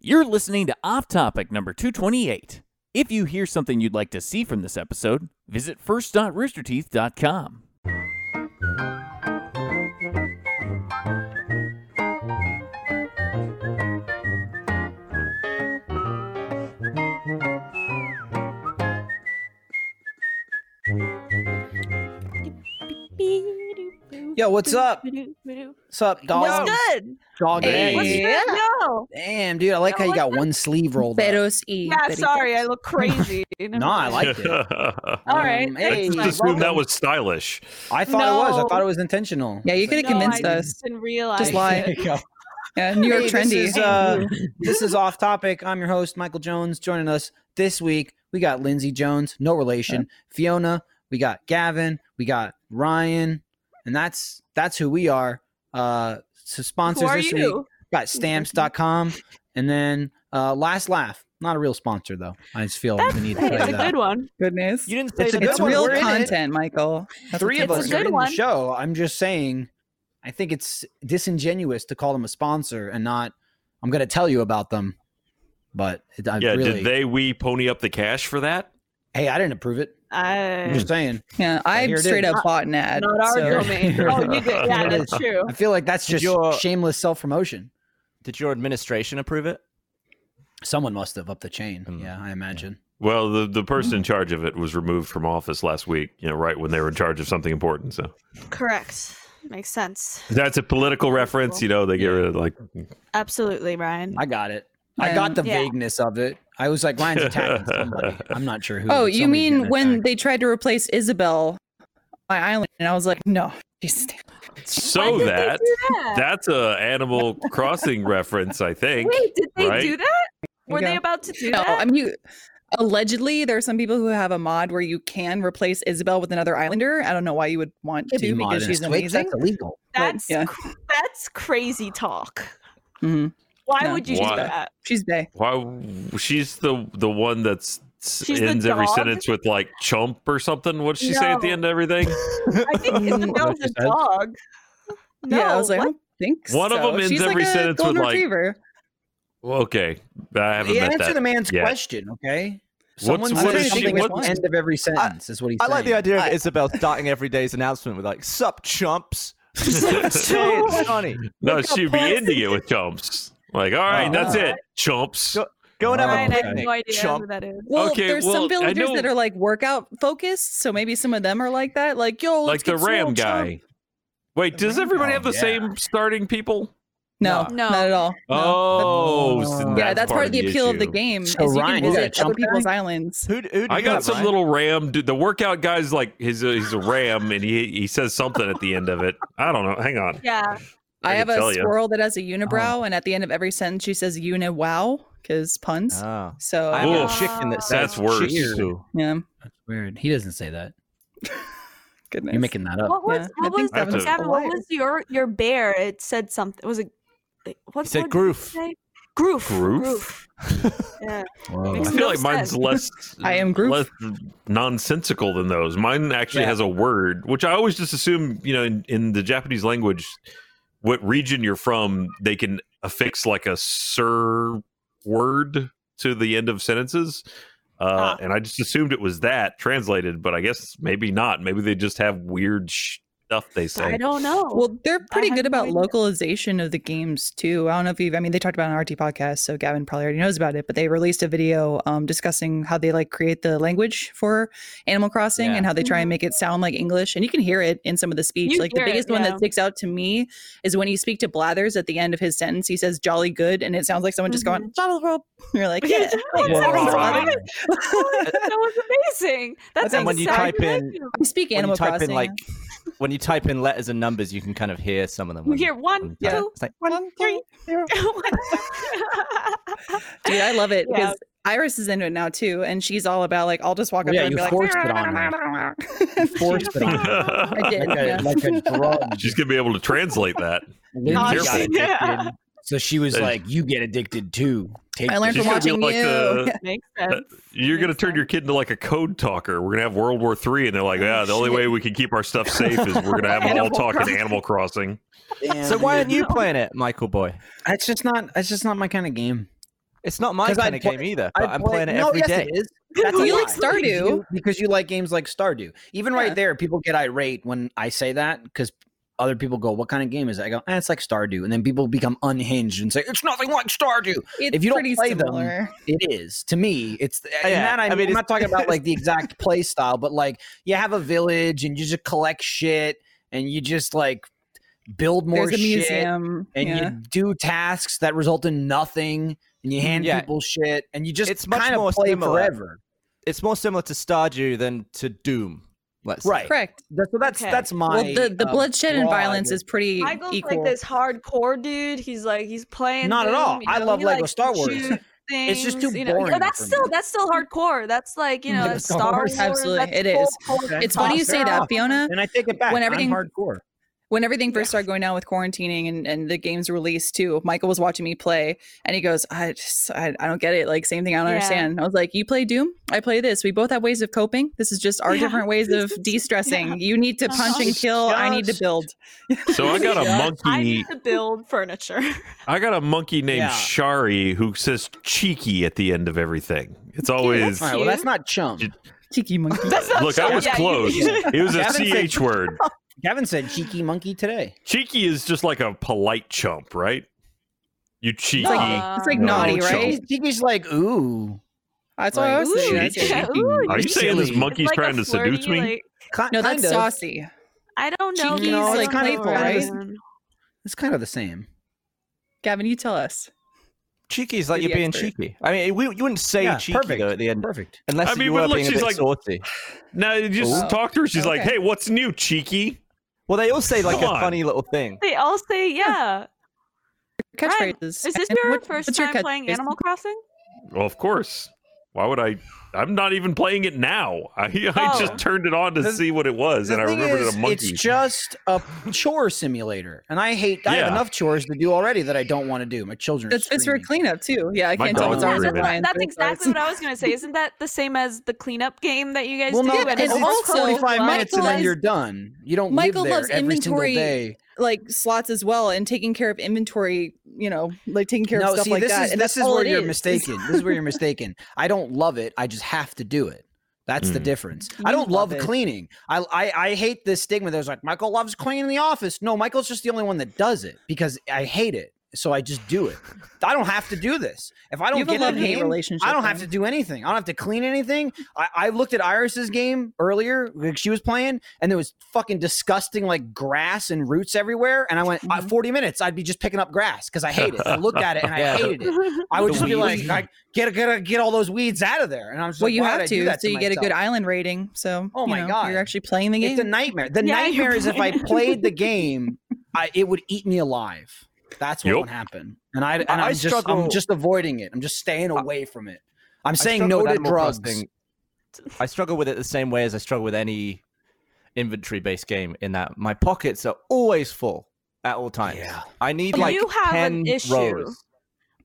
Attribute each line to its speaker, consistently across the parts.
Speaker 1: You're listening to Off Topic number 228. If you hear something you'd like to see from this episode, visit first.roosterteeth.com.
Speaker 2: Yo, what's up?
Speaker 3: What's
Speaker 2: What's up, dog?
Speaker 3: good?
Speaker 2: Dog
Speaker 1: Hey.
Speaker 3: What's
Speaker 2: gang.
Speaker 1: Yeah.
Speaker 3: good? No.
Speaker 2: Damn, dude, I like how you got one sleeve rolled up. Um,
Speaker 4: Peros y.
Speaker 3: Yeah,
Speaker 4: peritas.
Speaker 3: sorry, I look crazy.
Speaker 2: No, I like it.
Speaker 3: All right.
Speaker 2: Um,
Speaker 3: hey,
Speaker 2: it's
Speaker 3: I
Speaker 2: Hey,
Speaker 5: Just
Speaker 3: love
Speaker 5: assume
Speaker 3: it.
Speaker 5: that was stylish.
Speaker 2: I thought it was. I
Speaker 3: No.
Speaker 2: thought it was intentional.
Speaker 4: Yeah, you could have
Speaker 3: No,
Speaker 4: convinced
Speaker 3: I
Speaker 4: us.
Speaker 3: Didn't realize.
Speaker 4: Just lie.
Speaker 3: it.
Speaker 4: Yeah, New York
Speaker 2: Hey,
Speaker 4: trendy.
Speaker 2: This is, uh, this is off topic. I'm your host, Michael Jones. Joining us this week, we got Lindsey Jones, no relation. Fiona, we got Gavin, we got Ryan, and that's that's who we are. Uh, so sponsors
Speaker 3: Who are
Speaker 2: this week
Speaker 3: you?
Speaker 2: got stamps.com, and then uh, Last Laugh. Not a real sponsor though. I just feel
Speaker 3: That's
Speaker 2: we need to
Speaker 3: hey,
Speaker 2: play
Speaker 3: it's a
Speaker 2: that.
Speaker 3: good one.
Speaker 4: Goodness.
Speaker 1: You didn't say
Speaker 2: It's a
Speaker 1: the
Speaker 2: good
Speaker 4: It's
Speaker 2: one.
Speaker 4: real
Speaker 2: We're in it.
Speaker 4: content, Michael. That's
Speaker 2: Three of
Speaker 4: what's
Speaker 2: us
Speaker 3: a
Speaker 2: are
Speaker 3: good
Speaker 2: in
Speaker 3: one.
Speaker 2: the show. I'm just saying, I think it's disingenuous to call them a sponsor and not. I'm going to tell you about them, but it, I
Speaker 5: yeah,
Speaker 2: really,
Speaker 5: did they we pony up the cash for that?
Speaker 2: hey, I didn't approve it. I'm
Speaker 3: I,
Speaker 2: just saying.
Speaker 4: Yeah,
Speaker 2: here
Speaker 4: I
Speaker 2: it
Speaker 4: straight
Speaker 2: is.
Speaker 4: up bought an ad.
Speaker 3: Uh, not our
Speaker 4: so-
Speaker 3: domain. Oh, you did. Yeah, that's true.
Speaker 2: I feel like that's
Speaker 6: Did
Speaker 2: just
Speaker 6: your-
Speaker 2: shameless self promotion.
Speaker 6: Did your administration approve it?
Speaker 2: Someone must have up the chain.
Speaker 6: Mm.
Speaker 2: Yeah, I imagine.
Speaker 5: Well, the, the person in charge of it was removed from office last week, you know, right when they were in charge of something important. So
Speaker 3: Correct. Makes sense.
Speaker 5: that's a political reference, you know, they get rid of like
Speaker 3: Absolutely, Ryan.
Speaker 2: I got it. I got
Speaker 4: Um,
Speaker 2: the
Speaker 3: Yeah.
Speaker 2: vagueness of it. I was like, Ryan's attacking somebody. I'm not sure who.
Speaker 4: Oh,
Speaker 2: but
Speaker 4: you
Speaker 2: somebody's
Speaker 4: mean
Speaker 2: getting
Speaker 4: when
Speaker 2: attacked.
Speaker 4: they tried to replace Isabel by Island? And I was like, no. Jesus.
Speaker 3: Why
Speaker 5: so
Speaker 3: did they
Speaker 5: that
Speaker 3: do that?
Speaker 5: that's a Animal Crossing reference, I think.
Speaker 3: Wait, did they
Speaker 5: right?
Speaker 3: do that? Were
Speaker 4: Yeah.
Speaker 3: they about to do
Speaker 4: No,
Speaker 3: that?
Speaker 4: I mean, you, allegedly, there are some people who have a mod where you can replace Isabel with another Islander. I don't know why you would want
Speaker 2: Can't be
Speaker 4: to because
Speaker 2: modernist.
Speaker 4: she's
Speaker 2: Wait,
Speaker 4: amazing.
Speaker 2: that's illegal.
Speaker 3: that's
Speaker 4: yeah.
Speaker 3: cr- that's crazy talk.
Speaker 4: hmm
Speaker 3: Why
Speaker 4: No.
Speaker 3: would you do
Speaker 5: Why?
Speaker 3: that?
Speaker 4: She's bae.
Speaker 5: Why she's the the one that's
Speaker 3: She's the
Speaker 5: ends every
Speaker 3: dog?
Speaker 5: sentence with like chump or something. What'd she say at the
Speaker 3: No.
Speaker 5: end of everything?
Speaker 3: I think
Speaker 4: Mm.
Speaker 3: Isabel's
Speaker 2: What she
Speaker 3: a
Speaker 2: said?
Speaker 3: dog. No,
Speaker 4: yeah, I was like, I
Speaker 3: what?
Speaker 4: don't think
Speaker 5: One of
Speaker 4: so.
Speaker 5: them ends
Speaker 4: She's
Speaker 5: every
Speaker 4: like a
Speaker 5: sentence with,
Speaker 4: golden
Speaker 5: like,
Speaker 4: retriever.
Speaker 5: Okay. I haven't
Speaker 2: Yeah,
Speaker 5: met
Speaker 2: answer
Speaker 5: that.
Speaker 2: the man's
Speaker 5: yet.
Speaker 2: question, okay?
Speaker 5: What's-
Speaker 2: Someone
Speaker 5: what
Speaker 2: says
Speaker 4: is she-
Speaker 2: something
Speaker 4: what-
Speaker 2: at the end of every sentence is what he's
Speaker 6: I
Speaker 2: saying.
Speaker 6: like the idea of
Speaker 4: I-
Speaker 6: Isabel starting every day's announcement with like, "Sup, chumps." hey, it's Johnny.
Speaker 5: No,
Speaker 3: Look up
Speaker 5: she'd be
Speaker 3: policy.
Speaker 5: ending it with chumps. Like, all right,
Speaker 2: Oh.
Speaker 5: that's
Speaker 4: Uh-huh.
Speaker 5: it, chumps.
Speaker 6: Go- Go and
Speaker 3: Ryan,
Speaker 6: have a
Speaker 3: I have
Speaker 6: picnic,
Speaker 3: no idea
Speaker 6: chump.
Speaker 3: who that is.
Speaker 4: Well,
Speaker 5: Okay,
Speaker 4: there's
Speaker 5: well, I
Speaker 4: some villagers that
Speaker 5: know-
Speaker 4: are like workout focused, so maybe some of them are like that. Like, yo,
Speaker 5: Like
Speaker 4: let's
Speaker 5: the
Speaker 4: get some
Speaker 5: ram
Speaker 4: old chump.
Speaker 5: guy. Wait,
Speaker 4: The
Speaker 5: does
Speaker 4: ram
Speaker 5: everybody
Speaker 2: guy,
Speaker 5: have the
Speaker 2: yeah.
Speaker 5: same starting people?
Speaker 4: No,
Speaker 3: No.
Speaker 4: not at all. No.
Speaker 5: Oh,
Speaker 2: No.
Speaker 5: so
Speaker 2: That-
Speaker 4: yeah, that's part, of the appeal of the
Speaker 5: issue.
Speaker 4: game.
Speaker 2: So,
Speaker 4: is you
Speaker 2: Ryan, you
Speaker 4: can
Speaker 2: got a
Speaker 4: visit other
Speaker 2: chump guy?
Speaker 4: people's islands.
Speaker 6: Who, who do
Speaker 5: I
Speaker 6: you
Speaker 5: got
Speaker 6: have,
Speaker 5: some
Speaker 6: Ryan?
Speaker 5: little ram. Dude, the workout guy's like he's a he's a ram, and he he says something at the end of it. I don't know. Hang on.
Speaker 3: Yeah.
Speaker 5: I
Speaker 4: I,
Speaker 5: can
Speaker 4: have
Speaker 5: tell
Speaker 4: a
Speaker 5: ya.
Speaker 4: squirrel that has a unibrow, and at the end of every sentence, she says "uni wow" because puns.
Speaker 6: Oh.
Speaker 4: so
Speaker 6: I have a
Speaker 5: Oof.
Speaker 6: chicken that says
Speaker 5: That's worse.
Speaker 6: Chisu.
Speaker 4: yeah,
Speaker 2: That's weird. He doesn't say that.
Speaker 4: goodness.
Speaker 2: You're making that up.
Speaker 3: What was
Speaker 4: I
Speaker 3: what
Speaker 4: think
Speaker 3: was
Speaker 5: that was
Speaker 3: Gavin, what
Speaker 4: Goliath.
Speaker 3: was your your bear? It said something. Was it
Speaker 6: He
Speaker 3: what's
Speaker 6: said "Groof."
Speaker 3: Groof.
Speaker 5: Groof?
Speaker 3: Yeah.
Speaker 2: Whoa.
Speaker 5: I
Speaker 3: Makes
Speaker 5: feel
Speaker 3: no
Speaker 5: like mine's
Speaker 3: sense.
Speaker 5: less
Speaker 4: I am Groove.
Speaker 5: less nonsensical than those. Mine actually
Speaker 6: Yeah.
Speaker 5: has a word, which I always just assume, you know, in, in the Japanese language, what region you're from, they can affix like a sir word to the end of sentences. Uh,
Speaker 3: Ah.
Speaker 5: And I just assumed it was that translated, but I guess maybe not. Maybe they just have weird sh- stuff they
Speaker 3: I
Speaker 5: say.
Speaker 3: don't know.
Speaker 4: Well, they're pretty
Speaker 3: have
Speaker 4: good
Speaker 3: Oh, no
Speaker 4: about
Speaker 3: idea.
Speaker 4: localization of the games too. I don't know if you've, I mean, they talked about it on RT podcast, so Gavin probably already knows about it, but they released a video um, discussing how they like create the language for Animal Crossing and how they try and make it sound like English. And you can hear it in some of the speech.
Speaker 3: Mm-hmm. You
Speaker 4: like the
Speaker 3: hear it,
Speaker 4: biggest one
Speaker 3: yeah.
Speaker 4: that sticks out to me is when you speak to Blathers at the end of his sentence, he says jolly good, and it sounds like someone just
Speaker 3: Mm-hmm.
Speaker 4: going, jolly good. You're like, yeah.
Speaker 3: That
Speaker 6: Yeah.
Speaker 3: sounds
Speaker 6: Yeah.
Speaker 3: amazing. that was amazing. That's
Speaker 6: then when you type in-
Speaker 4: I speak
Speaker 6: When
Speaker 4: Animal
Speaker 6: you type
Speaker 4: Crossing.
Speaker 6: in like, when you type in letters and numbers, you can kind of hear some of them.
Speaker 3: we
Speaker 6: when-
Speaker 3: hear one,
Speaker 6: when you type.
Speaker 3: two,
Speaker 6: It's like,
Speaker 3: one, three.
Speaker 4: Dude, I love it
Speaker 3: Yeah.
Speaker 4: because Iris is into it now too, and she's all about like, I'll just walk up
Speaker 2: Yeah,
Speaker 4: there and
Speaker 2: you
Speaker 4: be like, "Ah,
Speaker 2: forced it on
Speaker 4: her.
Speaker 2: Forced it on her.
Speaker 4: I did.
Speaker 2: Like a,
Speaker 4: yeah.
Speaker 2: like a drug.
Speaker 5: She's going to be able to translate that.
Speaker 2: Lindsay
Speaker 3: Gosh,
Speaker 2: got addicted.
Speaker 3: yeah.
Speaker 2: So she was like, "You get addicted too." Take
Speaker 4: I learned
Speaker 2: this.
Speaker 5: She's
Speaker 4: from
Speaker 5: gonna
Speaker 4: watching
Speaker 5: be like uh,
Speaker 4: you.
Speaker 5: the-
Speaker 3: Makes sense.
Speaker 5: You're going to
Speaker 3: Makes
Speaker 5: turn your kid into like a code talker. We're going to have World War Three, and they're like, yeah, the only way we can keep our stuff safe is we're going to have them all
Speaker 3: Animal
Speaker 5: talking
Speaker 3: Crossing.
Speaker 5: Animal Crossing.
Speaker 2: Damn,
Speaker 6: So why aren't
Speaker 2: dude.
Speaker 6: you playing it, Michael boy?
Speaker 2: That's just not. That's just not my kind of game.
Speaker 6: It's not my
Speaker 2: 'Cause I
Speaker 6: kind of
Speaker 2: play-
Speaker 6: game either,
Speaker 2: I
Speaker 6: but I'm
Speaker 2: play-
Speaker 6: playing it
Speaker 2: no,
Speaker 6: every
Speaker 2: yes,
Speaker 6: day.
Speaker 2: It is. That's a
Speaker 4: You like
Speaker 2: lie.
Speaker 4: Stardew.
Speaker 2: Because you- because you like games like Stardew. Even
Speaker 4: Yeah.
Speaker 2: right there, people get irate when I say that because other people go, "What kind of game is that?" I go, eh, "It's like Stardew," and then people become unhinged and say, "It's nothing like Stardew."
Speaker 4: It's
Speaker 2: you don't
Speaker 4: pretty
Speaker 2: play them,
Speaker 4: similar.
Speaker 2: It is to me. It's and
Speaker 6: yeah.
Speaker 2: that I,
Speaker 6: I
Speaker 2: mean,
Speaker 6: mean,
Speaker 2: I'm
Speaker 6: it's-
Speaker 2: not talking about like the exact play style, but like you have a village and you just collect shit and you just like build more
Speaker 4: There's a
Speaker 2: shit
Speaker 4: museum.
Speaker 2: and
Speaker 4: yeah.
Speaker 2: you do tasks that result in nothing and you hand
Speaker 6: Yeah.
Speaker 2: people shit and you just
Speaker 6: It's much
Speaker 2: kind
Speaker 6: more
Speaker 2: of play
Speaker 6: similar.
Speaker 2: forever.
Speaker 6: It's more similar to Stardew than to Doom. Let's say.
Speaker 2: Right.
Speaker 4: Correct.
Speaker 2: That- so that's
Speaker 3: Okay.
Speaker 2: that's my
Speaker 4: well, the, the
Speaker 2: uh,
Speaker 4: bloodshed and
Speaker 2: broad-
Speaker 4: violence is pretty
Speaker 3: Michael's
Speaker 4: equal.
Speaker 3: like this hardcore dude. He's like he's playing.
Speaker 2: Not at all.
Speaker 3: Doom, you
Speaker 2: I
Speaker 3: know,
Speaker 2: love
Speaker 3: he
Speaker 2: Lego
Speaker 3: likes
Speaker 2: Star
Speaker 3: to
Speaker 2: Wars.
Speaker 3: shoot
Speaker 2: It's just
Speaker 3: things,
Speaker 2: too
Speaker 3: you know. Yeah,
Speaker 2: boring
Speaker 3: that's
Speaker 2: for
Speaker 3: still
Speaker 2: me.
Speaker 3: that's still hardcore. That's like you know
Speaker 2: Lego
Speaker 3: that's
Speaker 2: Star
Speaker 3: Star
Speaker 2: Wars?
Speaker 3: Wars.
Speaker 4: Absolutely,
Speaker 3: that's
Speaker 4: it is.
Speaker 3: full- full-
Speaker 2: Okay.
Speaker 4: it's funny you
Speaker 2: Oh,
Speaker 4: say
Speaker 2: fair
Speaker 4: that,
Speaker 2: enough.
Speaker 4: Fiona.
Speaker 2: And I take it back.
Speaker 4: When
Speaker 2: I'm
Speaker 4: everything-
Speaker 2: hardcore.
Speaker 4: when everything
Speaker 3: Yeah.
Speaker 4: first started going down with quarantining and, and the games released too, Michael was watching me play and he goes, I just, I, I don't get it. Like, same thing, I don't
Speaker 3: Yeah.
Speaker 4: understand. I was like, You play Doom? I play this. We both have ways of coping. This is just our
Speaker 3: Yeah.
Speaker 4: different ways of de stressing.
Speaker 3: Yeah. Uh-huh.
Speaker 4: You need to punch and
Speaker 2: It's
Speaker 4: kill. I need to
Speaker 2: just-
Speaker 4: build.
Speaker 5: So I got a
Speaker 3: Yeah. I
Speaker 5: monkey.
Speaker 3: need to build furniture.
Speaker 5: I got a monkey named
Speaker 2: Yeah.
Speaker 5: Shari who says cheeky at the end of everything. It's always.
Speaker 2: All right, well, that's not chum.
Speaker 5: Did-
Speaker 4: Cheeky monkey.
Speaker 3: That's not
Speaker 5: Look, I
Speaker 3: true.
Speaker 5: was
Speaker 3: Yeah, you-
Speaker 5: close. It was a
Speaker 2: Gavin said-
Speaker 5: ch word.
Speaker 2: Gavin said cheeky monkey today.
Speaker 5: Cheeky is just like a polite chump, right? You cheeky.
Speaker 3: Uh,
Speaker 4: it's like
Speaker 5: No,
Speaker 4: naughty,
Speaker 5: it's
Speaker 4: right?
Speaker 5: so-
Speaker 2: Cheeky's, cheeky's like, ooh.
Speaker 4: That's what I
Speaker 2: Like,
Speaker 4: was thinking.
Speaker 3: Ooh,
Speaker 4: That's
Speaker 3: yeah,
Speaker 4: it.
Speaker 3: cheeky. ooh,
Speaker 5: Are you saying this
Speaker 2: Silly.
Speaker 5: monkey's
Speaker 3: It's like a
Speaker 5: trying to seduce
Speaker 3: flirty,
Speaker 5: me?
Speaker 3: like-
Speaker 2: Ki-
Speaker 4: No, that's
Speaker 2: kind of.
Speaker 4: saucy.
Speaker 3: I don't know.
Speaker 4: Cheeky
Speaker 3: man.
Speaker 2: is,
Speaker 3: I
Speaker 2: like,
Speaker 3: don't know,
Speaker 2: playful, right?
Speaker 3: man.
Speaker 2: It's kind of the same.
Speaker 4: Gavin, you tell us.
Speaker 6: Cheeky is like
Speaker 4: You're
Speaker 6: you're
Speaker 4: the
Speaker 6: being
Speaker 4: expert.
Speaker 6: cheeky. I mean, we, you wouldn't say
Speaker 2: Yeah,
Speaker 6: cheeky
Speaker 2: perfect.
Speaker 6: though at the end,
Speaker 2: Perfect.
Speaker 6: unless
Speaker 5: I mean,
Speaker 6: you
Speaker 5: but
Speaker 6: were
Speaker 5: look,
Speaker 6: being a
Speaker 5: she's
Speaker 6: bit
Speaker 5: like-
Speaker 6: saucy.
Speaker 5: No, you just
Speaker 4: Ooh.
Speaker 5: talk to her. She's like,
Speaker 4: Okay.
Speaker 5: "Hey, what's new, cheeky?"
Speaker 6: Well, they all say like
Speaker 5: Come
Speaker 6: a
Speaker 5: on.
Speaker 6: funny little thing.
Speaker 3: They all say, "Yeah." Ryan,
Speaker 4: Catchphrases.
Speaker 3: Is this
Speaker 4: And
Speaker 3: your
Speaker 4: what-
Speaker 3: first
Speaker 4: what's your
Speaker 3: time playing
Speaker 4: catchphrase?
Speaker 3: Animal Crossing?
Speaker 5: Well, of course. Why would I? I'm not even playing it now. I, I
Speaker 3: Oh.
Speaker 5: just turned it on to
Speaker 2: The-
Speaker 5: see what it was,
Speaker 2: The
Speaker 5: and I
Speaker 2: thing
Speaker 5: remembered
Speaker 2: is,
Speaker 5: it a monkey.
Speaker 2: It's just a chore simulator, and I hate. I have
Speaker 5: Yeah.
Speaker 2: enough chores to do already that I don't want to do. My children. are
Speaker 4: That's it's for
Speaker 2: screaming.
Speaker 4: cleanup too. Yeah, I
Speaker 5: My
Speaker 4: can't tell
Speaker 5: dog's
Speaker 4: what's ours. and
Speaker 5: screaming. That's-
Speaker 4: mine,
Speaker 3: That's
Speaker 4: but it's ours.
Speaker 3: exactly what I was gonna say. Isn't that the same as the cleanup game that you guys
Speaker 2: Well,
Speaker 3: do?
Speaker 2: no,
Speaker 4: Yeah,
Speaker 2: because
Speaker 4: and
Speaker 2: it's
Speaker 4: also,
Speaker 2: forty-five minutes and
Speaker 4: Michael
Speaker 2: then
Speaker 4: is-
Speaker 2: you're done. You don't
Speaker 4: Michael
Speaker 2: live there
Speaker 4: loves
Speaker 2: every
Speaker 4: inventory
Speaker 2: single day.
Speaker 4: like slots as well and taking care of inventory, you know, like taking care of
Speaker 2: No,
Speaker 4: stuff
Speaker 2: see,
Speaker 4: like
Speaker 2: this
Speaker 4: that.
Speaker 2: is
Speaker 4: and
Speaker 2: this
Speaker 4: that's
Speaker 2: is
Speaker 4: all
Speaker 2: where
Speaker 4: it
Speaker 2: you're
Speaker 4: is.
Speaker 2: mistaken. this is where you're mistaken. I don't love it. I just have to do it. That's the
Speaker 5: Mm.
Speaker 2: difference.
Speaker 4: You
Speaker 2: I don't
Speaker 4: love
Speaker 2: love,
Speaker 4: it.
Speaker 2: cleaning. I, I I hate this stigma. There's like Michael loves cleaning the office. No, Michael's just the only one that does it because I hate it. So I just do it. I don't have to do this. If I don't
Speaker 4: you have
Speaker 2: get
Speaker 4: a love
Speaker 2: the
Speaker 4: hate
Speaker 2: game,
Speaker 4: relationship.
Speaker 2: I don't have to do anything. I don't have to clean anything. I, I looked at Iris's game earlier, like she was playing, and there was fucking disgusting like grass and roots everywhere. And I went, "Uh,
Speaker 4: Mhm.
Speaker 2: 40 minutes, I'd be just picking up grass because I hate it. I looked at it and I
Speaker 6: Yeah.
Speaker 2: hated it. I would
Speaker 6: The
Speaker 2: just be like,
Speaker 6: weeds.
Speaker 2: I get, get, get all those weeds out of there. And I'm just
Speaker 4: Well,
Speaker 2: like,
Speaker 4: you
Speaker 2: "Why did
Speaker 4: have
Speaker 2: I do
Speaker 4: to,
Speaker 2: that
Speaker 4: so you get a good
Speaker 2: myself?"
Speaker 4: island rating. So
Speaker 2: Oh
Speaker 4: you
Speaker 2: my
Speaker 4: know,
Speaker 2: God.
Speaker 4: you're actually playing the game.
Speaker 2: It's a nightmare. The
Speaker 3: Yeah, you're
Speaker 2: nightmare is if I
Speaker 3: right.
Speaker 2: played the game, I, it would eat me alive. That's what
Speaker 5: Yup.
Speaker 2: would happen. And I and
Speaker 6: I
Speaker 2: I'm just I'm
Speaker 6: struggle-
Speaker 2: just avoiding it. I'm just staying
Speaker 6: I-
Speaker 2: away from it. I'm
Speaker 6: I
Speaker 2: saying
Speaker 6: struggle
Speaker 2: no
Speaker 6: with
Speaker 2: to
Speaker 6: Animal
Speaker 2: drugs.
Speaker 6: Crossing. I struggle with it the same way as I struggle with any inventory-based game. In that my pockets are always full at all times.
Speaker 2: Yeah.
Speaker 6: I need
Speaker 3: You
Speaker 6: like
Speaker 3: have an
Speaker 6: ten
Speaker 3: issue.
Speaker 6: rows.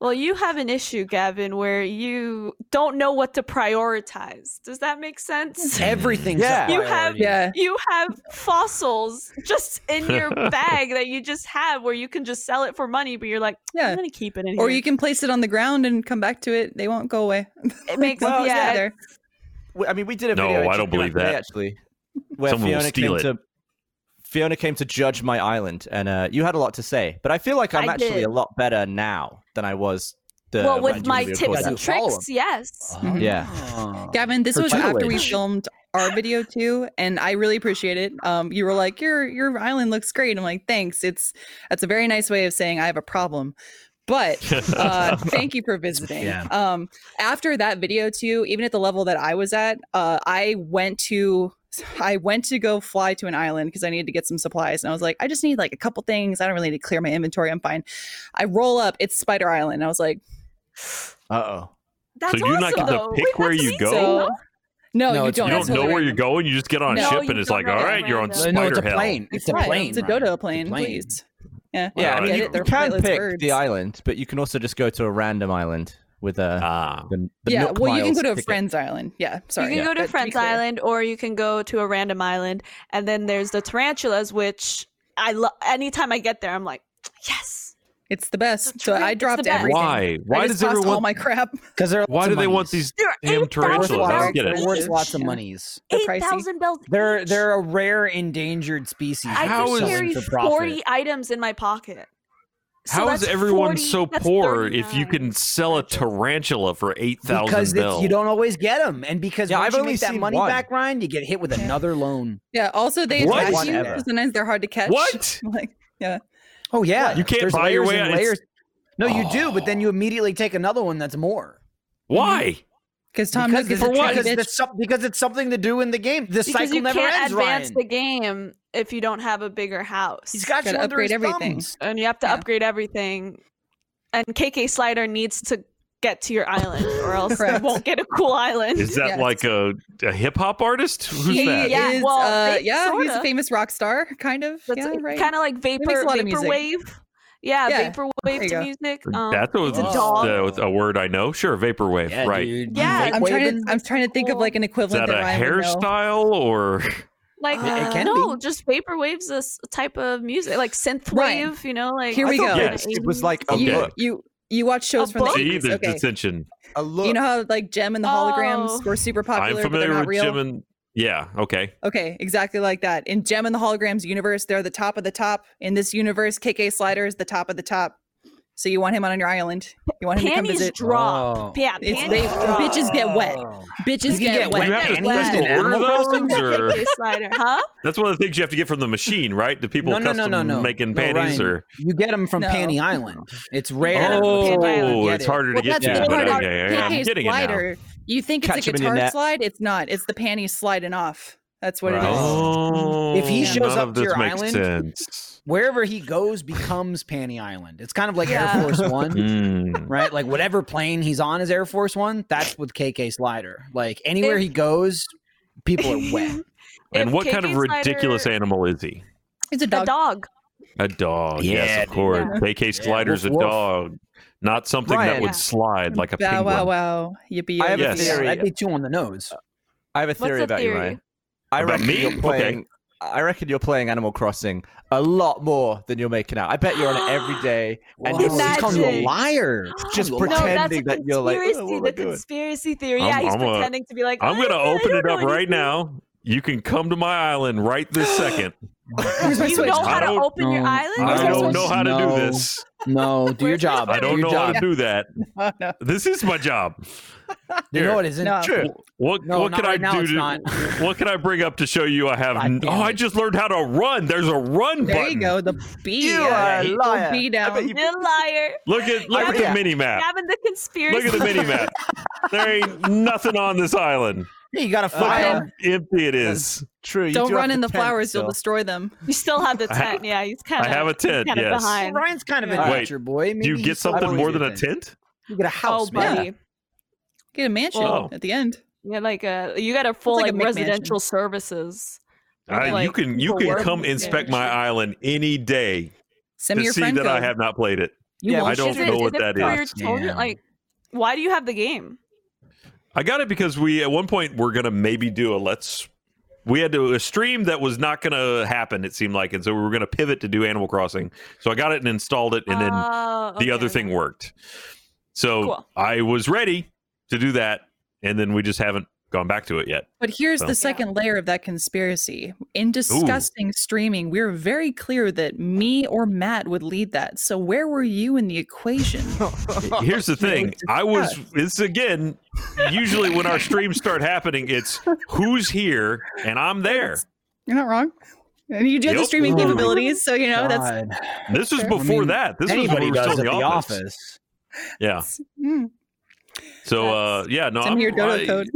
Speaker 3: well, you have an issue, Gavin, where you don't know what to prioritize. Does that make sense?
Speaker 2: Everything's
Speaker 6: Yeah.
Speaker 2: a
Speaker 3: You have-
Speaker 2: priority.
Speaker 4: yeah.
Speaker 3: You have fossils just in your bag that you just have, where you can just sell it for money, but you're like,
Speaker 4: Yeah.
Speaker 3: I'm gonna keep it in here.
Speaker 4: Or you can place it on the ground and come back to it. They won't go away.
Speaker 3: It makes
Speaker 6: Well,
Speaker 3: yeah.
Speaker 4: there.
Speaker 6: We- I mean, we did a
Speaker 5: No,
Speaker 6: video.
Speaker 5: I don't
Speaker 6: actually
Speaker 5: believe
Speaker 6: today,
Speaker 5: that.
Speaker 6: Actually, where
Speaker 5: Someone will
Speaker 6: Fiona
Speaker 5: steal
Speaker 6: came
Speaker 5: it.
Speaker 6: to Fiona came to judge my island, and uh, you had a lot to say. But I feel like I'm
Speaker 3: I
Speaker 6: actually
Speaker 3: did.
Speaker 6: a lot better now than I was. The,
Speaker 3: well,
Speaker 6: when
Speaker 3: with
Speaker 6: you
Speaker 3: my
Speaker 6: recorded
Speaker 3: tips
Speaker 6: that.
Speaker 3: and
Speaker 2: You follow
Speaker 3: tricks, yes.
Speaker 2: Oh.
Speaker 6: Yeah.
Speaker 4: Gavin, this
Speaker 6: For
Speaker 4: was after we
Speaker 6: tutelage.
Speaker 4: filmed our video too, and I really appreciate it. Um, you were like, "Your your island looks great." I'm like, "Thanks." It's that's a very nice way of saying I have a problem, but uh, thank you for visiting.
Speaker 2: Yeah.
Speaker 4: Um, after that video too, even at the level that I was at, uh, I went to I went to go fly to an island because I needed to get some supplies, and I was like, I just need like a couple things. I don't really need to clear my inventory. I'm fine. I roll up, it's Spider Island. and I was like,
Speaker 6: Uh oh.
Speaker 3: That's
Speaker 5: so you not get
Speaker 3: awesome.
Speaker 5: to
Speaker 3: We've
Speaker 5: pick
Speaker 3: got
Speaker 5: where
Speaker 3: to
Speaker 5: you
Speaker 3: meet
Speaker 5: go.
Speaker 4: so. No,
Speaker 2: No,
Speaker 4: you
Speaker 2: it's-
Speaker 4: don't.
Speaker 2: No,
Speaker 5: You don't
Speaker 4: That's
Speaker 5: know
Speaker 4: totally
Speaker 5: where
Speaker 4: random.
Speaker 5: you're going. You just get on a
Speaker 4: No,
Speaker 5: ship,
Speaker 3: you
Speaker 5: and it's
Speaker 3: don't
Speaker 5: like,
Speaker 3: know
Speaker 5: all
Speaker 3: that
Speaker 5: right, you're on
Speaker 3: random.
Speaker 5: Spider
Speaker 2: No, it's a
Speaker 5: Hell.
Speaker 2: plane. It's a
Speaker 4: Right,
Speaker 2: plane.
Speaker 4: It's a
Speaker 2: Ryan.
Speaker 4: dodo
Speaker 2: It's a
Speaker 4: plane,
Speaker 2: plane.
Speaker 4: please. Yeah.
Speaker 6: Yeah,
Speaker 5: Uh,
Speaker 6: I mean,
Speaker 5: you-
Speaker 6: you,
Speaker 5: it,
Speaker 4: they're
Speaker 6: can
Speaker 4: flightless
Speaker 6: pick
Speaker 4: birds.
Speaker 6: the island, but you can also just go to a random island with a.
Speaker 5: Ah,
Speaker 6: the, the
Speaker 4: yeah,
Speaker 6: Milk
Speaker 4: well, you can
Speaker 6: Miles
Speaker 4: go to a
Speaker 6: ticket.
Speaker 4: friend's island. Yeah, sorry.
Speaker 3: you can
Speaker 4: yeah,
Speaker 3: go to
Speaker 4: but
Speaker 3: a friend's
Speaker 4: be clear.
Speaker 3: island or you can go to a random island and then there's the tarantulas which i love anytime i get there i'm like yes
Speaker 4: It's the best. so
Speaker 3: true. It's
Speaker 4: I
Speaker 3: the
Speaker 4: dropped
Speaker 3: best.
Speaker 4: everything.
Speaker 5: Why?
Speaker 4: I
Speaker 5: Why
Speaker 4: just
Speaker 5: does
Speaker 4: tossed all
Speaker 5: everyone?
Speaker 4: my crap.
Speaker 2: because they're
Speaker 5: why do they want these
Speaker 3: They're
Speaker 5: damn
Speaker 3: 8,000
Speaker 5: tarantulas? I
Speaker 2: Worth
Speaker 5: don't get
Speaker 2: lots-
Speaker 5: it.
Speaker 2: worth lots of
Speaker 4: Yeah.
Speaker 2: monies.
Speaker 4: They're pricey.
Speaker 3: Eight thousand bells.
Speaker 2: They're
Speaker 3: each.
Speaker 2: they're a rare endangered species.
Speaker 3: I
Speaker 5: How
Speaker 3: could
Speaker 5: is-
Speaker 3: carry forty items in my pocket. So
Speaker 5: How is
Speaker 3: that's
Speaker 5: everyone
Speaker 3: 40
Speaker 5: so
Speaker 3: that's
Speaker 5: poor if you
Speaker 3: 39.
Speaker 5: can sell a tarantula for eight
Speaker 2: because
Speaker 5: thousand
Speaker 2: it's,
Speaker 5: bells?
Speaker 2: you don't always get them, and because
Speaker 6: Yeah,
Speaker 2: once
Speaker 6: I've
Speaker 2: you
Speaker 6: only
Speaker 2: make that
Speaker 6: seen
Speaker 2: money
Speaker 6: one.
Speaker 2: back, Ryan, you get hit with
Speaker 4: Yeah.
Speaker 2: another loan.
Speaker 4: Yeah. Also, they
Speaker 5: What?
Speaker 4: attack you.
Speaker 6: Whatever.
Speaker 4: so Sometimes they're hard to catch.
Speaker 5: What?
Speaker 4: Like,
Speaker 2: Oh yeah,
Speaker 5: You can't
Speaker 2: There's
Speaker 5: buy your
Speaker 2: layers
Speaker 5: way
Speaker 2: and
Speaker 5: out- it's-
Speaker 2: Layers. No, you do, but
Speaker 3: Oh.
Speaker 2: then you immediately take another one that's more.
Speaker 5: Why?
Speaker 4: because Tom
Speaker 2: because
Speaker 4: Nook is
Speaker 2: it's,
Speaker 4: a tricky
Speaker 2: Because
Speaker 4: bitch.
Speaker 2: it's, some- because it's something to do in the game. The
Speaker 3: because
Speaker 2: cycle
Speaker 3: you
Speaker 2: never
Speaker 3: can't
Speaker 2: ends,
Speaker 3: advance
Speaker 2: Ryan.
Speaker 3: the game if you don't have a bigger house.
Speaker 2: He's got you
Speaker 4: Gotta
Speaker 2: under
Speaker 4: upgrade
Speaker 2: his
Speaker 4: everything.
Speaker 2: thumbs.
Speaker 3: and you have to
Speaker 4: Yeah.
Speaker 3: upgrade everything. And KK Slider needs to get to your island, or else you
Speaker 4: Correct.
Speaker 3: won't get a cool island.
Speaker 5: Is that
Speaker 4: Yes.
Speaker 5: like a, a hip hop artist? Who's
Speaker 4: he
Speaker 5: that?
Speaker 3: Yeah,
Speaker 4: is,
Speaker 3: well,
Speaker 4: uh,
Speaker 3: they-
Speaker 4: yeah, he's a
Speaker 3: sorta.
Speaker 4: famous rock star, kind of.
Speaker 3: That's
Speaker 4: yeah, right.
Speaker 3: kind of like vapor
Speaker 4: a lot of music.
Speaker 3: vaporwave. Yeah,
Speaker 4: Yeah, there
Speaker 3: vaporwave
Speaker 4: you
Speaker 3: to
Speaker 4: go.
Speaker 3: music. Um,
Speaker 5: That's a,
Speaker 3: it's a dog.
Speaker 5: the- uh, a word I know. Sure, vaporwave. right.
Speaker 2: dude.
Speaker 3: Yeah,
Speaker 2: You
Speaker 4: I'm
Speaker 2: vape
Speaker 4: trying
Speaker 2: waving?
Speaker 4: to. I'm trying to think of like an
Speaker 5: Is
Speaker 4: equivalent
Speaker 5: that a
Speaker 4: Ryan would know.
Speaker 5: hairstyle or
Speaker 3: like uh,
Speaker 2: It- it can
Speaker 3: no,
Speaker 2: be.
Speaker 3: just vaporwave's a s- type of music, like synthwave.
Speaker 4: Ryan,
Speaker 3: You know, like
Speaker 4: here I we thought go.
Speaker 5: Yes.
Speaker 6: it was like a
Speaker 4: You,
Speaker 5: Okay.
Speaker 4: you you watch shows
Speaker 3: A
Speaker 4: from the
Speaker 3: book?
Speaker 5: see
Speaker 4: 80s.
Speaker 5: the
Speaker 4: Okay.
Speaker 5: dissension?
Speaker 6: a look.
Speaker 4: You know how like Gem and the holograms
Speaker 3: Oh.
Speaker 4: were super
Speaker 5: I'm
Speaker 4: popular, but they're
Speaker 5: familiar
Speaker 4: not
Speaker 5: with
Speaker 4: real.
Speaker 5: Jim and yeah. Okay.
Speaker 4: Okay, exactly like that. In Gem and the Holograms universe, they're the top of the top. In this universe, KK Slider is the top of the top. So you want him on your island. You want him to come
Speaker 3: panties
Speaker 4: visit.
Speaker 3: drop.
Speaker 2: Oh.
Speaker 3: Yeah,
Speaker 4: It's,
Speaker 3: panties
Speaker 4: they,
Speaker 3: drop.
Speaker 4: bitches get wet. Bitches
Speaker 2: You
Speaker 4: get,
Speaker 2: get
Speaker 4: wet.
Speaker 5: Do Oh. you have to
Speaker 2: Wet.
Speaker 5: special order
Speaker 2: Wet.
Speaker 5: those, or
Speaker 3: KK Slider, huh?
Speaker 5: that's one of the things you have to get from the machine, right? The people
Speaker 2: No, no, no,
Speaker 5: custom
Speaker 2: no, no.
Speaker 5: making
Speaker 2: No,
Speaker 5: panties,
Speaker 2: Ryan,
Speaker 5: or
Speaker 2: You get them from
Speaker 4: No.
Speaker 2: Panty Island. It's rare.
Speaker 3: Panty
Speaker 5: oh,
Speaker 3: Island,
Speaker 2: Get
Speaker 5: it's
Speaker 2: it.
Speaker 5: harder to
Speaker 4: Well,
Speaker 5: get
Speaker 4: that's
Speaker 5: to.
Speaker 4: the
Speaker 5: But
Speaker 4: hard part.
Speaker 5: okay, I- I'm
Speaker 4: KK
Speaker 5: getting it now.
Speaker 4: Slider, you think it's
Speaker 6: Catch
Speaker 4: a
Speaker 6: him in your
Speaker 4: guitar
Speaker 6: net.
Speaker 4: slide? It's not. It's the panties sliding off. That's what it is.
Speaker 5: Oh,
Speaker 2: If he shows
Speaker 5: none
Speaker 2: up
Speaker 5: of
Speaker 2: to
Speaker 5: this
Speaker 2: your
Speaker 5: makes
Speaker 2: island-
Speaker 5: sense.
Speaker 2: Wherever he goes becomes Panty Island. It's kind of like Air
Speaker 3: Yeah.
Speaker 2: Force One,
Speaker 5: Mm.
Speaker 2: right? Like whatever plane he's on is Air Force One. That's with KK Slider. Like anywhere
Speaker 3: If-
Speaker 2: he goes, people are wet.
Speaker 5: And
Speaker 3: If
Speaker 5: what kind of
Speaker 3: KK Slider-
Speaker 5: ridiculous animal is he?
Speaker 4: It's a
Speaker 3: A
Speaker 4: dog.
Speaker 3: dog.
Speaker 5: A dog,
Speaker 2: Yeah,
Speaker 5: yes, of
Speaker 2: dude.
Speaker 5: course.
Speaker 3: Yeah.
Speaker 5: KK Slider's
Speaker 2: woof,
Speaker 5: a
Speaker 2: woof.
Speaker 5: dog, not something that
Speaker 6: Ryan.
Speaker 5: would
Speaker 3: Yeah.
Speaker 5: slide like a
Speaker 4: Bow
Speaker 5: penguin.
Speaker 4: wow wow. Yippee.
Speaker 6: I have
Speaker 5: a
Speaker 2: Yeah,
Speaker 5: Yes. theory.
Speaker 2: that'd be two on the nose.
Speaker 6: I have a
Speaker 3: What's
Speaker 6: theory
Speaker 3: the
Speaker 6: about you,
Speaker 3: theory?
Speaker 6: Ryan. I
Speaker 5: About
Speaker 6: reckon
Speaker 5: me?
Speaker 6: you're
Speaker 5: Okay.
Speaker 6: playing. I reckon you're playing Animal Crossing a lot more than you're making out. I bet you're on it every day, and
Speaker 2: Whoa,
Speaker 6: you
Speaker 2: he's calling you a
Speaker 6: see-
Speaker 2: liar.
Speaker 3: It's
Speaker 6: just
Speaker 2: No,
Speaker 3: Oh, No, that's a
Speaker 6: pretending that you're like, "Oh,
Speaker 3: conspiracy.
Speaker 6: what am I
Speaker 3: the
Speaker 6: doing?"
Speaker 3: conspiracy theory.
Speaker 5: I'm-
Speaker 3: yeah, he's
Speaker 5: I'm gonna-
Speaker 3: pretending to be like. "Oh,
Speaker 5: I'm
Speaker 3: "I
Speaker 5: gonna
Speaker 3: don't
Speaker 5: open
Speaker 3: know, I
Speaker 5: it
Speaker 3: don't
Speaker 5: up
Speaker 3: know what
Speaker 5: right
Speaker 3: you
Speaker 5: now. You can come to my island right this second.
Speaker 4: Where's my
Speaker 3: do." You
Speaker 4: switch?
Speaker 3: know how to
Speaker 5: I don't-
Speaker 3: open your
Speaker 2: No,
Speaker 3: island?
Speaker 5: I
Speaker 4: Where's my
Speaker 5: don't
Speaker 4: switch?
Speaker 5: know how to
Speaker 2: No.
Speaker 5: do this.
Speaker 2: No, do your
Speaker 3: Where's my
Speaker 2: job.
Speaker 5: I
Speaker 2: do
Speaker 5: don't
Speaker 2: your
Speaker 5: know how
Speaker 2: job.
Speaker 5: to do that.
Speaker 4: Oh, no.
Speaker 5: This is my job.
Speaker 2: You know what isn't?
Speaker 4: No.
Speaker 5: Sure. What
Speaker 2: No,
Speaker 5: what
Speaker 2: not
Speaker 5: can I
Speaker 2: right now,
Speaker 5: do?
Speaker 2: it's
Speaker 5: to-
Speaker 2: not.
Speaker 5: what can I bring up to show you I have?
Speaker 2: God damn
Speaker 5: oh, I
Speaker 2: it.
Speaker 5: just learned how to run. There's a run
Speaker 4: There
Speaker 5: button.
Speaker 4: you go. The uh, B.
Speaker 6: You
Speaker 4: yeah,
Speaker 6: are a
Speaker 4: the
Speaker 6: liar.
Speaker 4: B
Speaker 6: I bet
Speaker 4: down.
Speaker 6: you-
Speaker 3: You're a liar.
Speaker 5: Look at look at
Speaker 6: Yeah.
Speaker 5: the mini map.
Speaker 3: Gavin, the conspiracy.
Speaker 5: Look at the mini map. There ain't nothing on this island.
Speaker 2: Yeah, you got a
Speaker 5: Look
Speaker 2: fire.
Speaker 5: how empty it is.
Speaker 6: True. you
Speaker 4: Don't
Speaker 6: do have
Speaker 4: run
Speaker 6: to
Speaker 4: in the
Speaker 6: pretend
Speaker 4: flowers.
Speaker 6: still.
Speaker 4: You'll destroy them.
Speaker 3: You still have the
Speaker 5: I ha-
Speaker 3: tent. yeah, he's kind of.
Speaker 5: have a tent,
Speaker 3: Kind of
Speaker 5: yes.
Speaker 3: behind.
Speaker 2: Ryan's kind of a
Speaker 5: Wait,
Speaker 2: nature boy. Maybe
Speaker 5: Do you
Speaker 2: he's
Speaker 5: get
Speaker 2: got
Speaker 5: something more than a
Speaker 2: reason.
Speaker 5: tent?
Speaker 2: You get a
Speaker 3: Oh,
Speaker 2: house, man.
Speaker 3: buddy.
Speaker 4: Get a mansion
Speaker 5: Whoa.
Speaker 4: at the end.
Speaker 3: Yeah, like a you got a full like,
Speaker 4: like a McMansion.
Speaker 3: residential services.
Speaker 5: I- Uh, you
Speaker 3: Like,
Speaker 5: can you
Speaker 3: people
Speaker 5: can
Speaker 3: work
Speaker 5: come
Speaker 3: there.
Speaker 5: inspect my island any day
Speaker 4: Send me
Speaker 5: to
Speaker 4: your
Speaker 5: see
Speaker 4: friend
Speaker 5: that I
Speaker 4: code.
Speaker 5: have not played it.
Speaker 4: You
Speaker 6: Yeah,
Speaker 4: won't
Speaker 5: I don't
Speaker 3: Is
Speaker 4: share
Speaker 3: it-
Speaker 5: know
Speaker 3: is
Speaker 5: what
Speaker 3: it
Speaker 5: that
Speaker 3: for
Speaker 5: is.
Speaker 3: your children?
Speaker 2: Yeah.
Speaker 3: Like, why do you have the game?
Speaker 5: I got it because we at one point we're gonna maybe do a let's. We had to a stream that was not gonna happen. It seemed like, and so we were gonna pivot to do Animal Crossing. So I got it and installed it, and then
Speaker 4: Ah,
Speaker 3: Oh,
Speaker 5: the
Speaker 3: okay,
Speaker 5: other
Speaker 3: okay.
Speaker 5: thing worked. So
Speaker 3: Cool.
Speaker 5: I was ready to do that, and then we just haven't gone back to it yet.
Speaker 4: But here's
Speaker 5: So-
Speaker 4: the second layer of that conspiracy. In discussing streaming, we were very clear that me or Matt would lead that. So where were you in the equation? Oh,
Speaker 5: Here's the thing:
Speaker 4: it's
Speaker 5: I was. It's again. Usually, when our streams start happening, it's who's here and I'm there.
Speaker 4: You're not wrong. And you do have the
Speaker 5: Yep.
Speaker 4: streaming
Speaker 2: Ooh.
Speaker 4: capabilities, so you know that's
Speaker 2: God.
Speaker 5: This was
Speaker 4: Sure. I
Speaker 5: before
Speaker 2: mean,
Speaker 5: that. This was when
Speaker 2: anybody
Speaker 5: we were
Speaker 2: does
Speaker 5: still
Speaker 2: at
Speaker 5: in the office. Yeah.
Speaker 4: mm,
Speaker 5: So, uh, yeah. No,
Speaker 4: send
Speaker 5: I'm,
Speaker 4: me your Dodo
Speaker 5: I,
Speaker 4: code.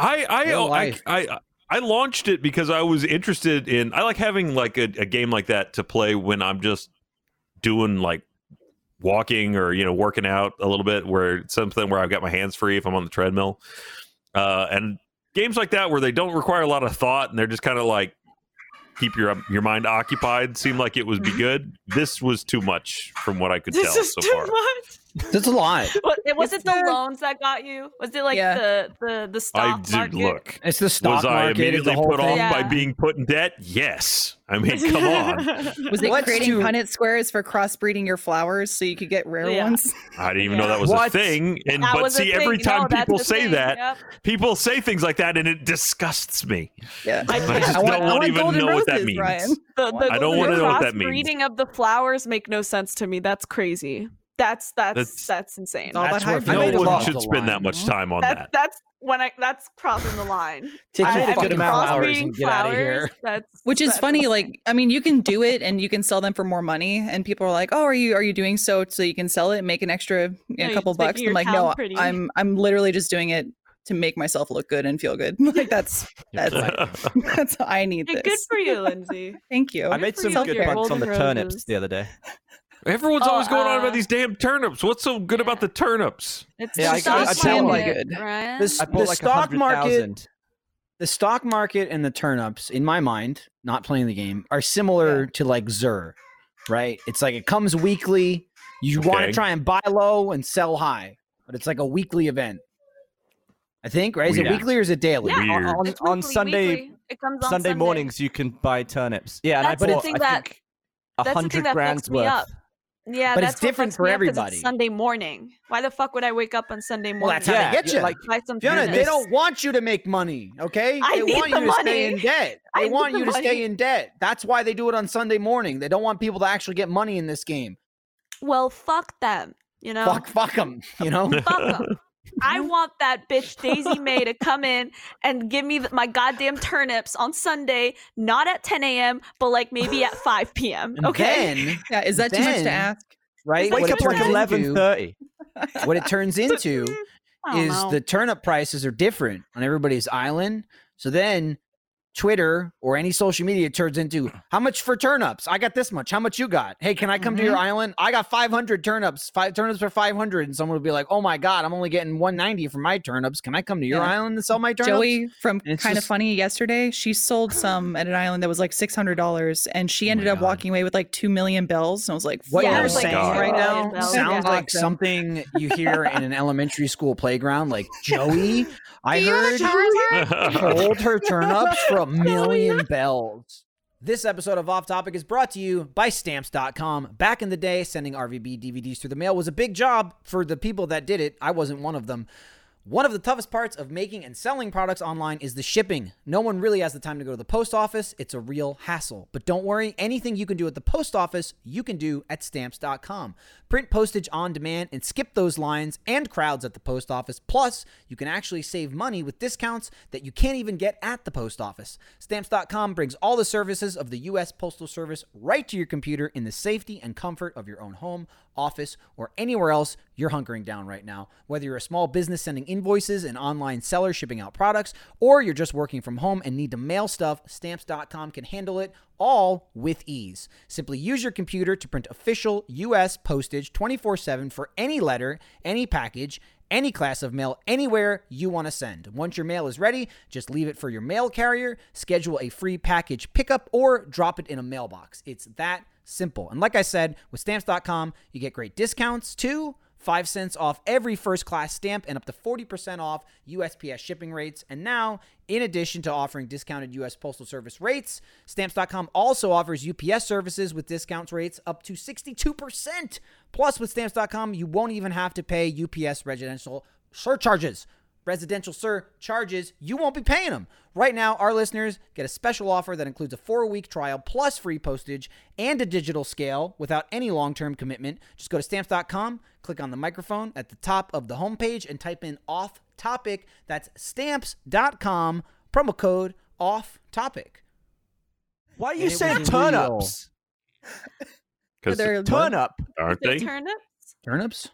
Speaker 5: I I,
Speaker 2: Real
Speaker 5: oh, I
Speaker 2: life.
Speaker 5: I I launched it because I was interested in I like having like a, a game like that to play when I'm just doing like walking or you know working out a little bit where it's something where I've got my hands free if I'm on the treadmill. Uh and games like that where they don't require a lot of thought and they're just kind of like keep your um, your mind occupied seemed like it would be good. This was too much from what I could
Speaker 3: This
Speaker 5: tell
Speaker 3: is
Speaker 5: so
Speaker 3: too
Speaker 5: far.
Speaker 3: much.
Speaker 2: That's a lot.
Speaker 3: What, was
Speaker 4: It's
Speaker 3: it the
Speaker 4: the-
Speaker 3: loans that got you? Was it like
Speaker 4: Yeah.
Speaker 3: the the the
Speaker 5: I
Speaker 3: stock
Speaker 5: did
Speaker 3: market?
Speaker 5: look.
Speaker 2: It's the stock
Speaker 5: was I
Speaker 2: market. it's the
Speaker 5: immediately
Speaker 2: whole
Speaker 5: put off
Speaker 2: thing.
Speaker 5: by
Speaker 3: Yeah.
Speaker 5: being put in debt? Yes. I mean, come on.
Speaker 4: Was it
Speaker 2: What's
Speaker 4: creating
Speaker 2: to-
Speaker 4: Punnett squares for crossbreeding your flowers so you could get rare
Speaker 3: Yeah.
Speaker 4: ones?
Speaker 5: I didn't even know
Speaker 3: Yeah.
Speaker 5: that was a
Speaker 6: What?
Speaker 5: thing. And
Speaker 3: That
Speaker 5: but
Speaker 3: was a
Speaker 5: see, every
Speaker 3: thing. No,
Speaker 5: time
Speaker 3: that's
Speaker 5: people
Speaker 3: a
Speaker 5: say
Speaker 3: thing.
Speaker 5: that,
Speaker 3: Yep.
Speaker 5: people say things like that, and it disgusts me.
Speaker 4: Yeah.
Speaker 3: I
Speaker 5: I just
Speaker 3: I
Speaker 5: don't want to even
Speaker 4: golden
Speaker 5: know what that
Speaker 4: roses,
Speaker 5: means.
Speaker 4: Ryan.
Speaker 3: the, the
Speaker 5: I don't wanna know what that means.
Speaker 3: Reading of the flowers make no sense to me. That's crazy. That's that's
Speaker 5: That's-
Speaker 3: that's, insane.
Speaker 4: all
Speaker 2: That's
Speaker 4: that
Speaker 2: where
Speaker 4: hype.
Speaker 2: I made a
Speaker 5: No one
Speaker 2: lot
Speaker 5: should
Speaker 2: of
Speaker 5: spend that
Speaker 2: line.
Speaker 5: much time on
Speaker 3: That's
Speaker 5: that.
Speaker 3: that's when I that's crossing the line.
Speaker 2: Take
Speaker 3: I-
Speaker 2: your
Speaker 3: I mean,
Speaker 2: fucking amount of flowers
Speaker 3: crossbreeding
Speaker 2: and get out of here.
Speaker 3: flowers, That's
Speaker 4: Which is
Speaker 3: that's
Speaker 4: funny,
Speaker 3: insane.
Speaker 4: like I mean, you can do it and you can sell them for more money, and people are like, "Oh, are you are you doing so so you can sell it and make an extra you know,
Speaker 3: Yeah, you're
Speaker 4: couple
Speaker 3: just making
Speaker 4: bucks?" I'm
Speaker 3: your
Speaker 4: like,
Speaker 3: town
Speaker 4: "No,
Speaker 3: pretty."
Speaker 4: I'm I'm literally just doing it to make myself look good and feel good. like that's that's that's I need
Speaker 3: Hey,
Speaker 4: this.
Speaker 3: good for you, Lindsay.
Speaker 4: Thank you.
Speaker 6: I
Speaker 3: Good
Speaker 6: made
Speaker 3: for
Speaker 6: some
Speaker 3: you.
Speaker 6: good
Speaker 3: Your
Speaker 6: bucks on the
Speaker 3: golden
Speaker 6: turnips
Speaker 3: roses.
Speaker 6: the other day.
Speaker 5: Everyone's
Speaker 3: Oh,
Speaker 5: always going on
Speaker 3: uh,
Speaker 5: about these damn turnips. What's so good about the turnips?
Speaker 3: It's the
Speaker 6: Yeah, I- I
Speaker 3: stock
Speaker 4: sound like
Speaker 3: market,
Speaker 4: it.
Speaker 3: Ryan.
Speaker 2: This-
Speaker 6: I
Speaker 2: The
Speaker 6: bought like a
Speaker 2: stock
Speaker 6: hundred
Speaker 2: market-
Speaker 6: thousand.
Speaker 2: The stock market and the turnips, in my mind, not playing the game, are similar to like Xur, right? It's like it comes weekly. You want
Speaker 5: Okay.
Speaker 2: to try and buy low and sell high, but it's like a weekly event. I think, right? Is it
Speaker 5: Weird.
Speaker 2: weekly or is it daily?
Speaker 3: Yeah.
Speaker 5: Weird.
Speaker 6: On,
Speaker 3: It's
Speaker 6: on
Speaker 3: weekly,
Speaker 6: Sunday
Speaker 3: weekly. It comes on
Speaker 6: Sunday mornings, you can buy turnips. Yeah,
Speaker 3: That's
Speaker 6: and
Speaker 3: the
Speaker 6: I bought
Speaker 3: thing
Speaker 6: I
Speaker 3: that-
Speaker 6: think a
Speaker 3: that's the thing
Speaker 6: hundred
Speaker 3: that
Speaker 6: grand's
Speaker 3: fucks me
Speaker 6: worth.
Speaker 3: up. Yeah,
Speaker 2: But it's
Speaker 3: that's what
Speaker 2: different
Speaker 3: fucks
Speaker 2: for
Speaker 3: me up 'cause it's
Speaker 2: everybody.
Speaker 3: Sunday morning. Why the fuck would I wake up on Sunday morning?
Speaker 2: Well, that's how
Speaker 6: Yeah,
Speaker 2: they get
Speaker 6: yeah,
Speaker 2: you.
Speaker 6: like-
Speaker 3: buy some
Speaker 2: Fiona, they
Speaker 3: business?
Speaker 2: don't want you to make money, okay?
Speaker 3: I
Speaker 2: they
Speaker 3: need
Speaker 2: want
Speaker 3: the
Speaker 2: you to stay
Speaker 3: money.
Speaker 2: in debt.
Speaker 3: I
Speaker 2: They
Speaker 3: need
Speaker 2: want
Speaker 3: the
Speaker 2: you to
Speaker 3: money.
Speaker 2: stay in debt. That's why they do it on Sunday morning. They don't want people to actually get money in this game.
Speaker 3: Well, fuck them. You know,
Speaker 2: Fuck, fuck them, you know?
Speaker 3: Fuck 'em. I want that bitch Daisy May to come in and give me th- my goddamn turnips on Sunday, not at 10 a.m., but like maybe at 5 p.m.
Speaker 2: And
Speaker 3: Okay.
Speaker 2: then,
Speaker 4: Yeah, is that too much
Speaker 2: Then-
Speaker 4: to ask?
Speaker 2: right?
Speaker 3: Wake
Speaker 2: what
Speaker 6: Wake
Speaker 2: it
Speaker 6: up like
Speaker 2: turns into-
Speaker 6: eleven thirty.
Speaker 2: What it turns into
Speaker 3: I don't
Speaker 2: is
Speaker 3: know.
Speaker 2: the turnip prices are different on everybody's island. So then Twitter or any social media turns into how much for turnips? I got this much. How much you got? Hey, can I come to your island? I got 500 turnips. Five turnips for 500. And someone would be like, oh my God, I'm only getting 190 for my turnips. Can I come to your
Speaker 4: Yeah.
Speaker 2: island and sell my turnips?
Speaker 4: Joey from
Speaker 2: And it's
Speaker 4: Kind of
Speaker 2: just-
Speaker 4: Funny yesterday, she sold some at an island that was like six hundred dollars, and she
Speaker 5: Oh
Speaker 4: ended
Speaker 5: my
Speaker 4: up
Speaker 5: God.
Speaker 4: walking away with like two million bells. And I was like,
Speaker 2: What
Speaker 3: Yeah,
Speaker 2: you're
Speaker 3: like,
Speaker 2: saying
Speaker 5: God.
Speaker 2: right now
Speaker 3: Yeah.
Speaker 2: sounds
Speaker 4: Yeah.
Speaker 2: like something you hear in an elementary school playground. Like, Joey, I heard. sold her turnips for a million bells. This episode of Off Topic is brought to you by Stamps.com. Back in the day, sending RVB DVDs through the mail was a big job for the people that did it. I wasn't one of them. One of the toughest parts of making and selling products online is the shipping. No one really has the time to go to the post office. It's a real hassle. But don't worry, anything you can do at the post office, you can do at stamps.com. Print postage on demand and skip those lines and crowds at the post office. Plus, you can actually save money with discounts that you can't even get at the post office. Stamps.com brings all the services of the U.S. Postal Service right to your computer in the safety and comfort of your own home, office, or anywhere else you're hunkering down right now. Whether you're a small business sending invoices, an online seller shipping out products, or you're just working from home and need to mail stuff, Stamps.com can handle it all with ease. Simply use your computer to print official U.S. postage 24 7 for any letter, any package, any class of mail anywhere you want to send. Once your mail is ready, just leave it for your mail carrier, schedule a free package pickup, or drop it in a mailbox. It's that simple. And like I said, with stamps.com, you get great discounts too. 5 cents off every first class stamp and up to 40% off USPS shipping rates. And now, in addition to offering discounted US Postal Service rates, stamps.com also offers UPS services with discount rates up to 62%. Plus with stamps.com, you won't even have to pay UPS residential surcharges residential sir charges you won't be paying them right now our listeners get a special offer that includes a four-week trial plus free postage and a digital scale without any long-term commitment just go to stamps.com click on the microphone at the top of the homepage and type in off topic that's stamps.com promo code off topic
Speaker 6: Why are
Speaker 2: And
Speaker 6: you
Speaker 2: it
Speaker 6: saying
Speaker 2: was
Speaker 6: turnips?
Speaker 5: Because
Speaker 4: They're-
Speaker 6: Turnip.
Speaker 5: aren't
Speaker 3: The
Speaker 5: they?
Speaker 3: turnip?
Speaker 2: turnips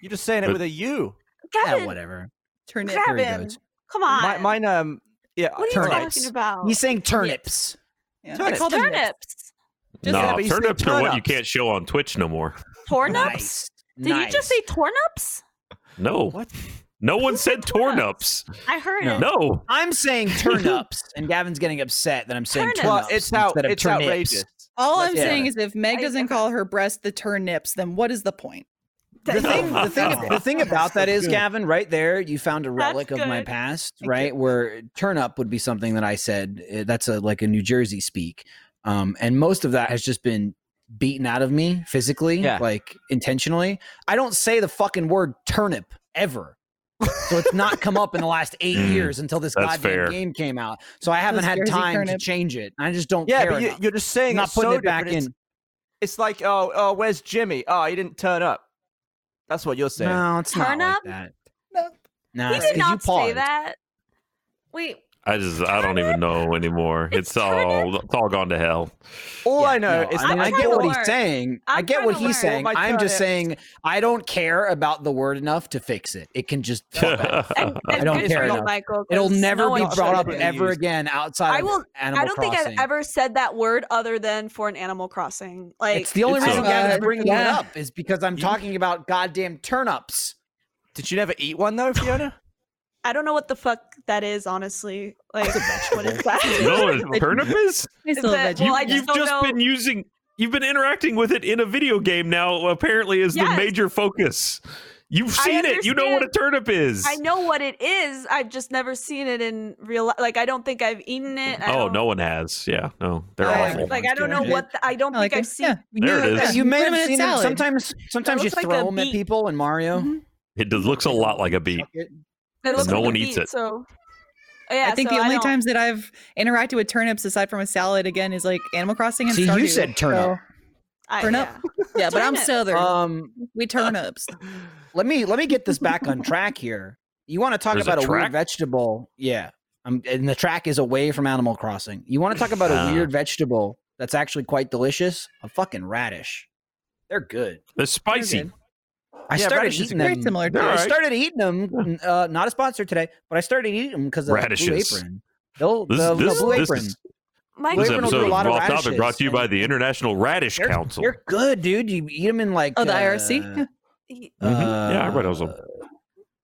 Speaker 6: You're just saying it
Speaker 5: But-
Speaker 6: with a U.
Speaker 2: yeah
Speaker 3: Gavin,
Speaker 2: whatever
Speaker 4: Turn it.
Speaker 2: There he
Speaker 3: Gavin,
Speaker 2: goes.
Speaker 3: come on.
Speaker 6: My, mine, um, yeah,
Speaker 2: uh,
Speaker 3: what are you
Speaker 6: turnips.
Speaker 3: talking about?
Speaker 2: he's saying turnips
Speaker 4: Yeah. I
Speaker 6: Turnips.
Speaker 4: call them nips.
Speaker 3: turnips.
Speaker 6: Just-
Speaker 5: no,
Speaker 6: Yeah, but you said
Speaker 5: turnips are what you
Speaker 6: turnips.
Speaker 5: can't show on Twitch no more.
Speaker 3: Tornups?
Speaker 2: Nice.
Speaker 3: Did you just say
Speaker 2: Nice.
Speaker 3: tornups?
Speaker 5: No,
Speaker 6: What?
Speaker 5: no one
Speaker 3: Who
Speaker 5: said
Speaker 3: said
Speaker 5: turnips.
Speaker 3: I heard
Speaker 2: No.
Speaker 3: it.
Speaker 5: No,
Speaker 2: I'm saying turnips, and Gavin's getting upset that I'm saying
Speaker 3: Turnips.
Speaker 2: turnips.
Speaker 6: Well, it's out.
Speaker 2: instead of
Speaker 6: It's
Speaker 2: turnips.
Speaker 6: outrageous.
Speaker 4: All I'm
Speaker 2: Yeah.
Speaker 4: saying is, if Meg
Speaker 3: I-
Speaker 4: doesn't call her breast the turnips, then what is the point?
Speaker 2: the thing, the thing, the thing about that is,
Speaker 7: good.
Speaker 2: Gavin, right there, you found a
Speaker 3: Oh. That's
Speaker 2: relic of my
Speaker 3: good.
Speaker 2: past,
Speaker 4: Thank
Speaker 2: right? Where turn up would be something that I said. eh, That's a like a New Jersey speak, um, and most of that has just been beaten out of me physically,
Speaker 6: Yeah.
Speaker 2: like intentionally. I don't say the fucking word turnip ever. so it's not come up in the last eight
Speaker 5: Mm,
Speaker 2: years until this
Speaker 5: that's
Speaker 2: goddamn
Speaker 5: fair.
Speaker 2: game came out. So I haven't
Speaker 4: Those
Speaker 2: had
Speaker 4: Jersey
Speaker 2: time to
Speaker 4: turnip.
Speaker 2: change it. I just don't
Speaker 6: Yeah,
Speaker 2: care.
Speaker 6: but you,
Speaker 2: enough.
Speaker 6: you're just saying
Speaker 2: I'm not
Speaker 6: it's
Speaker 2: putting
Speaker 6: so
Speaker 2: it back
Speaker 6: different. It's,
Speaker 2: in.
Speaker 6: it's like, oh, oh, where's Jimmy? Oh, he didn't turn up. That's what you're saying.
Speaker 2: No, it's
Speaker 3: Turn
Speaker 2: not
Speaker 3: up?
Speaker 2: like that.
Speaker 4: No.
Speaker 2: No,
Speaker 3: He
Speaker 2: it's
Speaker 3: did
Speaker 2: 'cause
Speaker 3: not
Speaker 2: you paused.
Speaker 3: say that. Wait,
Speaker 5: I just I don't even know anymore.
Speaker 3: It's
Speaker 5: It's all it's all gone to hell.
Speaker 6: All
Speaker 2: Yeah,
Speaker 6: I know is
Speaker 2: Oh, I, mean,
Speaker 3: I'm
Speaker 2: I
Speaker 3: trying
Speaker 2: get
Speaker 3: to
Speaker 2: what
Speaker 3: learn.
Speaker 2: he's saying. i
Speaker 3: I'm
Speaker 2: get
Speaker 3: trying
Speaker 2: what
Speaker 3: to
Speaker 2: he's
Speaker 3: learn.
Speaker 2: saying.
Speaker 6: Well, my
Speaker 2: I'm just
Speaker 6: turn.
Speaker 2: saying I don't care about the word enough to fix it. It can just.
Speaker 3: and,
Speaker 5: I
Speaker 3: and
Speaker 2: don't
Speaker 3: good
Speaker 2: care
Speaker 3: for you,
Speaker 2: enough.
Speaker 3: Michael, 'cause
Speaker 2: It'll never
Speaker 3: no
Speaker 2: be
Speaker 3: one
Speaker 2: brought up
Speaker 3: should.
Speaker 2: ever again outside.
Speaker 3: I will-
Speaker 2: Of Animal
Speaker 3: I don't think
Speaker 2: Crossing.
Speaker 3: I've ever said that word other than for an Animal Crossing. Like
Speaker 2: it's the only
Speaker 5: It's
Speaker 2: reason
Speaker 5: a-
Speaker 2: Gavin's
Speaker 4: Uh,
Speaker 2: bringing it
Speaker 4: yeah.
Speaker 2: up is because I'm talking about goddamn turnips.
Speaker 6: Did you never eat one though, Fiona?
Speaker 3: I don't know what the fuck that is, honestly. Like what is that?
Speaker 5: No, a turnip is.
Speaker 4: It's still a
Speaker 3: that-
Speaker 4: veggie.
Speaker 3: well, I
Speaker 5: You've
Speaker 3: don't
Speaker 5: just
Speaker 3: know-
Speaker 5: been using. You've been interacting with it in a video game now. Apparently, is the
Speaker 3: Yes.
Speaker 5: major focus. You've
Speaker 3: I
Speaker 5: seen it. You know what a turnip is.
Speaker 3: I know what it is. I've just never seen it in real life. Like I don't think I've eaten it. I
Speaker 5: Oh,
Speaker 3: don't-
Speaker 5: no one has. Yeah, no, they're
Speaker 4: I-
Speaker 5: awful.
Speaker 3: Like I don't
Speaker 2: Yeah.
Speaker 3: know what the, I don't
Speaker 4: I like
Speaker 3: think I've
Speaker 4: it.
Speaker 3: seen.
Speaker 4: Yeah.
Speaker 5: There it
Speaker 4: Yeah.
Speaker 5: is.
Speaker 2: You may
Speaker 4: Put 'em
Speaker 2: have
Speaker 4: in a
Speaker 2: seen it.
Speaker 4: salad.
Speaker 2: Sometimes, sometimes you
Speaker 3: looks like a
Speaker 2: throw them at
Speaker 3: beet.
Speaker 2: people in Mario.
Speaker 4: Mhm.
Speaker 5: It does, looks a lot like a beet.
Speaker 3: It looks
Speaker 5: No
Speaker 3: like a
Speaker 5: one eats
Speaker 3: beet,
Speaker 5: it.
Speaker 3: So yeah,
Speaker 4: I think
Speaker 3: so
Speaker 4: the only
Speaker 3: don't-
Speaker 4: times that I've interacted with turnips aside from a salad again is like Animal Crossing and
Speaker 2: See, you
Speaker 4: Stardew.
Speaker 2: said turnip.
Speaker 3: I,
Speaker 4: Turn up.
Speaker 3: yeah.
Speaker 4: So- yeah, but I'm
Speaker 3: Turnip.
Speaker 4: southern.
Speaker 2: Um,
Speaker 4: we turnips.
Speaker 2: let me let me get this back on track here. You want to talk
Speaker 5: There's a
Speaker 2: about a,
Speaker 5: track?
Speaker 2: weird vegetable? Yeah, um, and the track is away from Animal Crossing. You want to talk about a
Speaker 5: Ah.
Speaker 2: weird vegetable that's actually quite delicious? A fucking radish. They're good.
Speaker 5: They're spicy.
Speaker 4: good.
Speaker 2: I
Speaker 6: Yeah,
Speaker 2: started
Speaker 6: radishes are
Speaker 2: eating
Speaker 4: Very
Speaker 2: them.
Speaker 4: similar.
Speaker 5: All
Speaker 4: To
Speaker 5: They're-
Speaker 2: I
Speaker 5: right.
Speaker 2: started eating them. Uh, not a sponsor today, but I started eating them because of
Speaker 5: Radishes.
Speaker 2: Blue Apron. They'll,
Speaker 5: This-
Speaker 2: the, the
Speaker 5: this-
Speaker 2: Blue
Speaker 5: this
Speaker 2: Apron.
Speaker 5: is-
Speaker 3: Michael,
Speaker 5: This
Speaker 2: We're gonna do
Speaker 5: episode
Speaker 2: a
Speaker 5: of
Speaker 2: lot of
Speaker 5: Off Topic brought to you
Speaker 2: radishes
Speaker 5: by the International Radish
Speaker 2: They're-
Speaker 5: Council.
Speaker 2: They're good, dude. You eat them in like
Speaker 4: oh, the
Speaker 2: uh,
Speaker 4: IRC. Yeah.
Speaker 5: Mhm. Yeah, I read those.
Speaker 2: uh,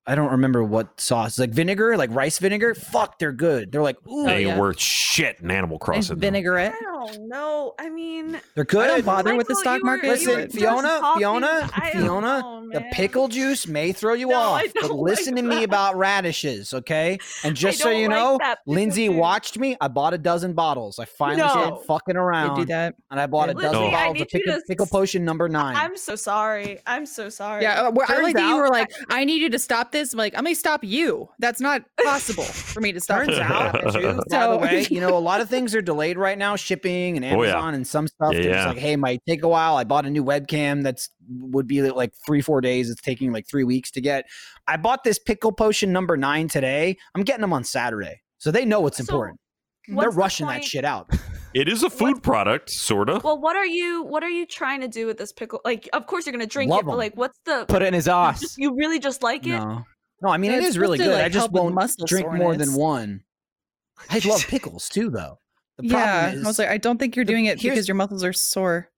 Speaker 2: I don't remember what sauce, like vinegar, like rice vinegar. Fuck, they're good. They're like, ooh,
Speaker 5: They ain't
Speaker 4: Oh, yeah.
Speaker 5: worth shit in Animal
Speaker 4: And
Speaker 5: Crossing. though.
Speaker 4: vinaigrette.
Speaker 3: I don't know. I mean,
Speaker 2: they're
Speaker 4: I don't
Speaker 2: good.
Speaker 4: bother with the
Speaker 3: Michael,
Speaker 4: stock
Speaker 3: you were-
Speaker 4: market.
Speaker 2: Listen,
Speaker 4: you would-
Speaker 3: just
Speaker 2: Fiona,
Speaker 3: talking-
Speaker 2: Fiona,
Speaker 3: I don't
Speaker 2: Fiona,
Speaker 3: know,
Speaker 2: The
Speaker 3: man.
Speaker 2: pickle juice may throw you
Speaker 3: No,
Speaker 2: off,
Speaker 3: I
Speaker 2: but
Speaker 3: don't
Speaker 2: listen
Speaker 3: like
Speaker 2: to me
Speaker 3: that.
Speaker 2: about radishes, okay? And just
Speaker 3: I
Speaker 2: so
Speaker 3: don't
Speaker 2: you
Speaker 3: like
Speaker 2: know,
Speaker 3: that pickle
Speaker 2: Lindsay
Speaker 3: juice.
Speaker 2: watched me. I bought a dozen bottles. I finally
Speaker 3: No.
Speaker 2: said fucking
Speaker 4: They
Speaker 2: around,
Speaker 4: do that.
Speaker 2: and I bought a
Speaker 3: Lindsay,
Speaker 2: dozen
Speaker 5: I
Speaker 2: bottles
Speaker 3: need
Speaker 2: of
Speaker 3: you
Speaker 2: pickle,
Speaker 3: to
Speaker 2: pickle
Speaker 3: s-
Speaker 2: potion number 9
Speaker 3: I'm so sorry. I'm so sorry.
Speaker 4: Yeah, uh, where I
Speaker 2: Turns
Speaker 4: like that you
Speaker 2: out-
Speaker 4: were like, I need you to stop this. I'm like, I'm gonna stop you. That's not possible for me to stop.
Speaker 2: Turns
Speaker 4: you.
Speaker 2: out, too, by the
Speaker 4: So-
Speaker 2: way, you know, a lot of things are delayed right now, shipping and
Speaker 5: Oh, yeah.
Speaker 2: Amazon and some stuff.
Speaker 5: Yeah,
Speaker 2: they're just
Speaker 5: yeah.
Speaker 2: like, hey, might take a while. I bought a new webcam that's would be like three, four days. It's taking like three weeks to get. I bought this pickle potion number nine today. I'm getting them on Saturday. So they know it's
Speaker 3: So,
Speaker 2: important. They're
Speaker 3: What's the
Speaker 2: rushing that
Speaker 3: point-
Speaker 2: shit out.
Speaker 5: It is a food product, sorta.
Speaker 3: Well, what are you? What are you trying to do with this pickle? Like, of course you're gonna drink
Speaker 2: Love
Speaker 3: it, but
Speaker 2: 'em.
Speaker 3: like, what's the?
Speaker 6: Put it in his ass.
Speaker 3: You really just like it?
Speaker 2: No. No, I mean,
Speaker 4: Yeah,
Speaker 2: it
Speaker 4: it's
Speaker 2: is really
Speaker 4: supposed to,
Speaker 2: good. I
Speaker 4: like,
Speaker 2: just
Speaker 4: help with
Speaker 2: won't
Speaker 4: muscle
Speaker 2: drink more than
Speaker 4: soreness.
Speaker 2: one. I love pickles too, though. The problem
Speaker 4: yeah,
Speaker 2: is,
Speaker 4: I was like, I don't think you're
Speaker 2: the-
Speaker 4: doing it
Speaker 2: here's-
Speaker 4: because your muscles are sore.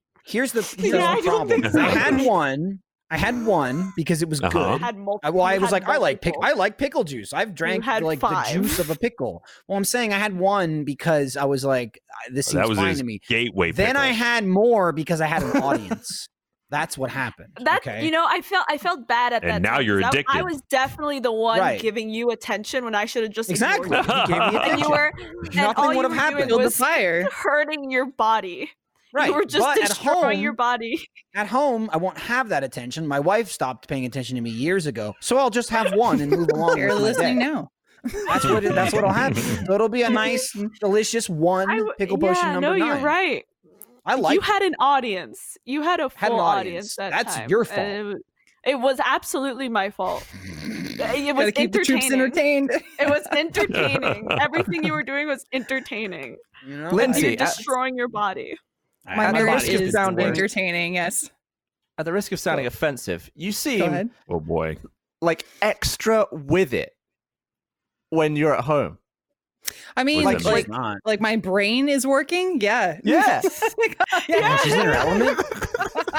Speaker 2: here's the, here's
Speaker 3: Yeah, I
Speaker 2: the
Speaker 3: don't
Speaker 2: problem.
Speaker 3: think
Speaker 5: so.
Speaker 2: I had one. I had one because it was
Speaker 5: Uh-huh.
Speaker 2: good.
Speaker 3: You had multiple.
Speaker 2: I, well, I was like, I like pick, I like pickle juice. I've drank
Speaker 3: had
Speaker 2: like
Speaker 3: five.
Speaker 2: the juice of a pickle. Well, I'm saying I had one because I was like, I- this seems
Speaker 5: Oh, That was
Speaker 2: fine
Speaker 5: his
Speaker 2: to me.
Speaker 5: gateway.
Speaker 2: Then I
Speaker 5: pickle.
Speaker 2: had more because I had an audience. That's what happened.
Speaker 3: That
Speaker 2: okay?
Speaker 3: you know, I felt I felt bad at
Speaker 5: And
Speaker 3: that.
Speaker 5: now
Speaker 3: time,
Speaker 5: you're
Speaker 3: 'cause I- I,
Speaker 5: addicted.
Speaker 3: was definitely the one
Speaker 2: Right.
Speaker 3: giving you attention when I should have just ignored
Speaker 2: exactly.
Speaker 3: you.
Speaker 2: He gave me
Speaker 3: And you
Speaker 2: attention.
Speaker 3: were and
Speaker 2: Nothing
Speaker 3: all you
Speaker 2: would
Speaker 3: were
Speaker 2: have
Speaker 3: doing
Speaker 2: happened.
Speaker 4: Build the
Speaker 3: was
Speaker 4: fire.
Speaker 3: hurting your body.
Speaker 2: right.
Speaker 3: You were just
Speaker 2: but at
Speaker 3: destroying
Speaker 2: home,
Speaker 3: your body.
Speaker 2: at home, I won't have that attention. My wife stopped paying attention to me years ago, so I'll just have one and move along.
Speaker 4: You're
Speaker 2: with Oh my
Speaker 4: listening
Speaker 2: day.
Speaker 4: now.
Speaker 2: That's what. It, that's what'll happen. So it'll be a nice, delicious one
Speaker 3: I w-
Speaker 2: pickle
Speaker 3: yeah,
Speaker 2: potion number
Speaker 3: no,
Speaker 2: nine.
Speaker 3: you're right.
Speaker 2: I like
Speaker 3: you had an audience. You had a full
Speaker 2: Had an
Speaker 3: audience.
Speaker 2: audience.
Speaker 3: that
Speaker 2: That's
Speaker 3: time,
Speaker 2: your
Speaker 3: and
Speaker 2: fault.
Speaker 3: It was, it was absolutely my fault. Eh, It was
Speaker 4: Gotta keep the troops
Speaker 3: entertaining.
Speaker 4: entertained.
Speaker 3: It was entertaining. Everything you were doing was entertaining.
Speaker 2: you know?
Speaker 6: Lindsay,
Speaker 3: You're
Speaker 6: See, I-
Speaker 3: destroying your body.
Speaker 2: I-
Speaker 4: My
Speaker 6: At the
Speaker 4: marriage
Speaker 6: risk of
Speaker 4: is
Speaker 6: sounding-
Speaker 4: entertaining. Yes.
Speaker 6: At the risk of sounding offensive, you
Speaker 4: Go
Speaker 6: seem
Speaker 4: ahead.
Speaker 5: Oh boy.
Speaker 6: like extra with it when you're at home.
Speaker 4: I mean,
Speaker 5: Like,
Speaker 4: like,
Speaker 5: she's
Speaker 4: like,
Speaker 2: not.
Speaker 4: my brain is working. Yeah.
Speaker 6: Yeah.
Speaker 2: Yeah, she's in her element.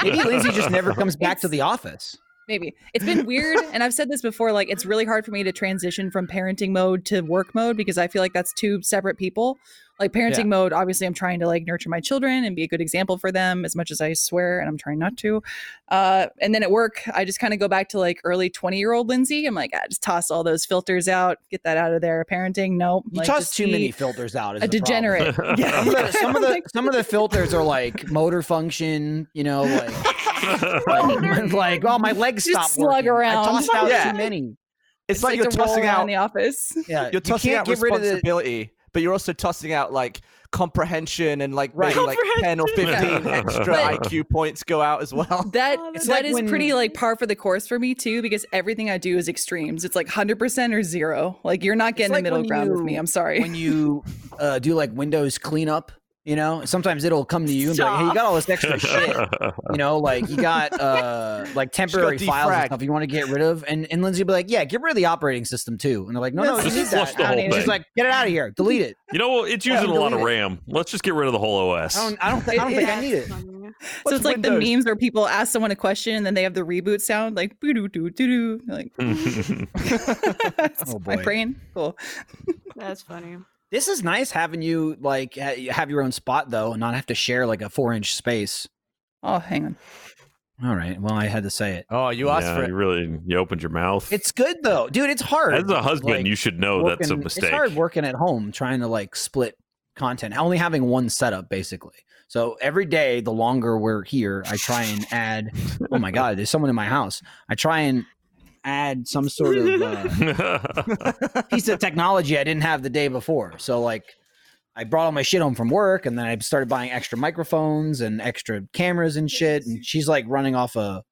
Speaker 2: Maybe Lindsay just never comes back to the office.
Speaker 4: Maybe it's been weird, and I've said this before. Like, it's really hard for me to transition from parenting mode to work mode because I feel like that's two separate people. like parenting mode obviously i'm trying to like nurture my children and be a good example for them as much as i swear and i'm trying not to uh, and then at work i just kind of go back to like early 20 year old lindsay i'm like i just toss all those filters out get that out of there parenting nope
Speaker 2: You
Speaker 4: like,
Speaker 2: toss
Speaker 4: just
Speaker 2: too
Speaker 4: be
Speaker 2: many filters out. Is
Speaker 4: a
Speaker 2: the problem.
Speaker 4: degenerate
Speaker 2: Some of the- some of the
Speaker 4: Like-
Speaker 2: some of the filters are like motor function, you know, like like, like oh my legs
Speaker 4: Just
Speaker 2: stop
Speaker 4: slug
Speaker 2: working. I
Speaker 4: around.
Speaker 2: tossed out
Speaker 6: Yeah.
Speaker 2: too many.
Speaker 6: It's like, you're
Speaker 4: to roll
Speaker 6: tossing
Speaker 4: around
Speaker 6: out
Speaker 4: the office
Speaker 2: Yeah,
Speaker 6: you're tossing
Speaker 2: you
Speaker 6: out
Speaker 2: can't get rid of the.
Speaker 6: responsibility, but you're also tossing out like comprehension and like
Speaker 2: Right.
Speaker 6: maybe like ten or
Speaker 5: Comprehension.
Speaker 6: fifteen extra
Speaker 5: But-
Speaker 6: IQ points go out as well.
Speaker 4: That
Speaker 3: Oh, that's
Speaker 4: it's
Speaker 2: like
Speaker 4: that is
Speaker 2: when-
Speaker 4: pretty like par for the course for me too, because everything I do is extremes. It's like hundred percent or zero. Like you're not getting
Speaker 2: like
Speaker 4: the middle
Speaker 2: when
Speaker 4: ground with me.
Speaker 2: you-
Speaker 4: I'm sorry.
Speaker 2: when you uh, do like Windows cleanup, you know, sometimes it'll come to you and be like, "Hey, you got all this extra shit." You know, like you got uh like temporary files
Speaker 6: defrag.
Speaker 2: and stuff you want to get rid of, and and Lindsay will be like, "Yeah, get rid of the operating system too," and they're like, "No, no,
Speaker 4: That's-
Speaker 2: you need
Speaker 5: Just flush
Speaker 2: that."
Speaker 5: the
Speaker 2: I don't
Speaker 5: whole
Speaker 2: even- She's
Speaker 5: thing.
Speaker 2: like, "Get it out of here, delete it."
Speaker 5: You know, it's
Speaker 2: Yeah,
Speaker 5: using a lot of
Speaker 2: delete it.
Speaker 5: RAM. Let's just get rid of the whole OS.
Speaker 2: I don't, I don't, thi- I don't think I need it.
Speaker 4: so it's like
Speaker 6: Windows?
Speaker 4: the memes where people ask someone a question and then they have the reboot sound, like boo doo doo doo doo. Like
Speaker 2: Oh,
Speaker 4: my
Speaker 2: boy.
Speaker 4: brain. Cool.
Speaker 3: That's funny.
Speaker 2: This is nice having you like ha- have your own spot though, and not have to share like a four inch space.
Speaker 4: Oh, hang on.
Speaker 2: All right, well, I had to say it.
Speaker 6: Oh, you asked
Speaker 5: yeah,
Speaker 6: for it.
Speaker 5: You really you opened your mouth.
Speaker 2: It's good though, dude. It's hard.
Speaker 5: As a husband,
Speaker 2: like,
Speaker 5: you should know Oh, that's a
Speaker 2: working-
Speaker 5: mistake.
Speaker 2: It's hard working at home trying to like split content, only having one setup basically. So every day, the longer we're here, I try and add. oh my god, there's someone in my house. I try and add some sort of uh, piece of technology I didn't have the day before. So like. I brought all my shit home from work and then I started buying extra microphones and extra cameras and shit. And she's like running off a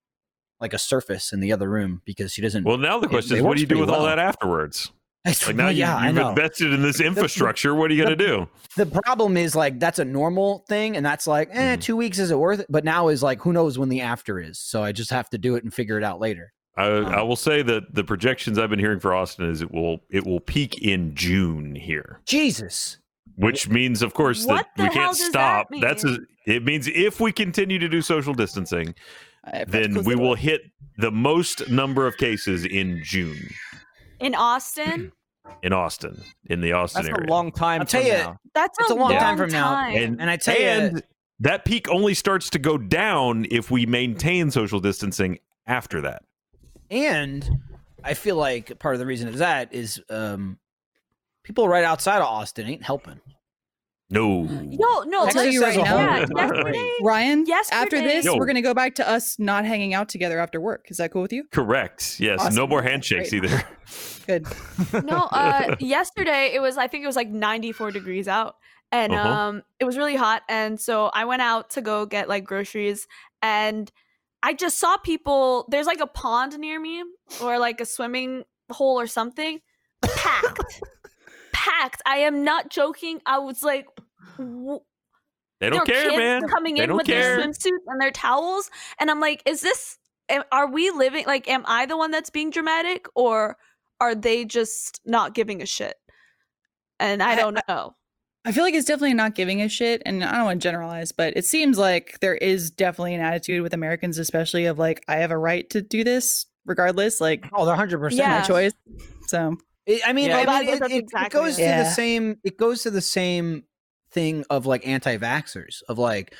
Speaker 2: like a surface in the other room because she doesn't.
Speaker 5: well, now the
Speaker 2: It-
Speaker 5: question
Speaker 2: it
Speaker 5: is, what
Speaker 2: works
Speaker 5: do you do
Speaker 2: pretty
Speaker 5: with all
Speaker 2: well.
Speaker 5: that afterwards?
Speaker 2: It's-
Speaker 5: Like now
Speaker 2: yeah, I
Speaker 5: you, you've
Speaker 2: know.
Speaker 5: invested in this infrastructure. What are you going to do?
Speaker 2: the problem is like that's a normal thing and that's like eh,
Speaker 5: Mhm.
Speaker 2: two weeks is it worth it but now is like who knows when the after is so i just have to do it and figure it out later
Speaker 5: I, I will say that the projections I've been hearing for Austin is it will it will peak in June here,
Speaker 2: jesus
Speaker 5: which means, of course,
Speaker 3: What
Speaker 5: that
Speaker 3: the
Speaker 5: we
Speaker 3: hell
Speaker 5: can't
Speaker 3: does that
Speaker 5: stop. That's a,
Speaker 3: mean?
Speaker 5: it means if we continue to do social distancing,
Speaker 4: I forgot to
Speaker 5: then
Speaker 4: close
Speaker 5: we
Speaker 4: the door.
Speaker 5: will hit the most number of cases in June
Speaker 3: In Austin,
Speaker 5: in Austin in the Austin
Speaker 6: That's a
Speaker 5: area.
Speaker 6: long time.
Speaker 2: I'll
Speaker 6: from
Speaker 2: tell ya,
Speaker 6: now.
Speaker 3: that's
Speaker 2: It's
Speaker 3: a, long time from
Speaker 2: now.
Speaker 5: and
Speaker 2: and i tell you
Speaker 5: and that peak only starts to go down if we maintain social distancing after that.
Speaker 2: and i feel like part of the reason of that is um people right outside of austin ain't helping
Speaker 5: No.
Speaker 3: no, no,
Speaker 4: I'll tell
Speaker 3: like-
Speaker 4: you right
Speaker 2: as a whole
Speaker 4: now.
Speaker 3: yeah,
Speaker 2: is not great.
Speaker 3: yesterday,
Speaker 4: Ryan, after
Speaker 3: Yesterday-
Speaker 4: this,
Speaker 5: Yo.
Speaker 4: we're gonna go back to us not hanging out together after work. Is that cool with you?
Speaker 5: Correct. Yes. No
Speaker 4: Awesome.
Speaker 5: more handshakes
Speaker 4: Great.
Speaker 5: either.
Speaker 4: Good.
Speaker 3: no, uh, yesterday it was I think it was like 94 degrees out, and
Speaker 5: Uh-huh.
Speaker 3: um, it was really hot, and so I went out to go get like groceries, and I just saw people. There's like a pond near me, or like a swimming hole or something, packed, packed. I am not joking. I was like. w-
Speaker 5: They don't
Speaker 3: there were
Speaker 5: care,
Speaker 3: kids
Speaker 5: man.
Speaker 3: Coming
Speaker 5: They
Speaker 3: in
Speaker 5: don't
Speaker 3: with
Speaker 5: care.
Speaker 3: their swimsuits and their towels, and I'm like, is this? am- Are we living like? Am I the one that's being dramatic, or are they just not giving a shit? And I
Speaker 4: I-
Speaker 3: don't know.
Speaker 4: I feel like it's definitely not giving a shit. And I don't want to generalize, but it seems like there is definitely an attitude with Americans, especially of like, I have a right to do this regardless. Like,
Speaker 2: oh they're 100%
Speaker 4: it's my
Speaker 3: Yeah.
Speaker 4: choice. So
Speaker 2: It, I mean,
Speaker 6: Yeah.
Speaker 2: I
Speaker 3: Oh, that-
Speaker 2: mean, it,
Speaker 3: that's
Speaker 2: it- it
Speaker 3: exactly
Speaker 2: goes
Speaker 3: it.
Speaker 2: to the
Speaker 4: Yeah.
Speaker 2: same. It goes to the same thing of like anti-vaxxers of like,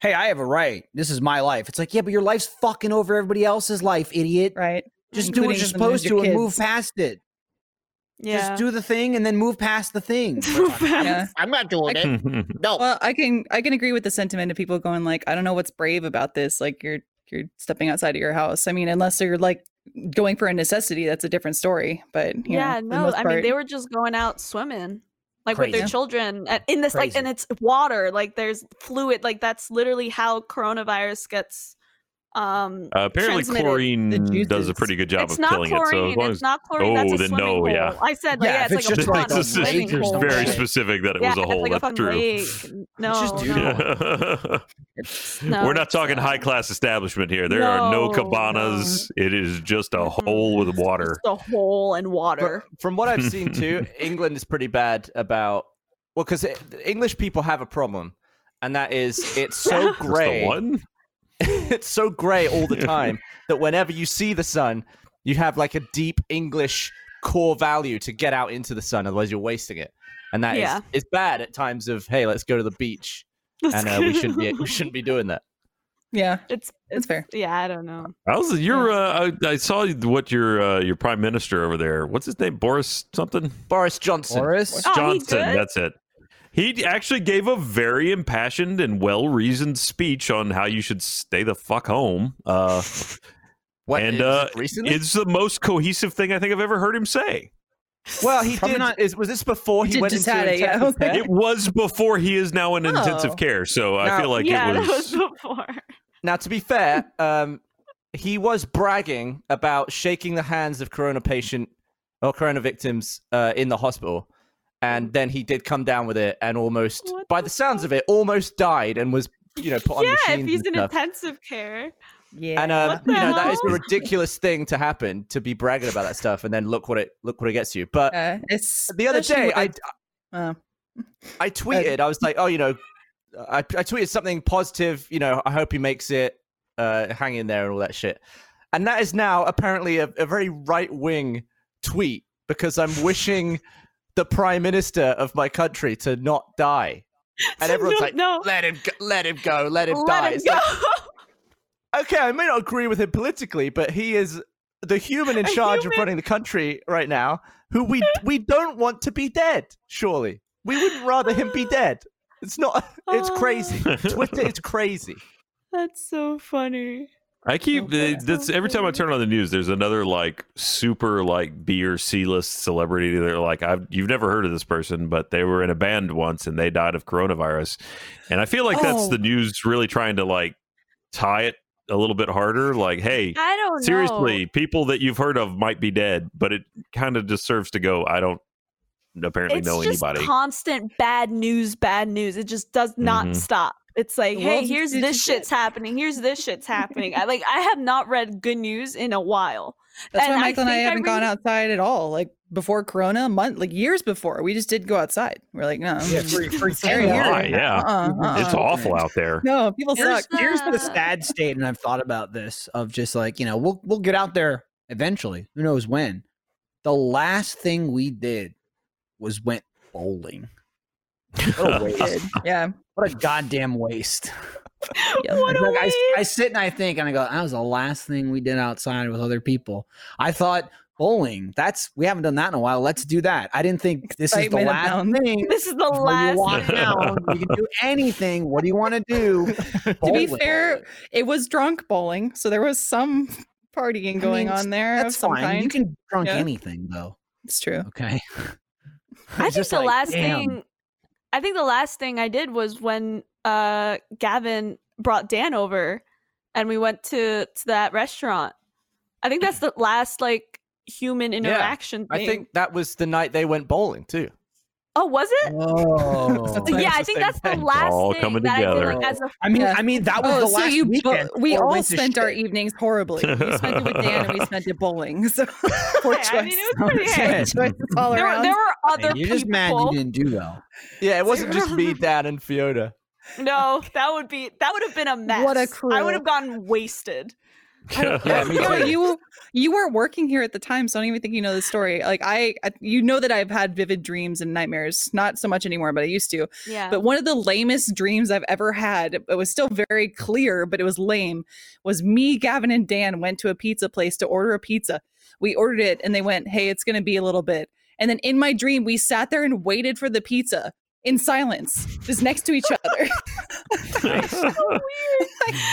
Speaker 2: hey, I have a right. This is my life. It's like, yeah, but your life's fucking over everybody else's life, idiot.
Speaker 4: right.
Speaker 2: Just do what
Speaker 4: Including
Speaker 2: you're
Speaker 4: sometimes
Speaker 2: supposed to
Speaker 4: your
Speaker 2: and move
Speaker 4: kids.
Speaker 2: past it.
Speaker 3: Yeah.
Speaker 2: Just do the thing and then move past the thing.
Speaker 4: Yeah.
Speaker 7: I'm not doing
Speaker 4: I-
Speaker 5: Hmm.
Speaker 7: it. No.
Speaker 4: Well, I can I can agree with the sentiment of people going like, I don't know what's brave about this. Like you're you're stepping outside of your house. I mean, unless you're like going for a necessity, that's a different story. But you
Speaker 3: yeah,
Speaker 4: know, for the
Speaker 3: no.
Speaker 4: most
Speaker 3: I mean,
Speaker 4: part-
Speaker 3: they were just going out swimming, like with their
Speaker 2: Crazy.
Speaker 3: children, and in this like,
Speaker 2: Crazy.
Speaker 3: and it's water, like there's fluid, like that's literally how coronavirus gets. Um,
Speaker 5: Uh, apparently,
Speaker 3: Transmitted.
Speaker 4: The
Speaker 5: chlorine does a
Speaker 4: juices.
Speaker 5: pretty good job
Speaker 3: it's
Speaker 5: of
Speaker 3: not
Speaker 5: killing it. So as
Speaker 3: chlorine.
Speaker 5: long
Speaker 3: it's
Speaker 5: as
Speaker 3: not chlorine.
Speaker 5: Oh,
Speaker 3: that's a
Speaker 5: then
Speaker 3: swimming
Speaker 5: no,
Speaker 3: hole.
Speaker 5: yeah.
Speaker 3: I said, like,
Speaker 2: Yeah,
Speaker 3: yeah,
Speaker 2: if
Speaker 3: it's, like
Speaker 2: it's
Speaker 5: this
Speaker 2: just
Speaker 3: a
Speaker 2: like
Speaker 3: pond.
Speaker 2: a
Speaker 3: it's a
Speaker 2: lake
Speaker 5: is
Speaker 3: swimming
Speaker 2: or
Speaker 3: hole.
Speaker 5: very
Speaker 2: shit.
Speaker 5: specific that it
Speaker 3: Yeah,
Speaker 5: was a
Speaker 3: it's
Speaker 5: hole.
Speaker 3: like a
Speaker 5: That's
Speaker 3: fucking
Speaker 5: true.
Speaker 3: lake. No,
Speaker 2: just do
Speaker 3: no.
Speaker 2: it.
Speaker 3: no,
Speaker 5: We're not
Speaker 3: it's,
Speaker 5: talking
Speaker 3: uh,
Speaker 5: high class establishment here. There are no
Speaker 3: No,
Speaker 5: cabanas. It is just a
Speaker 3: Mm-mm.
Speaker 5: hole with water.
Speaker 3: Just a hole and water.
Speaker 6: From what I've seen too, England is pretty bad about well, because English people have a problem, and that is it's so
Speaker 5: Just the
Speaker 6: grey.
Speaker 5: one.
Speaker 6: it's so grey all the time that whenever you see the sun, you have like a deep English core value to get out into the sun, otherwise you're wasting it. and that is
Speaker 3: Yeah.
Speaker 6: it's bad at times of hey, let's go to the beach,
Speaker 3: That's
Speaker 6: and uh, we shouldn't be we shouldn't be doing that.
Speaker 4: Yeah,
Speaker 3: It's,
Speaker 4: that's
Speaker 3: it's
Speaker 4: fair.
Speaker 3: yeah. I don't know.
Speaker 5: How's your? Uh, I, I saw what your uh, your prime minister over there. What's his name? Boris something.
Speaker 6: Boris Johnson.
Speaker 2: Boris.
Speaker 3: Oh, he
Speaker 5: Johnson.
Speaker 3: did?
Speaker 5: That's it. He actually gave a very impassioned and well reasoned speech on how you should stay the fuck home. Uh,
Speaker 6: When-
Speaker 5: and
Speaker 6: is
Speaker 5: uh,
Speaker 6: it recently?
Speaker 5: it's the most cohesive thing I think I've ever heard him say.
Speaker 6: well, he
Speaker 2: Probably
Speaker 6: did.
Speaker 2: not-
Speaker 6: is, was this before
Speaker 4: He
Speaker 6: he,
Speaker 4: did
Speaker 6: went
Speaker 4: just
Speaker 6: into
Speaker 4: had it, yeah. I
Speaker 6: intensive
Speaker 4: don't
Speaker 6: care?
Speaker 4: think
Speaker 5: It was before he is now in
Speaker 4: Oh.
Speaker 5: intensive care, so I
Speaker 6: Now-
Speaker 5: feel like
Speaker 3: yeah,
Speaker 5: it was.
Speaker 3: that was before.
Speaker 6: Now, to be fair, um, he was bragging about shaking the hands of corona patient or corona victims uh, in the hospital, and then he did come down with it and almost,
Speaker 3: What
Speaker 6: by
Speaker 3: the
Speaker 6: the sounds of it, almost died and was you know put on
Speaker 3: yeah,
Speaker 6: machines
Speaker 3: if he's
Speaker 6: and
Speaker 3: in
Speaker 6: stuff.
Speaker 3: intensive care.
Speaker 4: Yeah,
Speaker 6: And uh,
Speaker 3: What the
Speaker 6: you know that is a
Speaker 3: hell?
Speaker 6: ridiculous thing to happen to be bragging about that stuff, and then look what it look what it gets you. But
Speaker 4: uh, it's
Speaker 6: the other
Speaker 4: especially
Speaker 6: day, I
Speaker 4: with the- uh,
Speaker 6: I tweeted, I was like, oh, you know, I, I tweeted something positive, you know, I hope he makes it, uh, hang in there and all that shit. And that is now apparently a, a very right wing tweet because I'm wishing the prime minister of my country to not die. And everyone's
Speaker 3: no,
Speaker 6: like,
Speaker 3: no.
Speaker 6: let him go, let him go, let him die.
Speaker 3: Let him
Speaker 6: It's
Speaker 3: go.
Speaker 6: like, okay, I may not agree with him politically, but he is the human in
Speaker 3: A
Speaker 6: charge of
Speaker 3: human.
Speaker 6: running the country right now, who we we don't want to be dead. Surely, we wouldn't rather him be dead. It's not. It's
Speaker 3: Oh.
Speaker 6: crazy.
Speaker 2: Ah.
Speaker 6: Twitter, it's crazy.
Speaker 3: That's so funny.
Speaker 5: I keep
Speaker 3: Okay.
Speaker 5: that's every time I turn on the news. There's another like super like B or C list celebrity. They're like, I've you've never heard of this person, but they were in a band once and they died of coronavirus. And I feel like that's
Speaker 4: Oh.
Speaker 5: the news really trying to like tie it a little bit harder. Like, hey,
Speaker 3: I don't
Speaker 5: seriously,
Speaker 3: know.
Speaker 5: people that you've heard of might be dead, but it kind of just serves to go. I don't apparently
Speaker 3: it's
Speaker 5: know
Speaker 3: just
Speaker 5: anybody.
Speaker 3: constant bad news, bad news. It just does not
Speaker 5: Mhm.
Speaker 3: stop. It's like,
Speaker 4: The
Speaker 3: hey,
Speaker 4: world's
Speaker 3: here's
Speaker 4: addicted
Speaker 3: this
Speaker 4: to shit.
Speaker 3: shit's happening. Here's this shit's happening. I like I have not read good news in a while.
Speaker 4: that's why
Speaker 3: and I
Speaker 4: Michael and I
Speaker 3: think I
Speaker 4: haven't gone
Speaker 3: read-
Speaker 4: outside at all. Like before Corona, a month, like years before, we just did go outside. We're like, no,
Speaker 2: Yeah, for, for
Speaker 4: Every year.
Speaker 5: Why?
Speaker 2: years.
Speaker 5: Yeah,
Speaker 4: uh-uh, uh-uh.
Speaker 5: it's awful out there.
Speaker 4: No, people
Speaker 2: Here's,
Speaker 4: suck.
Speaker 2: here's the
Speaker 3: the-
Speaker 2: sad state, and I've thought about this of just like you know we'll we'll get out there eventually. Who knows when? The last thing we did was went bowling. What a waste!
Speaker 4: Yeah,
Speaker 2: what a goddamn waste!
Speaker 4: Yeah.
Speaker 3: What
Speaker 2: It's
Speaker 3: a
Speaker 2: like I,
Speaker 3: waste.
Speaker 2: I sit and I think, and I go, "That was the last thing we did outside with other people." I thought bowling. That's we haven't done that in a while. Let's do that. I didn't think this is the
Speaker 4: Excitement
Speaker 2: last
Speaker 4: abounds.
Speaker 2: thing.
Speaker 3: This is the
Speaker 2: Well, you
Speaker 3: last.
Speaker 2: walk
Speaker 5: thing.
Speaker 2: down, you can do anything. What do you want to do?
Speaker 4: to be
Speaker 2: Bowling.
Speaker 4: fair, it was drunk bowling, so there was some partying going
Speaker 2: mean,
Speaker 4: on there of
Speaker 2: that's
Speaker 4: some
Speaker 2: fine.
Speaker 4: kind.
Speaker 2: You can drunk
Speaker 4: Yeah.
Speaker 2: anything though.
Speaker 4: it's true.
Speaker 2: Okay.
Speaker 3: I think the last thing I think the last thing I did was when uh Gavin brought Dan over and we went to, to that restaurant. I think that's the last like human interaction
Speaker 6: I
Speaker 3: thing.
Speaker 6: think that was the night they went bowling too.
Speaker 3: Oh, was it?
Speaker 2: Oh.
Speaker 4: It's
Speaker 3: yeah, I
Speaker 6: the
Speaker 3: think
Speaker 6: same
Speaker 3: that's the
Speaker 6: thing.
Speaker 3: last
Speaker 5: All
Speaker 3: thing
Speaker 5: coming
Speaker 3: that I
Speaker 5: together.
Speaker 3: did like, as a
Speaker 2: I mean,
Speaker 4: Yeah.
Speaker 2: I mean that was the last
Speaker 4: Oh, you bo-
Speaker 2: weekend. before
Speaker 4: we
Speaker 2: it
Speaker 4: all
Speaker 2: went to
Speaker 4: spent our e,
Speaker 2: shit.
Speaker 4: evenings horribly. We spent it with Dan and we spent it bowling. So poor
Speaker 3: Hey, I mean, it was pretty
Speaker 2: Poor
Speaker 3: hey.
Speaker 2: choice.
Speaker 4: choices all
Speaker 3: There, were-
Speaker 4: around.
Speaker 3: there were other
Speaker 2: Man, You're
Speaker 3: people.
Speaker 2: just mad you didn't do well.
Speaker 6: Yeah, it wasn't just me, Dan, and Fiona.
Speaker 3: No, that would be that would have been a mess.
Speaker 4: What a
Speaker 3: I
Speaker 4: cruel-
Speaker 3: would have gotten wasted.
Speaker 6: Yeah, me
Speaker 4: You know,
Speaker 6: too.
Speaker 4: you you weren't working here at the time, so I don't even think you know the story. Like I, I- you know that I've had vivid dreams and nightmares. Not so much anymore, but I used to.
Speaker 3: Yeah.
Speaker 4: But one of the lamest dreams I've ever had, it was still very clear, but it was lame, was me, Gavin, and Dan went to a pizza place to order a pizza. We ordered it and they went, hey, it's going to be a little bit. And then in my dream, we sat there and waited for the pizza in silence, just next to each other.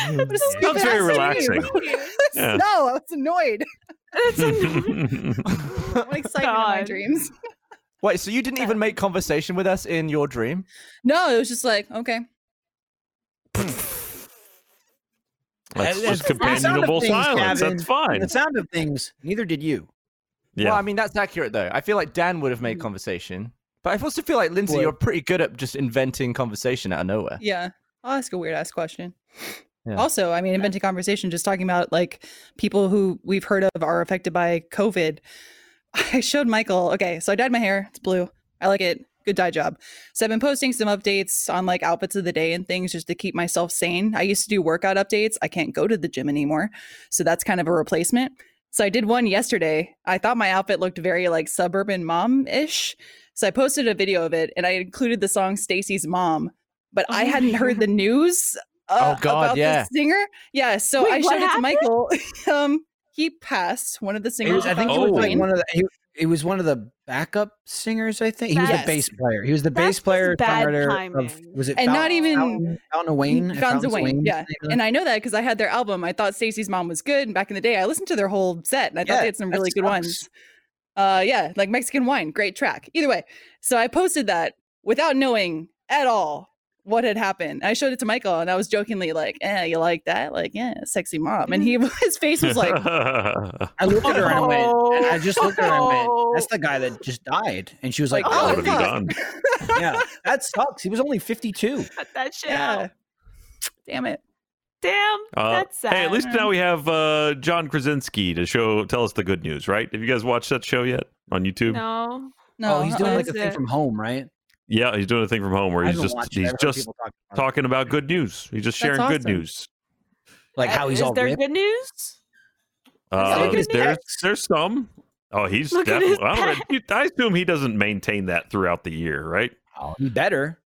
Speaker 4: It was a
Speaker 2: Sounds
Speaker 4: stupid
Speaker 5: very
Speaker 4: ass dream.
Speaker 5: relaxing. Yeah.
Speaker 4: No, I was annoyed.
Speaker 3: That's annoying.
Speaker 4: I'm excited in my
Speaker 3: God.
Speaker 4: dreams.
Speaker 6: Wait, so you didn't even make conversation with us in your dream?
Speaker 4: No, it was just like, okay.
Speaker 5: That's
Speaker 2: That's
Speaker 5: just
Speaker 2: the sound of
Speaker 5: companionable
Speaker 2: things,
Speaker 5: silence.
Speaker 2: Gavin.
Speaker 5: That's fine.
Speaker 2: The sound of things. Neither did you.
Speaker 5: Yeah.
Speaker 6: Well, I mean, that's accurate though. I feel like Dan would have made conversation, but I also feel like Lindsay,
Speaker 2: Mm. Would.
Speaker 6: you're pretty good at just inventing conversation out of nowhere.
Speaker 4: Yeah. I'll ask a weird ass question.
Speaker 6: Yeah.
Speaker 4: Also, I mean, inventing conversation, just talking about like people who we've heard of are affected by COVID. I showed Michael, okay, so I dyed my hair. It's blue. I like it. Good dye job. So I've been posting some updates on like outfits of the day and things just to keep myself sane. I used to do workout updates. I can't go to the gym anymore. So that's kind of a replacement. So I did one yesterday. I thought my outfit looked very like suburban mom ish. So I posted a video of it and I included the song Stacy's Mom, but I
Speaker 3: Oh my
Speaker 4: hadn't heard the news. Uh,
Speaker 6: Oh, God,
Speaker 4: about
Speaker 6: yeah.
Speaker 4: the singer. Yeah. So
Speaker 3: Wait,
Speaker 4: I
Speaker 3: what
Speaker 4: showed it to
Speaker 3: happened?
Speaker 4: Michael. um, he passed one of the
Speaker 2: It
Speaker 4: singers.
Speaker 2: was, I think it
Speaker 5: Oh.
Speaker 2: was like
Speaker 4: Wayne.
Speaker 2: one of the. He, it was one of the backup singers. I think he was
Speaker 4: Yes.
Speaker 2: the bass player. He was the
Speaker 3: That's
Speaker 2: bass
Speaker 3: just
Speaker 2: player,
Speaker 3: bad
Speaker 2: songwriter of
Speaker 3: timing.
Speaker 2: was it
Speaker 4: And
Speaker 2: Fountain,
Speaker 4: not even-
Speaker 2: Fountain, Fountain of Wayne,
Speaker 4: Fountains of Wayne, yeah.
Speaker 2: something like
Speaker 4: And I know that because I had their album. I thought Stacey's mom was good. And back in the day, I listened to their whole set and I thought
Speaker 2: Yeah,
Speaker 4: they had some
Speaker 2: that
Speaker 4: really good
Speaker 2: sucks.
Speaker 4: ones. Uh, yeah, like Mexican Wine, great track. Either way, so I posted that without knowing at all what had happened. I showed it to Michael and I was jokingly like, eh, you like that? Like, yeah, sexy mom. And he his face was like,
Speaker 2: that. I looked at her and I went. I just looked at her and I went.
Speaker 3: Oh.
Speaker 2: That's the guy that just died. And she was like,
Speaker 4: Like,
Speaker 5: I
Speaker 2: "Oh,
Speaker 5: would have
Speaker 4: fuck.
Speaker 5: done.
Speaker 2: yeah, that sucks." He was only fifty-two.
Speaker 3: Cut that shit
Speaker 4: yeah.
Speaker 3: out.
Speaker 4: Damn it.
Speaker 3: Damn,
Speaker 5: Uh,
Speaker 3: that's sad.
Speaker 5: Hey, at least now we have uh, John Krasinski to show tell us the good news, right? Have you guys watched that show yet on YouTube?
Speaker 3: no.
Speaker 4: No,
Speaker 2: oh, he's doing
Speaker 4: uh-uh.
Speaker 2: like a
Speaker 3: that's
Speaker 2: thing
Speaker 3: it.
Speaker 2: from home, right?
Speaker 5: Yeah, he's doing a thing from home where
Speaker 2: I
Speaker 5: he's
Speaker 2: haven't
Speaker 5: just
Speaker 2: watched it.
Speaker 5: he's
Speaker 2: I've heard
Speaker 5: just
Speaker 2: people talk about it.
Speaker 5: talking about good news. He's just
Speaker 4: That's
Speaker 5: sharing good
Speaker 4: awesome.
Speaker 5: news.
Speaker 2: like how he's
Speaker 3: Uh, is
Speaker 2: all
Speaker 3: there
Speaker 2: ripped.
Speaker 3: good news? that
Speaker 5: Uh,
Speaker 3: good news?
Speaker 5: there's there's some. Oh, he's
Speaker 3: Look at his
Speaker 5: definitely. I, don't know. You- I assume he doesn't maintain that throughout the year, right?
Speaker 2: Oh, he better.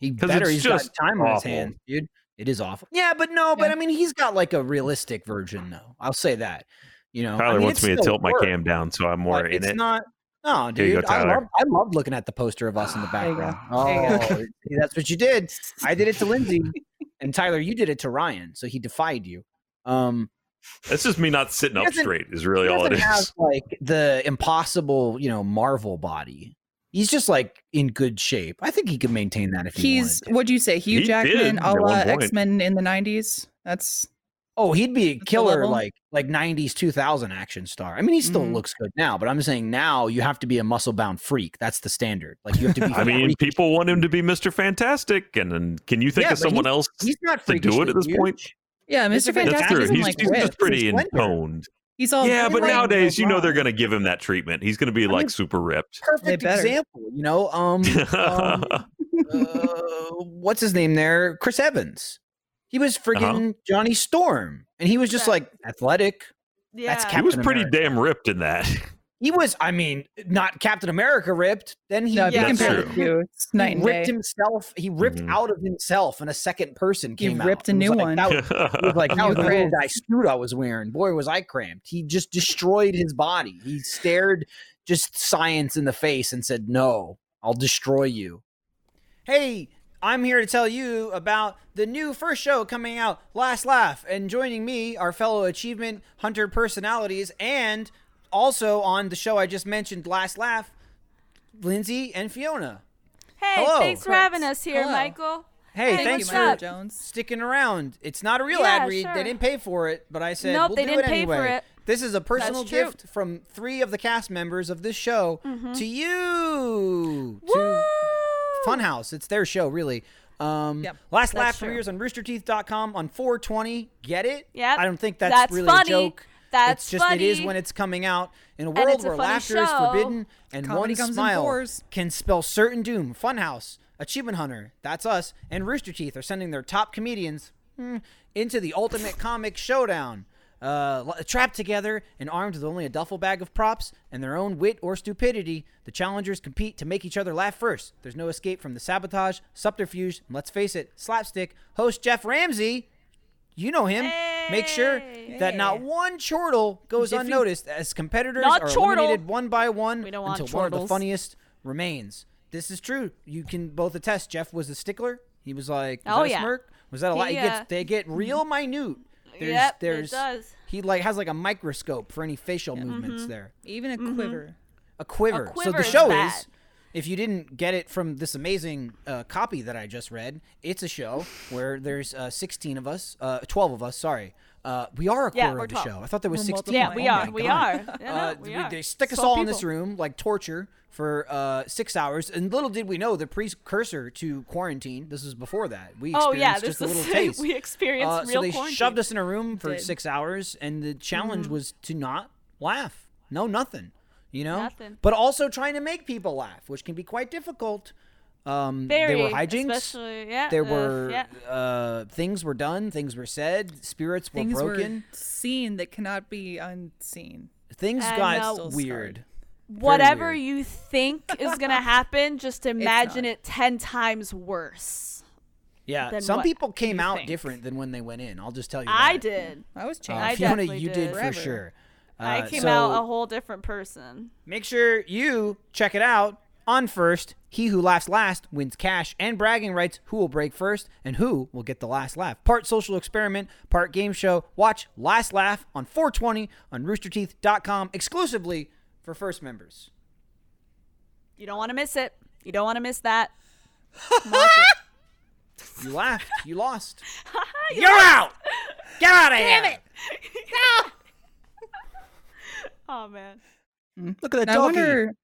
Speaker 2: He
Speaker 5: 'Cause
Speaker 2: better.
Speaker 5: it's
Speaker 2: He's got
Speaker 5: just
Speaker 2: time on his
Speaker 5: awful.
Speaker 2: hands, dude. It is awful. Yeah, but no, but I mean, he's got like a realistic version, though. I'll say that. You know, Oh, I
Speaker 5: Tyler
Speaker 2: mean,
Speaker 5: wants
Speaker 2: it's
Speaker 5: me to
Speaker 2: still
Speaker 5: tilt
Speaker 2: work,
Speaker 5: my cam down, so I'm more
Speaker 2: but
Speaker 5: in
Speaker 2: it's
Speaker 5: it.
Speaker 2: not. No,
Speaker 5: Here you go,
Speaker 2: dude. I
Speaker 5: Tyler.
Speaker 2: love. I love looking at the poster of us in the
Speaker 4: There you go.
Speaker 2: background.
Speaker 4: There
Speaker 2: Oh, see, that's what you did. I did it to Lindsay, and Tyler, you did it to Ryan. So he defied you. Um,
Speaker 5: That's just me not sitting
Speaker 2: He
Speaker 5: up
Speaker 2: doesn't-
Speaker 5: straight. Is really
Speaker 2: he
Speaker 5: all it
Speaker 2: doesn't
Speaker 5: is.
Speaker 2: have like the impossible, you know, Marvel body. He's just like in good shape. I think he could maintain that if he wanted
Speaker 4: He's
Speaker 2: to.
Speaker 4: what'd you say? Hugh
Speaker 5: He
Speaker 4: Jackman,
Speaker 5: did
Speaker 4: a
Speaker 5: at
Speaker 4: la
Speaker 5: one point.
Speaker 4: X Men in the nineties. That's
Speaker 2: Oh, he'd be a
Speaker 4: the
Speaker 2: killer,
Speaker 4: level.
Speaker 2: like like '90s, 2000 action star. I mean, he still
Speaker 5: Mm-hmm.
Speaker 4: Mhm.
Speaker 2: looks good now, but I'm saying now you have to be a muscle bound freak. That's the standard. Like you have to be.
Speaker 5: I mean,
Speaker 2: freak-
Speaker 5: people want him to be Mr. Fantastic, and then can you think
Speaker 2: Yeah,
Speaker 5: of
Speaker 2: but
Speaker 5: someone else
Speaker 2: he's not
Speaker 5: to do it at this
Speaker 2: freakishly
Speaker 5: point?
Speaker 2: huge.
Speaker 4: yeah,
Speaker 2: It's
Speaker 4: Mr.
Speaker 2: a bit-
Speaker 5: That's
Speaker 2: Fantastic
Speaker 4: Fantastic
Speaker 5: true.
Speaker 4: isn't
Speaker 5: He's,
Speaker 4: like
Speaker 5: he's
Speaker 4: ripped.
Speaker 5: just pretty
Speaker 2: He's slender.
Speaker 5: intoned.
Speaker 4: He's all
Speaker 5: yeah, but
Speaker 4: gray.
Speaker 5: nowadays you know
Speaker 2: wrong.
Speaker 5: they're going to give him that treatment. He's going to be like
Speaker 2: mean-
Speaker 5: super ripped.
Speaker 2: Perfect
Speaker 4: better.
Speaker 2: example. You know, um, um, uh, what's his name there? Chris Evans. He was
Speaker 5: Uh-huh.
Speaker 2: friggin' Johnny Storm, and he was just
Speaker 3: Yeah.
Speaker 2: like athletic.
Speaker 3: Yeah.
Speaker 2: That's
Speaker 5: he was
Speaker 2: Captain
Speaker 5: pretty
Speaker 2: America.
Speaker 5: damn ripped in that.
Speaker 2: He was, I mean, not Captain America ripped. Then he
Speaker 4: No, if you
Speaker 5: That's
Speaker 4: compare
Speaker 5: true.
Speaker 4: the two, it's night
Speaker 2: he
Speaker 4: and
Speaker 2: ripped
Speaker 4: day.
Speaker 2: himself. He ripped
Speaker 5: Mhm.
Speaker 2: out of himself, and a second person
Speaker 4: He
Speaker 2: came out.
Speaker 4: ripped a
Speaker 2: It was
Speaker 4: new
Speaker 2: like,
Speaker 4: one.
Speaker 2: That Oh, was It was like
Speaker 4: New
Speaker 2: that was the little
Speaker 4: cramped.
Speaker 2: guy suit I was wearing. Boy, was I cramped. He just destroyed his body. He stared just science in the face and said, "No, I'll destroy you." Hey, I'm here to tell you about the new first show coming out, Last Laugh, and joining me are fellow achievement hunter personalities, and also on the show I just mentioned, Last Laugh, Lindsay and Fiona.
Speaker 3: Hey,
Speaker 2: Hello.
Speaker 3: thanks for having us here,
Speaker 4: Hello.
Speaker 3: Michael.
Speaker 2: Hey,
Speaker 3: Hey,
Speaker 2: thanks
Speaker 3: what's
Speaker 2: for
Speaker 3: up?
Speaker 4: Jones.
Speaker 2: sticking around. It's not a real
Speaker 3: Yeah,
Speaker 2: ad read. They
Speaker 3: sure.
Speaker 2: didn't pay for it, but I said,
Speaker 3: Nope,
Speaker 2: we'll
Speaker 3: they
Speaker 2: do
Speaker 3: didn't
Speaker 2: it
Speaker 3: pay for
Speaker 2: anyway.
Speaker 3: it.
Speaker 2: This is a personal
Speaker 3: true. Mm-hmm.
Speaker 2: gift from three of the cast members of this show to
Speaker 3: Woo!
Speaker 2: you, to Funhouse. It's their show, really. Um,
Speaker 4: Yep,
Speaker 2: Last Laugh
Speaker 3: true.
Speaker 2: premieres on roosterteeth.com on 420. Get it?
Speaker 3: Yep,
Speaker 2: I don't think that's,
Speaker 3: that's
Speaker 2: really
Speaker 3: funny.
Speaker 2: a joke.
Speaker 3: That's
Speaker 2: it's just it is
Speaker 3: funny.
Speaker 2: when it's coming out in a
Speaker 3: it's
Speaker 2: world
Speaker 3: a
Speaker 2: where
Speaker 3: funny
Speaker 2: laughter is
Speaker 3: show.
Speaker 2: forbidden and
Speaker 4: Comedy
Speaker 2: one
Speaker 4: comes in
Speaker 2: smile
Speaker 4: fours.
Speaker 2: can spell certain doom. Funhouse, Achievement Hunter, that's us, and Rooster Teeth are sending their top comedians hmm, into the ultimate comic showdown. Uh, l- trapped together and armed with only a duffel bag of props and their own wit or stupidity, the challengers compete to make each other laugh first. There's no escape from the sabotage, subterfuge, and let's face it, slapstick. Host Jeff Ramsey, you know him. Make sure that not one chortle goes
Speaker 4: Jiffy.
Speaker 2: unnoticed as competitors
Speaker 3: Not
Speaker 2: are
Speaker 3: chortle.
Speaker 2: eliminated one by one
Speaker 3: We don't want
Speaker 2: until one of the
Speaker 3: chortles.
Speaker 2: funniest remains. This is true. You can both attest. Jeff was a stickler. He was like, was
Speaker 3: Oh,
Speaker 2: that a
Speaker 3: yeah.
Speaker 2: smirk? Was that a lie?
Speaker 3: He,
Speaker 2: He gets-
Speaker 3: uh,
Speaker 2: they get real minute. There's,
Speaker 3: Yep, it
Speaker 2: there's,
Speaker 3: does. Mm-hmm.
Speaker 2: He like has like a microscope for any facial movements there.
Speaker 4: Even a quiver.
Speaker 2: A quiver. so
Speaker 3: quiver
Speaker 2: the
Speaker 3: is
Speaker 2: show
Speaker 3: bad.
Speaker 2: is, if you didn't get it from this amazing uh, copy that I just read, it's a show where there's uh, 16 of us, uh, 12 of us. Sorry, uh, we are a
Speaker 3: Yeah,
Speaker 2: quarter
Speaker 3: we're
Speaker 2: of the
Speaker 3: 12.
Speaker 2: show. I thought there was
Speaker 4: We're
Speaker 2: 16.
Speaker 3: Yeah,
Speaker 4: Oh
Speaker 3: we
Speaker 4: my
Speaker 3: are.
Speaker 2: God.
Speaker 3: We are. Yeah,
Speaker 2: Uh,
Speaker 3: no, we
Speaker 2: we-
Speaker 3: are.
Speaker 2: They stick us
Speaker 3: Solid
Speaker 2: all in this
Speaker 3: people.
Speaker 2: room like torture for uh, six hours, and little did we know the precursor to quarantine. This was before that. We
Speaker 3: Oh
Speaker 2: experienced
Speaker 3: yeah,
Speaker 2: just
Speaker 3: this
Speaker 2: a little
Speaker 3: is
Speaker 2: taste.
Speaker 3: we experienced
Speaker 2: Uh,
Speaker 3: real
Speaker 2: so they
Speaker 3: quarantine. Mm-hmm.
Speaker 2: shoved us in a room for
Speaker 4: Did.
Speaker 2: six hours, and the challenge was to not laugh. No, nothing. You know,
Speaker 3: Nothing.
Speaker 2: but also trying to make people laugh, which can be quite difficult. Um,
Speaker 3: Very,
Speaker 2: there were hijinks.
Speaker 3: especially- Yeah,
Speaker 2: There
Speaker 3: uh,
Speaker 2: were
Speaker 3: yeah.
Speaker 2: uh, things were done. Things were said. Spirits were
Speaker 4: Things
Speaker 2: broken.
Speaker 4: were seen that cannot be unseen.
Speaker 2: Things
Speaker 3: And,
Speaker 2: got
Speaker 3: uh,
Speaker 2: weird.
Speaker 3: whatever
Speaker 2: weird.
Speaker 3: you think is gonna happen, just imagine
Speaker 4: not.
Speaker 3: it ten times worse.
Speaker 2: Yeah,
Speaker 3: than
Speaker 2: some
Speaker 3: what
Speaker 2: people came
Speaker 3: you
Speaker 2: out
Speaker 3: think.
Speaker 2: different than when they went in. I'll just tell you.
Speaker 3: I
Speaker 2: that.
Speaker 3: did.
Speaker 4: I was
Speaker 2: Uh,
Speaker 4: changed.
Speaker 3: I
Speaker 2: Fiona,
Speaker 3: definitely
Speaker 2: you
Speaker 3: did.
Speaker 2: did, for
Speaker 4: Forever.
Speaker 2: sure.
Speaker 3: I
Speaker 2: Uh,
Speaker 3: came
Speaker 2: so
Speaker 3: out a whole different person.
Speaker 2: Make sure you check it out on first. He who laughs last wins cash and bragging rights. Who will break first and who will get the last laugh? Part social experiment, part game show. Watch Last Laugh on 420 on roosterteeth.com exclusively for first members.
Speaker 3: You don't want to miss it. You don't want to miss that.
Speaker 2: You laughed. You lost. You're out. Get out of here.
Speaker 3: Oh man.
Speaker 2: Look at that
Speaker 4: I
Speaker 2: doggy.
Speaker 4: wonder.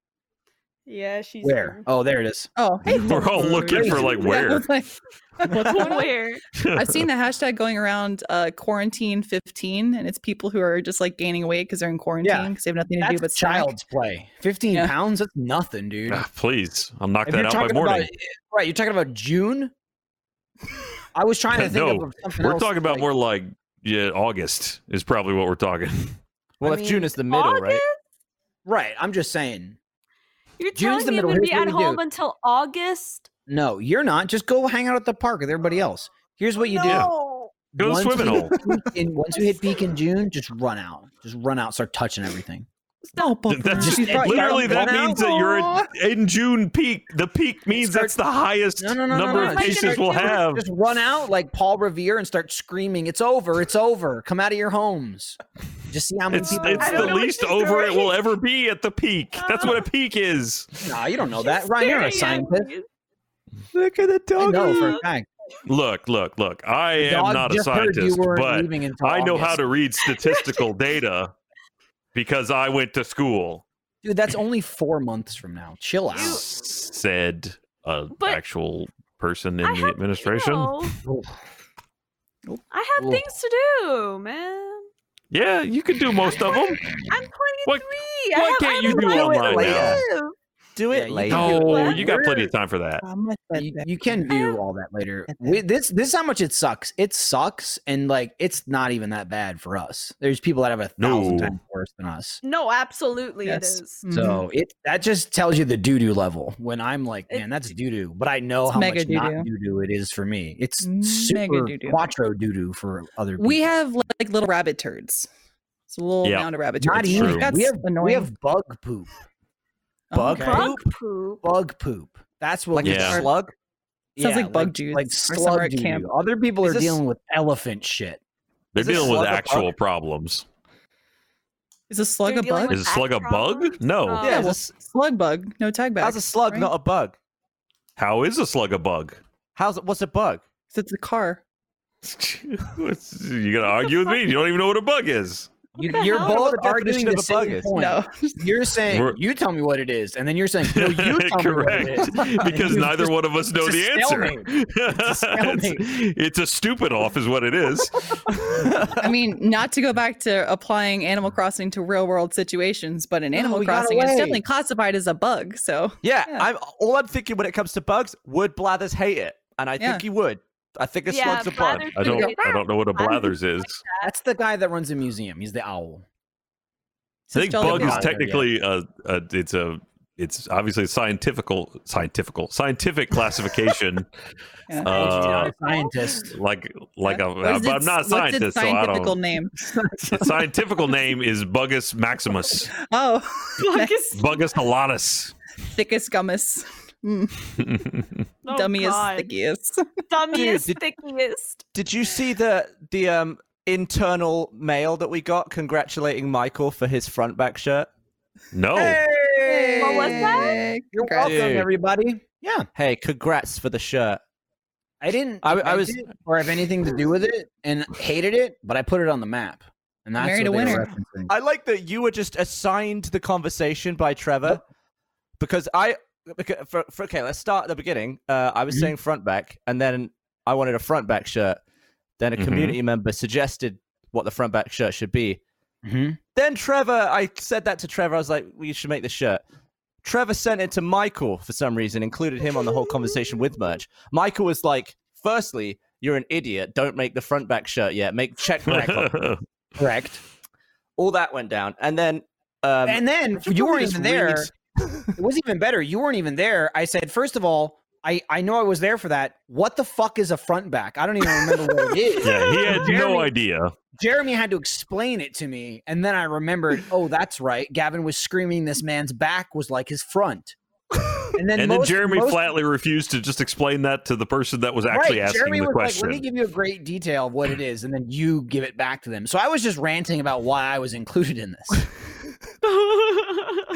Speaker 3: Yeah, she's
Speaker 2: Where? Oh, there it is.
Speaker 4: Oh, hey,
Speaker 5: We're all looking for, like, where?
Speaker 4: I was like-
Speaker 3: What's going where?
Speaker 4: I've seen the hashtag going around uh, quarantine 15, and it's people who are just like gaining weight because they're in quarantine because they have nothing to do but
Speaker 2: That's
Speaker 4: snack.
Speaker 2: child's play. 15
Speaker 4: Yeah.
Speaker 2: pounds? That's nothing, dude.
Speaker 5: Ah, please, I'll knock
Speaker 2: If
Speaker 5: that
Speaker 2: you're
Speaker 5: out by
Speaker 2: talking about-
Speaker 5: morning.
Speaker 2: right, you're talking about June? I was trying to think
Speaker 5: No,
Speaker 2: of something
Speaker 5: We're
Speaker 2: else,
Speaker 5: talking about
Speaker 2: like-
Speaker 5: more like yeah, August is probably what we're talking.
Speaker 6: Well,
Speaker 2: I
Speaker 6: if
Speaker 2: mean,
Speaker 6: June is the middle, right?
Speaker 3: August?
Speaker 2: Right, I'm just saying.
Speaker 3: You're
Speaker 2: June's
Speaker 3: telling
Speaker 2: the
Speaker 3: me
Speaker 2: middle.
Speaker 3: you're gonna
Speaker 2: Here's
Speaker 3: be
Speaker 2: what
Speaker 3: at
Speaker 2: we do.
Speaker 3: home until August?
Speaker 2: No, you're not. Just go hang out at the park with everybody else. Here's what you do.
Speaker 5: Go
Speaker 2: Once
Speaker 5: swimming
Speaker 2: you
Speaker 5: hole.
Speaker 2: hit peak in- once you hit peak in June, just run out. Just run out. Start touching everything.
Speaker 4: Stop.
Speaker 5: Th- That's
Speaker 2: She's
Speaker 5: just,
Speaker 2: probably
Speaker 5: literally
Speaker 2: got
Speaker 5: that
Speaker 2: one
Speaker 5: means
Speaker 2: out.
Speaker 5: that you're in, in June peak. The peak means
Speaker 2: Start-
Speaker 5: that's the highest
Speaker 2: No, no, no, no,
Speaker 5: number
Speaker 2: no,
Speaker 5: of
Speaker 2: no.
Speaker 5: cases we'll
Speaker 3: Just-
Speaker 5: have.
Speaker 2: Just run out like Paul Revere and start screaming, "It's over! It's over! Come out of your homes!" Just see how many
Speaker 5: It's
Speaker 2: people.
Speaker 5: it's
Speaker 3: I
Speaker 5: the
Speaker 3: don't know what
Speaker 5: least
Speaker 3: she's
Speaker 5: over it
Speaker 3: doing.
Speaker 5: will ever be at the peak. That's what a peak is.
Speaker 2: Nah, you don't know Oh, that, Ryan. You're a
Speaker 3: Staring at
Speaker 2: scientist.
Speaker 3: me.
Speaker 4: Look at the
Speaker 2: I
Speaker 4: dog.
Speaker 2: know for a
Speaker 3: Doggy.
Speaker 2: fact.
Speaker 5: Look, look, look. I
Speaker 2: The
Speaker 5: am
Speaker 2: dog
Speaker 5: not a
Speaker 2: just heard you
Speaker 5: scientist,
Speaker 2: weren't
Speaker 5: but
Speaker 2: leaving until
Speaker 5: I know how
Speaker 2: August.
Speaker 5: to read statistical data because I went to school.
Speaker 2: Dude, that's only four months from now. Chill out.
Speaker 5: Said a
Speaker 3: But-
Speaker 5: actual person in
Speaker 3: I
Speaker 5: the
Speaker 3: have-
Speaker 5: administration.
Speaker 3: No.
Speaker 2: Oof.
Speaker 3: I have
Speaker 2: Oof.
Speaker 3: things to do, man.
Speaker 5: Yeah, you can do most of them.
Speaker 3: I'm 23.
Speaker 5: What-
Speaker 3: I
Speaker 5: what
Speaker 3: have
Speaker 5: can't you
Speaker 3: other
Speaker 5: do
Speaker 3: life to
Speaker 5: online
Speaker 6: now?
Speaker 3: live.
Speaker 6: Do
Speaker 2: Yeah,
Speaker 6: it
Speaker 2: you
Speaker 6: later.
Speaker 2: can do it.
Speaker 5: No,
Speaker 3: What?
Speaker 5: you got plenty of time for that.
Speaker 2: you, you can do all that later.
Speaker 4: Get
Speaker 2: We, this this is how much it sucks. It sucks, and like it's not even that bad for us. There's people that have a thousand
Speaker 5: No.
Speaker 2: times worse than us.
Speaker 3: No, absolutely
Speaker 4: Yes.
Speaker 3: it is.
Speaker 2: So it that just tells you the doo doo level. When I'm like, man,
Speaker 3: It-
Speaker 2: that's doo doo, but I know
Speaker 4: It's
Speaker 2: how
Speaker 4: mega
Speaker 2: much not
Speaker 4: doo-doo.
Speaker 2: doo doo it is for me. It's
Speaker 4: Mega
Speaker 2: super
Speaker 4: doo-doo.
Speaker 2: quattro doo doo for other. People.
Speaker 4: we have like, like little rabbit turds. It's a little
Speaker 5: Yeah.
Speaker 4: mound of rabbit turds.
Speaker 2: not
Speaker 5: It's
Speaker 2: even.
Speaker 5: true.
Speaker 4: That's
Speaker 2: We have
Speaker 4: annoying.
Speaker 2: we have bug poop.
Speaker 4: Oh,
Speaker 2: bug
Speaker 4: okay.
Speaker 3: Bug poop.
Speaker 2: Bug poop. That's what
Speaker 6: Like
Speaker 2: we
Speaker 5: Yeah.
Speaker 6: a slug.
Speaker 4: Sounds like bug juice
Speaker 2: Like
Speaker 4: or summer
Speaker 2: slug
Speaker 4: at
Speaker 2: doo
Speaker 4: camp.
Speaker 2: doo. Other people
Speaker 6: Is
Speaker 2: are
Speaker 6: this-
Speaker 2: dealing with elephant shit.
Speaker 5: They're
Speaker 6: Is this
Speaker 5: dealing with
Speaker 6: slug a bug?
Speaker 5: actual problems.
Speaker 4: Is a slug
Speaker 3: They're
Speaker 4: a
Speaker 3: dealing
Speaker 4: bug?
Speaker 3: with
Speaker 5: Is a slug a
Speaker 3: back
Speaker 5: bug?
Speaker 3: problems?
Speaker 5: No.
Speaker 3: Uh,
Speaker 6: yeah,
Speaker 4: yeah,
Speaker 6: it's a
Speaker 4: well,
Speaker 6: s-
Speaker 4: slug bug, no tag back.
Speaker 6: how's a slug
Speaker 4: right?
Speaker 6: not a bug?
Speaker 5: How is a slug a bug?
Speaker 6: How's what's a bug?
Speaker 4: 'Cause it's a car.
Speaker 5: What's- you gonna argue with me? You don't even know what a bug is.
Speaker 2: You,
Speaker 3: the
Speaker 2: you're
Speaker 3: hell?
Speaker 2: both
Speaker 6: What the
Speaker 2: arguing
Speaker 6: definition
Speaker 2: the
Speaker 6: of a bug
Speaker 2: same
Speaker 6: is?
Speaker 2: point.
Speaker 4: No,
Speaker 2: You're saying
Speaker 5: We're-
Speaker 2: you tell me what it is, and then you're saying no, you tell me
Speaker 5: Correct,
Speaker 2: what it is.
Speaker 5: because
Speaker 2: You've
Speaker 5: neither
Speaker 2: just-
Speaker 5: one of us know
Speaker 2: it's
Speaker 5: the
Speaker 2: a
Speaker 5: answer.
Speaker 2: stalemate.
Speaker 5: It's, it's a stupid off, is what it is.
Speaker 4: I mean, not to go back to applying Animal Crossing to real world situations, but in
Speaker 2: No,
Speaker 4: Animal
Speaker 2: we got
Speaker 4: Crossing, it's
Speaker 2: away.
Speaker 4: definitely classified as a bug. So
Speaker 6: Yeah,
Speaker 4: Yeah.
Speaker 6: I'm all I'm thinking when it comes to bugs, would Blathers hate it? And I
Speaker 4: Yeah.
Speaker 6: think he would. I think a
Speaker 3: Yeah,
Speaker 6: slug's a bug.
Speaker 3: Blathers
Speaker 5: I don't.
Speaker 3: would-
Speaker 5: I don't know what a blathers is.
Speaker 2: That's the guy that runs the museum. He's the owl.
Speaker 5: I think
Speaker 4: Just
Speaker 5: bug is
Speaker 2: jellyfish.
Speaker 5: technically a, a. It's a. It's obviously a scientifical, scientifical, scientific classification.
Speaker 4: Yeah.
Speaker 5: uh,
Speaker 2: Scientist.
Speaker 5: like, like a,
Speaker 4: What is
Speaker 5: but I'm
Speaker 4: its-
Speaker 5: not a
Speaker 4: what's
Speaker 5: scientist,
Speaker 4: its
Speaker 5: so I
Speaker 4: scientifical
Speaker 5: don't.
Speaker 4: name.
Speaker 5: Its scientifical name is Bugus maximus,
Speaker 4: Oh,
Speaker 3: Bug is-
Speaker 5: Bugus halatus.
Speaker 4: thickest gummus, mm,
Speaker 3: oh
Speaker 4: dummiest,
Speaker 3: God.
Speaker 4: thickiest.
Speaker 3: Dummiest,
Speaker 6: Dude,
Speaker 3: thickiest.
Speaker 6: Did you see the the um internal mail that we got congratulating Michael for his front back shirt?
Speaker 2: Oh.
Speaker 5: no,
Speaker 3: What was that?
Speaker 2: You're
Speaker 4: Congrats.
Speaker 2: welcome,
Speaker 6: Dude.
Speaker 2: everybody. Yeah,
Speaker 6: Hey, congrats for the shirt.
Speaker 2: I didn't.
Speaker 6: I- I
Speaker 2: invent
Speaker 6: was-
Speaker 2: it or have anything to do with it, and hated it, but I put it on the map, and that's
Speaker 4: Married
Speaker 2: what
Speaker 4: a
Speaker 2: they were
Speaker 4: winner.
Speaker 2: referencing.
Speaker 6: I like that you were just assigned the conversation by Trevor because I beca- for, for, okay, let's start at the beginning. Uh, I was
Speaker 2: Mhm.
Speaker 6: saying front back, and then I wanted a front back shirt. Then a
Speaker 5: Mhm.
Speaker 6: community member suggested what the front back shirt should be.
Speaker 2: Mhm.
Speaker 6: Then Trevor, I said that to Trevor. I was like, "We should make the shirt." Trevor sent it to Michael for some reason, included him on the whole conversation with merch. Michael was like, firstly, you're an idiot. Don't make the front back shirt yet. Make check mark. on it."
Speaker 2: Correct.
Speaker 6: All that went down. And then um,
Speaker 2: and then
Speaker 6: should
Speaker 2: you weren't
Speaker 6: probably just
Speaker 2: even there. it was even better. You weren't even there. I said, first of all, I, I know I was there for that. What the fuck is a front back? I don't even remember what it is.
Speaker 5: yeah, he had no
Speaker 2: Jeremy-
Speaker 5: idea.
Speaker 2: Jeremy had to explain it to me, and then I remembered. Oh, that's right. Gavin was screaming. This man's back was like his front. And then,
Speaker 5: And
Speaker 2: most-
Speaker 5: then Jeremy
Speaker 2: most-
Speaker 5: flatly refused to just explain that to the person that was
Speaker 2: right,
Speaker 5: actually asking
Speaker 2: Jeremy
Speaker 5: the
Speaker 2: was
Speaker 5: question.
Speaker 2: Like, Let me give you a great detail of what it is, and then you give it back to them. So I was just ranting about why I was included in this.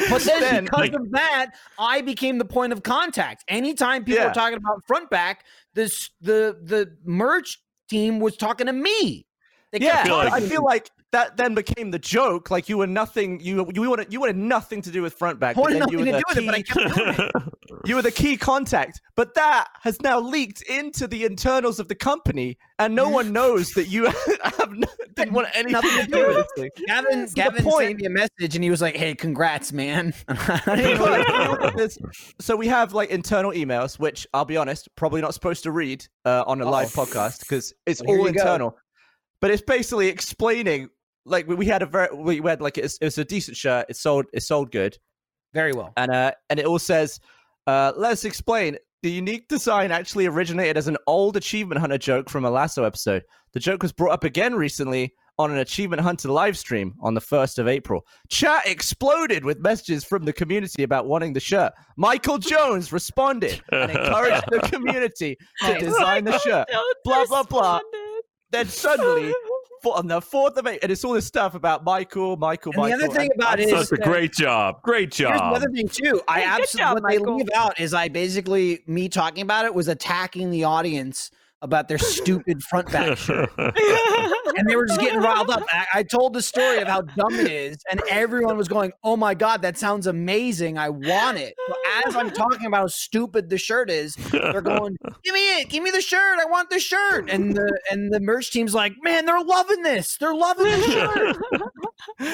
Speaker 2: But then,
Speaker 6: Then,
Speaker 2: because
Speaker 5: like-
Speaker 2: of that, I became the point of contact. Anytime people
Speaker 6: Yeah.
Speaker 2: were talking about front back, this the the merch team was talking to me. They kept
Speaker 6: yeah, I
Speaker 5: feel
Speaker 6: feel,
Speaker 5: like-
Speaker 6: like, that then became the joke. Like you were nothing. You you wanted you wanted nothing to do with front back. but
Speaker 2: wanted
Speaker 6: then
Speaker 2: nothing
Speaker 6: you
Speaker 2: to
Speaker 6: were
Speaker 2: do with it,
Speaker 6: the
Speaker 2: but I
Speaker 6: key-
Speaker 2: kept doing it.
Speaker 6: You were the key contact, but that has now leaked into the internals of the company, and no one knows that you have no, didn't want anything to do with this thing.
Speaker 2: Gavin,
Speaker 6: the
Speaker 2: Gavin
Speaker 6: point.
Speaker 2: sent me a message and he was like, "Hey, congrats, man."
Speaker 6: You know, like, you know, there's- so we have like internal emails, which I'll be honest, probably not supposed to read uh, on a live podcast because it's
Speaker 2: Well, Oh. here
Speaker 6: all
Speaker 2: you go.
Speaker 6: internal. But it's basically explaining. Like we- we had a very, we we had like it's, it was a decent shirt. It sold, it sold good.
Speaker 2: Very well.
Speaker 6: and uh, and it all says, uh, "Let's explain." The unique design actually originated as an old Achievement Hunter joke from a Lasso episode. The joke was brought up again recently on an Achievement Hunter live stream on the first of April. Chat exploded with messages from the community about wanting the shirt. Michael Jones responded and encouraged the community to
Speaker 4: Nice.
Speaker 6: design the shirt. Blah, blah, blah. Then suddenly, fo- on the fourth of April, and it's all this stuff about Michael, Michael,
Speaker 2: And the
Speaker 6: Michael.
Speaker 2: other thing
Speaker 6: and-
Speaker 2: about it is
Speaker 5: Such a
Speaker 2: that-
Speaker 5: great job. Great
Speaker 2: Here's the
Speaker 5: job.
Speaker 2: other thing too.
Speaker 3: Hey,
Speaker 2: I
Speaker 3: good
Speaker 2: absolutely
Speaker 3: job,
Speaker 2: what they
Speaker 3: Michael.
Speaker 2: leave out is I basically me talking about it was attacking the audience about their stupid front back shirt, and they were just getting riled up. I, I told the story of how dumb it is, and everyone was going, "Oh my god, that sounds amazing! I want it." So as I'm talking about how stupid the shirt is, they're going, "Give me it! Give me the shirt! I want the shirt!" And the and the merch team's like, "Man, they're loving this! They're loving the shirt!"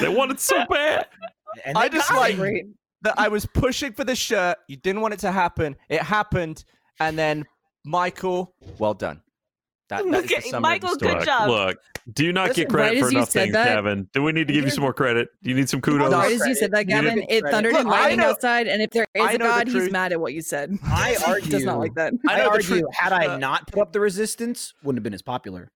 Speaker 5: they wanted so bad.
Speaker 2: And
Speaker 6: I
Speaker 2: they
Speaker 6: just
Speaker 2: got it.
Speaker 6: like-
Speaker 4: Great.
Speaker 6: that I was pushing for the shirt. You didn't want it to happen. It happened, and then Michael, well done. That, that is the
Speaker 3: Okay,
Speaker 6: summary of the
Speaker 3: Michael, good
Speaker 6: story.
Speaker 5: Look,
Speaker 3: job.
Speaker 5: look, do you not
Speaker 4: Listen,
Speaker 5: get credit
Speaker 4: right
Speaker 5: for
Speaker 4: as you
Speaker 5: enough
Speaker 4: said
Speaker 5: things,
Speaker 4: that-
Speaker 5: Gavin? Do we need to give you some more credit? You need some kudos.
Speaker 4: Right
Speaker 2: Right
Speaker 4: as you said that,
Speaker 2: credit.
Speaker 4: Gavin, it
Speaker 2: Credit.
Speaker 4: thundered
Speaker 6: Look,
Speaker 4: and
Speaker 6: I
Speaker 4: lightning
Speaker 6: know-
Speaker 4: outside. And if there is
Speaker 6: I
Speaker 4: a
Speaker 6: know the
Speaker 4: God, he's
Speaker 6: truth.
Speaker 4: mad at what you said.
Speaker 2: I
Speaker 4: Does not
Speaker 2: argue-
Speaker 4: like that.
Speaker 2: I,
Speaker 6: know the
Speaker 2: argue,
Speaker 6: truth.
Speaker 2: had I
Speaker 6: uh,
Speaker 2: not put up the resistance, wouldn't have been as popular.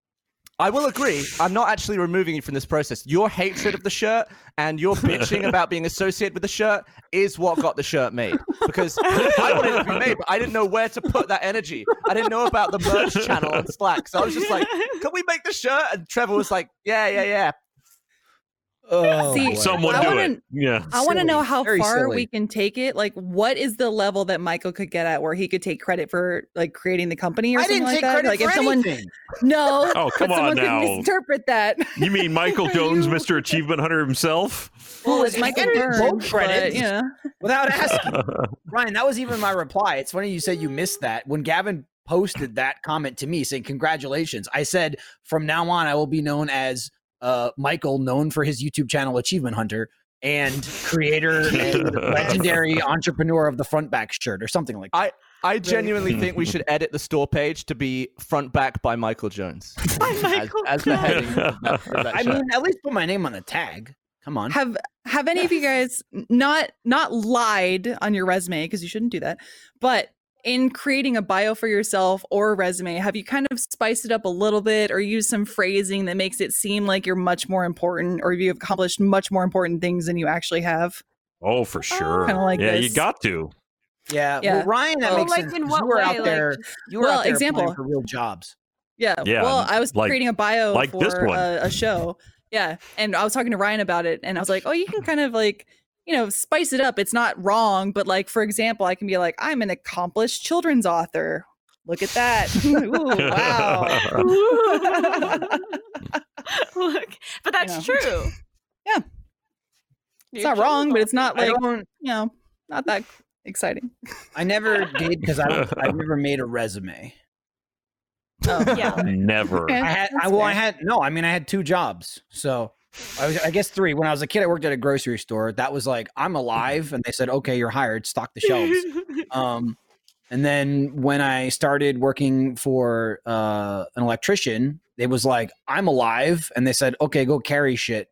Speaker 6: I will agree. I'm not actually removing you from this process. Your hatred of the shirt and your bitching about being associated with the shirt is what got the shirt made. Because I wanted it to be made, but I didn't know where to put that energy. I didn't know about the merch channel on Slack. So I was just like, can we make the shirt? And Trevor was like, yeah, yeah, yeah.
Speaker 2: Oh,
Speaker 4: See,
Speaker 5: Someone
Speaker 4: I
Speaker 5: do
Speaker 4: wanna-
Speaker 5: it. Yeah.
Speaker 4: I want to
Speaker 2: Silly.
Speaker 4: know how
Speaker 2: Very
Speaker 4: far
Speaker 2: silly.
Speaker 4: we can take it. Like, what is the level that Michael could get at where he could take credit for like creating the company or
Speaker 2: I
Speaker 4: something
Speaker 2: didn't
Speaker 4: like
Speaker 2: take
Speaker 4: that?
Speaker 2: credit
Speaker 4: like,
Speaker 2: for
Speaker 4: if someone
Speaker 2: anything.
Speaker 4: no,
Speaker 5: Oh, come
Speaker 4: but
Speaker 5: on
Speaker 4: someone
Speaker 5: now.
Speaker 4: could misinterpret that.
Speaker 5: You mean Michael
Speaker 4: You-
Speaker 5: Jones, Mr. Achievement Hunter himself?
Speaker 4: Well,
Speaker 2: Well,
Speaker 4: it's
Speaker 2: if
Speaker 4: Michael
Speaker 2: you
Speaker 4: Burns,
Speaker 2: both
Speaker 4: but
Speaker 2: credit-
Speaker 4: you know,
Speaker 2: Without asking, Ryan, that was even my reply. It's funny you said you missed that when Gavin posted that comment to me saying congratulations. I said from now on I will be known as uh, Michael, known for his YouTube channel Achievement Hunter and creator and legendary entrepreneur of the front back shirt or something like that.
Speaker 6: I genuinely think we should edit the store page to be front back by Michael Jones.
Speaker 3: By
Speaker 6: as-
Speaker 3: Michael
Speaker 6: as, the heading. of that- of that
Speaker 2: I
Speaker 6: shirt.
Speaker 2: mean, at least put my name on the tag. Come on.
Speaker 4: have have any of you guys n- not not lied on your resume because you shouldn't do that, but in creating a bio for yourself or resume, have you kind of spiced it up a little bit or used some phrasing that makes it seem like you're much more important or you've accomplished much more important things than you actually have?
Speaker 5: Oh, for sure.
Speaker 4: Kinda like
Speaker 5: yeah, you
Speaker 4: this.
Speaker 5: got to.
Speaker 2: Yeah,
Speaker 4: Yeah.
Speaker 2: Well, Ryan, that
Speaker 4: Well,
Speaker 2: makes
Speaker 3: like,
Speaker 2: sense.
Speaker 3: in
Speaker 2: 'cause
Speaker 3: what
Speaker 2: you were out
Speaker 3: way? Like,
Speaker 2: there, you were
Speaker 4: Well,
Speaker 2: out there applying
Speaker 4: example.
Speaker 2: for real jobs.
Speaker 4: Yeah.
Speaker 5: Yeah,
Speaker 4: Well, I was
Speaker 5: like-
Speaker 4: creating a bio
Speaker 5: like
Speaker 4: for
Speaker 5: this one.
Speaker 4: A, a show. Yeah. And I was talking to Ryan about it and I was like, oh, you can kind of like, you know, spice it up. It's not wrong. But like, for example, I can be like, I'm an accomplished children's author. Look at that. Ooh, Oh, wow.
Speaker 3: Look, but that's
Speaker 4: Yeah.
Speaker 3: true.
Speaker 4: Yeah.
Speaker 3: You're
Speaker 4: It's not wrong, but it's not
Speaker 2: I
Speaker 4: like,
Speaker 2: don't.
Speaker 4: you know, not that exciting.
Speaker 2: I never did because I don't- I never made a resume.
Speaker 4: Oh.
Speaker 3: Yeah.
Speaker 5: Never.
Speaker 4: Okay.
Speaker 2: I had.
Speaker 4: That's
Speaker 2: I well, I
Speaker 4: fair.
Speaker 2: had no. I mean, I had two jobs, so I, was, I guess three. When I was a kid, I worked at a grocery store. That was like,
Speaker 4: Mm-hmm.
Speaker 2: I'm alive. And they said, okay, you're hired, stock the shelves. Um, and then when I started working for uh, an electrician, it was like, I'm alive. And they said, okay, go carry shit.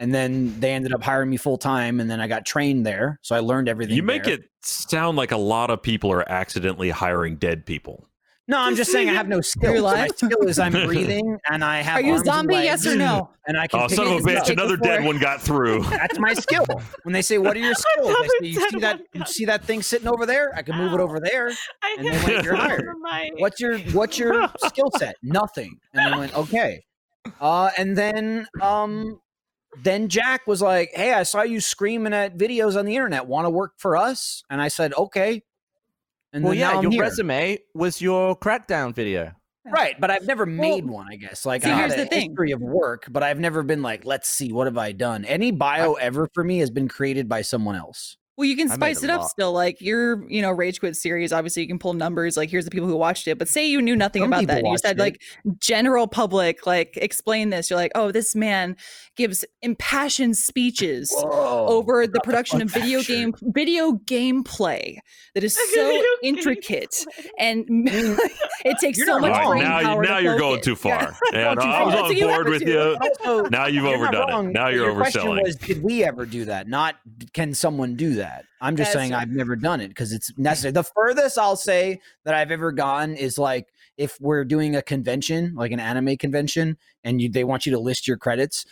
Speaker 2: And then they ended up hiring me full time. And then I got trained there. So I learned everything.
Speaker 5: You make
Speaker 2: there.
Speaker 5: it sound like a lot of people are accidentally hiring dead people.
Speaker 2: No, I'm just saying I have no skills. My
Speaker 4: alive?
Speaker 2: skill is I'm breathing and I have.
Speaker 4: Are you a
Speaker 2: arms and
Speaker 4: zombie?
Speaker 2: legs,
Speaker 4: Yes or no?
Speaker 2: And I can
Speaker 5: Oh,
Speaker 2: pick
Speaker 5: son of a
Speaker 2: things up.
Speaker 5: bitch! Another dead
Speaker 4: before.
Speaker 5: one got through.
Speaker 2: That's my skill. When they say, "What are your skills?" I say, you
Speaker 3: Another
Speaker 4: Oh
Speaker 2: see
Speaker 3: dead
Speaker 2: that
Speaker 3: one
Speaker 2: you
Speaker 3: got
Speaker 2: see that thing sitting over there? I can move it
Speaker 3: Ow.
Speaker 2: over there.
Speaker 3: I
Speaker 2: And then
Speaker 3: hit
Speaker 5: when you're
Speaker 3: myself
Speaker 2: hired,
Speaker 3: on my-
Speaker 2: What's your what's your skill set? Nothing. And I went, "Okay." Uh, and then um, then Jack was like, "Hey, I saw you screaming at videos on the internet. Want to work for us?" And I said, "Okay." And
Speaker 6: well,
Speaker 2: then
Speaker 6: yeah,
Speaker 2: now I'm
Speaker 6: your
Speaker 2: here.
Speaker 6: resume was your crackdown video.
Speaker 2: Right, but I've never made one. I guess like
Speaker 4: see,
Speaker 2: I
Speaker 4: here's
Speaker 2: have a
Speaker 4: the thing.
Speaker 2: history of work, but I've never been like, let's see, what have I done? Any bio ever for me has been created by someone else.
Speaker 4: Well, you can
Speaker 6: I made
Speaker 4: spice
Speaker 6: a
Speaker 4: it up
Speaker 6: lot.
Speaker 4: still. Like your, you know, Rage Quit series, obviously you can pull numbers. Like here's the people who watched it, but say you knew nothing
Speaker 2: Some
Speaker 4: about
Speaker 2: people
Speaker 4: that. and You
Speaker 2: watched
Speaker 4: said
Speaker 2: it.
Speaker 4: like general public, like explain this. You're like, oh, this man gives impassioned speeches.
Speaker 2: Whoa.
Speaker 4: over the production of
Speaker 2: fuck that
Speaker 4: video
Speaker 2: shit.
Speaker 4: game video gameplay that is so
Speaker 3: Video
Speaker 4: intricate and it takes
Speaker 2: You're
Speaker 4: so
Speaker 2: not
Speaker 4: much
Speaker 2: wrong.
Speaker 5: All right,
Speaker 4: brain
Speaker 5: now,
Speaker 4: power
Speaker 5: you-
Speaker 4: to
Speaker 5: now you're going
Speaker 4: focus.
Speaker 5: too far.
Speaker 4: You're going
Speaker 5: And
Speaker 4: too
Speaker 5: I was
Speaker 4: far.
Speaker 5: on
Speaker 4: So you
Speaker 5: board
Speaker 4: have
Speaker 5: with
Speaker 4: to.
Speaker 5: you.
Speaker 2: Also,
Speaker 5: Now you've
Speaker 2: you're not
Speaker 5: overdone
Speaker 2: wrong,
Speaker 5: it. Now
Speaker 2: but
Speaker 5: you're
Speaker 2: your question
Speaker 5: overselling.
Speaker 2: Was, did we ever do that? Not can someone do that? I'm just
Speaker 4: That's
Speaker 2: saying
Speaker 4: right.
Speaker 2: I've never done it because it's necessary. The furthest I'll say that I've ever gone is like if we're doing a convention, like an anime convention, and you, they want you to list your credits.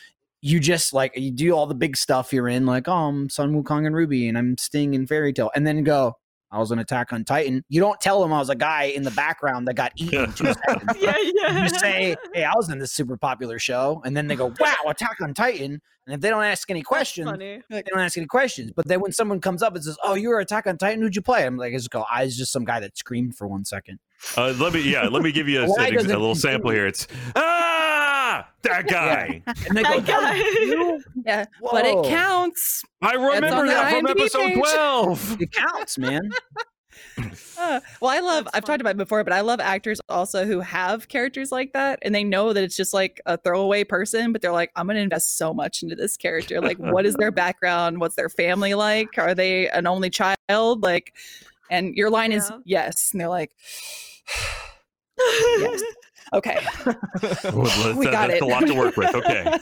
Speaker 2: You just like you do all the big stuff you're in, like oh, I'm Sun Wukong and Ruby, and I'm Sting and Fairy Tale, and then go. I was on Attack on Titan. You don't tell them I was a guy in the background that got eaten. in two seconds
Speaker 3: yeah, yeah.
Speaker 2: you say, "Hey, I was in this super popular show," and then they go, "Wow, Attack on Titan!" And if they don't ask any
Speaker 3: That's
Speaker 2: questions, they
Speaker 3: funny.
Speaker 2: don't ask any questions. But then when someone comes up and says, "Oh, you were Attack on Titan? Who'd you play?" I'm like, "I just go, I was just some guy that screamed for one second.
Speaker 5: Uh, let me, yeah, let me give you a,
Speaker 2: Why
Speaker 5: an ex-
Speaker 2: does
Speaker 5: a
Speaker 2: it
Speaker 5: little
Speaker 2: continue?
Speaker 5: sample here. It's ah, that guy.
Speaker 2: And they go,
Speaker 3: That
Speaker 2: "That was
Speaker 3: guy.
Speaker 2: you?
Speaker 4: Yeah, but it
Speaker 2: Whoa."
Speaker 4: counts.
Speaker 5: I remember
Speaker 4: on the
Speaker 5: that from
Speaker 4: IMDb
Speaker 5: episode
Speaker 4: page.
Speaker 5: twelve.
Speaker 2: It counts, man.
Speaker 4: Uh, well, I love.
Speaker 3: That's funny.
Speaker 4: I've talked about it before, but I love actors also who have characters like that, and they know that it's just like a throwaway person, but they're like, I'm gonna invest so much into this character. Like, what is their background? What's their family like? Are they an only child? Like, and your line is
Speaker 3: Yeah.
Speaker 4: yes, and they're like, Yes. okay,
Speaker 5: Well, that's-
Speaker 4: we got
Speaker 5: that's
Speaker 4: it.
Speaker 5: a lot to work with. Okay.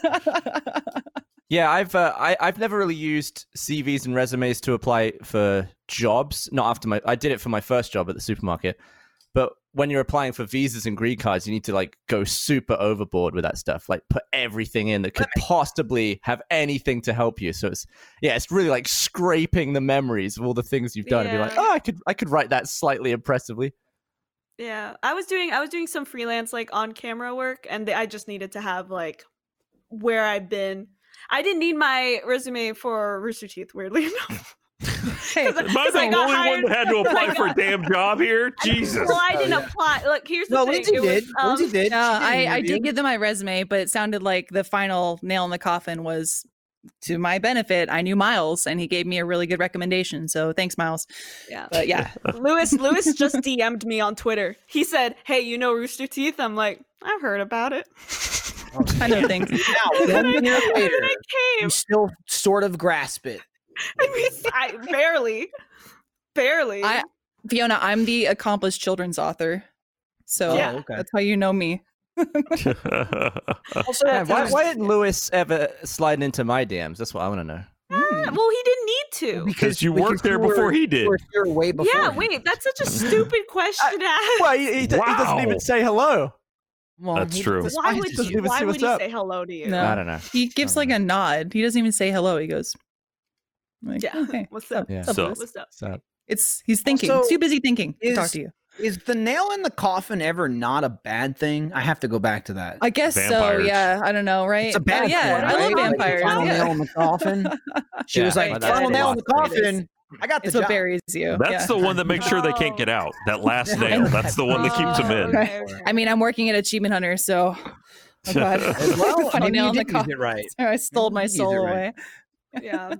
Speaker 6: Yeah, I've uh, I, I've never really used CVs and resumes to apply for jobs. Not after my I did it for my first job at the supermarket, but when you're applying for visas and green cards, you need to like go super overboard with that stuff. Like put everything in that could possibly have anything to help you. So it's yeah, it's really like scraping the memories of all the things you've done and be like,
Speaker 3: Yeah.
Speaker 6: oh, I could I could write that slightly impressively.
Speaker 3: Yeah, I was doing I was doing some freelance like on camera work, and they, I just needed to have like where I've been. I didn't need my resume for Rooster Teeth, weirdly enough.
Speaker 4: hey,
Speaker 3: 'Cause I-
Speaker 5: Am I
Speaker 3: 'cause
Speaker 5: the
Speaker 3: I got
Speaker 5: only
Speaker 3: hired-
Speaker 5: one that had to apply
Speaker 3: got-
Speaker 5: for a damn job here? Jesus.
Speaker 3: Well, I
Speaker 2: Oh,
Speaker 3: didn't
Speaker 2: yeah.
Speaker 3: apply. Look, here's the
Speaker 2: No,
Speaker 3: thing.
Speaker 2: Lindsay
Speaker 3: it
Speaker 2: did.
Speaker 3: was,
Speaker 2: Lindsay
Speaker 3: um,
Speaker 2: did.
Speaker 4: No,
Speaker 2: She
Speaker 4: I, I
Speaker 2: interview.
Speaker 4: did give them my resume, but it sounded like the final nail in the coffin was to my benefit. I knew Miles and he gave me a really good recommendation. So thanks, Miles.
Speaker 3: Yeah.
Speaker 4: But yeah,
Speaker 3: Lewis Lewis just DM'd me on Twitter. He said, "Hey, you know Rooster Teeth?" I'm like, "I've heard about it."
Speaker 4: I know things.
Speaker 2: Now,
Speaker 3: And then
Speaker 2: one
Speaker 3: I-
Speaker 2: year
Speaker 3: and then
Speaker 2: later,
Speaker 3: I
Speaker 2: you
Speaker 3: came.
Speaker 2: still sort of grasp it.
Speaker 3: I mean, I barely, barely.
Speaker 4: I- Fiona, I'm the accomplished children's author. So
Speaker 3: Yeah.
Speaker 2: Oh, okay.
Speaker 4: that's how you know me.
Speaker 2: Also,
Speaker 6: Yeah,
Speaker 2: that
Speaker 6: why,
Speaker 2: sounds-
Speaker 6: why didn't Lewis ever slide into my DMs? That's what I want to know.
Speaker 3: Yeah, Ah, well, he didn't need to.
Speaker 5: Because you worked there
Speaker 2: you were-
Speaker 5: before he did.
Speaker 2: you were here way before.
Speaker 3: yeah,
Speaker 2: him.
Speaker 3: wait, that's such a stupid question to ask.
Speaker 6: Well, he, he, d- he doesn't
Speaker 5: Wow.
Speaker 6: even say hello.
Speaker 2: Well,
Speaker 5: That's
Speaker 2: he
Speaker 5: true.
Speaker 2: did this
Speaker 3: Why
Speaker 2: twice.
Speaker 3: would
Speaker 6: doesn't
Speaker 3: you,
Speaker 6: even
Speaker 3: why
Speaker 6: see
Speaker 3: would
Speaker 6: what's
Speaker 3: he
Speaker 6: up.
Speaker 3: say hello to you?
Speaker 4: No.
Speaker 6: I don't know.
Speaker 4: He gives like a nod. He doesn't even say hello. He goes, like,
Speaker 3: Yeah.
Speaker 4: okay.
Speaker 3: What's
Speaker 4: what's
Speaker 3: up?
Speaker 4: up?
Speaker 6: Yeah.
Speaker 4: What's up,
Speaker 5: So-
Speaker 4: Louis?"
Speaker 3: What's up?
Speaker 6: So
Speaker 4: it's he's thinking.
Speaker 2: Also,
Speaker 4: he's too busy thinking to talk
Speaker 2: is-
Speaker 4: to you.
Speaker 2: Is the nail in the coffin ever not a bad thing? I have to go back to that.
Speaker 4: I guess
Speaker 5: Vampires.
Speaker 4: so. Yeah. I don't know, right?
Speaker 2: it's a
Speaker 4: But
Speaker 2: bad
Speaker 4: yeah,
Speaker 2: one,
Speaker 4: I love
Speaker 2: right? Like,
Speaker 4: vampires.
Speaker 2: final
Speaker 4: yeah.
Speaker 2: nail in the coffin. She was
Speaker 6: Yeah,
Speaker 2: like,
Speaker 6: but
Speaker 4: that's
Speaker 2: final
Speaker 4: the
Speaker 2: nail in the
Speaker 6: last thing.
Speaker 2: coffin. I got the
Speaker 4: It's what
Speaker 2: job.
Speaker 4: buries you.
Speaker 5: That's
Speaker 4: yeah.
Speaker 5: the one that makes sure they can't get out. That last nail. That's the one that keeps them in.
Speaker 4: Oh, okay, I mean, I'm working at Achievement Hunter, so oh god,
Speaker 2: As well,
Speaker 4: Funny
Speaker 2: maybe
Speaker 4: nail
Speaker 2: you
Speaker 4: in the
Speaker 2: did use
Speaker 4: coffin.
Speaker 2: it right.
Speaker 4: I stole my
Speaker 2: Use it
Speaker 4: soul
Speaker 2: right.
Speaker 4: away.
Speaker 3: yeah.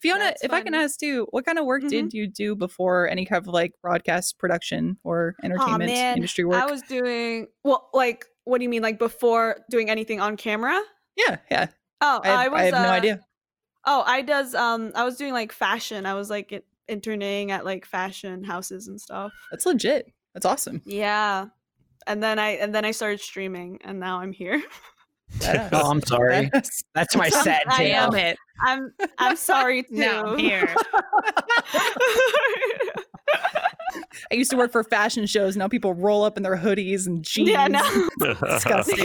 Speaker 4: Fiona,
Speaker 3: That's Mm-hmm.
Speaker 4: if I can
Speaker 3: funny.
Speaker 4: ask too, what kind of work did you do before any kind of like broadcast production or entertainment
Speaker 3: man,
Speaker 4: industry work?
Speaker 3: I was doing well. Like, what do you mean? Like before doing anything on camera?
Speaker 4: yeah, yeah.
Speaker 3: Oh,
Speaker 4: I,
Speaker 3: I,
Speaker 4: have-
Speaker 3: was.
Speaker 4: I have no
Speaker 3: uh,
Speaker 4: idea.
Speaker 3: Oh, I does. Um, I was doing like fashion. I was like in- interning at like fashion houses and stuff.
Speaker 4: That's legit. That's awesome.
Speaker 3: Yeah, and then I and then I started streaming, and now I'm here.
Speaker 4: Badass.
Speaker 2: Oh, I'm sorry.
Speaker 4: Badass.
Speaker 2: That's my sad
Speaker 3: I am.
Speaker 2: tale.
Speaker 7: it.
Speaker 3: I'm I'm sorry too.
Speaker 7: Now I'm here.
Speaker 4: I used to work for fashion shows. Now people roll up in their hoodies and jeans.
Speaker 3: yeah, no.
Speaker 4: Disgusting.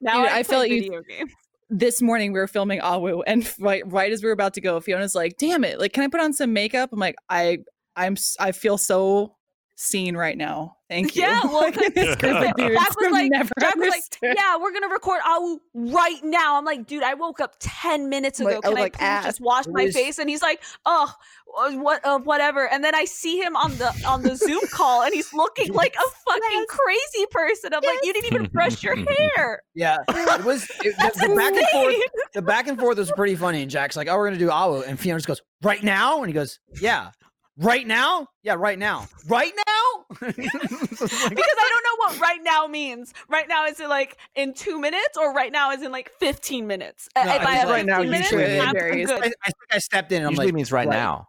Speaker 3: now
Speaker 4: Dude,
Speaker 3: I,
Speaker 4: I
Speaker 3: play
Speaker 4: feel like you-
Speaker 3: video games.
Speaker 4: This morning we were filming Awu, and right, right as we were about to go, Fiona's like, "Damn it! Like, can I put on some makeup?" I'm like, "I, I'm, s- I feel so seen right now. Thank you."
Speaker 3: Yeah, well,
Speaker 4: Like, this group of
Speaker 5: Jack
Speaker 4: dudes
Speaker 3: was
Speaker 4: who
Speaker 3: like-
Speaker 4: never
Speaker 3: Jack was like,
Speaker 4: understood.
Speaker 3: yeah, we're gonna record Awu right now. I'm like, dude, I woke up ten minutes
Speaker 4: I'm
Speaker 3: ago.
Speaker 4: like,
Speaker 3: Can
Speaker 4: oh,
Speaker 3: I
Speaker 4: like,
Speaker 3: please
Speaker 4: ass.
Speaker 3: just wash my
Speaker 2: Where's-
Speaker 3: face? And he's like, oh, uh, what, uh, whatever. And then I see him on the on the Zoom call, and he's looking like a fucking crazy person. I'm like, you didn't even brush your hair.
Speaker 2: Yeah, it was it, the, the back and forth.
Speaker 3: insane.
Speaker 2: The back and forth was pretty funny. And Jack's like, "Oh, we're gonna do Awu," and Fiona just goes, "Right now," and he goes, "Yeah, right now, yeah, right now, right now." It's like-
Speaker 3: Because I don't know what right now means. Right now is it like in two minutes, or right now is in like fifteen minutes? Uh,
Speaker 2: No,
Speaker 3: if I
Speaker 2: I think
Speaker 3: have
Speaker 2: right
Speaker 3: like
Speaker 6: now
Speaker 3: 15 minutes,
Speaker 4: usually it
Speaker 3: I'm- I'm
Speaker 4: varies.
Speaker 2: I, I
Speaker 3: good.
Speaker 2: think I stepped in. And I'm
Speaker 6: Usually
Speaker 2: like,
Speaker 6: means right,
Speaker 2: right.
Speaker 6: now.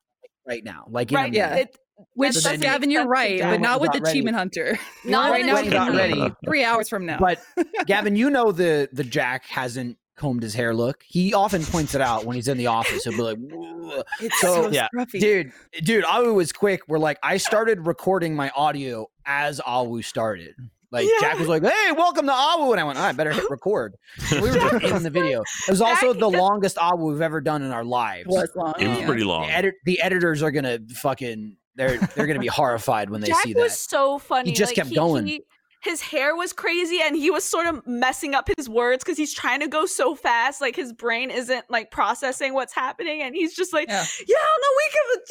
Speaker 2: right now, like in a
Speaker 3: Right,
Speaker 2: minute.
Speaker 4: yeah.
Speaker 3: it-
Speaker 4: Which,
Speaker 2: But then-
Speaker 4: Gavin, you're right,
Speaker 3: Yeah,
Speaker 4: but
Speaker 2: when
Speaker 4: not
Speaker 2: we
Speaker 4: with
Speaker 2: got ready-
Speaker 4: Achievement Hunter.
Speaker 3: Not
Speaker 4: right
Speaker 3: with
Speaker 4: now,
Speaker 2: when we
Speaker 4: you
Speaker 2: got
Speaker 4: can-
Speaker 2: ready.
Speaker 4: Three hours from now.
Speaker 2: But Gavin, you know the the Jack hasn't combed his hair look. He often points it out when he's in the office. He'll be like, "Whoa."
Speaker 4: it's
Speaker 2: so-
Speaker 4: so,
Speaker 2: yeah.
Speaker 4: scruffy.
Speaker 2: "Dude, dude, Awu was quick." We're like, I started recording my audio as Awu started. Like
Speaker 3: Yeah.
Speaker 2: Jack was like, "Hey, welcome to Awu," and I went, "I better hit record." We were just in the video. It was also
Speaker 3: Jack-
Speaker 2: the longest Awu we've ever done in our lives.
Speaker 4: was long.
Speaker 5: It was
Speaker 4: yeah.
Speaker 5: pretty
Speaker 2: The,
Speaker 5: long.
Speaker 2: edit- the editors are gonna fucking they're they're gonna be horrified when they
Speaker 3: Jack
Speaker 2: see
Speaker 3: was
Speaker 2: that.
Speaker 3: so funny.
Speaker 2: just
Speaker 3: like,
Speaker 2: kept going.
Speaker 3: his hair was crazy, and he was sort of messing up his words because he's trying to go so fast. Like his brain isn't like processing what's happening, and he's just like, "Yeah,
Speaker 4: Yeah.
Speaker 3: on the week of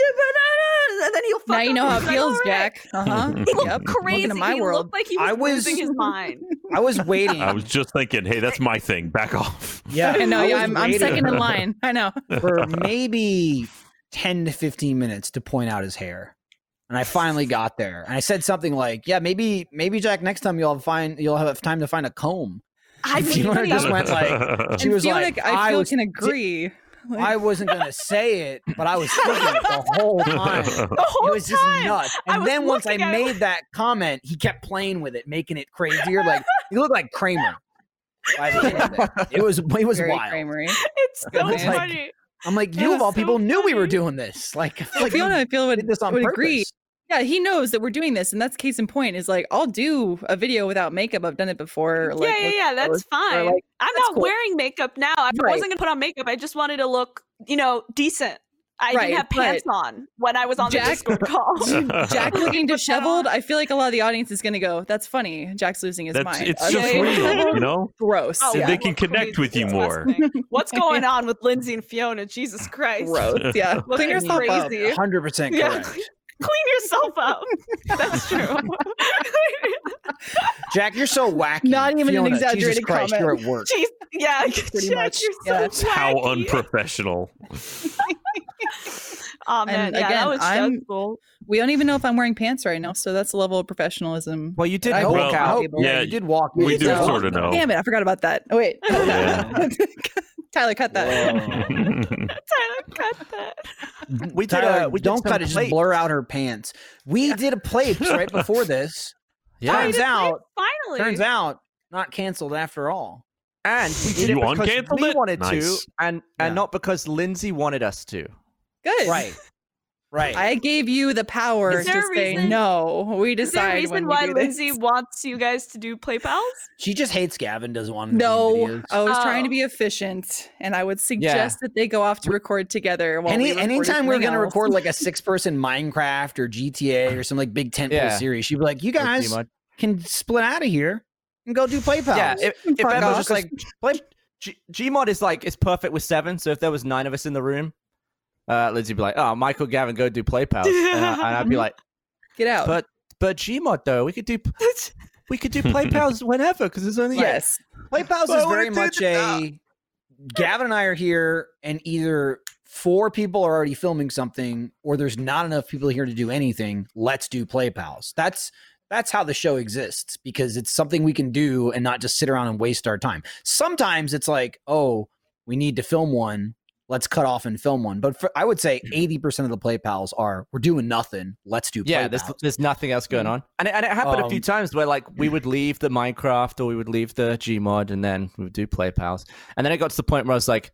Speaker 3: bananas," and then he'll. Fuck
Speaker 4: Now you
Speaker 3: up,
Speaker 4: know
Speaker 3: and
Speaker 4: how it
Speaker 3: he's like,
Speaker 4: feels,
Speaker 3: "All right."
Speaker 4: Jack. Uh huh.
Speaker 3: He looked
Speaker 4: Yep.
Speaker 3: crazy.
Speaker 4: Welcome to my
Speaker 3: he
Speaker 4: world.
Speaker 3: looked like he was,
Speaker 2: I was-
Speaker 3: losing his mind.
Speaker 2: I was waiting.
Speaker 5: I was just thinking, hey, that's my thing. Back off.
Speaker 2: yeah,
Speaker 4: I know.
Speaker 2: I
Speaker 4: Yeah,
Speaker 2: was
Speaker 4: I'm, I'm
Speaker 2: waiting.
Speaker 4: second in line. I know.
Speaker 2: for maybe 10 to 15 minutes to point out his hair. And I finally got there. And I said something like, "Yeah, maybe maybe Jack next time you'll find you'll have time to find a comb."
Speaker 3: I
Speaker 2: If you
Speaker 3: literally-
Speaker 2: just went like- She
Speaker 4: and
Speaker 2: was
Speaker 4: Fiona,
Speaker 2: like, I
Speaker 4: I feel
Speaker 2: was
Speaker 4: can agree. Like,
Speaker 2: I wasn't going to say it, but I was thinking it the whole time.
Speaker 3: the
Speaker 5: That's
Speaker 3: whole
Speaker 2: it was just
Speaker 3: time.
Speaker 2: nuts.
Speaker 3: I
Speaker 2: And
Speaker 3: was
Speaker 2: then once I
Speaker 3: looking at him.
Speaker 2: made that comment, he kept playing with it, making it crazier. Like you look like Kramer. by the end of it. it was it was
Speaker 4: very
Speaker 2: wild.
Speaker 4: Kramer-y.
Speaker 3: It's so
Speaker 2: It was like-
Speaker 3: funny.
Speaker 2: I'm like,
Speaker 3: It
Speaker 2: you of
Speaker 3: was
Speaker 2: all
Speaker 3: so
Speaker 2: people knew we were
Speaker 3: funny.
Speaker 2: doing this. Like,
Speaker 4: Like,
Speaker 2: like
Speaker 4: Fiona, I feel
Speaker 2: did
Speaker 4: would,
Speaker 2: this on
Speaker 4: would
Speaker 2: purpose.
Speaker 4: agree. Yeah, he knows that we're doing this, and that's case in point. Is like, I'll do a video without makeup. I've done it before. Like,
Speaker 3: yeah,
Speaker 4: with-
Speaker 3: yeah, yeah. That's fine.
Speaker 4: like,
Speaker 3: I'm
Speaker 4: "That's
Speaker 3: not
Speaker 4: cool."
Speaker 3: wearing makeup now. I
Speaker 4: Right.
Speaker 3: wasn't gonna put on makeup. I just wanted to look, you know, decent. I
Speaker 4: Right,
Speaker 3: didn't have pants on when I was on
Speaker 4: Jack-
Speaker 3: the Discord call.
Speaker 4: Jack looking
Speaker 3: that on.
Speaker 4: disheveled. I feel like a lot of the audience is going to go, "That's funny." Jack's losing his mind.
Speaker 5: it's
Speaker 4: Us
Speaker 5: just
Speaker 4: being
Speaker 5: real,
Speaker 4: disheveled,
Speaker 5: you know.
Speaker 4: Gross.
Speaker 3: Oh,
Speaker 5: Did
Speaker 4: yeah.
Speaker 5: they
Speaker 3: wow,
Speaker 5: can
Speaker 3: look
Speaker 5: connect
Speaker 3: who
Speaker 5: with you
Speaker 3: he's
Speaker 5: more.
Speaker 3: disgusting. What's going on with Lindsay and Fiona? Jesus Christ!
Speaker 4: gross. Yeah.
Speaker 3: Looking
Speaker 4: Clean yourself up.
Speaker 3: crazy.
Speaker 2: hundred percent
Speaker 3: Yeah.
Speaker 2: correct.
Speaker 3: Clean yourself up. That's true.
Speaker 2: Jack, you're so wacky.
Speaker 4: Not even an
Speaker 2: Fiona, Jesus
Speaker 4: exaggerated
Speaker 2: Christ,
Speaker 4: comment.
Speaker 2: You're at work.
Speaker 3: Jeez, yeah,
Speaker 4: Pretty
Speaker 3: Jack,
Speaker 4: much,
Speaker 3: you're so
Speaker 4: yeah.
Speaker 5: That's how
Speaker 3: wacky.
Speaker 5: unprofessional.
Speaker 3: Aw, man,
Speaker 4: And
Speaker 3: yeah, that
Speaker 4: again,
Speaker 3: was
Speaker 4: I'm-
Speaker 3: so cool.
Speaker 4: We don't even know if I'm wearing pants right now, so that's the level of professionalism.
Speaker 6: Well, you did
Speaker 4: I
Speaker 6: walk
Speaker 5: hope-
Speaker 6: out.
Speaker 2: Oh,
Speaker 5: Yeah,
Speaker 2: you did walk.
Speaker 5: we
Speaker 2: in.
Speaker 5: do
Speaker 4: Yeah.
Speaker 5: sort of know.
Speaker 4: Damn it! I forgot about that. Oh, wait, cut that. Tyler, cut that.
Speaker 3: Tyler, cut that.
Speaker 6: We did.
Speaker 2: Tyler,
Speaker 6: uh, we did
Speaker 2: don't
Speaker 6: some
Speaker 2: cut it. Just
Speaker 6: plates.
Speaker 2: blur out her pants. We did a plates right before this.
Speaker 3: Oh, you
Speaker 2: Turns
Speaker 3: did
Speaker 2: out,
Speaker 3: play- finally.
Speaker 2: turns out, not canceled after all.
Speaker 6: And we did
Speaker 5: You
Speaker 6: it because
Speaker 5: uncanceled
Speaker 6: we
Speaker 5: it?
Speaker 6: wanted
Speaker 5: Nice.
Speaker 6: to, and and
Speaker 2: Yeah.
Speaker 6: not because Lindsay wanted us to.
Speaker 4: Good.
Speaker 2: Right. Right.
Speaker 4: I gave you the power
Speaker 3: Is
Speaker 4: to
Speaker 3: there a
Speaker 4: say
Speaker 3: reason-
Speaker 4: no. We
Speaker 3: Is there a
Speaker 4: decide when
Speaker 3: reason
Speaker 4: we
Speaker 3: why
Speaker 4: do
Speaker 3: Lindsay
Speaker 4: this.
Speaker 3: wants you guys to do play pals?
Speaker 2: she just hates Gavin. Doesn't want him to be in
Speaker 4: No,
Speaker 2: videos.
Speaker 4: I was trying to
Speaker 3: Oh.
Speaker 4: be efficient, and I would suggest that they go off to record together. While
Speaker 2: Any
Speaker 4: we
Speaker 2: anytime we're
Speaker 4: going
Speaker 2: gonna
Speaker 4: to
Speaker 2: record like a six person Minecraft or GTA or some like big tent
Speaker 6: Yeah.
Speaker 2: series, she'd be like, "You
Speaker 6: Pretty
Speaker 2: guys
Speaker 6: much.
Speaker 2: can split out of here and go do play pals."
Speaker 6: Yeah. If, if
Speaker 4: Fuck
Speaker 6: Emma was
Speaker 4: off.
Speaker 6: just like, blame- G- Gmod is like it's perfect with seven. So if there was nine of us in the room, uh, Lindsay'd be like, "Oh, Michael, Gavin, go do play pals," and, I, and I'd be like,
Speaker 4: get out.
Speaker 6: "But but Gmod though, we could do we could do play pals whenever because there's only like,
Speaker 4: yes,
Speaker 2: Play Pals
Speaker 6: But I
Speaker 2: is
Speaker 6: wanna
Speaker 2: very
Speaker 6: do
Speaker 2: much
Speaker 6: the-
Speaker 2: a Gavin and I are here, and either four people are already filming something, or there's not enough people here to do anything. Let's do Play Pals. That's that's how the show exists because it's something we can do and not just sit around and waste our time. Sometimes it's like, oh, we need to film one. Let's cut off and film one. But for, I would say
Speaker 6: Hmm.
Speaker 2: 80% of the play pals are we're doing nothing. Let's do play
Speaker 6: yeah, there's,
Speaker 2: pals.
Speaker 6: there's nothing else going on, and it, and it happened a few
Speaker 2: Um,
Speaker 6: times where like we would leave the Minecraft or we would leave the Gmod, and then we would do Play Pals, and then it got to the point where I was like,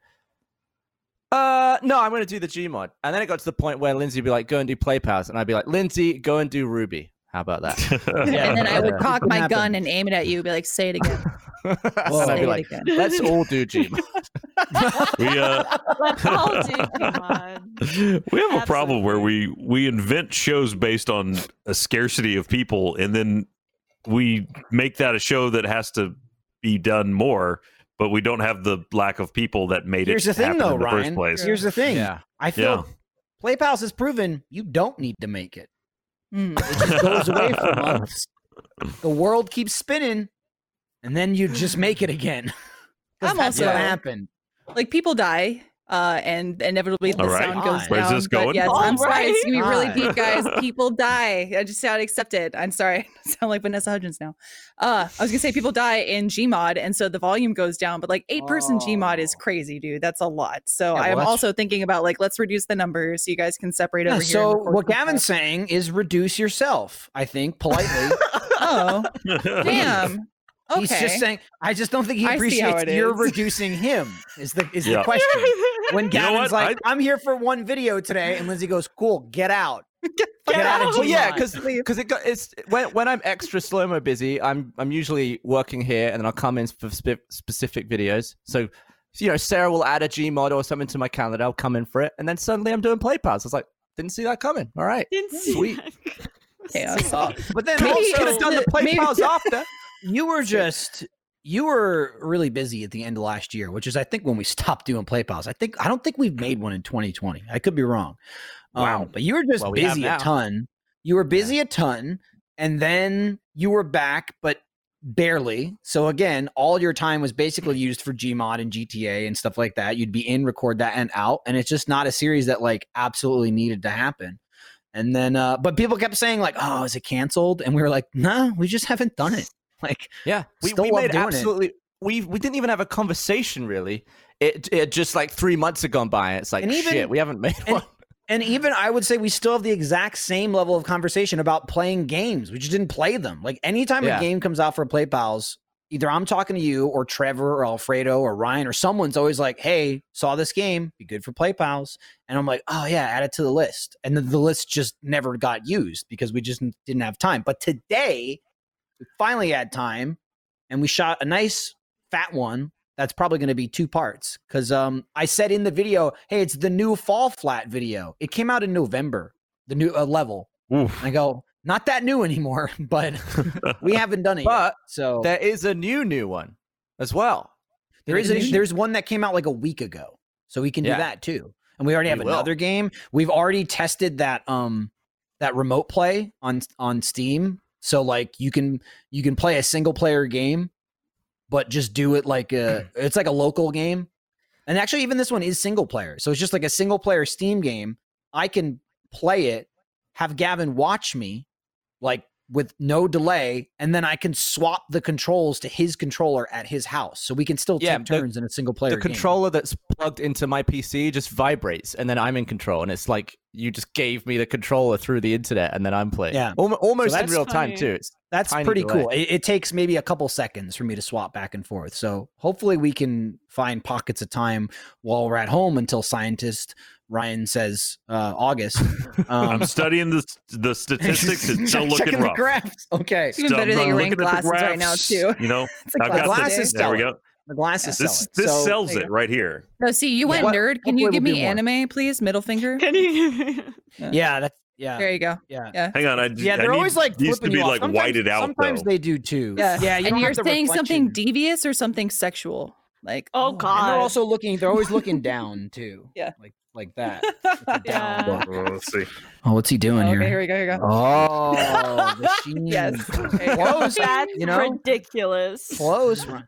Speaker 6: "Uh, no, I'm going to do the Gmod," and then it got to the point where Lindsay would be like, "Go and do Play Pals," and I'd be like, "Lindsay, go and do Ruby. How about that?"
Speaker 5: yeah.
Speaker 4: and then I would
Speaker 2: Yeah.
Speaker 4: cock
Speaker 2: It
Speaker 4: my
Speaker 2: can
Speaker 4: gun
Speaker 2: happen.
Speaker 4: and aim it at you, be like, "Say it again,
Speaker 2: Oh.
Speaker 6: and I'd
Speaker 4: say
Speaker 6: be
Speaker 4: it
Speaker 6: like,
Speaker 4: again."
Speaker 6: "Let's all do Gmod."
Speaker 5: we uh,
Speaker 3: Let's all do Pokemon.
Speaker 5: we have a problem where we we invent shows based on a scarcity of people and then we make that a show that has to be done more but we don't have the lack of people that made
Speaker 2: Here's
Speaker 5: it
Speaker 2: the thing,
Speaker 5: happen
Speaker 2: though,
Speaker 5: in the
Speaker 2: Ryan.
Speaker 5: first place
Speaker 2: Here's the thing.
Speaker 6: Yeah,
Speaker 2: I feel
Speaker 5: Yeah.
Speaker 2: play pals has proven you don't need to make it.
Speaker 4: Mm.
Speaker 2: It just goes away for months. The world keeps spinning, and then you just make it again. 'Cause
Speaker 4: I'm
Speaker 2: that's
Speaker 4: also-
Speaker 2: what happened.
Speaker 4: like people die uh and inevitably the
Speaker 5: All right.
Speaker 4: sound goes
Speaker 5: Where's
Speaker 4: down
Speaker 5: this
Speaker 4: but
Speaker 5: going?
Speaker 4: yes,
Speaker 3: All
Speaker 4: i'm sorry it's
Speaker 3: right.
Speaker 4: gonna be really
Speaker 2: All
Speaker 4: deep guys people die i just sound accepted i'm sorry I sound like vanessa hudgens now uh i was gonna say people die in gmod and so the volume goes down but like eight person gmod is
Speaker 2: Oh.
Speaker 4: crazy dude that's a lot
Speaker 2: Yeah,
Speaker 4: so i'm
Speaker 2: well, that's-
Speaker 4: also thinking about like let's reduce the numbers so you guys can separate
Speaker 2: Yeah,
Speaker 4: over here
Speaker 2: so
Speaker 4: and record
Speaker 2: what
Speaker 4: from
Speaker 2: Gavin's saying is reduce yourself. I think politely.
Speaker 4: that. oh damn okay
Speaker 2: He's just saying. I just don't think he
Speaker 4: I see how
Speaker 2: appreciates
Speaker 4: it
Speaker 2: you're
Speaker 4: is.
Speaker 2: reducing him. Is the is
Speaker 5: Yeah.
Speaker 2: the question? When
Speaker 5: You know
Speaker 2: Gavin's
Speaker 5: what?
Speaker 2: like, I, am here for one video today," and Lindsay goes, "Cool, get out, get, out, of
Speaker 6: Well, yeah,
Speaker 2: Gmod."
Speaker 6: because it got it's when when I'm extra slow mo busy, I'm I'm usually working here, and then I'll come in for spe- specific videos. So, you know, Sarah will add a Gmod or something to my calendar. I'll come in for it, and then suddenly I'm doing play pass. I was like, didn't see that coming. All right,
Speaker 3: Didn't see
Speaker 6: Sweet.
Speaker 3: that.
Speaker 4: chaos
Speaker 2: But then
Speaker 4: Maybe
Speaker 2: also,
Speaker 4: it's
Speaker 6: could have done the
Speaker 4: the-
Speaker 6: play
Speaker 4: maybe-
Speaker 6: pals after.
Speaker 2: you were just you were really busy at the end of last year, which is I think when we stopped doing play pals. I think I don't think we've made one in 2020. I could be wrong. Um,
Speaker 6: Wow.
Speaker 2: but you were just
Speaker 6: Well, we have
Speaker 2: busy
Speaker 6: now.
Speaker 2: a ton. You were busy a ton, and then you were back, but barely. So again, all your time was basically used for Gmod and GTA and stuff like that. You'd be in, record that, and out, and it's just not a series that like absolutely needed to happen. And then, uh, but people kept saying like, "Oh, is it canceled?" And we were like, "No, we just haven't done it." Like,
Speaker 6: Yeah, we,
Speaker 2: Still
Speaker 6: we
Speaker 2: love
Speaker 6: made
Speaker 2: doing it.
Speaker 6: absolutely. We we didn't even have a conversation really. It, it just like three months have gone by. And it's like
Speaker 2: And even-
Speaker 6: shit. We haven't made
Speaker 2: and-
Speaker 6: one.
Speaker 2: and even I would say we still have the exact same level of conversation about playing games. We just didn't play them. Like anytime
Speaker 6: Yeah.
Speaker 2: a game comes out for Play Pals, either I'm talking to you or Trevor or Alfredo or Ryan or someone's always like, "Hey, saw this game, be good for Play Pals," and I'm like, "Oh yeah, add it to the list." And then the list just never got used because we just didn't have time. But today, we finally had time, and we shot a nice fat one that's probably going to be two parts because um, I said in the video, hey, it's the new fall flat video. It came out in November, the new uh, level.
Speaker 5: Oof.
Speaker 2: And I go, not that new anymore, but we haven't done it.
Speaker 6: But
Speaker 2: yet. so
Speaker 6: There is a new new one as well.
Speaker 2: there is a,
Speaker 6: new-
Speaker 2: there's one that came out like a week ago, so we can
Speaker 6: Yeah.
Speaker 2: do that too. And we already
Speaker 6: We
Speaker 2: have
Speaker 6: will.
Speaker 2: another game. We've already tested that um that remote play on on Steam. So like you can you can play a single player game, but just do it like a it's like a local game. And actually, even this one is single player, so it's just like a single player Steam game. I can play it, have Gavin watch me, like with no delay, and then I can swap the controls to his controller at his house, so we can still
Speaker 6: Yeah,
Speaker 2: take
Speaker 6: the-
Speaker 2: turns in a single player.
Speaker 6: the
Speaker 2: game.
Speaker 6: controller that's plugged into my PC just vibrates, and then I'm in control, and it's like you just gave me the controller through the internet, and then I'm playing.
Speaker 2: Yeah.
Speaker 6: Alm- almost in
Speaker 2: that's
Speaker 6: real time
Speaker 3: funny.
Speaker 6: too. It's,
Speaker 2: That's
Speaker 6: tiny
Speaker 2: pretty
Speaker 6: delay.
Speaker 2: cool. It, it takes maybe a couple seconds for me to swap back and forth. So hopefully we can find pockets of time while we're at home until scientist Ryan says uh, August. Um,
Speaker 5: i'm studying the the statistics it's still looking
Speaker 2: checking the
Speaker 5: rough
Speaker 2: graphs. Okay,
Speaker 4: It's even
Speaker 5: Still-
Speaker 4: better that
Speaker 5: I'm
Speaker 4: you're
Speaker 5: looking
Speaker 4: wearing
Speaker 5: at the
Speaker 4: glasses right now
Speaker 5: graphs,
Speaker 4: too
Speaker 5: you know
Speaker 4: it's a
Speaker 5: I've got
Speaker 4: glass
Speaker 5: the-
Speaker 2: Glasses
Speaker 4: today.
Speaker 5: there we go
Speaker 2: the glasses. sell
Speaker 5: this
Speaker 2: it.
Speaker 5: this
Speaker 2: So-
Speaker 5: sells
Speaker 4: there you
Speaker 5: it right here
Speaker 4: no Oh, see you went
Speaker 2: Yeah.
Speaker 4: nerd can
Speaker 2: Hopefully
Speaker 4: you
Speaker 2: we'll
Speaker 4: give
Speaker 2: do
Speaker 4: me
Speaker 2: more.
Speaker 4: anime please middle finger
Speaker 3: Can you?
Speaker 2: Yeah, that's yeah,
Speaker 4: there you go
Speaker 2: yeah.
Speaker 5: hang on i
Speaker 2: Yeah,
Speaker 5: I
Speaker 2: they're
Speaker 5: need
Speaker 2: always like
Speaker 5: these to
Speaker 2: flipping
Speaker 5: be
Speaker 2: you off.
Speaker 5: like
Speaker 2: sometimes,
Speaker 5: whited out
Speaker 2: Sometimes
Speaker 5: though.
Speaker 2: they do too.
Speaker 4: Yeah.
Speaker 2: yeah. You
Speaker 4: and
Speaker 2: don't
Speaker 4: you're
Speaker 2: have the
Speaker 4: saying something
Speaker 2: reflection.
Speaker 4: devious or something sexual like
Speaker 3: Oh, God.
Speaker 2: And they're also looking. They're always looking down too.
Speaker 4: Yeah.
Speaker 2: like like that.
Speaker 3: Yeah.
Speaker 2: Down look.
Speaker 5: Oh, let's see
Speaker 2: Oh, what's he doing
Speaker 4: okay
Speaker 2: here?
Speaker 4: here we go here we go
Speaker 2: Oh, the sheen.
Speaker 4: yes There you go.
Speaker 2: Close,
Speaker 3: That's
Speaker 2: you know?
Speaker 3: ridiculous.
Speaker 2: Close. Ryan.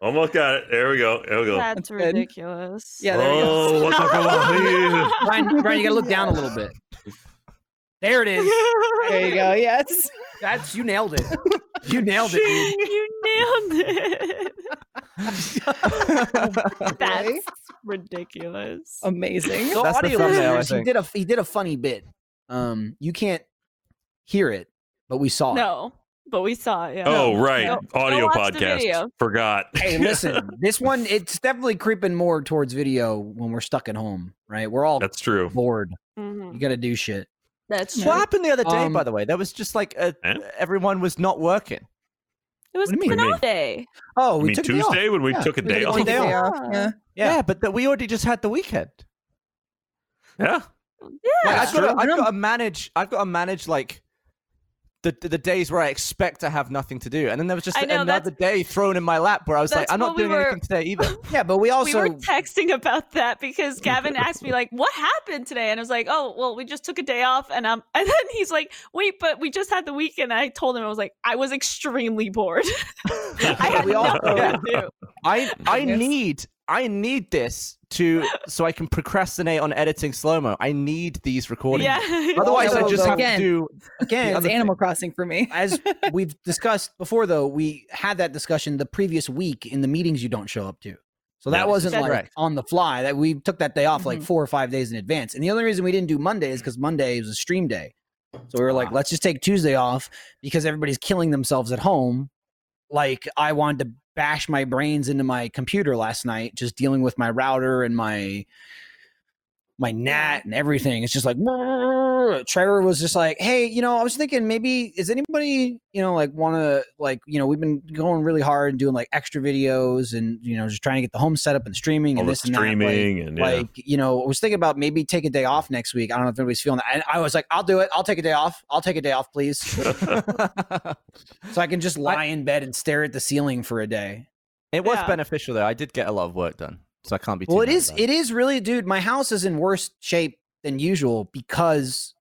Speaker 5: almost got it there we go there we go
Speaker 3: That's
Speaker 4: That's good.
Speaker 3: ridiculous.
Speaker 4: Yeah, there we go.
Speaker 5: oh what's up with
Speaker 2: Ryan, Ryan, you gotta look down a little bit. There it is.
Speaker 4: There you go. Yes.
Speaker 2: That's you nailed it. You nailed it. dude.
Speaker 3: you nailed it. That's
Speaker 4: Okay.
Speaker 3: ridiculous.
Speaker 4: Um, Amazing.
Speaker 2: So
Speaker 6: That's the
Speaker 2: audio
Speaker 6: thumbnail, I
Speaker 2: listeners, he
Speaker 6: think.
Speaker 2: did a he did a funny bit. Um, you can't hear it, but we saw it.
Speaker 3: No, but we saw it. Yeah.
Speaker 5: Oh, right.
Speaker 3: Go- go
Speaker 5: Audio
Speaker 3: watch the
Speaker 5: podcast.
Speaker 3: video.
Speaker 5: Forgot.
Speaker 2: Hey, listen, this one it's definitely creeping more towards video when we're stuck at home, right? We're all
Speaker 5: That's true.
Speaker 2: bored.
Speaker 3: Mhm.
Speaker 2: You got to do shit.
Speaker 3: That's true.
Speaker 4: Well,
Speaker 6: What happened the other day,
Speaker 2: Um,
Speaker 6: by the way? There was just like a,
Speaker 5: Eh?
Speaker 6: everyone was not working.
Speaker 3: It was
Speaker 2: What do you mean?
Speaker 3: an off day.
Speaker 2: Oh,
Speaker 5: I
Speaker 2: we
Speaker 5: mean,
Speaker 2: took a day off.
Speaker 5: Tuesday when we
Speaker 2: Yeah,
Speaker 5: took a
Speaker 2: we
Speaker 5: day
Speaker 2: took
Speaker 5: off.
Speaker 2: one day off.
Speaker 4: Yeah.
Speaker 2: Yeah.
Speaker 6: Yeah, but that we already just had the weekend.
Speaker 5: Yeah.
Speaker 6: Like,
Speaker 2: Yeah.
Speaker 6: I've, got to, I've got to manage. I've got to manage like the the days where I expect to have nothing to do, and then there was just
Speaker 3: I know,
Speaker 6: another day thrown in my lap where I was like,
Speaker 3: that's
Speaker 6: I'm not
Speaker 3: what we
Speaker 6: doing
Speaker 3: were-
Speaker 6: anything today either.
Speaker 2: Yeah, but we also
Speaker 3: we were texting about that because Gavin asked me like, "What happened today?" And I was like, "Oh, well, we just took a day off." And um, and then he's like, "Wait, but we just had the weekend." And I told him I was like, "I was extremely bored. I had
Speaker 2: We all-
Speaker 3: nothing
Speaker 6: yeah.
Speaker 3: to do."
Speaker 6: I I
Speaker 4: Yes.
Speaker 6: need I need this to so I can procrastinate on editing slow mo. I need these recordings.
Speaker 3: Yeah.
Speaker 6: Otherwise, I
Speaker 2: Also,
Speaker 6: just
Speaker 2: though-
Speaker 6: have
Speaker 4: Again.
Speaker 6: to do.
Speaker 2: again
Speaker 4: It's Animal Crossing for me.
Speaker 2: as we've discussed before though we had that discussion the previous week in the meetings you don't show up to so that
Speaker 5: Yeah.
Speaker 2: wasn't
Speaker 3: That's
Speaker 2: like
Speaker 6: correct.
Speaker 2: on the fly that we took that day off like four or five days in advance and the only reason we didn't do monday is because monday was a stream day so we were like let's just take tuesday off because everybody's killing themselves at home like i wanted to bash my brains into my computer last night just dealing with my router and my my nat and everything. It's just like "Brrr." Trevor was just like, hey, you know, I was thinking maybe is anybody, you know, like want to like, you know, we've been going really hard and doing like extra videos and you know just trying to get the home set up and streaming
Speaker 5: All
Speaker 2: and
Speaker 5: the
Speaker 2: this and that. Like,
Speaker 5: streaming and yeah.
Speaker 2: like you know, I was thinking about maybe take a day off next week. I don't know if anybody's feeling that. And I was like, I'll do it. I'll take a day off. I'll take a day off, please, so I can just lie in bed and stare at the ceiling for a day.
Speaker 6: it was
Speaker 3: Yeah.
Speaker 6: beneficial though. I did get a lot of work done, so I can't be. Too
Speaker 2: Well, it
Speaker 6: mad
Speaker 2: is.
Speaker 6: about
Speaker 2: It is really, dude. My house is in worse shape than usual because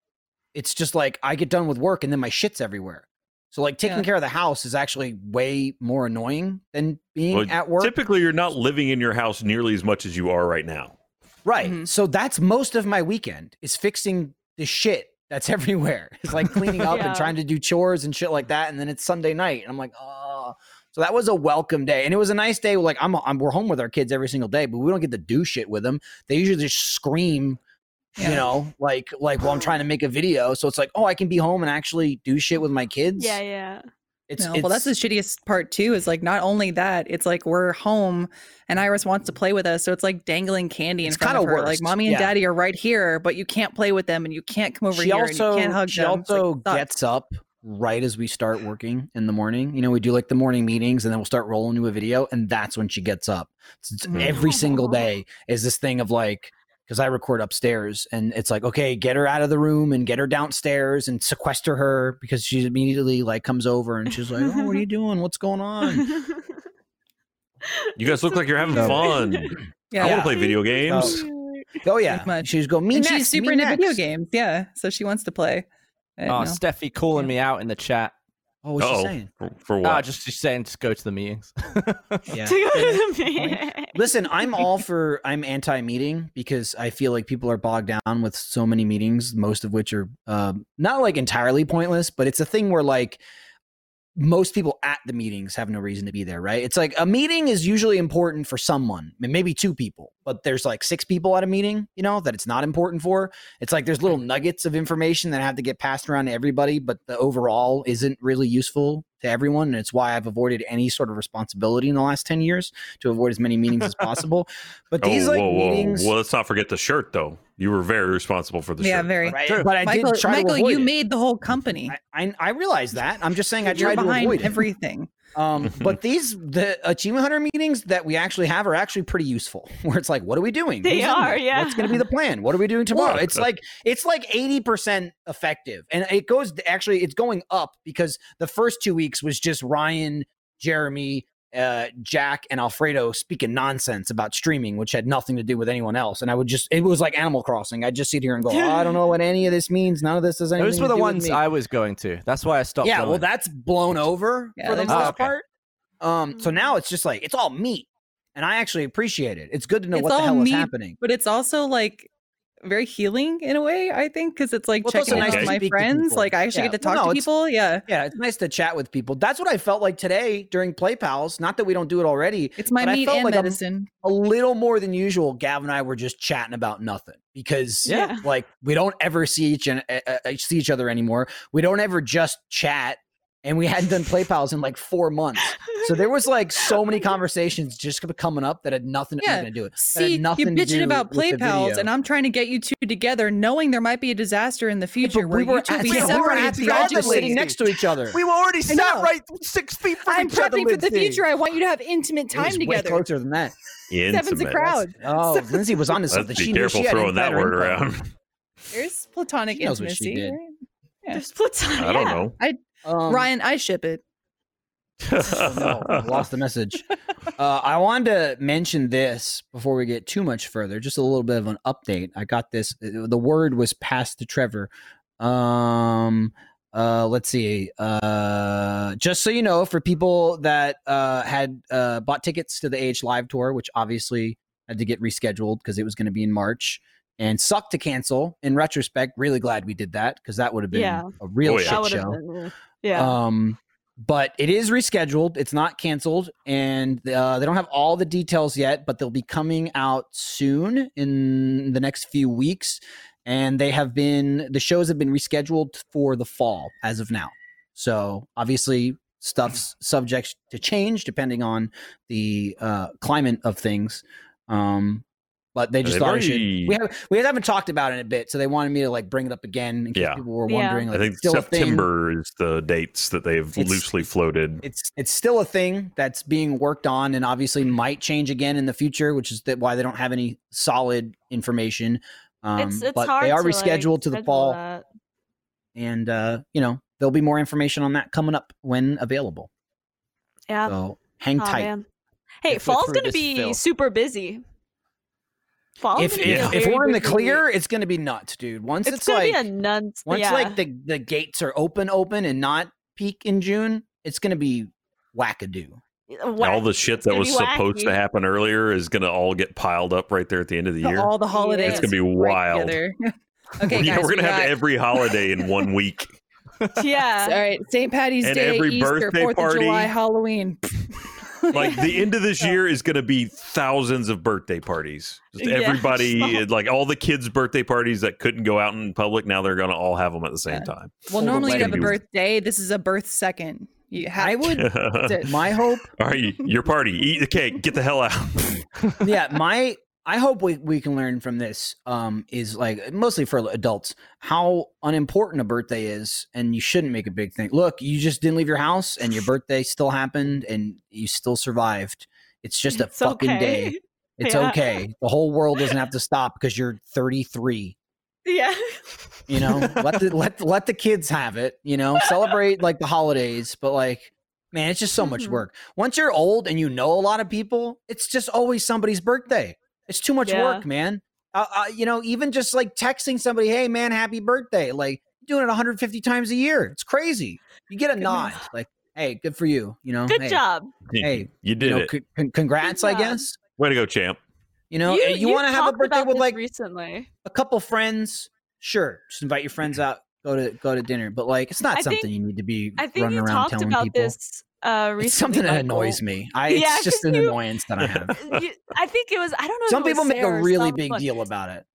Speaker 2: it's just like I get done with work and then my shit's everywhere. So like taking
Speaker 4: Yeah.
Speaker 2: care of the house is actually way more annoying than being
Speaker 5: Well,
Speaker 2: at work.
Speaker 5: Typically, you're not living in your house nearly as much as you are right now.
Speaker 2: right.
Speaker 4: Mhm.
Speaker 2: So that's most of my weekend is fixing the shit that's everywhere. It's like cleaning up
Speaker 3: Yeah.
Speaker 2: and trying to do chores and shit like that. And then it's Sunday night and I'm like, oh. So that was a welcome day, and it was a nice day. Like I'm, I'm, we're home with our kids every single day, but we don't get to do shit with them. They usually just scream you
Speaker 4: Yeah.
Speaker 2: know like like well i'm trying to make a video so it's like oh i can be home and actually do shit with my kids
Speaker 3: Yeah, yeah.
Speaker 2: it's,
Speaker 4: no, well, that's the
Speaker 2: it's-
Speaker 4: shittiest part too. Is like not only that, it's like we're home and Iris wants to play with us, so it's like dangling candy in
Speaker 2: It's
Speaker 4: front
Speaker 2: kinda
Speaker 4: of her.
Speaker 2: worst,
Speaker 4: Like mommy and
Speaker 2: yeah.
Speaker 4: daddy are right here, but you can't play with them and you can't come over
Speaker 2: she
Speaker 4: here
Speaker 2: also
Speaker 4: and you can't hug
Speaker 2: she
Speaker 4: them. It's, like,
Speaker 2: also
Speaker 4: sucks.
Speaker 2: gets up right as we start working in the morning you know we do like the morning meetings and then we'll start rolling to a video and that's when she gets up It's- it's
Speaker 4: Mm-hmm.
Speaker 5: Mhm.
Speaker 2: every single
Speaker 3: Aw.
Speaker 2: day is this thing of like because i record upstairs and it's like okay get her out of the room and get her downstairs and sequester her because she immediately like comes over and she's like oh what are you doing what's going on
Speaker 5: You guys look like you're having
Speaker 3: No.
Speaker 5: fun. I want
Speaker 4: yeah.
Speaker 5: to play video games.
Speaker 2: oh yeah
Speaker 4: much.
Speaker 2: she's go me
Speaker 4: And
Speaker 2: next,
Speaker 4: she's super
Speaker 2: me
Speaker 4: into video
Speaker 2: next."
Speaker 4: games. Yeah. So she wants to play. I
Speaker 6: It. Oh,
Speaker 4: know.
Speaker 6: Steffi calling me out in the chat.
Speaker 2: Oh, what's
Speaker 5: Oh.
Speaker 2: she saying?
Speaker 5: For, for what?
Speaker 6: Ah, just, just saying, just go to the meetings.
Speaker 2: Yeah.
Speaker 3: To go to the man.
Speaker 2: Listen, I'm all for I'm anti-meeting because I feel like people are bogged down with so many meetings, most of which are um, not like entirely pointless, but it's a thing where like most people at the meetings have no reason to be there, right? It's like a meeting is usually important for someone, m- maybe two people, but there's like six people at a meeting, you know, that it's not important for. It's like there's little nuggets of information that have to get passed around to everybody, but the overall isn't really useful to everyone. And it's why I've avoided any sort of responsibility in the last 10 years to avoid as many meetings as possible.
Speaker 5: Oh,
Speaker 2: But these like meetings,
Speaker 5: Well, let's not forget the shirt, though. You were very responsible for the
Speaker 4: yeah,
Speaker 5: shirt.
Speaker 4: very.
Speaker 2: right?
Speaker 6: True.
Speaker 2: But I
Speaker 4: Michael,
Speaker 2: did try
Speaker 4: Michael
Speaker 2: to avoid
Speaker 4: you
Speaker 2: it.
Speaker 4: made the whole company.
Speaker 2: I, I, I realize that. I'm just saying I
Speaker 4: You're
Speaker 2: tried to avoid
Speaker 4: behind
Speaker 2: it.
Speaker 4: everything.
Speaker 2: Um, but these the achievement hunter meetings that we actually have are actually pretty useful. Where it's like, what are we doing?
Speaker 3: They
Speaker 2: Who's in
Speaker 3: are,
Speaker 2: there?
Speaker 3: yeah.
Speaker 2: What's going to be the plan? What are we doing tomorrow?
Speaker 5: Well-
Speaker 2: It's
Speaker 6: uh,
Speaker 2: like it's like eighty percent effective, and it goes actually it's going up because the first two weeks was just Ryan, Jeremy, uh, Jack, and Alfredo speaking nonsense about streaming, which had nothing to do with anyone else. And I would just it was like Animal Crossing. I'd just sit here and go, oh, I don't know what any of this means. None of this is anything.
Speaker 6: Those were
Speaker 2: to
Speaker 6: the
Speaker 2: do with
Speaker 6: ones
Speaker 2: me."
Speaker 6: I was going to. That's why I stopped.
Speaker 2: yeah well
Speaker 6: going.
Speaker 2: that's blown over
Speaker 4: Yeah,
Speaker 2: for the
Speaker 4: they've
Speaker 2: most
Speaker 6: stopped. Oh,
Speaker 2: part um so now it's just like it's all meat and i actually appreciate it it's good to know
Speaker 4: It's
Speaker 2: what the
Speaker 4: all
Speaker 2: hell is
Speaker 4: meat.
Speaker 2: happening
Speaker 4: But it's also like very healing in a way. I think because it's like
Speaker 2: Well, it's also
Speaker 4: checking in
Speaker 5: nice
Speaker 4: on
Speaker 5: to
Speaker 4: my
Speaker 2: speak to
Speaker 4: friends.
Speaker 2: people.
Speaker 4: Like I actually
Speaker 2: Yeah.
Speaker 4: get to
Speaker 2: Well,
Speaker 4: talk
Speaker 2: no,
Speaker 4: to
Speaker 2: it's-
Speaker 4: people. Yeah,
Speaker 2: Yeah, it's nice to chat with people. That's what I felt like today during Play Pals. Not that we don't do it already.
Speaker 4: it's my
Speaker 2: but I
Speaker 4: meat
Speaker 2: felt
Speaker 4: and
Speaker 2: like I'm-
Speaker 4: medicine.
Speaker 2: A little more than usual, Gav and I were just chatting about nothing because
Speaker 3: Yeah.
Speaker 2: like we don't ever see each and uh, uh, see each other anymore. We don't ever just chat, and we hadn't done Play Pals in like four months. So there was like so many conversations just coming up that had nothing
Speaker 4: Yeah.
Speaker 2: I'm gonna do it. that had
Speaker 4: See, you're
Speaker 2: nothing to
Speaker 4: bitching
Speaker 2: do
Speaker 4: about
Speaker 2: with the
Speaker 4: play pals,
Speaker 2: video.
Speaker 4: and I'm trying to get you two together, knowing there might be a disaster in the future where
Speaker 2: we were
Speaker 4: you two
Speaker 2: at,
Speaker 4: be
Speaker 2: we were
Speaker 4: separated
Speaker 2: at the altar
Speaker 4: tragically.
Speaker 2: sitting next to each other.
Speaker 6: We were already sat
Speaker 4: know.
Speaker 6: right six feet from
Speaker 4: I'm
Speaker 6: each other.
Speaker 4: prepping for the
Speaker 6: Lindsay.
Speaker 4: future. I want you to have intimate
Speaker 2: It was
Speaker 4: time
Speaker 2: way
Speaker 4: together.
Speaker 2: closer than that.
Speaker 4: Seven's a
Speaker 5: Intimate.
Speaker 4: crowd.
Speaker 2: Oh, Lindsay was onto
Speaker 5: Let's
Speaker 2: something.
Speaker 5: be
Speaker 2: she knew
Speaker 5: careful
Speaker 2: she had
Speaker 5: throwing that
Speaker 2: insider
Speaker 5: word
Speaker 2: info.
Speaker 5: around.
Speaker 4: There's platonic
Speaker 2: She knows what she
Speaker 4: intimacy.
Speaker 2: did.
Speaker 4: right? Yeah.
Speaker 3: There's platonic.
Speaker 5: I don't
Speaker 3: yeah.
Speaker 5: know.
Speaker 2: Um,
Speaker 4: Ryan, I ship it.
Speaker 2: oh, no, I lost the message. Uh, I wanted to mention this before we get too much further. Just a little bit of an update. I got this. uh, The word was passed to Trevor. Um, uh, let's see. Uh, just so you know, for people that uh, had uh, bought tickets to the AH Live tour, which obviously had to get rescheduled because it was going to be in March. And sucked to cancel. In retrospect, really glad we did that because that would have been
Speaker 3: Yeah.
Speaker 2: a real
Speaker 5: Oh, yeah.
Speaker 3: That
Speaker 2: shit
Speaker 3: would
Speaker 2: show.
Speaker 3: have been. Yeah.
Speaker 2: Um, but it is rescheduled. It's not canceled, and uh, they don't have all the details yet. But they'll be coming out soon in the next few weeks. And they have been the shows have been rescheduled for the fall as of now. So obviously, stuff's subject to change depending on the uh, climate of things. Um, but they just
Speaker 5: They've
Speaker 2: thought I should-
Speaker 5: already-
Speaker 2: we haven't we haven't talked about it in a bit, so they wanted me to like bring it up again in case
Speaker 5: Yeah.
Speaker 2: people were
Speaker 3: Yeah.
Speaker 2: wondering.
Speaker 5: I
Speaker 2: Like,
Speaker 5: think
Speaker 2: still a thing.
Speaker 5: September is the dates that they've
Speaker 2: It's-
Speaker 5: loosely floated.
Speaker 2: it's it's still a thing that's being worked on and obviously might change again in the future, which is that why they don't have any solid information. Um,
Speaker 3: it's it's
Speaker 2: but
Speaker 3: hard.
Speaker 2: they are
Speaker 3: to, like,
Speaker 2: rescheduled to the
Speaker 3: schedule
Speaker 2: fall,
Speaker 3: that.
Speaker 2: and uh, you know there'll be more information on that coming up when available.
Speaker 3: Yeah.
Speaker 2: So hang
Speaker 3: Aw,
Speaker 2: tight.
Speaker 3: man. Hey,
Speaker 6: If we're
Speaker 3: fall's
Speaker 6: through
Speaker 3: gonna
Speaker 6: this,
Speaker 3: be
Speaker 6: Phil.
Speaker 3: super busy. Fall's
Speaker 2: If
Speaker 3: gonna be a
Speaker 5: Yeah.
Speaker 2: if, if
Speaker 3: very
Speaker 2: we're in the
Speaker 3: busy
Speaker 2: clear,
Speaker 3: week.
Speaker 2: it's going to be nuts, dude. Once
Speaker 3: it's,
Speaker 2: it's,
Speaker 3: gonna
Speaker 2: like
Speaker 3: be a nuts.
Speaker 2: once
Speaker 3: yeah.
Speaker 2: like the the gates are open, open and not peak in June, it's going to be wackadoo.
Speaker 5: all the shit that
Speaker 3: gonna
Speaker 5: was
Speaker 3: be
Speaker 5: supposed to
Speaker 3: wacky.
Speaker 5: happen earlier is going to all get piled up right there at the end of the year.
Speaker 4: All the holidays.
Speaker 5: It's gonna be
Speaker 4: right
Speaker 5: wild.
Speaker 4: together. okay,
Speaker 5: yeah,
Speaker 4: guys,
Speaker 5: we're
Speaker 4: we
Speaker 5: gonna have
Speaker 4: got- uh,
Speaker 5: every holiday in one week.
Speaker 3: yeah.
Speaker 4: All right, St. Patty's
Speaker 5: And
Speaker 4: Day,
Speaker 5: every
Speaker 4: Easter,
Speaker 5: birthday
Speaker 4: Fourth
Speaker 5: party.
Speaker 4: of July, Halloween.
Speaker 5: Like the end of this year is going to be thousands of birthday parties. Just
Speaker 3: Yeah.
Speaker 5: everybody, like all the kids' birthday parties that couldn't go out in public, now they're going to all have them at the same time.
Speaker 2: All
Speaker 4: Well,
Speaker 2: the
Speaker 4: normally you have a
Speaker 5: weddings.
Speaker 4: birthday. This is a birth second. You have
Speaker 2: I would.
Speaker 5: all
Speaker 4: to-
Speaker 2: My hope
Speaker 5: right, your party, eat the cake, get the hell out.
Speaker 2: yeah, my I hope we, we can learn from this um is like mostly for adults how unimportant a birthday is and you shouldn't make a big thing. Look, you just didn't leave your house and your birthday still happened and you still survived. It's just a
Speaker 3: It's
Speaker 2: fucking
Speaker 3: okay.
Speaker 2: day. It's
Speaker 3: Yeah.
Speaker 2: okay. The whole world doesn't have to stop because you're 33.
Speaker 3: Yeah.
Speaker 2: You know, let the let let the kids have it. You know, celebrate like the holidays, but like, man, it's just so much
Speaker 3: Mhm.
Speaker 2: work. Once you're old and you know a lot of people, it's just always somebody's birthday. It's too much
Speaker 3: Yeah.
Speaker 2: work, man. Uh, uh, you know, even just like texting somebody, "Hey, man, happy birthday!" Like doing it 150 times a year. It's crazy. You get a
Speaker 3: Goodness.
Speaker 2: nod, like, "Hey, good for you." You know,
Speaker 3: Good
Speaker 2: hey,
Speaker 3: job.
Speaker 2: Hey,
Speaker 5: you did
Speaker 2: You know,
Speaker 5: it.
Speaker 2: c- con- congrats, I
Speaker 3: job.
Speaker 2: guess.
Speaker 5: Way to go, champ.
Speaker 2: You know, and you, want to have a
Speaker 3: talked
Speaker 2: birthday
Speaker 3: about
Speaker 2: with
Speaker 3: this
Speaker 2: like
Speaker 3: recently.
Speaker 2: a couple friends, sure, just invite your friends out, go to go to dinner. But like, it's not
Speaker 3: I
Speaker 2: something
Speaker 3: think-
Speaker 2: you need to be
Speaker 3: I think
Speaker 2: running
Speaker 3: you
Speaker 2: around
Speaker 3: talked
Speaker 2: telling
Speaker 3: about
Speaker 2: people.
Speaker 3: this uh recently.
Speaker 2: it's something that
Speaker 3: Michael.
Speaker 2: annoys me. I
Speaker 3: Yeah,
Speaker 2: it's just
Speaker 3: 'cause
Speaker 2: an
Speaker 3: you-
Speaker 2: annoyance that I have.
Speaker 3: oh, You- I think it was I don't know. if
Speaker 2: Some
Speaker 3: it was
Speaker 2: people make
Speaker 3: Sarah
Speaker 2: a
Speaker 3: or
Speaker 2: really big
Speaker 3: someone.
Speaker 2: deal about it.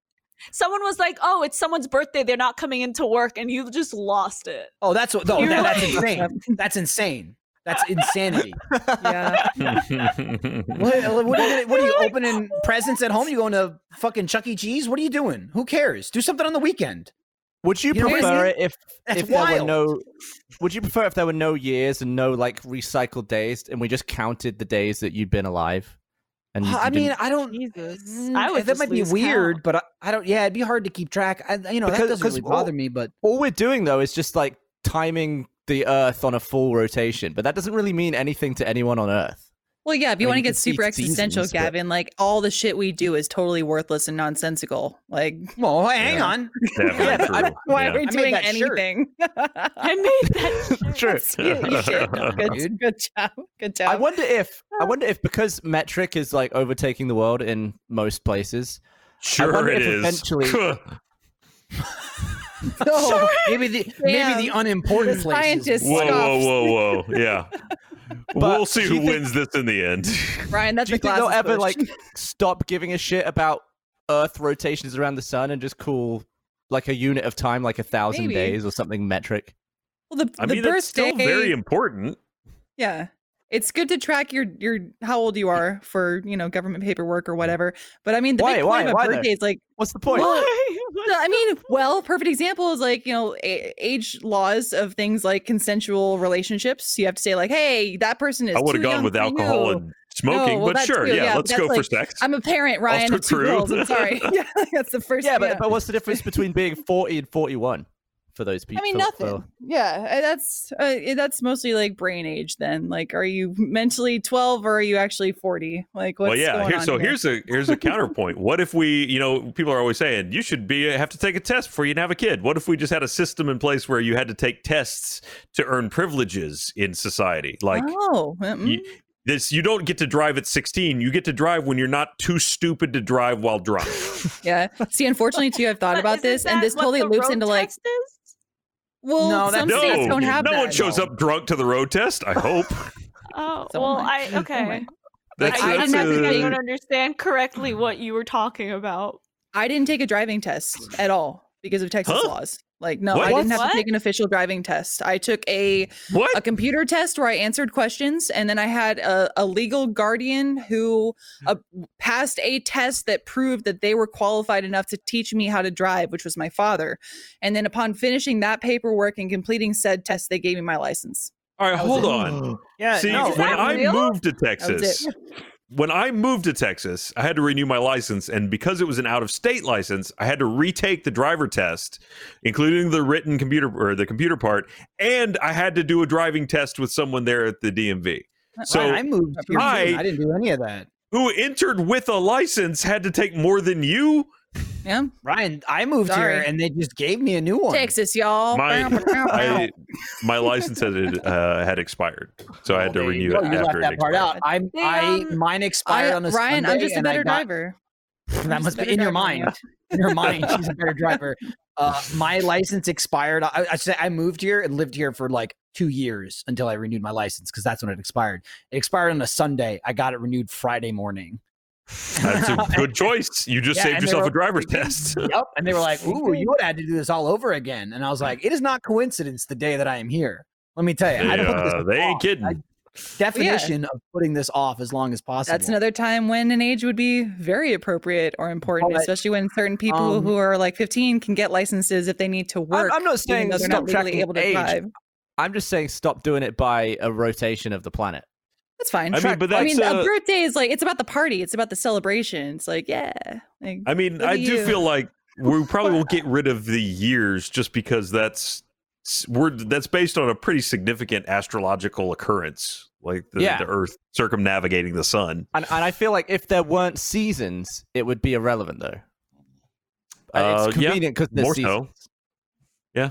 Speaker 3: Someone was like, "Oh, it's someone's birthday. They're not coming into work," and you just lost it.
Speaker 2: Oh, that's what. No,
Speaker 3: You're
Speaker 2: that, that's
Speaker 3: right.
Speaker 2: insane. That's insane. That's insanity.
Speaker 4: yeah.
Speaker 5: Why
Speaker 2: What, uh, what, what are you, what are you
Speaker 3: You're like, "Oh,
Speaker 2: opening presents at home? You going to fucking Chuck E. Cheese? What are you doing? Who cares? Do something on the weekend.
Speaker 6: Would you,
Speaker 2: You know what I
Speaker 6: prefer
Speaker 2: mean?
Speaker 6: it if
Speaker 2: That's
Speaker 6: if there
Speaker 2: wild.
Speaker 6: were no? Would you prefer if there were no years and no like recycled days, and we just counted the days that you'd been alive? And
Speaker 2: I mean,
Speaker 6: you didn't-
Speaker 2: I don't.
Speaker 3: Jesus.
Speaker 2: Mm,
Speaker 3: I would
Speaker 2: that
Speaker 3: just
Speaker 2: might be
Speaker 3: lose
Speaker 2: weird,
Speaker 3: count.
Speaker 2: but I, I don't. Yeah, it'd be hard to keep track. I, you know, that
Speaker 6: Because-
Speaker 2: doesn't
Speaker 6: 'cause
Speaker 2: really
Speaker 6: all-
Speaker 2: bother me. But
Speaker 6: all we're doing though is just like timing the Earth on a full rotation, but that doesn't really mean anything to anyone on Earth.
Speaker 4: Well, yeah. If
Speaker 6: I mean,
Speaker 4: you want to
Speaker 6: you can
Speaker 4: get
Speaker 6: see
Speaker 4: super existential,
Speaker 6: seasons, but-
Speaker 4: Gavin, like all the shit we do is totally worthless and nonsensical. Like,
Speaker 2: well, hang
Speaker 5: Yeah.
Speaker 2: on.
Speaker 4: Yeah,
Speaker 5: Definitely
Speaker 4: I-
Speaker 5: true.
Speaker 4: why
Speaker 5: Yeah.
Speaker 4: are we
Speaker 2: made
Speaker 4: doing
Speaker 2: that shirt.
Speaker 4: anything?
Speaker 3: I made that.
Speaker 6: True.
Speaker 4: That's cute. You should. Good, good job. Good job.
Speaker 6: I wonder if I wonder if because metric is like overtaking the world in most places,
Speaker 5: Sure,
Speaker 6: wonder
Speaker 5: it
Speaker 6: if
Speaker 5: is.
Speaker 6: eventually-
Speaker 2: No, maybe the maybe the
Speaker 4: Damn.
Speaker 2: unimportant
Speaker 4: The
Speaker 2: places.
Speaker 4: scientist.
Speaker 5: whoa, whoa,
Speaker 4: scoffs.
Speaker 5: whoa, whoa! Yeah, we'll see
Speaker 6: do
Speaker 5: who
Speaker 6: you think-
Speaker 5: wins this in the end.
Speaker 4: Ryan, that's
Speaker 6: Do you think
Speaker 4: the class.
Speaker 6: they'll ever like stop giving a shit about Earth rotations around the sun and just call like a unit of time like a thousand
Speaker 4: Maybe.
Speaker 6: days or something metric?
Speaker 4: well, the,
Speaker 5: I
Speaker 4: the
Speaker 5: mean, that's
Speaker 4: birthday?
Speaker 5: still very important.
Speaker 4: Yeah. It's good to track your your how old you are for you know government paperwork
Speaker 5: Mm.
Speaker 4: or whatever. But I mean, the
Speaker 6: Why-
Speaker 4: big point
Speaker 6: why-
Speaker 4: about
Speaker 6: why though?
Speaker 4: birthdays, like
Speaker 6: What's the point?
Speaker 4: Well, no, I mean, well, perfect example is like you know a- age laws of things like consensual relationships. You have to say like, hey, that person is.
Speaker 5: I would
Speaker 4: too
Speaker 5: have gone
Speaker 4: young
Speaker 5: with
Speaker 4: for
Speaker 5: alcohol
Speaker 4: you.
Speaker 5: and smoking,
Speaker 4: well,
Speaker 5: but
Speaker 4: that
Speaker 5: sure,
Speaker 4: too,
Speaker 5: yeah,
Speaker 4: yeah,
Speaker 5: let's
Speaker 4: that's
Speaker 5: go for
Speaker 4: like-
Speaker 5: sex.
Speaker 4: I'm a parent, Ryan.
Speaker 5: Also
Speaker 4: of two
Speaker 5: true.
Speaker 4: girls. I'm sorry. yeah, that's the first.
Speaker 6: yeah, but but what's the difference between being forty and forty-one for those people?
Speaker 4: I mean, nothing. Yeah, uh, that's uh, i- that's mostly like brain age. Then, like, are you mentally twelve or are you actually forty? Like, what's
Speaker 5: well, yeah.
Speaker 4: Going
Speaker 5: Here,
Speaker 4: on
Speaker 5: so
Speaker 4: here?
Speaker 5: here's a here's a counterpoint. What if we, you know, people are always saying you should be have to take a test before you can have a kid. What if we just had a system in place where you had to take tests to earn privileges in society? Like
Speaker 4: oh, mm,
Speaker 5: you, this, you don't get to drive at 16. You get to drive when you're not too stupid to drive while drunk.
Speaker 4: yeah. See, unfortunately, too, I've thought
Speaker 3: But
Speaker 4: about
Speaker 3: isn't
Speaker 4: this, and
Speaker 3: that
Speaker 4: this
Speaker 3: what
Speaker 4: totally
Speaker 3: the
Speaker 4: loops
Speaker 3: road
Speaker 4: into like,
Speaker 3: text is?
Speaker 4: well,
Speaker 2: No, that's
Speaker 4: some
Speaker 5: no,
Speaker 4: states don't
Speaker 5: no
Speaker 4: have that.
Speaker 5: one shows up drunk to the road test. I hope.
Speaker 3: Oh
Speaker 4: So
Speaker 3: well,
Speaker 4: am I.
Speaker 3: I
Speaker 4: So am
Speaker 3: okay.
Speaker 5: That's,
Speaker 3: I, I
Speaker 5: that's
Speaker 3: didn't have to- I
Speaker 5: a-
Speaker 3: don't understand correctly what you were talking about.
Speaker 4: I didn't take a driving test at all because of Texas
Speaker 5: Mm. Huh?
Speaker 4: laws. Like, no,
Speaker 5: What?
Speaker 4: I didn't have
Speaker 3: What?
Speaker 4: to take an official driving test. I took a
Speaker 5: what?
Speaker 4: a computer test where I answered questions, and then I had a, a legal guardian who uh,
Speaker 5: Mm.
Speaker 4: passed a test that proved that they were qualified enough to teach me how to drive, which was my father. And then upon finishing that paperwork and completing said test, they gave me my license.
Speaker 5: All right,
Speaker 4: That was
Speaker 5: hold
Speaker 4: it.
Speaker 5: on.
Speaker 2: Yeah,
Speaker 5: See,
Speaker 2: no,
Speaker 5: when
Speaker 3: that
Speaker 5: I
Speaker 3: real?
Speaker 5: moved to
Speaker 4: That was
Speaker 5: Texas, when I moved to Texas, I had to renew my license, and because it was an out-of-state license, I had to retake the driver test, including the written computer or the computer part, and I had to do a driving test with someone there at the DMV. So
Speaker 2: Ryan, I moved here. too, and
Speaker 5: I-
Speaker 2: I didn't do any of that.
Speaker 5: who entered with a license had to take more than you?
Speaker 4: Yeah,
Speaker 2: Ryan, I moved here
Speaker 4: Sorry.
Speaker 2: and they just gave me a new one.
Speaker 4: Texas, y'all.
Speaker 5: My-
Speaker 4: Bow, bow, bow.
Speaker 5: I, my license had uh, had expired, so I had to
Speaker 4: Well, there you
Speaker 5: renew
Speaker 4: go.
Speaker 2: Oh,
Speaker 5: it
Speaker 2: you left
Speaker 5: after it
Speaker 2: that part
Speaker 5: expired.
Speaker 2: out. I, I,
Speaker 3: Damn.
Speaker 2: mine
Speaker 4: I-
Speaker 2: expired on a
Speaker 4: Ryan, I'm
Speaker 2: Sunday,
Speaker 4: just a
Speaker 2: and I
Speaker 4: better
Speaker 2: got-
Speaker 4: driver.
Speaker 2: That
Speaker 4: just
Speaker 2: must
Speaker 4: a better
Speaker 2: be in your
Speaker 4: driver than you.
Speaker 2: mind. In your mind, she's a better driver. Uh, my license expired. I, I said I moved here and lived here for like two years until I renewed my license because that's when it expired. It expired on a Sunday. I got it renewed Friday morning.
Speaker 5: That's a good choice. You just
Speaker 2: Yeah,
Speaker 5: saved
Speaker 2: and they
Speaker 5: yourself
Speaker 2: were
Speaker 5: a driver's
Speaker 2: freaking-
Speaker 5: test.
Speaker 2: Yep. And they were like, "Ooh, you would have had to do this all over again." And I was like, "It is not coincidence the day that I am here." Let me tell you, I
Speaker 5: They,
Speaker 2: put this
Speaker 5: uh, they ain't
Speaker 2: off.
Speaker 5: kidding.
Speaker 2: I- definition of putting this off as long as possible.
Speaker 4: That's another time when an age would be very appropriate or important,
Speaker 2: But,
Speaker 4: especially when certain people
Speaker 2: um,
Speaker 4: who are like 15 can get licenses if they need to work.
Speaker 6: I'm not
Speaker 4: even
Speaker 6: saying
Speaker 4: though they're
Speaker 6: stop
Speaker 4: not legally
Speaker 6: tracking
Speaker 4: able to
Speaker 6: age.
Speaker 4: drive.
Speaker 6: I'm just saying stop doing it by a rotation of the planet.
Speaker 4: That's fine.
Speaker 5: I mean, but that's.
Speaker 4: I mean,
Speaker 5: uh,
Speaker 4: a birthday is like it's about the party. It's about the celebration. It's like yeah, like,
Speaker 5: I mean,
Speaker 4: What
Speaker 5: I
Speaker 4: do
Speaker 5: do
Speaker 4: you-
Speaker 5: feel like we probably won't get rid of the years just because that's we're that's based on a pretty significant astrological occurrence, like the,
Speaker 6: Yeah.
Speaker 5: the Earth circumnavigating the sun.
Speaker 6: And and I feel like if there weren't seasons, it would be irrelevant though. Uh,
Speaker 5: Uh, yeah,
Speaker 6: it's convenient because there's
Speaker 5: more
Speaker 6: seasons.
Speaker 5: so. Yeah,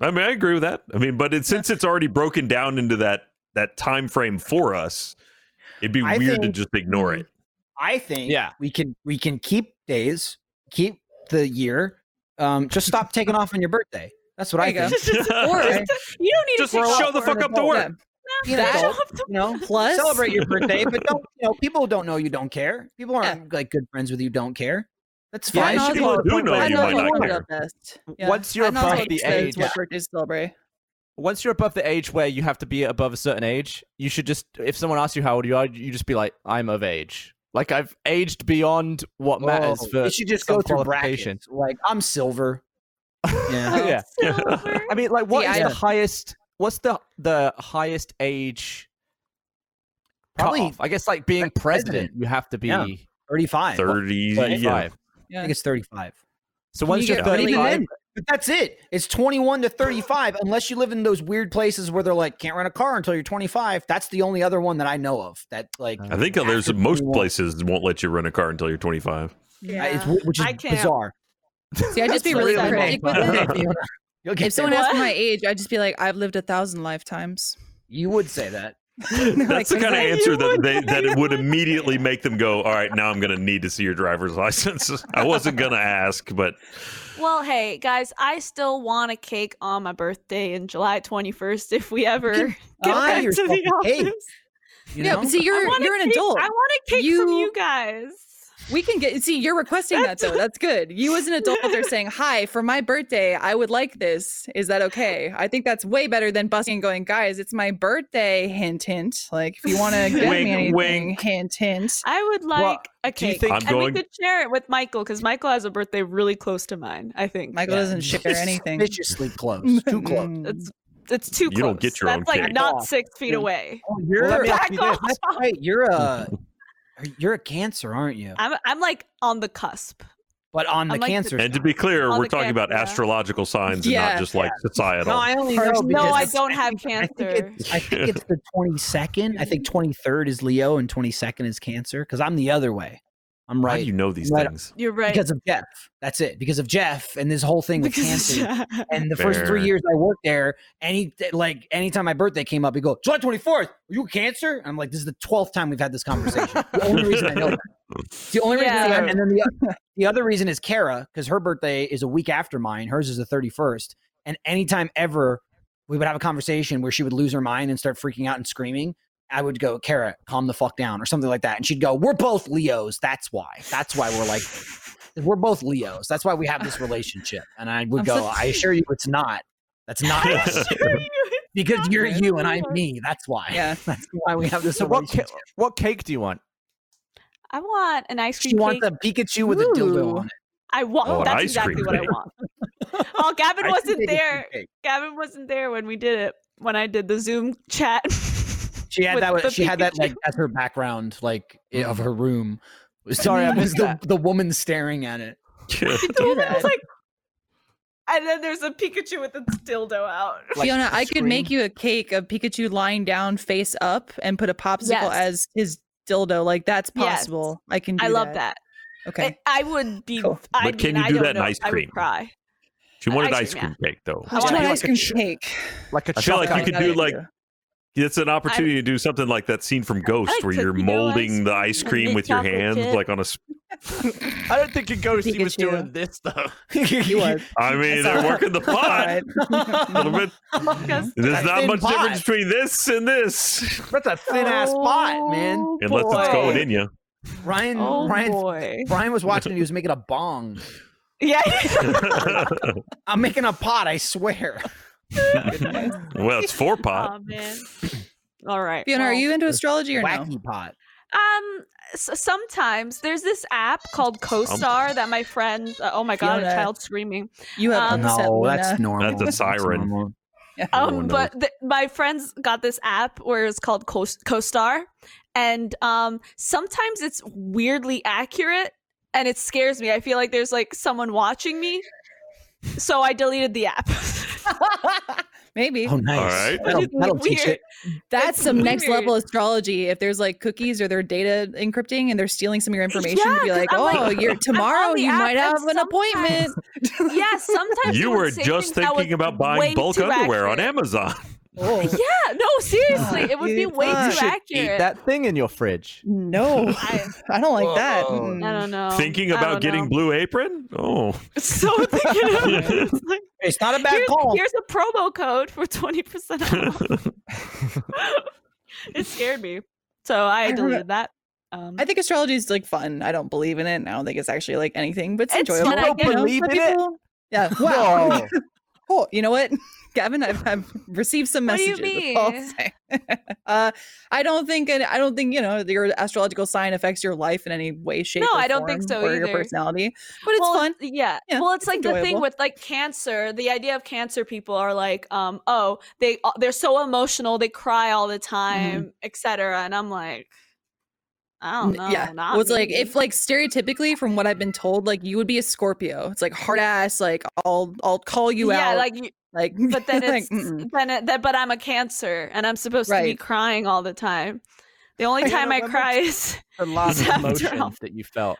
Speaker 5: I mean, I agree with that. I mean, but it, since it's already broken down into that that time frame for us, it'd be
Speaker 2: I
Speaker 5: weird to
Speaker 2: think-
Speaker 5: just ignore it.
Speaker 2: I think
Speaker 6: Yeah.
Speaker 2: we can we can keep days, keep the year. Um, just stop taking off on your birthday. That's what I
Speaker 4: There you go.
Speaker 2: think.
Speaker 4: or
Speaker 5: just
Speaker 3: You don't need
Speaker 5: just
Speaker 3: to
Speaker 5: show the fuck up to work.
Speaker 4: yeah,
Speaker 2: Be an
Speaker 4: that
Speaker 2: adult, you know,
Speaker 4: plus
Speaker 2: celebrate your birthday, but don't you know people don't know you don't care. People aren't like good friends with you. Don't care. That's
Speaker 4: Yeah,
Speaker 2: fine.
Speaker 4: no,
Speaker 2: Should be
Speaker 4: it's
Speaker 2: able
Speaker 4: all-
Speaker 2: to
Speaker 5: do
Speaker 2: point
Speaker 5: know
Speaker 2: where-
Speaker 4: I
Speaker 5: you
Speaker 4: know
Speaker 5: might
Speaker 4: what
Speaker 5: not
Speaker 4: I'm
Speaker 5: care.
Speaker 4: best.
Speaker 6: Once you're
Speaker 4: I know what
Speaker 6: above the
Speaker 4: says
Speaker 6: age-
Speaker 4: what birthdays to celebrate?
Speaker 6: Once you're above the age where you have to be above a certain age, you should just if someone asks you how old you are, you just be like, I'm of age. Like I've aged beyond what matters
Speaker 2: Oh,
Speaker 6: for
Speaker 2: you should just
Speaker 6: some
Speaker 2: go through
Speaker 6: qualification.
Speaker 2: brackets. Like I'm silver. Yeah.
Speaker 6: yeah.
Speaker 3: Silver.
Speaker 6: I mean, like, what
Speaker 4: See,
Speaker 6: is
Speaker 4: I-
Speaker 6: the highest? What's the the highest age?
Speaker 2: Probably-
Speaker 6: cutoff? I guess like being
Speaker 2: like
Speaker 6: president, you have to be
Speaker 2: Yeah. 35.
Speaker 5: Thirty, yeah.
Speaker 6: thirty-five.
Speaker 2: I think it's 35.
Speaker 6: So
Speaker 4: Can
Speaker 6: once you
Speaker 4: you
Speaker 6: are
Speaker 4: get But
Speaker 2: But even
Speaker 4: even
Speaker 6: thirty-five,
Speaker 2: then, but that's it. It's 21 to 35, unless you live in those weird places where they're like, can't rent a car until you're 25. That's the only other one that I know of that, like,
Speaker 6: Uh,
Speaker 5: I think there's
Speaker 2: After
Speaker 5: most
Speaker 2: 21.
Speaker 5: places won't let you rent a car until you're 25.
Speaker 2: I- it's,
Speaker 3: Yeah.
Speaker 2: w- which is
Speaker 3: I can't.
Speaker 2: bizarre.
Speaker 4: See, I just be
Speaker 3: That's
Speaker 4: really
Speaker 3: really
Speaker 4: cryptic with
Speaker 3: vague.
Speaker 4: it.
Speaker 2: You'll get
Speaker 4: If someone
Speaker 2: there.
Speaker 4: asked me
Speaker 3: What?
Speaker 4: my age, I'd just be like, I've lived a thousand lifetimes.
Speaker 2: you would say that.
Speaker 4: They're
Speaker 5: That's the
Speaker 4: like,
Speaker 5: kind of
Speaker 4: "Is
Speaker 5: answer
Speaker 4: you?
Speaker 5: that
Speaker 4: Is
Speaker 5: they that
Speaker 4: you?"
Speaker 5: it would immediately make them go, "All right, now I'm going to need to see your driver's license." I wasn't going to ask, but
Speaker 3: Well, hey guys, I still want a cake on my birthday in July 21st. If we ever get
Speaker 2: buy
Speaker 3: back to
Speaker 2: yourself
Speaker 3: the
Speaker 2: a cake,
Speaker 3: office,
Speaker 2: You
Speaker 4: yeah,
Speaker 2: know?
Speaker 4: but see, you're
Speaker 3: I want a
Speaker 4: you're an
Speaker 3: cake-
Speaker 4: adult.
Speaker 3: I want a cake from
Speaker 4: You-
Speaker 3: you guys.
Speaker 4: We can get see. You're requesting that though. That's good. You as an adult are saying, "Hi, for my birthday, I would like this. Is that okay?" I think that's way better than busting and going, "Guys, it's my birthday." Hint, hint. Like if you want to get
Speaker 5: Wink,
Speaker 4: me anything,
Speaker 5: wink.
Speaker 4: hint, hint.
Speaker 3: I would like a
Speaker 6: do you
Speaker 3: cake,
Speaker 6: think-
Speaker 5: I'm
Speaker 3: and we
Speaker 5: going-
Speaker 3: could share it with Michael because Michael has a birthday really close to mine. I think
Speaker 4: Michael
Speaker 2: Yeah.
Speaker 4: doesn't share
Speaker 2: It's
Speaker 4: anything.
Speaker 2: Viciously close. Too close.
Speaker 4: Mm.
Speaker 3: it's it's too.
Speaker 5: You don't get
Speaker 3: close.
Speaker 5: your own
Speaker 3: That's like
Speaker 5: cake.
Speaker 3: not
Speaker 2: Off.
Speaker 3: six feet
Speaker 2: Yeah.
Speaker 3: away.
Speaker 2: Oh, you're
Speaker 3: Well,
Speaker 2: let me ask
Speaker 3: back
Speaker 2: you this.
Speaker 3: off.
Speaker 2: That's right. You're a you're a cancer, aren't you?
Speaker 3: I'm I'm like on the cusp.
Speaker 2: But on the
Speaker 3: I'm like the-
Speaker 2: cancer
Speaker 5: and to
Speaker 2: side.
Speaker 5: be clear,
Speaker 3: On
Speaker 5: we're
Speaker 3: the
Speaker 5: talking about
Speaker 3: camera.
Speaker 5: astrological signs and
Speaker 4: Yeah.
Speaker 5: not just like societal.
Speaker 2: no, I only know
Speaker 4: First-
Speaker 3: No,
Speaker 2: because
Speaker 3: I
Speaker 4: Yes.
Speaker 3: don't have
Speaker 2: I think,
Speaker 3: cancer. Mm-hmm.
Speaker 2: it's, I think it's the 22nd. I think 23rd is Leo and 22nd is Cancer because I'm the other way. I'm
Speaker 5: Why
Speaker 2: right.
Speaker 5: do you know these
Speaker 2: Right.
Speaker 5: things?
Speaker 3: You're right.
Speaker 2: Because of Jeff. That's it. Because of Jeff and this whole thing with
Speaker 3: Because-
Speaker 2: cancer. And the first
Speaker 5: Fair.
Speaker 2: three years I worked there, any like anytime my birthday came up, he'd go, July 24th, are you cancer? I'm like, this is the 12th time we've had this conversation. the only reason I know that. It's the only reason I
Speaker 3: Yeah.
Speaker 2: know. And then the, oth- the other reason is Kara, because her birthday is a week after mine. Hers is the 31st. And anytime ever we would have a conversation where she would lose her mind and start freaking out and screaming, I would go, Kara, calm the fuck down or something like that. And she'd go, We're both Leos. That's why. That's why we're like, we're both Leos. That's why we have this relationship. And I would
Speaker 4: I'm
Speaker 2: go,
Speaker 4: so-
Speaker 2: I assure you it's not. That's not
Speaker 3: I
Speaker 2: us.
Speaker 3: assure you.
Speaker 2: because you're
Speaker 4: Yes,
Speaker 2: you and
Speaker 3: you
Speaker 2: I'm
Speaker 3: are.
Speaker 2: me. That's why.
Speaker 4: Yeah.
Speaker 2: That's why we have this
Speaker 6: So what, ca-
Speaker 2: relationship.
Speaker 6: what cake do you want?
Speaker 3: I want an ice cream
Speaker 2: She
Speaker 3: cake.
Speaker 2: wants a Pikachu with a dildo
Speaker 4: Ooh.
Speaker 2: on it.
Speaker 3: I want.
Speaker 5: Oh, an
Speaker 3: that's
Speaker 5: ice
Speaker 3: exactly
Speaker 5: cream
Speaker 3: what I
Speaker 5: cake.
Speaker 3: want. Well, Gavin
Speaker 2: I
Speaker 3: wasn't
Speaker 2: think they get
Speaker 3: there.
Speaker 2: cake.
Speaker 3: Gavin wasn't there when we did it. When I did the Zoom chat.
Speaker 2: She had
Speaker 3: with
Speaker 2: that.
Speaker 3: the
Speaker 2: She had that
Speaker 3: Pikachu.
Speaker 2: like as her background, like i- of her room.
Speaker 6: Sorry, I
Speaker 2: was
Speaker 6: missed
Speaker 2: the,
Speaker 6: that.
Speaker 2: the woman staring at it.
Speaker 3: The
Speaker 4: do
Speaker 3: woman was
Speaker 4: that.
Speaker 3: like, and then there's a Pikachu with a dildo out.
Speaker 6: Like,
Speaker 4: Fiona, I could make
Speaker 6: scream?
Speaker 4: you a cake of Pikachu lying down face up and put a popsicle
Speaker 3: Yes.
Speaker 4: as his dildo. Like that's
Speaker 3: Yes.
Speaker 4: possible. I can. Do
Speaker 3: I love that.
Speaker 4: Okay.
Speaker 3: It- I would be.
Speaker 4: Cool.
Speaker 3: I
Speaker 5: But can
Speaker 3: mean, I
Speaker 5: you do
Speaker 3: don't
Speaker 5: that in
Speaker 3: know.
Speaker 5: ice
Speaker 3: I would
Speaker 5: cream?
Speaker 3: cry.
Speaker 5: she wanted
Speaker 3: ice
Speaker 5: ice
Speaker 3: cream,
Speaker 5: cream cake, though.
Speaker 3: want
Speaker 4: I want
Speaker 3: to
Speaker 4: an
Speaker 3: do
Speaker 6: like
Speaker 4: ice
Speaker 6: a
Speaker 4: cream
Speaker 6: ch-
Speaker 4: cake.
Speaker 6: Like a
Speaker 5: I feel like
Speaker 6: chocolate
Speaker 5: you could
Speaker 6: cake.
Speaker 5: do like it's an opportunity to do something like that scene from Ghost,
Speaker 3: like
Speaker 5: where
Speaker 3: cookie
Speaker 5: you're
Speaker 3: dough ice
Speaker 5: molding the
Speaker 3: cream
Speaker 5: ice
Speaker 3: and
Speaker 5: cream
Speaker 3: big
Speaker 5: with your
Speaker 3: chocolate
Speaker 5: hands,
Speaker 3: chip.
Speaker 5: like on a. s-
Speaker 6: I don't think a ghost he was
Speaker 4: Pikachu.
Speaker 6: doing this though.
Speaker 4: You are
Speaker 5: I mean,
Speaker 4: all
Speaker 5: they're
Speaker 4: right.
Speaker 5: working the pot a little bit.
Speaker 3: Because
Speaker 5: There's
Speaker 2: That's
Speaker 5: not
Speaker 2: in
Speaker 5: much
Speaker 2: pot.
Speaker 5: difference between this and this,
Speaker 2: That's a thin ass spot, man.
Speaker 3: Oh,
Speaker 5: unless it's going
Speaker 3: boy.
Speaker 5: in you.
Speaker 2: Ryan.
Speaker 3: Oh
Speaker 2: Ryan.
Speaker 3: boy.
Speaker 2: Ryan was watching. and He was making a bong.
Speaker 3: Yeah.
Speaker 2: I'm making a pot. I swear.
Speaker 5: well, it's four pot.
Speaker 3: oh man. All right.
Speaker 4: Fiona, are
Speaker 3: well.
Speaker 4: you into astrology or no?
Speaker 2: Wacky pot.
Speaker 3: Um, s sometimes there's this app called CoStar that my friend. Uh, oh my god, a
Speaker 4: Fiona.
Speaker 3: child screaming.
Speaker 4: You have
Speaker 3: Um,
Speaker 4: upset
Speaker 2: no,
Speaker 4: Luna.
Speaker 2: that's normal.
Speaker 5: That's a siren.
Speaker 2: normal.
Speaker 5: Everyone
Speaker 3: Um,
Speaker 5: knows.
Speaker 3: but th- my friends got this app where it's called Co- CoStar, and um, sometimes it's weirdly accurate, and it scares me. I feel like there's like someone watching me, so I deleted the app.
Speaker 4: Maybe
Speaker 2: Oh, nice.
Speaker 5: right.
Speaker 2: That'll,
Speaker 3: Which is
Speaker 2: that'll teach
Speaker 3: weird.
Speaker 2: it.
Speaker 4: that's
Speaker 3: it's
Speaker 4: some next
Speaker 3: weird.
Speaker 4: level astrology. If there's like cookies or their data encrypting and they're stealing some of your information,
Speaker 3: Yeah,
Speaker 4: to be
Speaker 3: 'cause
Speaker 4: like,
Speaker 3: I'm like,
Speaker 4: oh, you're tomorrow
Speaker 3: the
Speaker 4: you
Speaker 3: app
Speaker 4: might
Speaker 3: and
Speaker 4: have an appointment.
Speaker 3: yeah, sometimes
Speaker 5: You
Speaker 3: it would
Speaker 5: were
Speaker 3: say
Speaker 5: just
Speaker 3: things that was
Speaker 5: thinking about
Speaker 3: way
Speaker 5: buying bulk
Speaker 3: too
Speaker 5: underwear on
Speaker 3: accurate.
Speaker 5: Amazon.
Speaker 4: Oh,
Speaker 3: Yeah, no, seriously, it would be
Speaker 4: You
Speaker 3: way too
Speaker 4: thought-
Speaker 6: You should eat
Speaker 3: accurate.
Speaker 6: that thing in your fridge.
Speaker 4: no,
Speaker 3: I,
Speaker 4: I don't like that.
Speaker 2: Whoa.
Speaker 4: Mm.
Speaker 3: I don't know.
Speaker 5: Thinking
Speaker 3: Um, I
Speaker 5: about
Speaker 3: don't
Speaker 5: getting
Speaker 3: know.
Speaker 5: Blue Apron? Oh,
Speaker 3: so thinking about it. It's like,
Speaker 2: It's not a bad
Speaker 3: here's,
Speaker 2: call.
Speaker 3: here's a promo code for 20% off. it scared me. So I,
Speaker 4: I remem-
Speaker 3: deleted that. Um,
Speaker 4: I think astrology is like fun. I don't believe in it. and I don't think it's actually like anything, but it's,
Speaker 3: It's
Speaker 4: enjoyable.
Speaker 3: fun, I You don't guess.
Speaker 6: believe
Speaker 4: Some
Speaker 6: in it?
Speaker 4: people- Yeah. Wow.
Speaker 2: Oh.
Speaker 4: Cool. You know what, Gavin? I've, I've received some
Speaker 3: What do you
Speaker 4: messages. that's all I'll
Speaker 3: mean?
Speaker 4: say. uh, I don't think, and I don't think you know your astrological sign affects your life in any way, shape.
Speaker 3: No,
Speaker 4: or
Speaker 3: I don't think
Speaker 4: form,
Speaker 3: so
Speaker 4: or Your
Speaker 3: either.
Speaker 4: personality, but it's
Speaker 3: well,
Speaker 4: fun.
Speaker 3: Yeah.
Speaker 4: Yeah,
Speaker 3: Well, it's,
Speaker 4: it's
Speaker 3: like the thing
Speaker 4: enjoyable.
Speaker 3: with like cancer. The idea of cancer people are like, um, oh, they they're so emotional, they cry all the
Speaker 4: Mm-hmm.
Speaker 3: time, etc. And I'm like, I don't know.
Speaker 4: yeah,
Speaker 3: not
Speaker 4: well, it's like
Speaker 3: me.
Speaker 4: if like stereotypically from what I've been told, like you would be a Scorpio. It's like hard ass. Like I'll I'll call you
Speaker 3: yeah,
Speaker 4: out.
Speaker 3: like you,
Speaker 4: like
Speaker 3: but then
Speaker 4: like,
Speaker 3: it's
Speaker 4: mm-mm.
Speaker 3: then it, that but I'm a cancer and I'm supposed to be
Speaker 4: Right.
Speaker 3: crying all the time. The only
Speaker 6: I
Speaker 3: time I
Speaker 6: remember-
Speaker 3: cry is
Speaker 6: The last
Speaker 3: After
Speaker 6: emotion
Speaker 3: all.
Speaker 6: that you felt.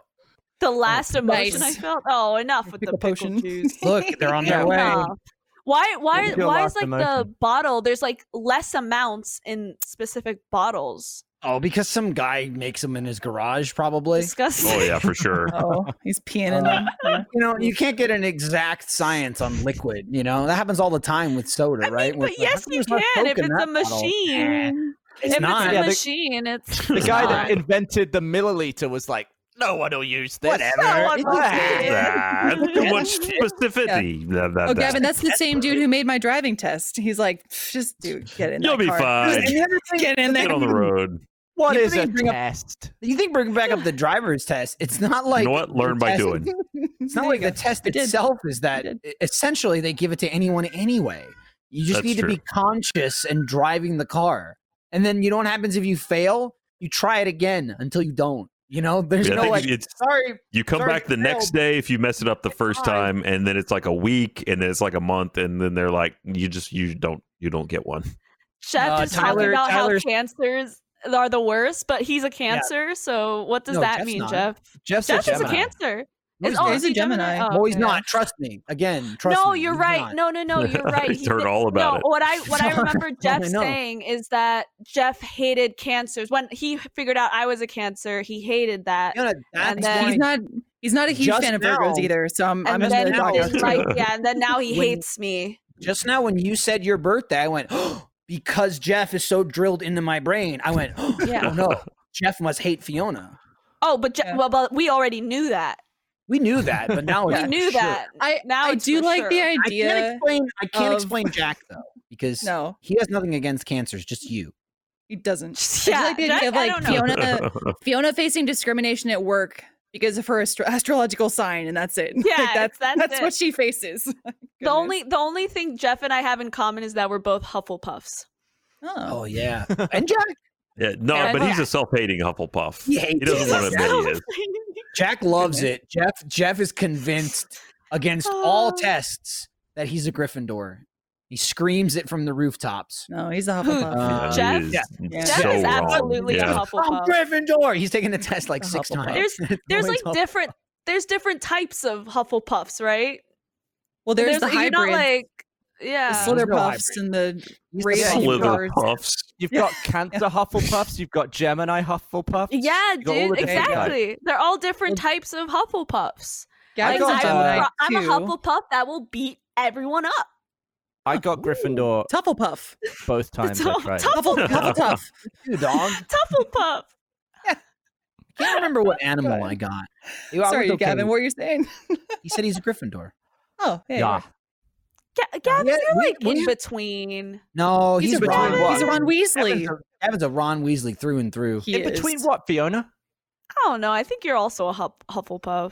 Speaker 3: the last emotion
Speaker 4: nice.
Speaker 3: I felt. Oh, enough with the
Speaker 4: Pickle
Speaker 3: pickle
Speaker 4: potion.
Speaker 3: juice.
Speaker 2: Look, they're on their way.
Speaker 3: Enough. Why why
Speaker 6: Feel
Speaker 3: why is
Speaker 6: lost
Speaker 3: like the
Speaker 6: emotion.
Speaker 3: bottle there's like less amounts in specific bottles.
Speaker 2: Oh, because some guy makes them in his garage, probably.
Speaker 3: Disgusting.
Speaker 5: Oh yeah, for sure.
Speaker 4: Oh, he's peeing
Speaker 2: Uh,
Speaker 4: in them. Yeah.
Speaker 2: You know, you can't get an exact science on liquid. You know that happens all the time with soda,
Speaker 3: I mean,
Speaker 2: right?
Speaker 3: but
Speaker 2: Where it's like, how
Speaker 3: yes,
Speaker 2: come
Speaker 3: you
Speaker 2: there's not
Speaker 3: can if
Speaker 2: Coke in
Speaker 3: it's a
Speaker 2: that bottle?
Speaker 3: machine.
Speaker 2: It's
Speaker 3: if
Speaker 2: not.
Speaker 3: it's a
Speaker 6: Yeah, the-
Speaker 3: machine, it's
Speaker 6: The guy that
Speaker 3: not.
Speaker 6: invented the milliliter was like, no one will use this.
Speaker 2: Whatever.
Speaker 3: No
Speaker 2: It's
Speaker 3: one
Speaker 2: okay.
Speaker 3: will.
Speaker 5: that. Too much specificity. That- that-
Speaker 4: Oh,
Speaker 5: that.
Speaker 4: Gavin, that's the same dude who made my driving test. He's like, "Pff, just do get in.
Speaker 5: You'll
Speaker 4: that
Speaker 5: be
Speaker 4: car.
Speaker 5: fine.
Speaker 4: Just Get in there.
Speaker 5: Get on the road.
Speaker 6: What
Speaker 2: You
Speaker 6: is
Speaker 2: didn't
Speaker 6: a
Speaker 2: even bring up-
Speaker 6: test?
Speaker 2: You think bringing back up the driver's test? It's not like
Speaker 5: you know what? Learn by
Speaker 2: test-
Speaker 5: doing.
Speaker 2: It's not like the test
Speaker 4: I did.
Speaker 2: itself is that
Speaker 4: did.
Speaker 2: e- essentially they give it to anyone anyway. You just
Speaker 5: That's
Speaker 2: need to be
Speaker 5: true.
Speaker 2: conscious and driving the car. And then you know what happens if you fail? You try it again until you don't. You know, there's
Speaker 5: Yeah, I
Speaker 2: no
Speaker 5: think
Speaker 2: like
Speaker 5: it's-
Speaker 2: sorry.
Speaker 5: You come
Speaker 2: Sorry,
Speaker 5: back the
Speaker 2: failed.
Speaker 5: next day if you mess it up the first
Speaker 2: fine.
Speaker 5: time, and then it's like a week, and then it's like a month, and then they're like, you just you don't you don't get one.
Speaker 3: Chef
Speaker 2: Uh,
Speaker 3: is talking
Speaker 2: Tyler-
Speaker 3: about
Speaker 2: Tyler's-
Speaker 3: how cancers are the worst, but he's a cancer. So what does
Speaker 2: No,
Speaker 3: that
Speaker 2: Jeff's
Speaker 3: mean,
Speaker 2: not.
Speaker 3: Jeff?
Speaker 6: Jeff's
Speaker 3: Jeff is a
Speaker 6: Gemini.
Speaker 3: cancer.
Speaker 2: No,
Speaker 3: Is-
Speaker 2: he's
Speaker 3: oh,
Speaker 2: not.
Speaker 4: He's a Gemini.
Speaker 3: Oh,
Speaker 2: No, he's
Speaker 3: okay.
Speaker 2: not. Trust me. Again, trust
Speaker 3: no,
Speaker 2: me.
Speaker 3: you're
Speaker 2: he's
Speaker 3: right.
Speaker 2: not.
Speaker 3: No, no, no, you're right.
Speaker 5: I
Speaker 3: He
Speaker 5: heard
Speaker 3: did-
Speaker 5: all about
Speaker 3: no,
Speaker 5: it.
Speaker 3: what I what I
Speaker 2: Sorry.
Speaker 3: remember Jeff
Speaker 2: I know.
Speaker 3: saying is that Jeff hated cancers. When he figured out I was a cancer, he hated that.
Speaker 2: You know, that's
Speaker 3: then-
Speaker 2: why-
Speaker 4: He's not. He's not a huge
Speaker 2: Just
Speaker 4: fan of
Speaker 2: now-
Speaker 4: Virgos either. So I'm. I'm
Speaker 3: and
Speaker 4: just
Speaker 3: then
Speaker 4: really
Speaker 2: now
Speaker 4: talking
Speaker 2: it's
Speaker 4: about
Speaker 3: like
Speaker 4: it.
Speaker 3: yeah, and then now he
Speaker 2: When-
Speaker 3: hates me.
Speaker 2: just now when you said your birthday, I went, oh, because Jeff is so drilled into my brain. I went, oh,
Speaker 3: Yeah.
Speaker 2: no, Jeff must hate Fiona.
Speaker 3: Oh, but Jeff,
Speaker 4: Yeah.
Speaker 3: well, but we already knew that.
Speaker 2: We knew that, but now
Speaker 3: We
Speaker 2: it's for
Speaker 3: knew
Speaker 2: sure.
Speaker 3: that.
Speaker 4: I
Speaker 3: now
Speaker 4: I
Speaker 3: it's
Speaker 4: do
Speaker 3: for
Speaker 4: like the
Speaker 3: sure.
Speaker 2: I can't
Speaker 4: idea.
Speaker 2: explain. I can't
Speaker 4: of-
Speaker 2: explain Jack though because
Speaker 4: No,
Speaker 2: he has nothing against cancers, just you.
Speaker 4: he doesn't.
Speaker 3: Yeah,
Speaker 4: I do like the
Speaker 3: Jack-
Speaker 4: idea of
Speaker 3: I
Speaker 4: like
Speaker 3: don't know.
Speaker 4: Fiona. Fiona facing discrimination at work because of her astro- astrological sign, and that's it. Like,
Speaker 3: Yeah,
Speaker 4: that's
Speaker 3: it's- that's
Speaker 4: that's
Speaker 3: it.
Speaker 4: what she faces.
Speaker 3: The
Speaker 4: Oh, Goodness.
Speaker 3: only the only thing Jeff and I have in common is that we're both Hufflepuffs.
Speaker 4: Oh.
Speaker 2: Oh yeah, and Jack.
Speaker 5: Yeah, no,
Speaker 3: Yeah,
Speaker 5: but
Speaker 3: I-
Speaker 5: he's a self-hating Hufflepuff.
Speaker 2: He hates
Speaker 5: He doesn't
Speaker 2: it.
Speaker 5: want to admit he is.
Speaker 2: Jack loves it. Jeff. Jeff is convinced against all tests that he's a Gryffindor. He screams it from the rooftops.
Speaker 4: No, he's a
Speaker 3: Who-
Speaker 4: Hufflepuff.
Speaker 2: Uh,
Speaker 5: He
Speaker 3: Jeff-
Speaker 5: is
Speaker 2: Yeah.
Speaker 3: Jeff
Speaker 4: So
Speaker 3: is
Speaker 5: wrong.
Speaker 3: absolutely
Speaker 5: Yeah.
Speaker 3: a
Speaker 2: I'm
Speaker 3: Hufflepuff.
Speaker 2: Gryffindor. He's taken the test like
Speaker 4: A
Speaker 2: six
Speaker 4: Hufflepuff.
Speaker 2: times.
Speaker 3: There's-
Speaker 2: It's
Speaker 3: There's
Speaker 2: always
Speaker 3: like different there's different types of Hufflepuffs, right?
Speaker 4: well, there's, the
Speaker 3: you're
Speaker 4: hybrid,
Speaker 3: not like uh,
Speaker 4: the
Speaker 3: yeah.
Speaker 2: There's
Speaker 4: slither
Speaker 2: no
Speaker 4: puffs, and the
Speaker 2: He's
Speaker 4: raised
Speaker 2: the
Speaker 4: Hufflepuff.
Speaker 5: Slither
Speaker 4: Yours.
Speaker 5: puffs.
Speaker 6: You've got Cancer Hufflepuffs. You've got Gemini Hufflepuffs.
Speaker 3: yeah,
Speaker 6: You've got all the
Speaker 3: dude,
Speaker 6: different types.
Speaker 3: exactly. They're all different types of Hufflepuffs.
Speaker 6: I
Speaker 4: Gavin's a
Speaker 6: got,
Speaker 4: Gemini
Speaker 6: uh,
Speaker 3: Pro- I'm a
Speaker 4: too.
Speaker 3: Hufflepuff that will beat everyone up.
Speaker 6: I got Gryffindor
Speaker 4: Tufflepuff.
Speaker 6: both times. I
Speaker 3: Tuff-
Speaker 6: tried.
Speaker 4: Huffle- Hufflepuff.
Speaker 2: two dog.
Speaker 3: Tufflepuff.
Speaker 2: I can't remember what animal
Speaker 4: God.
Speaker 2: I got. I was
Speaker 4: Sorry,
Speaker 2: okay.
Speaker 4: Gavin, what are you saying?
Speaker 2: He said he's a Gryffindor.
Speaker 4: Oh, hey.
Speaker 6: Yeah.
Speaker 3: Ga- Gavin,
Speaker 2: Yeah,
Speaker 3: you're
Speaker 2: we-
Speaker 3: like
Speaker 2: we-
Speaker 3: in between.
Speaker 2: No,
Speaker 4: He's,
Speaker 2: Oh, he's,
Speaker 4: a
Speaker 2: Ron.
Speaker 4: Ron,
Speaker 6: what?
Speaker 4: he's a Ron
Speaker 2: Gavin's
Speaker 4: Weasley.
Speaker 2: a, Gavin's a Ron Weasley through and through.
Speaker 4: He
Speaker 6: In between
Speaker 4: is.
Speaker 6: what, Fiona?
Speaker 3: I don't know. I think you're also a Huff- Hufflepuff.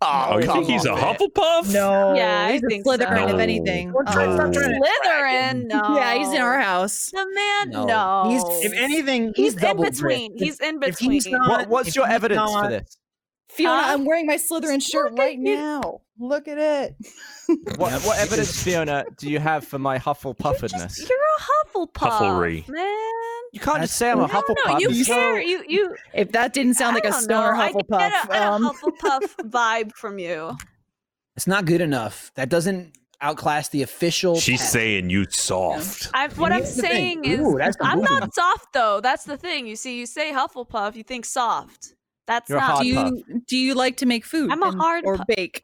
Speaker 5: Oh, you think he's a Hufflepuff?
Speaker 4: No.
Speaker 3: Yeah, I
Speaker 4: he's a
Speaker 3: think so.
Speaker 4: Slytherin, if
Speaker 5: No.
Speaker 4: anything.
Speaker 2: Don't try- stop trying
Speaker 5: Oh.
Speaker 2: to drag him.
Speaker 3: Slytherin. No.
Speaker 4: Yeah, he's in our house.
Speaker 3: The man. No.
Speaker 2: He's if anything,
Speaker 3: He's
Speaker 2: he's,
Speaker 3: in
Speaker 2: double
Speaker 3: between.
Speaker 2: drift.
Speaker 3: He's in
Speaker 2: if
Speaker 3: between.
Speaker 2: he's not-
Speaker 6: What, what's
Speaker 2: if
Speaker 6: your
Speaker 2: he's
Speaker 6: evidence
Speaker 2: not-
Speaker 6: for this?
Speaker 4: Fiona,
Speaker 3: Huh?
Speaker 4: I'm wearing my Slytherin shirt
Speaker 3: Look at
Speaker 4: right
Speaker 3: you.
Speaker 4: now. Look at it.
Speaker 6: What,
Speaker 2: Yep.
Speaker 6: what evidence, Fiona, do you have for my
Speaker 3: You're,
Speaker 6: Hufflepuffedness?
Speaker 3: just, you're a Hufflepuff,
Speaker 5: Hufflery.
Speaker 3: man.
Speaker 6: you can't just say I'm a
Speaker 3: I
Speaker 6: Hufflepuff.
Speaker 3: don't know. You
Speaker 6: You're
Speaker 3: care.
Speaker 6: so-
Speaker 3: You you
Speaker 4: If that didn't sound like
Speaker 3: I
Speaker 4: a
Speaker 3: don't
Speaker 4: stoner
Speaker 3: know. I get
Speaker 4: Hufflepuff.
Speaker 3: a- I
Speaker 4: um,
Speaker 3: get a Hufflepuff vibe from you.
Speaker 2: It's not good enough. That doesn't outclass the official.
Speaker 5: She's
Speaker 2: test.
Speaker 5: saying you soft.
Speaker 3: I, what I'm
Speaker 2: Here's the thing.
Speaker 3: saying is,
Speaker 2: Ooh, that's
Speaker 3: I'm
Speaker 2: amazing.
Speaker 3: not soft though. That's the thing. You see, you say Hufflepuff, you think soft. That's
Speaker 6: You're a
Speaker 3: not.
Speaker 6: hard
Speaker 4: do
Speaker 6: puff.
Speaker 4: you do you like to make food?
Speaker 3: I'm a
Speaker 4: and-
Speaker 3: hard
Speaker 4: or
Speaker 3: puff.
Speaker 4: bake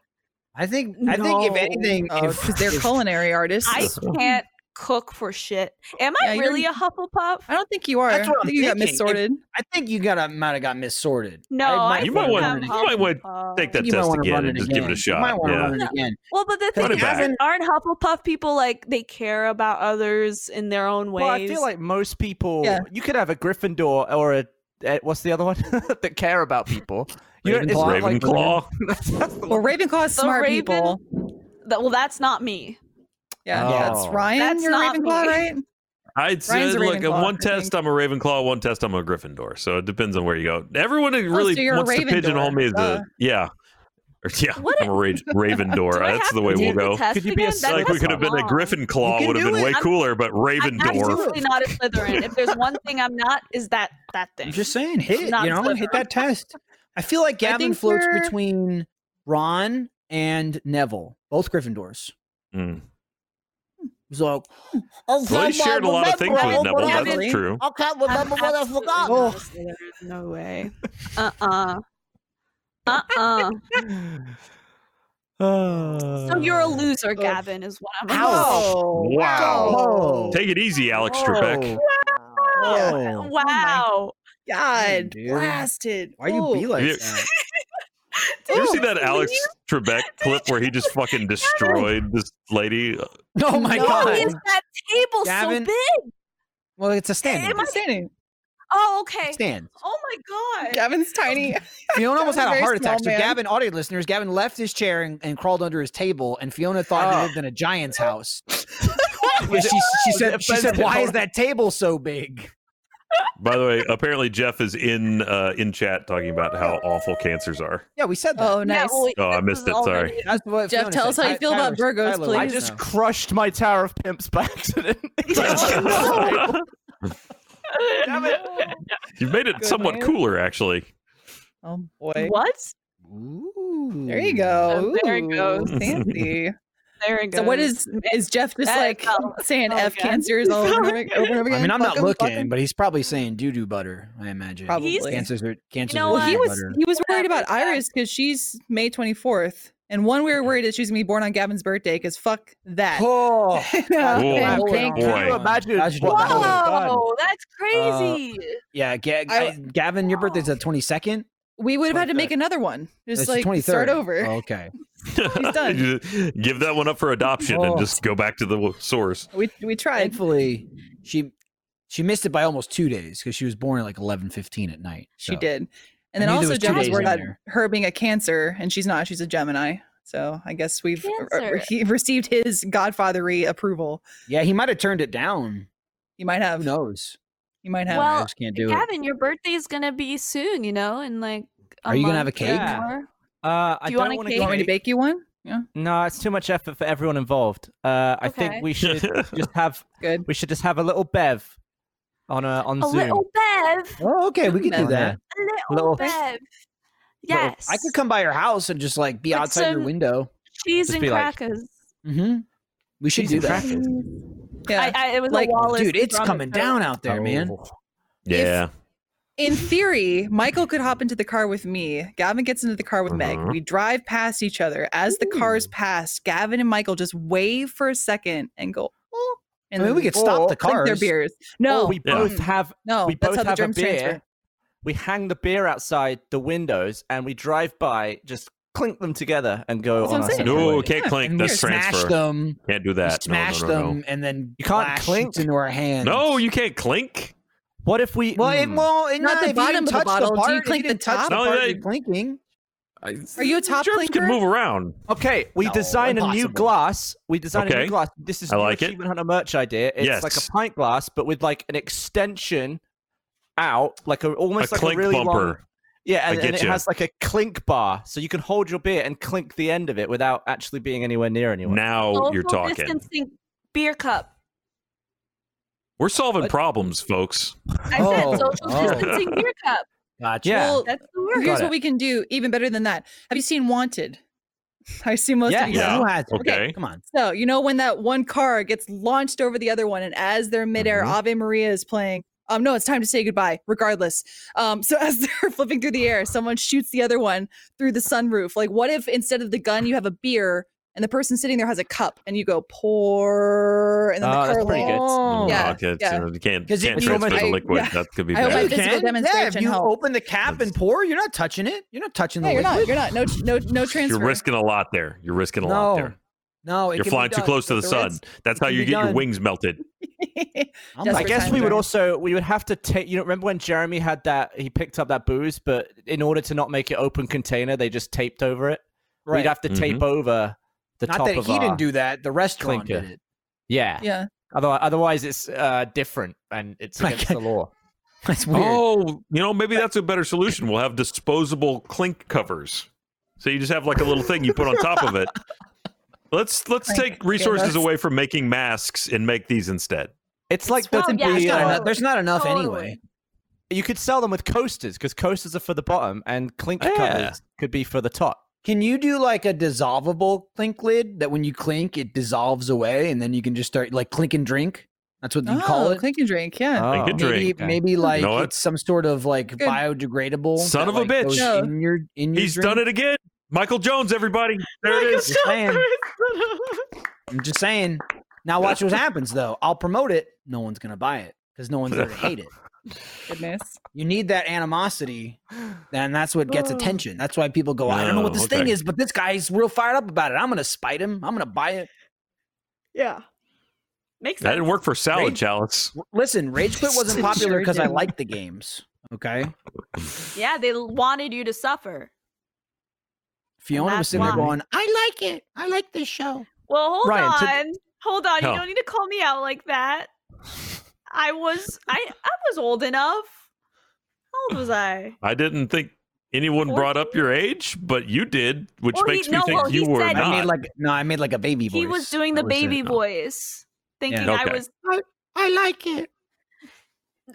Speaker 2: I think. I think if
Speaker 3: No.
Speaker 2: anything,
Speaker 4: because
Speaker 2: if
Speaker 4: they're
Speaker 2: if-
Speaker 4: culinary artists.
Speaker 3: I can't cook for shit. Am I
Speaker 4: Yeah, you're-
Speaker 3: really a Hufflepuff?
Speaker 4: I don't think you are.
Speaker 2: That's what
Speaker 4: I
Speaker 2: I'm
Speaker 4: think you got
Speaker 2: thinking. If-
Speaker 4: missorted.
Speaker 2: I think you got might have got missorted.
Speaker 3: No,
Speaker 2: I
Speaker 3: I
Speaker 5: You might
Speaker 3: think
Speaker 5: wanna-
Speaker 3: I'm
Speaker 5: you might wanna
Speaker 3: Hufflepuff.
Speaker 5: Take that
Speaker 2: You might
Speaker 5: test
Speaker 2: want to
Speaker 5: again
Speaker 2: run it
Speaker 5: and just give it a
Speaker 2: again.
Speaker 5: shot.
Speaker 2: You might want to
Speaker 5: yeah.
Speaker 2: run it again.
Speaker 3: Well, but the
Speaker 5: Run
Speaker 3: thing
Speaker 5: it back.
Speaker 3: is, aren't Hufflepuff people like they care about others in their own ways?
Speaker 6: Well, I feel like most people,
Speaker 4: Yeah.
Speaker 6: you could have a Gryffindor or a, eh, what's the other one that care about people. You don't- it's
Speaker 2: Ravenclaw.
Speaker 6: not like-
Speaker 5: Ravenclaw.
Speaker 6: That's- that's the
Speaker 4: Well,
Speaker 6: one.
Speaker 4: Ravenclaw is
Speaker 3: The
Speaker 4: smart
Speaker 3: Raven-
Speaker 4: people.
Speaker 3: That- well, that's not me.
Speaker 4: Yeah,
Speaker 6: Oh.
Speaker 4: that's Ryan.
Speaker 3: That's
Speaker 4: you're
Speaker 3: not
Speaker 4: Ravenclaw,
Speaker 3: me.
Speaker 4: right?
Speaker 5: I'd say,
Speaker 4: Ryan's a
Speaker 5: look, in
Speaker 4: Ravenclaw,
Speaker 5: one
Speaker 4: I
Speaker 5: test,
Speaker 4: think.
Speaker 5: I'm a Ravenclaw. One test, I'm a Gryffindor. So it depends on where you go. Everyone really
Speaker 4: so you're a
Speaker 5: wants to
Speaker 4: Ravendor,
Speaker 5: pigeonhole me as
Speaker 4: duh.
Speaker 5: a yeah, Or- yeah.
Speaker 3: What
Speaker 5: I'm a Ra- Ravendor.
Speaker 3: Do I
Speaker 5: That's
Speaker 3: have
Speaker 5: the
Speaker 3: to
Speaker 5: way
Speaker 3: do
Speaker 5: we'll
Speaker 3: the
Speaker 5: go.
Speaker 3: test
Speaker 6: Could you be a
Speaker 3: again? That
Speaker 6: psych-
Speaker 5: Like we
Speaker 3: doesn't
Speaker 5: could have been a
Speaker 3: belong.
Speaker 5: Gryffindor claw
Speaker 2: You can
Speaker 5: would have
Speaker 2: do
Speaker 5: been
Speaker 2: it.
Speaker 5: way
Speaker 2: I'm-
Speaker 5: cooler, but
Speaker 3: I'm
Speaker 5: Ravendor.
Speaker 3: absolutely not a Slytherin. if there's one thing I'm not, is that that thing.
Speaker 2: I'm just saying, hit it,
Speaker 3: not
Speaker 2: you know, hit
Speaker 3: Slytherin.
Speaker 2: that test. I feel like
Speaker 4: I
Speaker 2: Gavin
Speaker 4: think
Speaker 2: floats
Speaker 4: we're-
Speaker 2: between Ron and Neville, both Gryffindors.
Speaker 5: Mm.
Speaker 7: He's like, I
Speaker 5: Well, he
Speaker 7: can't
Speaker 5: shared a lot of things
Speaker 7: remember
Speaker 5: with Neville.
Speaker 7: what I
Speaker 5: That's
Speaker 4: Probably.
Speaker 5: true.
Speaker 7: I can't remember what I
Speaker 3: Absolutely
Speaker 7: forgot.
Speaker 3: not. There's no way. Uh uh-uh. uh. So you're a loser, Gavin, is what I'm
Speaker 7: Ouch.
Speaker 5: Wow.
Speaker 7: Oh.
Speaker 5: Take it easy, Alex Trebek.
Speaker 3: Wow.
Speaker 2: Oh.
Speaker 3: Wow.
Speaker 4: God,
Speaker 2: dude.
Speaker 4: blasted.
Speaker 2: Why you be
Speaker 4: Ooh.
Speaker 2: like
Speaker 5: Yeah.
Speaker 2: that?
Speaker 5: Did you ever see
Speaker 3: Dude,
Speaker 5: that
Speaker 3: did
Speaker 5: Alex
Speaker 3: you-
Speaker 5: Trebek clip where he just fucking destroyed this lady?
Speaker 2: Oh my
Speaker 7: No.
Speaker 3: Why
Speaker 2: god.
Speaker 3: is that table
Speaker 2: Gavin-
Speaker 3: so big?
Speaker 2: Well, it's a stand.
Speaker 3: Am I-
Speaker 4: standing?
Speaker 3: Oh, okay.
Speaker 2: Stand.
Speaker 3: Oh my god.
Speaker 4: Gavin's tiny.
Speaker 2: Fiona almost had a
Speaker 4: Gavin's
Speaker 2: heart
Speaker 4: a very
Speaker 2: attack.
Speaker 4: small
Speaker 2: So
Speaker 4: man.
Speaker 2: Gavin, audio listeners, Gavin left his chair and, and crawled under his table, and Fiona thought
Speaker 4: Ah.
Speaker 2: he lived in a giant's house. But she, she said, she said, "Why is that table so big?"
Speaker 5: By the way, apparently Jeff is in uh, in chat talking about how awful cancers are.
Speaker 2: Yeah, we said that.
Speaker 4: Oh, nice.
Speaker 3: well,
Speaker 5: Oh, I
Speaker 3: this
Speaker 5: missed
Speaker 3: is
Speaker 5: it, sorry.
Speaker 3: already-
Speaker 2: That's what
Speaker 4: Jeff,
Speaker 2: Fiona
Speaker 4: tell us
Speaker 2: said.
Speaker 4: how you
Speaker 2: Ty-
Speaker 4: feel about
Speaker 2: Tyler-
Speaker 4: Burgos,
Speaker 2: Tyler
Speaker 4: please.
Speaker 6: I
Speaker 2: let us
Speaker 6: just
Speaker 2: know.
Speaker 6: crushed my Tower of Pimps by accident. Damn it.
Speaker 5: You've made it
Speaker 4: Good
Speaker 5: somewhat
Speaker 4: man.
Speaker 5: cooler, actually.
Speaker 4: Oh boy.
Speaker 3: What?
Speaker 2: Ooh.
Speaker 4: There you go.
Speaker 3: Oh, there it
Speaker 4: Ooh,
Speaker 3: goes.
Speaker 4: Fancy.
Speaker 3: There it goes.
Speaker 4: so what is is Jeff just
Speaker 3: That
Speaker 4: like
Speaker 3: felt
Speaker 4: saying
Speaker 3: so
Speaker 4: F
Speaker 3: good.
Speaker 4: cancers all over and over and over again?
Speaker 2: I mean, I'm
Speaker 4: Fuck
Speaker 2: not
Speaker 4: 'em, fuck
Speaker 2: looking,
Speaker 4: 'em.
Speaker 2: but he's probably saying doo doo butter. I imagine.
Speaker 4: Probably.
Speaker 3: He's-
Speaker 2: Cancers are cancers.
Speaker 3: know
Speaker 2: are
Speaker 4: Well, he
Speaker 2: doo-doo
Speaker 3: what?
Speaker 4: was
Speaker 2: butter.
Speaker 4: he was worried
Speaker 3: Whatever,
Speaker 4: about
Speaker 3: it's fine.
Speaker 4: Iris because she's May 24th, and one we were worried that she was gonna be born on Gavin's birthday because fuck that.
Speaker 2: Oh,
Speaker 5: Oh,
Speaker 4: And
Speaker 5: boy.
Speaker 4: thank
Speaker 5: Boy.
Speaker 4: you.
Speaker 6: Can you imagine?
Speaker 2: Imagine
Speaker 3: Oh
Speaker 2: that.
Speaker 6: what that was?
Speaker 3: Whoa, that's
Speaker 2: Uh,
Speaker 3: crazy.
Speaker 2: yeah. Ga-
Speaker 4: I-
Speaker 2: I- Gavin, your birthday's the 22nd.
Speaker 4: We would have had to make another one, just
Speaker 2: It's
Speaker 4: like
Speaker 2: the 23rd.
Speaker 4: start over.
Speaker 2: Oh, okay.
Speaker 4: done.
Speaker 5: You just Give that one up for adoption
Speaker 2: Oh.
Speaker 5: and just go back to the source.
Speaker 4: We we tried.
Speaker 2: Thankfully, she she missed it by almost two days because she was born at like 11:15 at night.
Speaker 4: She
Speaker 2: so.
Speaker 4: did.
Speaker 2: I
Speaker 4: And then
Speaker 2: knew there
Speaker 4: also
Speaker 2: was two
Speaker 4: Jeff was
Speaker 2: days
Speaker 4: worried
Speaker 2: in
Speaker 4: about
Speaker 2: there.
Speaker 4: her being a cancer, and she's not. She's a Gemini. So I guess we've r- r-
Speaker 3: Cancer.
Speaker 4: he received his godfathery approval.
Speaker 2: Yeah, he might have turned it down.
Speaker 4: You might have.
Speaker 2: Who knows?
Speaker 4: You might have.
Speaker 3: Well,
Speaker 2: I just can't do it.
Speaker 3: Gavin, your birthday is gonna be soon. You know, in like. a
Speaker 2: Are you gonna have
Speaker 3: month
Speaker 2: a cake?
Speaker 3: or more.
Speaker 6: Uh, I
Speaker 3: Do you
Speaker 6: don't
Speaker 3: want a
Speaker 6: wanna
Speaker 3: cake?
Speaker 4: you want me to
Speaker 6: create-
Speaker 4: bake you one? Yeah,
Speaker 6: No, it's too much effort for everyone involved. Uh, I
Speaker 3: Okay.
Speaker 6: think we should just have
Speaker 4: good.
Speaker 6: we should just have a little bev on uh, on
Speaker 3: A
Speaker 6: Zoom.
Speaker 3: little Bev.
Speaker 2: Oh, okay, we could do
Speaker 4: Remember.
Speaker 2: that.
Speaker 3: A little,
Speaker 6: Little-
Speaker 3: Bev. Yes.
Speaker 2: I could come by your house and just like be
Speaker 3: Like
Speaker 2: outside your
Speaker 3: some-
Speaker 2: window.
Speaker 3: Cheese
Speaker 6: Just
Speaker 3: and
Speaker 6: be like-
Speaker 3: crackers.
Speaker 2: Mm-hmm. We should
Speaker 6: Cheese
Speaker 2: do
Speaker 6: and
Speaker 2: that,
Speaker 6: crackers.
Speaker 4: Yeah.
Speaker 3: I, I, it was
Speaker 4: Like,
Speaker 3: a Wallace
Speaker 2: dude. It's
Speaker 3: Gromit
Speaker 2: coming
Speaker 3: joke.
Speaker 2: down out there, man.
Speaker 5: Oh, Yeah.
Speaker 4: in theory, Michael could hop into the car with me. Gavin gets into the car with Meg.
Speaker 2: Mm-hmm.
Speaker 5: Mhm.
Speaker 4: We drive past each other. As the cars pass, Gavin and Michael just wave for a second and go. "Oh," And
Speaker 2: I mean, we could stop
Speaker 4: or
Speaker 2: the
Speaker 4: clink Their
Speaker 2: cars.
Speaker 4: beers.
Speaker 6: No,
Speaker 4: No,
Speaker 6: we
Speaker 5: Yeah.
Speaker 6: both have
Speaker 4: no.
Speaker 6: we
Speaker 4: that's
Speaker 6: both
Speaker 4: how the
Speaker 6: have a
Speaker 4: germs transfer.
Speaker 6: beer. we hang the beer outside the windows and we drive by, just clink them together and go
Speaker 4: That's
Speaker 6: on
Speaker 4: what I'm
Speaker 6: our
Speaker 4: saying.
Speaker 6: separate
Speaker 5: No,
Speaker 6: ways.
Speaker 5: can't clink.
Speaker 2: And we
Speaker 5: That's
Speaker 2: smash
Speaker 5: transfer.
Speaker 2: them.
Speaker 5: Can't do
Speaker 2: We
Speaker 5: that. No,
Speaker 2: smash
Speaker 5: no, no, no.
Speaker 2: them and then
Speaker 6: You can't
Speaker 2: glass
Speaker 6: clink.
Speaker 2: shoots into our hands.
Speaker 5: No, you Mm. can't clink.
Speaker 6: What if we?
Speaker 2: Well, it
Speaker 6: Hmm.
Speaker 2: well, it-
Speaker 4: Not
Speaker 2: nah,
Speaker 4: the
Speaker 2: if you
Speaker 4: bottom
Speaker 2: didn't
Speaker 4: of the
Speaker 2: touch
Speaker 4: bottle. Do
Speaker 2: part,
Speaker 4: you
Speaker 2: if
Speaker 4: clink the
Speaker 2: didn't touch
Speaker 4: top?
Speaker 2: the
Speaker 5: No,
Speaker 2: part
Speaker 5: they-
Speaker 2: you're clinking.
Speaker 4: Are you a top
Speaker 5: Germs
Speaker 4: clinker?
Speaker 5: can move around.
Speaker 6: Okay, we
Speaker 2: No,
Speaker 6: design a new
Speaker 2: impossible.
Speaker 6: glass. We design a
Speaker 5: Okay.
Speaker 6: new glass. This is
Speaker 5: I
Speaker 6: new
Speaker 5: like it.
Speaker 6: Achievement Hunter merch idea. It's like
Speaker 5: Yes.
Speaker 6: a pint glass, but with like an extension out, like a
Speaker 5: A
Speaker 6: almost like
Speaker 5: clink
Speaker 6: a really
Speaker 5: bumper.
Speaker 6: long. Yeah,
Speaker 5: I
Speaker 6: and, and
Speaker 5: get
Speaker 6: it
Speaker 5: ya.
Speaker 6: has like a clink bar, so you can hold your beer and clink the end of it without actually being anywhere near anyone.
Speaker 5: Now you're
Speaker 3: Social
Speaker 5: talking.
Speaker 3: distancing beer cup.
Speaker 5: We're solving
Speaker 6: What?
Speaker 5: problems, folks.
Speaker 3: I
Speaker 2: Oh,
Speaker 3: said social
Speaker 2: oh.
Speaker 3: distancing beer cup.
Speaker 2: Gotcha.
Speaker 6: Yeah.
Speaker 4: Well,
Speaker 3: That's the word.
Speaker 4: here's
Speaker 6: Got
Speaker 4: what
Speaker 6: it.
Speaker 4: we can do even better than that. Have you seen Wanted? I see most
Speaker 6: Yeah.
Speaker 4: of you.
Speaker 5: Yeah.
Speaker 2: You had to.
Speaker 5: Okay.
Speaker 2: Come on.
Speaker 4: So you know when that one car gets launched over the other one, and as they're midair,
Speaker 6: Mm-hmm.
Speaker 5: Mhm.
Speaker 4: Ave Maria is playing. Um, no, it's time to say goodbye. Regardless, um, so as they're flipping through the air, someone shoots the other one through the sunroof. Like, what if instead of the gun, you have a beer, and the person sitting there has a cup, and you go pour, and then
Speaker 6: Oh,
Speaker 4: the
Speaker 6: that's
Speaker 4: car
Speaker 6: pretty good.
Speaker 5: No,
Speaker 2: Oh.
Speaker 4: Yeah,
Speaker 5: okay, it's,
Speaker 4: yeah.
Speaker 5: uh, You can't,
Speaker 2: 'Cause it-
Speaker 5: can't
Speaker 2: you
Speaker 5: transfer
Speaker 4: almost-
Speaker 5: the
Speaker 4: I-
Speaker 5: liquid.
Speaker 4: yeah.
Speaker 5: That could be
Speaker 4: I hope
Speaker 5: bad.
Speaker 4: my physical
Speaker 2: Yeah, if
Speaker 4: demonstration
Speaker 2: you
Speaker 4: helped.
Speaker 2: open the cap and pour, you're not touching it. You're not touching the
Speaker 4: Yeah, you're
Speaker 2: liquid.
Speaker 4: not. You're not. No. No. No transfer.
Speaker 5: You're risking a lot there. You're risking a
Speaker 2: No,
Speaker 5: lot there.
Speaker 2: No, it
Speaker 5: You're
Speaker 2: can be
Speaker 5: flying too
Speaker 2: done.
Speaker 5: close to the
Speaker 2: It's-
Speaker 5: sun. That's
Speaker 2: it
Speaker 5: how
Speaker 2: can
Speaker 5: you
Speaker 2: be
Speaker 5: get your
Speaker 2: done.
Speaker 5: wings melted.
Speaker 2: I'm
Speaker 4: Just
Speaker 6: I
Speaker 2: like,
Speaker 4: for
Speaker 6: guess
Speaker 4: time
Speaker 6: we would
Speaker 4: being.
Speaker 6: also we would have to take you know remember when Jeremy had that he picked up that booze but in order to not make it open container they just taped over it
Speaker 2: right.
Speaker 6: we'd have to
Speaker 5: Mm-hmm.
Speaker 6: tape over the
Speaker 2: not
Speaker 6: top
Speaker 2: that
Speaker 6: of uh,
Speaker 2: he
Speaker 6: our-
Speaker 2: didn't do that. The restaurant
Speaker 6: clinker.
Speaker 2: did it.
Speaker 6: yeah,
Speaker 4: yeah.
Speaker 6: Otherwise, otherwise it's uh, different and it's
Speaker 2: Like-
Speaker 6: against the law
Speaker 2: That's weird.
Speaker 5: Oh, you know, maybe that's a better solution. We'll have disposable clink covers. So you just have like a little thing you put on top of it. Let's let's
Speaker 4: Clink.
Speaker 5: take resources
Speaker 4: that's-
Speaker 5: away from making masks and make these instead.
Speaker 6: it's like
Speaker 3: Well,
Speaker 6: the,
Speaker 3: yeah,
Speaker 2: There's
Speaker 6: the,
Speaker 2: not
Speaker 3: totally.
Speaker 6: uh,
Speaker 2: enough- there's not enough
Speaker 3: Totally.
Speaker 2: anyway.
Speaker 6: you could sell them with coasters because coasters are for the bottom and clink
Speaker 5: Yeah.
Speaker 6: covers could be for the top
Speaker 2: Can you do like a dissolvable clink lid that when you clink it dissolves away and then you can just start like clink and drink? That's what you call
Speaker 4: Oh,
Speaker 2: it.
Speaker 4: Click and drink. Yeah.
Speaker 5: I
Speaker 6: Oh.
Speaker 5: could
Speaker 2: maybe
Speaker 5: drink.
Speaker 2: maybe like
Speaker 5: know what?
Speaker 2: it's some sort of like
Speaker 4: Good.
Speaker 2: biodegradable. that,
Speaker 5: Son of a
Speaker 2: like, goes
Speaker 4: bitch.
Speaker 2: In your in your
Speaker 5: He's
Speaker 2: drink.
Speaker 5: done it again. Michael Jones, everybody. There it is.
Speaker 2: Just saying. I'm just saying. Now watch what happens though. I'll promote it. No one's gonna buy it because no one's gonna hate it.
Speaker 4: Goodness.
Speaker 2: You need that animosity, and that's what gets attention. That's why people go, I don't know what
Speaker 5: Oh,
Speaker 2: this thing
Speaker 5: okay.
Speaker 2: is, but this guy's real fired up about it. I'm gonna spite him. I'm gonna buy it.
Speaker 3: Yeah. Makes
Speaker 5: That
Speaker 3: sense.
Speaker 5: didn't work for salad
Speaker 2: Great.
Speaker 5: chalice.
Speaker 2: W- Listen, Rage Quit wasn't
Speaker 4: Sure
Speaker 2: popular because I
Speaker 4: didn't.
Speaker 2: liked the games. Okay,
Speaker 3: Yeah, they l- wanted you to suffer.
Speaker 2: Fiona was
Speaker 3: that's
Speaker 2: sitting there
Speaker 3: why.
Speaker 2: going, I like it. I like this show.
Speaker 3: Well, hold
Speaker 2: Ryan, to-
Speaker 3: on. Hold on.
Speaker 5: Hell.
Speaker 3: You don't need to call me out like that. I was I I was old enough. How old was I?
Speaker 5: I didn't think anyone brought up your age, but you did, which
Speaker 3: Well, he-
Speaker 5: makes me
Speaker 3: no,
Speaker 5: think
Speaker 3: well, he
Speaker 5: you were
Speaker 3: said-
Speaker 5: not.
Speaker 2: I made like no, I made like a baby voice.
Speaker 3: He was doing the
Speaker 5: That was it,
Speaker 3: baby
Speaker 5: huh?
Speaker 3: voice, thinking
Speaker 5: Okay.
Speaker 3: I was.
Speaker 2: I like it.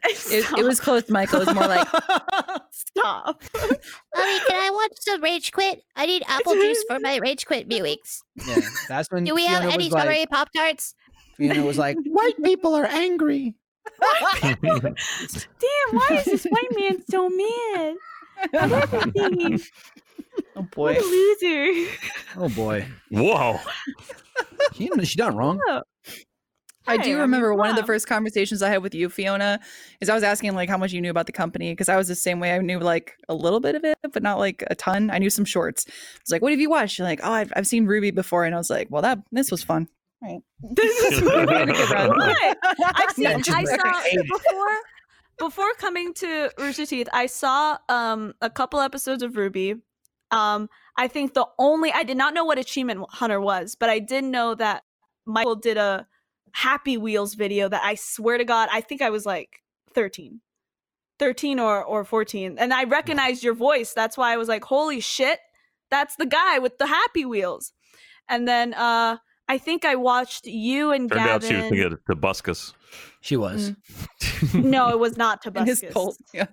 Speaker 4: It, it was close, Michael. It was more like
Speaker 3: stop.
Speaker 8: Mommy, can I watch some Rage Quit? I need apple juice for my Rage Quit viewings.
Speaker 2: Yeah, that's when
Speaker 8: Do we have
Speaker 2: Fiona
Speaker 8: any
Speaker 2: was like,
Speaker 8: strawberry Pop Tarts?
Speaker 2: Fiona was like, white people are angry.
Speaker 3: Damn, why is this white man so mad? At everything.
Speaker 4: oh boy.
Speaker 3: What a loser.
Speaker 2: Oh boy,
Speaker 5: Whoa.
Speaker 2: she, she done wrong.
Speaker 4: I
Speaker 3: Hey,
Speaker 4: do
Speaker 3: mean,
Speaker 4: remember one of the
Speaker 3: yeah.
Speaker 4: first conversations I had with you, Fiona, is I was asking like how much you knew about the company because I was the same way. I knew like a little bit of it, but not like a ton. I knew some shorts. It's like, what have you watched? You're like, oh, I've, I've seen Ruby before, and I was like, well, that this was fun.
Speaker 3: This is what
Speaker 4: Way to go, Brad.
Speaker 3: What? I've seen.
Speaker 4: Yeah,
Speaker 3: I
Speaker 4: just-
Speaker 3: saw before before coming to Rooster Teeth. I saw um a couple episodes of Ruby. Um, I think the only I did not know what Achievement Hunter was, but I did know that Michael did a Happy Wheels video that I swear to God, I think I was like 13. 13 or or 14. And I recognized your voice. That's why I was like, "Holy shit, that's the guy with the Happy Wheels." And then uh I think I watched you and
Speaker 5: Turned
Speaker 3: Gavin.
Speaker 5: out she was thinking of Tobuscus.
Speaker 2: She was.
Speaker 3: No, it was not
Speaker 4: And his
Speaker 3: Tobuscus.
Speaker 4: cult. Yeah.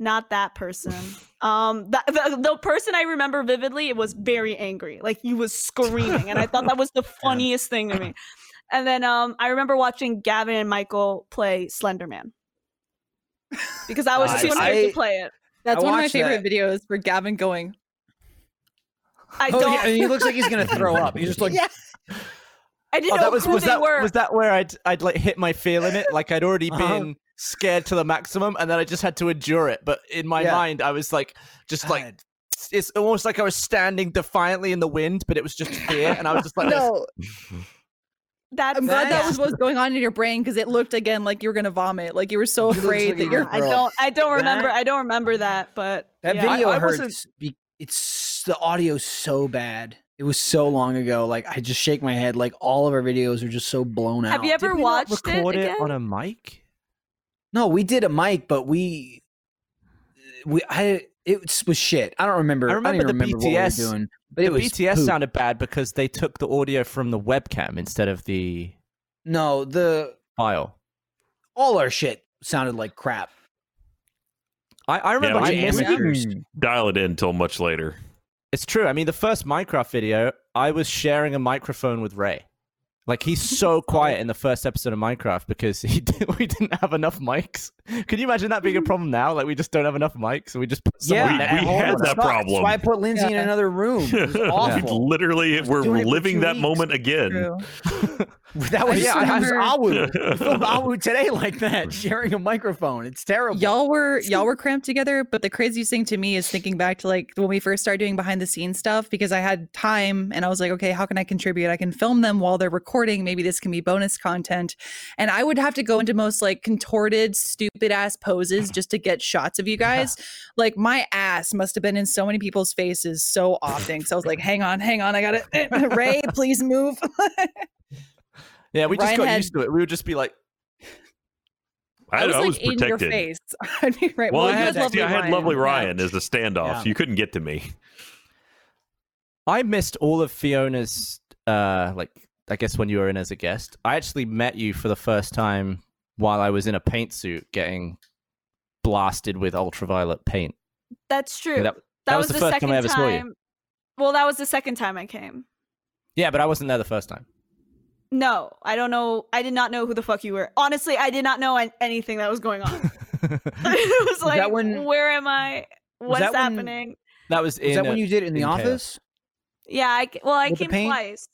Speaker 3: Not that person. Um, the, the the person I remember vividly it was very angry. Like he was screaming, and I thought that was the funniest thing to me. And then um, I remember watching Gavin and Michael play Slenderman because I was
Speaker 2: Nice.
Speaker 3: too scared
Speaker 2: I-
Speaker 3: to play it.
Speaker 4: That's
Speaker 2: I
Speaker 4: one of my
Speaker 2: watched
Speaker 4: favorite videos where Gavin going,
Speaker 3: I
Speaker 2: Oh,
Speaker 3: don't.
Speaker 2: yeah, and he looks like he's gonna throw up. He's just like,
Speaker 4: Yeah.
Speaker 3: I didn't
Speaker 6: Oh,
Speaker 3: know
Speaker 6: that was
Speaker 3: who
Speaker 6: was
Speaker 3: they
Speaker 6: that
Speaker 3: were.
Speaker 6: was that where I'd I'd like hit my feel in it? Like I'd already
Speaker 2: Uh-huh.
Speaker 6: been scared to the maximum, and then I just had to endure it. But in my
Speaker 2: Yeah.
Speaker 6: mind, I was like, just like
Speaker 2: God.
Speaker 6: it's almost like I was standing defiantly in the wind, but it was just fear, and I was just like, this.
Speaker 4: no,
Speaker 3: That's
Speaker 4: I'm glad that
Speaker 2: That's-
Speaker 4: was what was going on in your brain because it looked again like you were gonna vomit. Like you were
Speaker 2: You
Speaker 4: so
Speaker 2: looked
Speaker 4: afraid
Speaker 2: like
Speaker 4: that
Speaker 2: you
Speaker 4: you're
Speaker 2: were-
Speaker 3: I
Speaker 2: Girl.
Speaker 3: don't. I don't remember.
Speaker 2: That-
Speaker 3: I don't remember that. But
Speaker 2: that
Speaker 3: yeah.
Speaker 2: video
Speaker 6: I wasn't-
Speaker 2: hurts. be- It's the audio's so bad. It was so long ago. Like I just shake my head. Like all of our videos are just so blown out.
Speaker 3: Have you ever watched it
Speaker 6: record it,
Speaker 3: again?
Speaker 6: on a mic?
Speaker 2: No, we did a mic, but we we I it was shit. I don't remember.
Speaker 6: I
Speaker 2: don't
Speaker 6: remember
Speaker 2: even
Speaker 6: the
Speaker 2: remember what
Speaker 6: BTS
Speaker 2: we were doing. But
Speaker 6: the
Speaker 2: it was
Speaker 6: BTS
Speaker 2: poop.
Speaker 6: sounded bad because they took the audio from the webcam instead of the
Speaker 2: No, the
Speaker 6: file.
Speaker 2: all our shit sounded like crap.
Speaker 6: I, I remember
Speaker 5: we-
Speaker 6: I missed
Speaker 5: we- Dial it in till much later.
Speaker 6: It's true. I mean, the first Minecraft video, I was sharing a microphone with Ray. Like he's so quiet in the first episode of Minecraft because he did, we didn't have enough mics. Can you imagine that being a problem now? Like we just don't have enough mics, and we just put someone
Speaker 5: Yeah,
Speaker 6: there.
Speaker 5: we- we
Speaker 2: all
Speaker 5: had
Speaker 2: of it
Speaker 5: that
Speaker 2: sucked. That's
Speaker 5: problem.
Speaker 2: why I put Lindsay in
Speaker 4: Yeah.
Speaker 2: another room. It was awful.
Speaker 5: Literally,
Speaker 2: was
Speaker 5: we're
Speaker 2: doing it for two
Speaker 5: living that
Speaker 2: weeks.
Speaker 5: moment again.
Speaker 4: true.
Speaker 2: That was
Speaker 4: I
Speaker 2: yeah,
Speaker 4: just
Speaker 2: that was
Speaker 5: remember-
Speaker 2: Awu. We filmed Awu today like that, sharing a microphone. It's terrible.
Speaker 4: y'all were y'all were cramped together but the craziest thing to me is thinking back to like when we first started doing behind the scenes stuff because i had time and i was like okay how can i contribute i can film them while they're recording maybe this can be bonus content and i would have to go into most like contorted stupid ass poses just to get shots of you guys like my ass must have been in so many people's faces so often so i was like hang on hang on i gotta ray please move
Speaker 6: Yeah, we just
Speaker 4: Ryan
Speaker 6: got
Speaker 4: had-
Speaker 6: used to it. We would just be like,
Speaker 5: I, I was,
Speaker 4: like in
Speaker 5: protected.
Speaker 4: your face i'd be right
Speaker 5: Well, I
Speaker 4: you
Speaker 5: had,
Speaker 2: lovely
Speaker 5: see, I had lovely Ryan as a standoff.
Speaker 2: Yeah.
Speaker 5: You couldn't get to me.
Speaker 6: I missed all of Fiona's. Uh, like I guess when you were in as a guest, I actually met you for the first time while I was in a paint suit getting blasted with ultraviolet paint.
Speaker 3: That's true.
Speaker 6: Yeah, that-
Speaker 3: That
Speaker 6: was the first time I
Speaker 3: second
Speaker 6: ever saw you.
Speaker 3: time- Well, that was the second time I came.
Speaker 6: Yeah, but I wasn't there the first time.
Speaker 3: No, I don't know. I did not know who the fuck you were. Honestly, I did not know an- anything that was going on. it was like,
Speaker 2: that when-
Speaker 3: where am I? What's
Speaker 2: that when-
Speaker 3: happening?
Speaker 6: that was in.
Speaker 2: Is that
Speaker 6: uh,
Speaker 2: when you did it in the
Speaker 6: in chaos.
Speaker 2: office?
Speaker 3: Yeah, I, ca- well, I
Speaker 2: With the
Speaker 3: came
Speaker 2: paint?
Speaker 3: twice.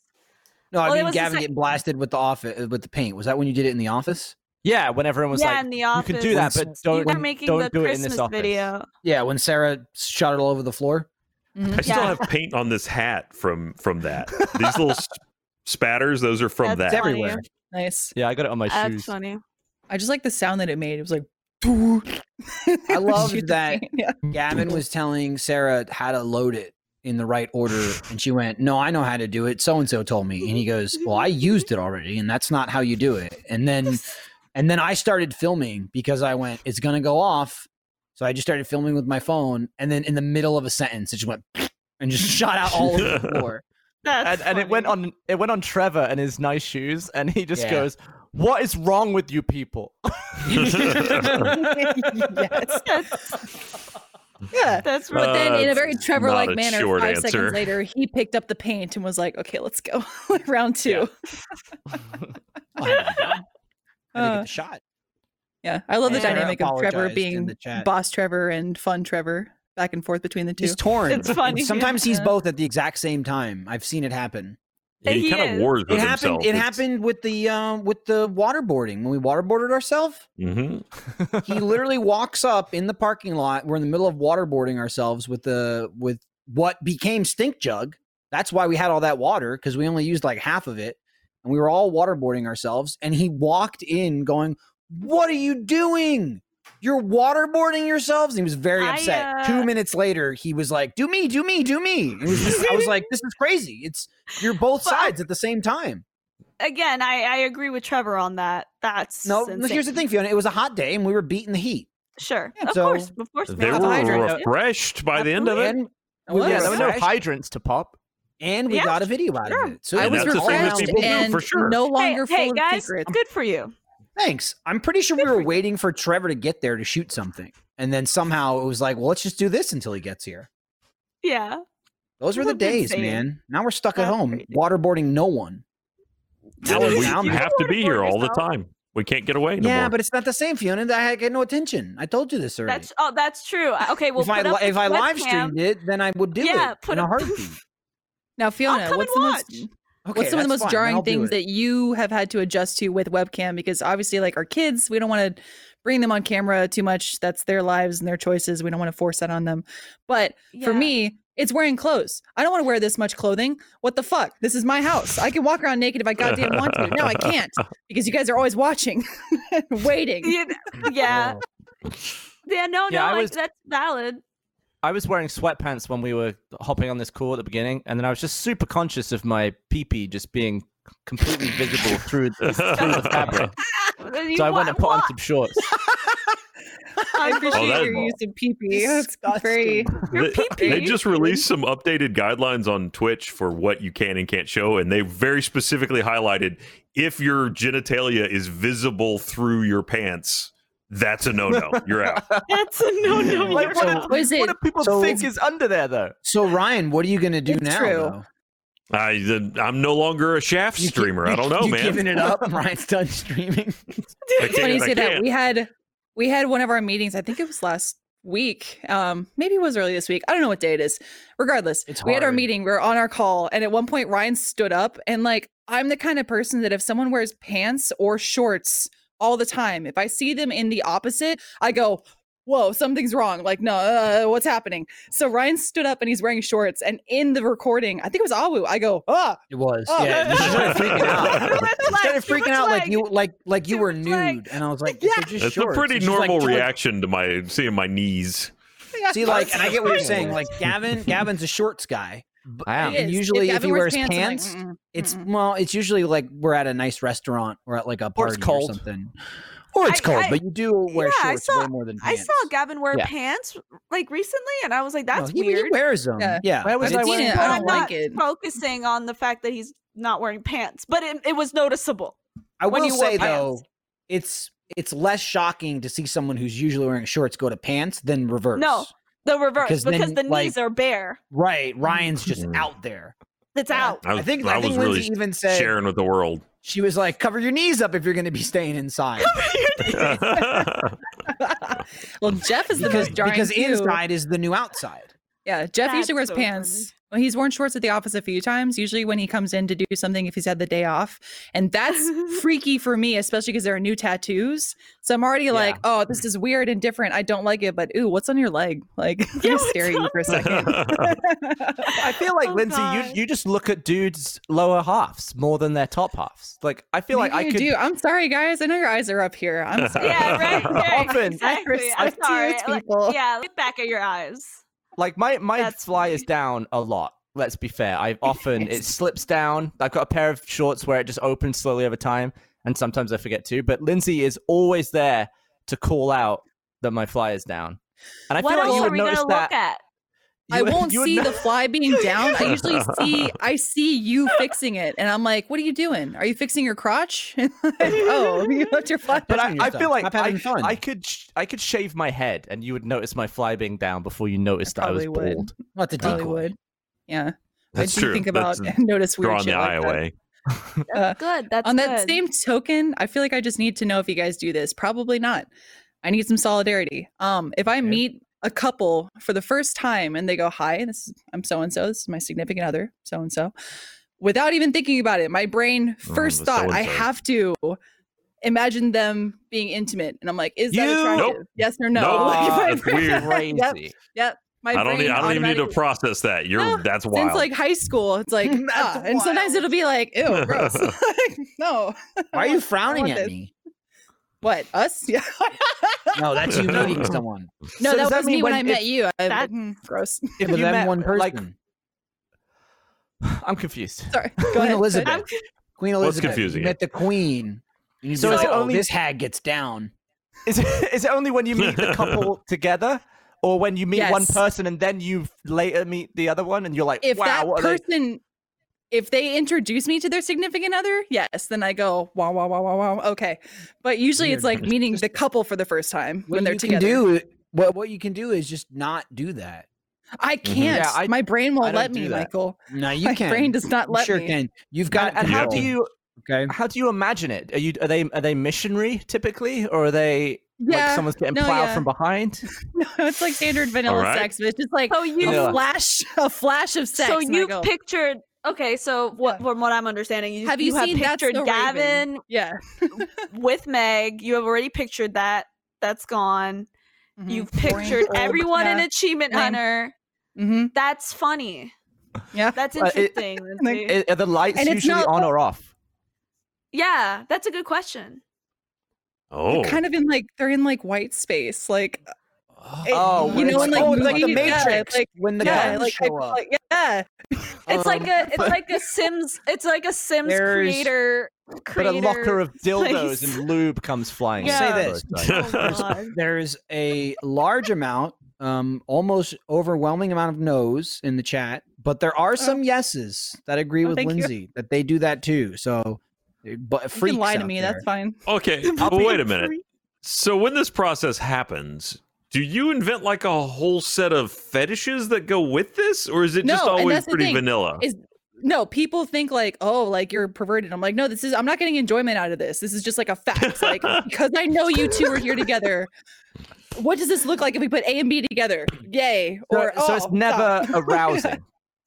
Speaker 2: No, I
Speaker 3: Well, it
Speaker 2: mean
Speaker 3: was the
Speaker 2: Gavin
Speaker 3: sec-
Speaker 2: getting blasted with the office with the paint. Was that when you did it in the office?
Speaker 6: Yeah, when everyone was
Speaker 3: yeah,
Speaker 6: like,
Speaker 3: in the
Speaker 6: you
Speaker 3: office.
Speaker 6: can do that, but
Speaker 3: you
Speaker 6: don't
Speaker 3: were making
Speaker 6: don't
Speaker 3: the
Speaker 6: do
Speaker 3: Christmas
Speaker 6: it in this office.
Speaker 3: video.
Speaker 2: Yeah, when Sarah shot it all over the floor.
Speaker 4: Mm,
Speaker 5: I still
Speaker 3: Yeah.
Speaker 5: have paint on this hat from from that. These little s- spatters, those are from
Speaker 3: That's
Speaker 5: that.
Speaker 3: funny.
Speaker 2: everywhere.
Speaker 4: Nice.
Speaker 6: Yeah, I got it on my
Speaker 3: That's
Speaker 6: shoes.
Speaker 3: funny.
Speaker 4: I just like the sound that it made. It was like.
Speaker 2: I loved
Speaker 4: Shoot the
Speaker 2: that.
Speaker 4: paint. Yeah.
Speaker 2: Gavin was telling Sarah how to load it in the right order, and she went, "No, I know how to do it. So and so told me." And he goes, "Well, I used it already, and that's not how you do it." And then, and then I started filming because I went, "It's gonna go off," so I just started filming with my phone, and then in the middle of a sentence, it just went and just shot out all over the floor.
Speaker 3: That's
Speaker 6: And, and it went
Speaker 3: funny.
Speaker 6: on. It went on Trevor and his nice shoes, and he just
Speaker 2: Yeah.
Speaker 6: goes, "What is wrong with you people?"
Speaker 4: yes.
Speaker 3: Yeah, that's
Speaker 5: Uh,
Speaker 3: really.
Speaker 4: But then, in a
Speaker 5: it's
Speaker 4: very Trevor-like
Speaker 5: not a
Speaker 4: manner,
Speaker 5: short
Speaker 4: five
Speaker 5: answer.
Speaker 4: seconds later, he picked up the paint and was like, "Okay, let's go, Like, round two.
Speaker 2: Oh,
Speaker 6: Yeah.
Speaker 2: I had to get
Speaker 4: Uh,
Speaker 2: the shot.
Speaker 4: yeah, I love the
Speaker 3: And Sarah
Speaker 4: dynamic of Trevor
Speaker 2: apologized in
Speaker 4: being
Speaker 2: the chat.
Speaker 4: boss Trevor and fun Trevor back and forth between the two.
Speaker 2: He's torn.
Speaker 3: It's funny.
Speaker 2: And Sometimes he's
Speaker 4: Yeah.
Speaker 2: both at the exact same time. I've seen it happen.
Speaker 5: Yeah, he
Speaker 3: He
Speaker 5: kind of
Speaker 3: is.
Speaker 5: wars
Speaker 2: It
Speaker 5: with
Speaker 2: happened.
Speaker 5: himself.
Speaker 2: It happened with the um, with the waterboarding when we waterboarded ourselves.
Speaker 5: hmm
Speaker 2: He literally walks up in the parking lot. We're in the middle of waterboarding ourselves with the with what became stink jug. That's why we had all that water because we only used like half of it, and we were all waterboarding ourselves. And he walked in going, "What are you doing?" You're waterboarding yourselves. And he was very
Speaker 3: I,
Speaker 2: upset.
Speaker 3: uh,
Speaker 2: Two minutes later, he was like, "Do me, do me, do me." It was just- I was like, "This is crazy. It's you're both
Speaker 3: Well, I-
Speaker 2: sides at the same time."
Speaker 3: Again, I, I agree with Trevor on that. That's
Speaker 2: No, no, here's the
Speaker 3: insane.
Speaker 2: thing, Fiona. It was a hot day, and we were beating the heat.
Speaker 3: Sure,
Speaker 2: Yeah,
Speaker 3: of
Speaker 2: so
Speaker 3: course, of course.
Speaker 5: They
Speaker 3: man.
Speaker 5: were refreshed by the end of it.
Speaker 2: And
Speaker 4: I
Speaker 2: we,
Speaker 4: was.
Speaker 6: yeah,
Speaker 2: yeah,
Speaker 6: there were no
Speaker 2: refreshed,
Speaker 6: hydrants to pop.
Speaker 2: and we
Speaker 3: Yeah,
Speaker 2: got a video out
Speaker 3: sure.
Speaker 2: of it. So
Speaker 4: I
Speaker 5: And
Speaker 4: was
Speaker 5: that's the thing that
Speaker 4: refreshed
Speaker 5: people do,
Speaker 4: and
Speaker 5: for sure.
Speaker 4: no
Speaker 3: Hey,
Speaker 4: longer
Speaker 3: hey
Speaker 4: full of
Speaker 3: guys,
Speaker 4: secrets.
Speaker 3: good for you.
Speaker 2: thanks. I'm pretty sure we were waiting for Trevor to get there to shoot something, and then somehow it was like, well, let's just do this until he gets here.
Speaker 3: Yeah,
Speaker 2: Those were
Speaker 3: It
Speaker 2: the
Speaker 3: would be
Speaker 2: days,
Speaker 3: insane.
Speaker 2: man. Now we're stuck at
Speaker 3: That's
Speaker 2: home,
Speaker 3: crazy.
Speaker 2: waterboarding no one.
Speaker 5: Now we
Speaker 2: Now I'm-
Speaker 5: have to be here all the
Speaker 3: Yourself.
Speaker 5: time. We can't get away no
Speaker 2: yeah,
Speaker 5: more.
Speaker 2: but it's not the same, Fiona. I had- get no attention. I told you this earlier.
Speaker 3: that's oh, that's true. I- Okay, well,
Speaker 2: if I
Speaker 3: put up
Speaker 2: li- if I
Speaker 3: the
Speaker 2: live
Speaker 3: webcam.
Speaker 2: streamed it, then I would do
Speaker 3: Yeah,
Speaker 2: it
Speaker 3: put
Speaker 2: in a
Speaker 3: up-
Speaker 2: heartbeat.
Speaker 4: Now, Fiona,
Speaker 3: come
Speaker 4: what's the
Speaker 3: and
Speaker 4: most
Speaker 3: watch.
Speaker 2: Okay,
Speaker 4: What's some of the
Speaker 2: that's
Speaker 4: most
Speaker 2: fine, I'll do
Speaker 4: jarring things
Speaker 2: it.
Speaker 4: that you have had to adjust to with webcam? Because obviously, like our kids, we don't want to bring them on camera too much. That's their lives and their choices. We don't want to force that on them. But for
Speaker 3: Yeah.
Speaker 4: me, it's wearing clothes. I don't want to wear this much clothing. What the fuck? This is my house. I can walk around naked if I goddamn want to. No, I can't because you guys are always watching, waiting.
Speaker 3: yeah, yeah,
Speaker 5: Oh.
Speaker 3: yeah, no, no,
Speaker 6: Yeah, I
Speaker 3: like,
Speaker 6: was-
Speaker 3: that's valid.
Speaker 6: I was wearing sweatpants when we were hopping on this call at the beginning, and then I was just super conscious of my pee pee just being completely visible through the, through the fabric.
Speaker 3: Uh, You
Speaker 6: So I
Speaker 3: wa-
Speaker 6: went and put on
Speaker 3: wa-
Speaker 6: some shorts.
Speaker 4: I
Speaker 5: Oh,
Speaker 4: appreciate
Speaker 5: that-
Speaker 4: your use of pee pee. It's very
Speaker 5: They,
Speaker 3: pee-pee.
Speaker 5: they just released some updated guidelines on Twitch for what you can and can't show, and they very specifically highlighted if your genitalia is visible through your pants, that's a no-no. You're out.
Speaker 3: That's a no no.
Speaker 6: Like, what, did-
Speaker 4: was it-
Speaker 6: what do people
Speaker 2: so-
Speaker 6: think is under there, though?
Speaker 2: So Ryan, what are you gonna do
Speaker 4: It's
Speaker 2: now?
Speaker 4: true.
Speaker 2: though?
Speaker 5: I, then I'm no longer a Shaft
Speaker 2: You gi-
Speaker 5: streamer. I
Speaker 2: you-
Speaker 5: don't know,
Speaker 2: you
Speaker 5: man.
Speaker 2: Giving it up. Ryan's done streaming.
Speaker 5: I
Speaker 4: It's funny
Speaker 5: can't-
Speaker 4: you
Speaker 5: I
Speaker 4: say that.
Speaker 5: can't.
Speaker 4: We had we had one of our meetings. I think it was last week. Um, maybe it was early this week. I don't know what day it is. Regardless,
Speaker 2: It's
Speaker 4: we had our
Speaker 2: hard.
Speaker 4: meeting. We were on our call, and at one point, Ryan stood up and like, I'm the kind of person that if someone wears pants or shorts all the time, if I see them in the opposite, I go. Whoa, something's wrong. Like, no, uh, what's happening? So Ryan stood up and he's wearing shorts. And in the recording, I think it was Awu, I go, ah,
Speaker 2: It was.
Speaker 4: Oh.
Speaker 2: Yeah. You started freaking out.
Speaker 3: Too much
Speaker 2: You started
Speaker 3: leg, too
Speaker 2: freaking
Speaker 3: much
Speaker 2: out like
Speaker 3: leg.
Speaker 2: you like like you
Speaker 3: Too
Speaker 2: were
Speaker 3: much
Speaker 2: nude,
Speaker 3: leg.
Speaker 2: and I was like,
Speaker 4: Yeah.
Speaker 2: they're just
Speaker 5: That's a
Speaker 2: shorts."
Speaker 5: pretty
Speaker 2: And she's like,
Speaker 5: normal
Speaker 2: "Dude."
Speaker 5: reaction to my seeing my knees.
Speaker 4: yeah,
Speaker 2: See, like, and I get what you're
Speaker 4: fine."
Speaker 2: saying. Like Gavin, Gavin's a shorts guy. But
Speaker 6: I am.
Speaker 4: It is.
Speaker 2: usually if
Speaker 4: Gavin
Speaker 2: he
Speaker 4: wears
Speaker 2: wears
Speaker 4: I'm like,
Speaker 2: pants,
Speaker 4: "Mm-mm,
Speaker 2: it's
Speaker 4: mm-mm."
Speaker 2: well, it's usually like we're at a nice restaurant or at like a
Speaker 6: Or
Speaker 2: party
Speaker 6: it's
Speaker 2: or,
Speaker 6: cold.
Speaker 2: something. Or it's
Speaker 3: I-
Speaker 2: cold,
Speaker 3: I-
Speaker 2: but you do wear
Speaker 3: yeah, I
Speaker 2: shorts
Speaker 3: saw-
Speaker 2: way more than
Speaker 3: I
Speaker 2: pants.
Speaker 3: saw Gavin wear
Speaker 6: Yeah.
Speaker 3: pants like recently, and I was like,
Speaker 2: No,
Speaker 3: "That's
Speaker 2: he, he
Speaker 3: weird."
Speaker 2: wears them.
Speaker 4: Yeah.
Speaker 2: Yeah.
Speaker 6: Why was
Speaker 2: And
Speaker 6: I
Speaker 2: it's-
Speaker 6: wearing-
Speaker 4: Tina,
Speaker 3: But
Speaker 4: I
Speaker 3: am
Speaker 4: don't
Speaker 3: not
Speaker 4: like it.
Speaker 3: focusing on the fact that he's not wearing pants, but it, it was noticeable.
Speaker 2: I
Speaker 3: when
Speaker 2: will
Speaker 3: you wear
Speaker 2: say
Speaker 3: pants.
Speaker 2: though, it's it's less shocking to see someone who's usually wearing shorts go to pants than reverse.
Speaker 3: No, The reverse
Speaker 2: Because
Speaker 3: because,
Speaker 2: then,
Speaker 3: the
Speaker 2: like-
Speaker 3: knees are bare.
Speaker 2: Right. Ryan's just
Speaker 6: Mm.
Speaker 2: out there.
Speaker 3: It's out.
Speaker 5: I,
Speaker 2: I
Speaker 5: was,
Speaker 2: think
Speaker 5: I
Speaker 2: I, think
Speaker 5: was
Speaker 2: Lindsay
Speaker 5: really
Speaker 2: even said
Speaker 5: sharing with the world.
Speaker 2: she was like, cover your knees up if you're gonna be staying inside.
Speaker 4: well, Jeff is the
Speaker 2: because
Speaker 4: most jarring
Speaker 2: because
Speaker 4: too.
Speaker 2: inside is the new outside.
Speaker 4: Yeah, Jeff usually
Speaker 3: That's
Speaker 4: wears
Speaker 3: so
Speaker 4: pants. Well, he's worn shorts at the office a few times. Usually, when he comes in to do something, if he's had the day off, and that's freaky for me, especially because there are new tattoos. So I'm already like, oh, this is weird and different. I don't like it, but ooh, what's on your leg? Like, I'm
Speaker 3: Yeah,
Speaker 4: gonna
Speaker 3: what's
Speaker 4: stare at you for a second.
Speaker 6: I feel like
Speaker 3: Oh,
Speaker 6: Lindsay,
Speaker 3: God.
Speaker 6: you you just look at dudes' lower halves more than their top halves. Like I feel like
Speaker 4: Maybe
Speaker 6: I
Speaker 4: you
Speaker 6: could.
Speaker 4: do. I'm sorry, guys. I know your eyes are up here. I'm sorry.
Speaker 3: yeah, right. right.
Speaker 6: Often.
Speaker 3: Exactly. I'm
Speaker 4: Respect to
Speaker 3: sorry.
Speaker 4: its
Speaker 3: Like,
Speaker 4: people.
Speaker 3: yeah, look back at your eyes.
Speaker 6: Like my my
Speaker 3: That's
Speaker 6: fly is down a lot. Let's be fair. I often it
Speaker 4: Yes.
Speaker 6: slips down. I've got a pair of shorts where it just opens slowly over time, and sometimes I forget to. But Lindsay is always there to call out that my fly is down. And I
Speaker 3: what
Speaker 6: feel like
Speaker 3: else
Speaker 6: you would
Speaker 3: are we
Speaker 6: notice
Speaker 3: gonna
Speaker 6: that.
Speaker 3: look at?
Speaker 4: I
Speaker 6: you would-
Speaker 4: won't
Speaker 6: you would
Speaker 4: see
Speaker 6: no-
Speaker 4: the fly being down. I usually see I see you fixing it, and I'm like, "What are you doing? Are you fixing your crotch? oh, you left your fly."
Speaker 6: But I,
Speaker 2: touching
Speaker 6: I
Speaker 2: yourself.
Speaker 6: feel like
Speaker 2: Stop
Speaker 6: I,
Speaker 2: having fun.
Speaker 6: I could sh- I could shave my head and you would notice my fly being down before you noticed I, was
Speaker 4: probably would.
Speaker 6: bald.
Speaker 2: What the
Speaker 4: I probably
Speaker 2: decoy.
Speaker 4: would. Yeah,
Speaker 5: That's
Speaker 4: I do
Speaker 5: true.
Speaker 4: think about
Speaker 5: That's
Speaker 4: and notice weird
Speaker 5: drawing
Speaker 4: shit
Speaker 5: the
Speaker 4: like
Speaker 5: eye
Speaker 4: that.
Speaker 5: away.
Speaker 3: Oh,
Speaker 4: Uh,
Speaker 3: Good. That's
Speaker 4: On that
Speaker 3: good.
Speaker 4: same token, I feel like I just need to know if you guys do this. Probably not. I need some solidarity. Um, if I meet a couple for the first time and they go, "Hi, this is I'm so and so. This is my significant other, so and so," without even thinking about it, my brain
Speaker 5: Oh,
Speaker 4: first
Speaker 5: the
Speaker 4: thought I
Speaker 5: so-and-so.
Speaker 4: have to imagine them being intimate, and I'm like, "Is that
Speaker 5: You- Nope.
Speaker 4: attractive? Yes or no?"
Speaker 5: Nope.
Speaker 4: Like, my
Speaker 5: That's
Speaker 4: brain-
Speaker 5: weird.
Speaker 6: Crazy.
Speaker 4: Yep. my
Speaker 5: I don't.
Speaker 4: brain
Speaker 5: Need, I don't even need to
Speaker 4: automatically-
Speaker 5: process that. You're.
Speaker 4: No,
Speaker 5: that's wild.
Speaker 4: since Ah, like high school, it's like,
Speaker 2: That's
Speaker 4: ah, and sometimes it'll be like, ew, gross. Like, no,
Speaker 2: Why are you frowning
Speaker 4: want
Speaker 2: at
Speaker 4: this.
Speaker 2: me?
Speaker 4: what us? Yeah,
Speaker 2: No, that's you meeting someone.
Speaker 4: no,
Speaker 6: So does
Speaker 4: that
Speaker 6: that
Speaker 4: was me
Speaker 6: mean
Speaker 4: when
Speaker 6: when
Speaker 4: I
Speaker 6: it-
Speaker 4: met you. I,
Speaker 3: that-
Speaker 4: mm, gross.
Speaker 6: If
Speaker 2: But
Speaker 6: you
Speaker 2: then
Speaker 6: met
Speaker 2: one person.
Speaker 6: like I'm confused.
Speaker 4: Sorry,
Speaker 2: Queen Elizabeth.
Speaker 3: I'm-
Speaker 2: Queen
Speaker 5: What's
Speaker 2: Elizabeth.
Speaker 5: confusing
Speaker 2: You met the Queen. And you
Speaker 6: So
Speaker 2: so
Speaker 6: is
Speaker 2: like,
Speaker 6: it
Speaker 2: oh,
Speaker 6: only-
Speaker 2: this hag gets down.
Speaker 6: Is it, is it only when you meet the couple together, or when you meet one
Speaker 4: Yes.
Speaker 6: person and then you later meet the other one, and you're like,
Speaker 4: If
Speaker 6: "Wow,
Speaker 4: that
Speaker 6: what are they-
Speaker 4: person, if they introduce me to their significant other, yes, then I go wow, wow, wow, wow, wow. Okay, but usually it's like meeting the couple for the first time
Speaker 2: What
Speaker 4: when they're
Speaker 2: you
Speaker 4: together.
Speaker 2: can do, what what you can do is just not do that.
Speaker 4: I can't.
Speaker 6: Yeah, I-
Speaker 4: my brain
Speaker 6: I
Speaker 4: won't
Speaker 6: don't
Speaker 4: let
Speaker 6: do
Speaker 4: me,
Speaker 6: that.
Speaker 4: Michael.
Speaker 2: No, you
Speaker 4: my
Speaker 2: can.
Speaker 4: brain does not
Speaker 2: You
Speaker 4: let
Speaker 2: sure
Speaker 4: me.
Speaker 2: can. You've got
Speaker 6: And, and how
Speaker 5: Yeah.
Speaker 6: do you
Speaker 2: okay.
Speaker 6: how do you imagine it? Are you are they are they missionary typically, or are they like
Speaker 4: Yeah,
Speaker 6: someone's getting
Speaker 4: no,
Speaker 6: plowed
Speaker 4: yeah.
Speaker 6: from behind?
Speaker 4: No, it's like standard vanilla
Speaker 5: right.
Speaker 4: sex, but it's just like
Speaker 3: So you
Speaker 6: Yeah.
Speaker 4: a flash, a flash of sex.
Speaker 3: so
Speaker 4: and I
Speaker 3: you
Speaker 4: go,
Speaker 3: pictured okay so what
Speaker 4: Yeah.
Speaker 3: from what i'm understanding you
Speaker 4: Have you
Speaker 3: have
Speaker 4: seen That's
Speaker 3: pictured
Speaker 4: the Raven?
Speaker 3: gavin
Speaker 4: yeah.
Speaker 3: with meg you have already pictured that that's gone
Speaker 4: Mm,
Speaker 3: you've pictured everyone in achievement
Speaker 4: Lame.
Speaker 3: hunter
Speaker 4: Mm-hmm.
Speaker 3: that's funny
Speaker 4: Yeah.
Speaker 3: that's
Speaker 6: Uh, it-
Speaker 3: interesting Lindsay.
Speaker 6: Are- Are the lights
Speaker 4: And it's
Speaker 6: usually
Speaker 4: not-
Speaker 6: on or off?
Speaker 3: yeah that's a good question
Speaker 5: oh,
Speaker 4: Kind of in like they're in like white space, like it-
Speaker 6: Oh,
Speaker 4: you
Speaker 6: it's
Speaker 4: know, in like,
Speaker 6: like- oh,
Speaker 2: it's like the
Speaker 4: movies, yeah,
Speaker 2: Matrix,
Speaker 4: like
Speaker 2: when the
Speaker 4: yeah,
Speaker 2: guns
Speaker 4: like, I
Speaker 2: show
Speaker 4: feel
Speaker 2: up.
Speaker 4: like- yeah,
Speaker 6: Um,
Speaker 3: it's like a it's like a sims it's like a sims
Speaker 2: There's-
Speaker 3: creator
Speaker 6: But
Speaker 3: creator
Speaker 6: a locker of dildos
Speaker 3: place.
Speaker 6: and lube comes flying.
Speaker 3: I'll
Speaker 2: say
Speaker 6: out.
Speaker 2: this.
Speaker 4: Oh,
Speaker 2: there's a large amount, um, almost overwhelming amount of no's in the chat, but there are some yeses that agree
Speaker 4: Oh,
Speaker 2: with
Speaker 4: thank you.
Speaker 2: Lindsay that they do that too. So, eh, but
Speaker 4: you
Speaker 2: freaks
Speaker 4: can lie to
Speaker 2: out
Speaker 4: me.
Speaker 2: there.
Speaker 4: That's fine.
Speaker 5: okay.
Speaker 3: I'll
Speaker 5: But
Speaker 3: be
Speaker 5: wait
Speaker 3: a
Speaker 5: a minute.
Speaker 3: freak.
Speaker 5: So when this process happens, do you invent like a whole set of fetishes that go with this, or is it just
Speaker 4: No, and
Speaker 5: always
Speaker 4: that's the
Speaker 5: pretty
Speaker 4: thing.
Speaker 5: vanilla?
Speaker 4: Is- No, people think like, oh, like you're perverted. I'm like, no, this is. I'm not getting enjoyment out of this. This is just like a fact. Like because I know you two are here together. What does this look like if we put A and B together? Yay!
Speaker 6: So,
Speaker 4: Or
Speaker 6: so it's
Speaker 4: oh,
Speaker 6: never
Speaker 4: stop.
Speaker 6: arousing.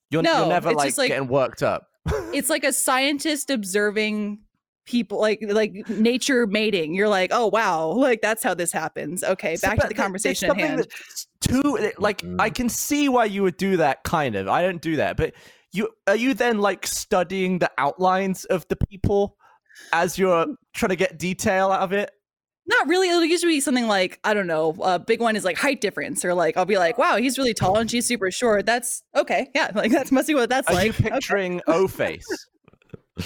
Speaker 6: You're,
Speaker 4: No,
Speaker 6: you're never
Speaker 4: it's
Speaker 6: like,
Speaker 4: just like-
Speaker 6: getting worked up.
Speaker 4: it's like a scientist observing people like like nature mating you're like oh wow like that's how this happens okay
Speaker 6: So-
Speaker 4: back
Speaker 6: but
Speaker 4: to the
Speaker 6: th- there's
Speaker 4: conversation at
Speaker 6: something
Speaker 4: hand
Speaker 6: that's Too like
Speaker 5: Mhm.
Speaker 6: I can see why you would do that. Kind of, I don't do that. But you are you then like studying the outlines of the people as you're
Speaker 4: Mm-hmm.
Speaker 6: trying to get detail out of it?
Speaker 4: not really it'll usually be something like i don't know a big one is like height difference or like i'll be like wow he's really tall and she's super short that's okay yeah like that's must be what that's
Speaker 6: Are you
Speaker 4: like Okay.
Speaker 6: picturing O face?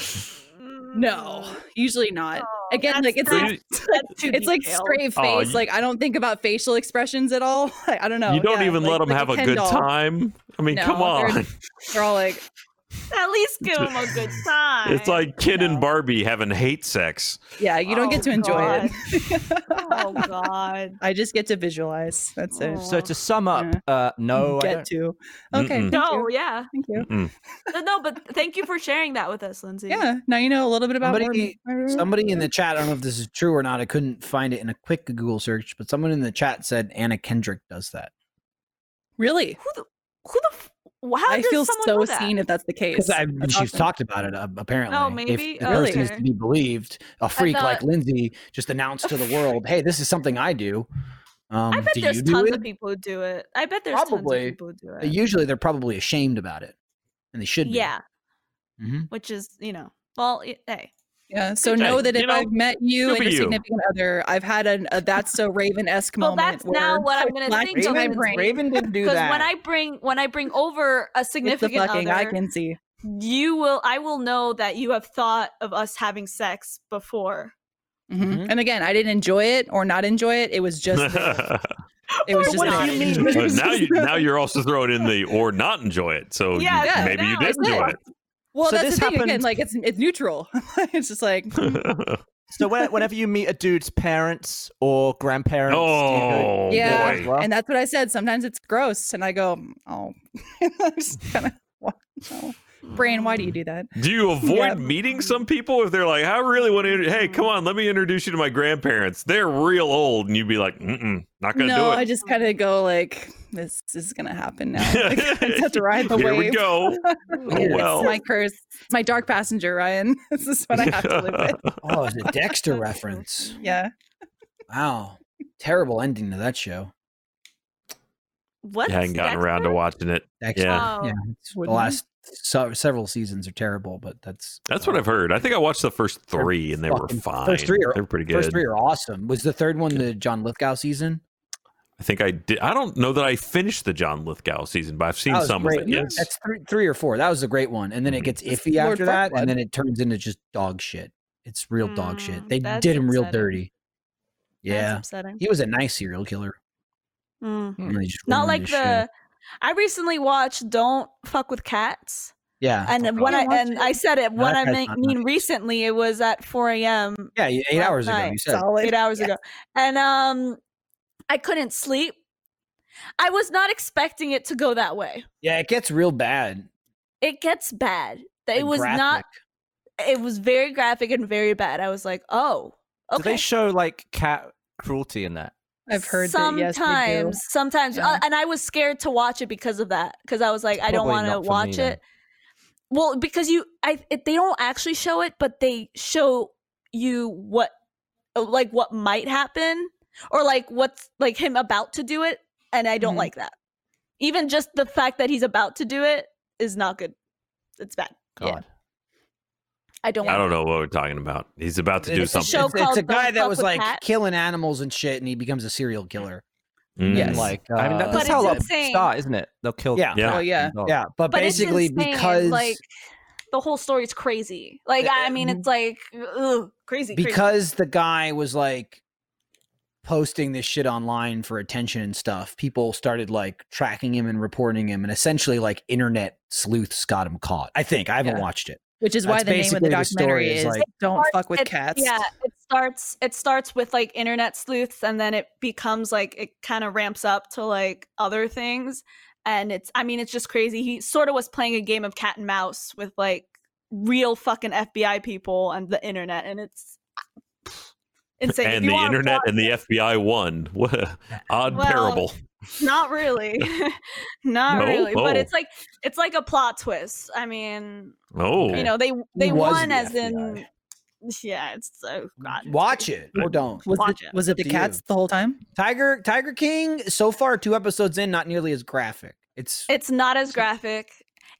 Speaker 4: no usually not
Speaker 3: Oh,
Speaker 4: again
Speaker 3: that's-
Speaker 4: like it's
Speaker 5: So
Speaker 4: like
Speaker 5: you,
Speaker 3: that's Oh, too
Speaker 4: it's like
Speaker 3: detailed.
Speaker 4: straight face
Speaker 5: Oh, you-
Speaker 4: like i don't think about facial expressions at all i don't know
Speaker 5: you don't
Speaker 4: Yeah,
Speaker 5: even
Speaker 4: like-
Speaker 5: let them
Speaker 4: like
Speaker 5: have a
Speaker 4: Ken
Speaker 5: good
Speaker 4: doll.
Speaker 5: time. I mean, come
Speaker 4: No, they're-
Speaker 5: on.
Speaker 4: they're all like
Speaker 3: At least give him a good time.
Speaker 5: It's like Ken and Barbie having hate sex.
Speaker 4: Yeah, you don't
Speaker 3: Oh,
Speaker 4: get to enjoy
Speaker 3: oh
Speaker 4: it.
Speaker 3: god.
Speaker 4: I just get to visualize. That's it.
Speaker 3: Oh.
Speaker 6: So to sum up, uh, no, I
Speaker 4: Mm-hmm. get
Speaker 6: don't.
Speaker 4: to. Okay.
Speaker 5: Oh, Mm-mm.
Speaker 4: Thank
Speaker 3: No,
Speaker 4: you.
Speaker 3: yeah.
Speaker 4: Thank you.
Speaker 5: Mm-mm.
Speaker 3: No, but thank you for sharing that with us, Lindsay.
Speaker 4: Yeah. Now you know a little bit about
Speaker 2: Somebody-
Speaker 4: Mormon-
Speaker 2: Somebody in the chat, I don't know if this is true or not. I couldn't find it in a quick Google search, but someone in the chat said Anna Kendrick does that.
Speaker 4: Really?
Speaker 3: Who the who the f- why
Speaker 4: I
Speaker 3: does
Speaker 4: feel
Speaker 3: someone
Speaker 4: so
Speaker 3: know that?
Speaker 4: seen if that's the case.
Speaker 2: Because I mean,
Speaker 4: That's
Speaker 2: she's
Speaker 4: awesome.
Speaker 2: talked about it uh, apparently.
Speaker 3: maybe?
Speaker 2: If the
Speaker 3: Oh,
Speaker 2: person is
Speaker 3: okay.
Speaker 2: to be believed, a freak like
Speaker 3: thought-
Speaker 2: Lindsay just announced to the world, "Hey, this is something I do." Um,
Speaker 3: I bet
Speaker 2: do
Speaker 3: there's
Speaker 2: you do
Speaker 3: tons
Speaker 2: it?
Speaker 3: of people who do it. I bet there's tons
Speaker 2: Probably.
Speaker 3: of people who do
Speaker 2: Uh,
Speaker 3: it.
Speaker 2: Usually, they're probably ashamed about it, and they should. Be.
Speaker 3: yeah,
Speaker 2: Mhm.
Speaker 3: which is you know, well, y- hey,
Speaker 4: Yeah. So
Speaker 5: Good
Speaker 4: know
Speaker 5: job.
Speaker 4: that
Speaker 5: You
Speaker 4: if
Speaker 5: know,
Speaker 4: I've met you
Speaker 5: good
Speaker 4: and
Speaker 5: for
Speaker 4: your
Speaker 5: you.
Speaker 4: significant other, I've had an, a that's so Raven esque
Speaker 3: Well,
Speaker 4: moment.
Speaker 3: that's now
Speaker 4: where
Speaker 3: what I'm
Speaker 4: it
Speaker 3: gonna
Speaker 4: flashed
Speaker 3: think
Speaker 4: in
Speaker 3: of
Speaker 4: my
Speaker 3: is
Speaker 4: brain.
Speaker 2: Raven didn't do
Speaker 3: because
Speaker 2: that.
Speaker 3: when I bring when I bring over a
Speaker 4: It's the
Speaker 3: significant
Speaker 4: fucking I
Speaker 3: other,
Speaker 4: can see.
Speaker 3: you will I will know that you have thought of us having sex before.
Speaker 4: Mhm.
Speaker 3: Mm-hmm.
Speaker 2: Mhm.
Speaker 4: And again, I didn't enjoy it or not enjoy it. It was just there. it was
Speaker 3: But
Speaker 4: just
Speaker 3: what do
Speaker 4: not.
Speaker 3: you
Speaker 4: enjoyed.
Speaker 5: But now, you, now you're also throwing in the or not enjoy it. So
Speaker 3: Yeah,
Speaker 5: Oh, you-
Speaker 4: yeah,
Speaker 5: maybe you
Speaker 3: now
Speaker 5: did
Speaker 3: it's
Speaker 5: enjoy
Speaker 3: it.
Speaker 4: Well,
Speaker 6: So
Speaker 4: that's
Speaker 6: this
Speaker 4: the thing again.
Speaker 6: happened-
Speaker 4: Like it's it's neutral. it's just like
Speaker 5: it.
Speaker 6: So when, whenever you meet a dude's parents or grandparents,
Speaker 5: oh,
Speaker 6: do you go,
Speaker 4: Yeah.
Speaker 5: boy.
Speaker 6: well,
Speaker 4: and that's what I said. Sometimes it's gross, and I go, oh, I just kind of, no. brain, why do you do that?
Speaker 5: Do you avoid
Speaker 4: Yeah.
Speaker 5: meeting some people if they're like, I really want to, inter- hey, come on, let me introduce you to my grandparents. They're real old. And you'd be like, mm-mm, not going to
Speaker 4: No,
Speaker 5: do
Speaker 4: I
Speaker 5: it.
Speaker 4: just kind of go like, this is gonna happen now. Like, I just have to ride the
Speaker 5: Here
Speaker 4: wave.
Speaker 5: we go.
Speaker 4: It's
Speaker 5: Oh, well.
Speaker 4: my curse. It's my dark passenger, Ryan. this is what I have to live with.
Speaker 2: oh, it's a Dexter reference.
Speaker 4: Yeah.
Speaker 2: Wow, terrible ending to that show.
Speaker 3: What?
Speaker 5: I hadn't gotten around to watching it.
Speaker 2: Dexter.
Speaker 3: Yeah. Oh.
Speaker 2: yeah. it's- The last so, several seasons are terrible, but that's
Speaker 5: That's what
Speaker 2: uh,
Speaker 5: I've heard. I think I watched the first three and they were
Speaker 2: fucking-
Speaker 5: fine.
Speaker 2: first three are-
Speaker 5: they were pretty good.
Speaker 2: First three are awesome. Was the third one the John Lithgow season?
Speaker 5: I think I did. I don't know that I finished the John Lithgow season, but I've seen
Speaker 2: That was
Speaker 5: some
Speaker 2: great.
Speaker 5: of it. Yes.
Speaker 2: That's three, three or four. That was a great one. And then it
Speaker 5: Mhm.
Speaker 2: gets
Speaker 4: It's
Speaker 2: iffy
Speaker 4: Lord
Speaker 2: after that,
Speaker 4: Farquaad.
Speaker 2: and then it turns into just dog shit. It's real dog shit.
Speaker 3: Mm,
Speaker 2: They
Speaker 3: that's
Speaker 2: did him real
Speaker 3: upsetting.
Speaker 2: dirty.
Speaker 3: That's
Speaker 2: Yeah,
Speaker 3: upsetting.
Speaker 2: he was a nice serial killer.
Speaker 3: Mm.
Speaker 2: and they just
Speaker 3: Not
Speaker 2: ruined
Speaker 3: like
Speaker 2: his
Speaker 3: the.
Speaker 2: shit.
Speaker 3: I recently watched "Don't Fuck with Cats,"
Speaker 2: yeah,
Speaker 3: and
Speaker 2: fuck
Speaker 3: when
Speaker 2: off.
Speaker 3: I and I said it,
Speaker 2: No,
Speaker 3: what
Speaker 2: that
Speaker 3: I
Speaker 2: guy's
Speaker 3: mean,
Speaker 2: not
Speaker 3: mean recently, it was at 4 a.m.
Speaker 2: yeah, you- eight
Speaker 3: last
Speaker 2: hours ago
Speaker 3: night,
Speaker 2: you said
Speaker 4: Solid.
Speaker 3: eight hours ago, and um, I couldn't sleep. I was not expecting it to go that way.
Speaker 2: yeah, it gets real bad.
Speaker 3: It gets bad. That It
Speaker 2: and
Speaker 3: was not.
Speaker 2: graphic.
Speaker 3: It was very graphic and very bad. I was like, oh,
Speaker 6: do they
Speaker 3: okay.
Speaker 6: show like cat cruelty in that?
Speaker 4: I've heard that. Yes,
Speaker 3: sometimes,
Speaker 4: they do.
Speaker 3: sometimes,
Speaker 4: Yeah.
Speaker 3: uh, and I was scared to watch it because of that. Because I was like, I don't
Speaker 6: Probably
Speaker 3: want to
Speaker 6: not for me
Speaker 3: watch
Speaker 6: then.
Speaker 3: it. Well, because you, I, it, they don't actually show it, but they show you what, uh, like what might happen, or like what's like him about to do it, and I don't
Speaker 4: Mhm.
Speaker 3: like that. Even just the fact that he's about to do it is not good. It's bad. Yeah.
Speaker 6: God.
Speaker 3: I don't.
Speaker 5: I
Speaker 3: want
Speaker 5: don't know what we're talking about. He's about to
Speaker 2: It's
Speaker 5: do
Speaker 2: a
Speaker 5: something.
Speaker 3: show
Speaker 2: It's, it's a
Speaker 3: called
Speaker 2: guy
Speaker 3: Don't
Speaker 2: that
Speaker 3: Fuck
Speaker 2: was
Speaker 3: with
Speaker 2: like
Speaker 3: Cats.
Speaker 2: killing animals and shit, and he becomes a serial killer.
Speaker 5: Mm.
Speaker 4: Yes.
Speaker 2: Like,
Speaker 6: I mean, that,
Speaker 2: uh,
Speaker 3: But
Speaker 6: that's how a
Speaker 3: it's
Speaker 6: lot of
Speaker 3: insane.
Speaker 6: people start, isn't it? They'll kill.
Speaker 2: Yeah.
Speaker 5: Yeah.
Speaker 4: Oh, yeah.
Speaker 2: yeah, but,
Speaker 3: But it's
Speaker 2: basically
Speaker 3: insane,
Speaker 2: because
Speaker 3: like the whole story's crazy. Like I mean, it's like ugh, crazy. crazy.
Speaker 2: because the guy was like posting this shit online for attention and stuff people started like tracking him and reporting him and essentially like internet sleuths got him caught i think i haven't
Speaker 4: Yeah.
Speaker 2: watched it
Speaker 4: Which is why
Speaker 2: That's
Speaker 4: the name of
Speaker 2: basically
Speaker 4: the
Speaker 2: the story
Speaker 4: documentary
Speaker 2: is
Speaker 4: is,
Speaker 2: like-
Speaker 4: "Don't
Speaker 3: starts-
Speaker 4: fuck with
Speaker 3: it-
Speaker 4: cats."
Speaker 3: Yeah, it starts it starts with like internet sleuths and then it becomes like it kind of ramps up to like other things and it's I mean it's just crazy. He sort of was playing a game of cat and mouse with like real fucking FBI people and the internet and it's insane. If
Speaker 5: And
Speaker 3: you
Speaker 5: the
Speaker 3: wanna
Speaker 5: internet
Speaker 3: watch-
Speaker 5: and the FBI won. What a odd
Speaker 3: Well,
Speaker 5: parable.
Speaker 3: not really. not
Speaker 5: No?
Speaker 3: really, but
Speaker 5: Oh.
Speaker 3: it's like it's like a plot twist. I mean,
Speaker 5: Oh,
Speaker 3: you know, they they
Speaker 2: was
Speaker 3: won
Speaker 2: the
Speaker 3: as
Speaker 2: FBI.
Speaker 3: in yeah, it's so god. it's
Speaker 2: watch
Speaker 3: crazy.
Speaker 2: it or don't
Speaker 4: Was
Speaker 3: Watch
Speaker 4: it,
Speaker 3: it.
Speaker 4: was it the
Speaker 2: Up to
Speaker 4: cats
Speaker 2: you.
Speaker 4: the whole time?
Speaker 2: tiger tiger king so far two episodes in not nearly as graphic it's
Speaker 3: It's not as graphic.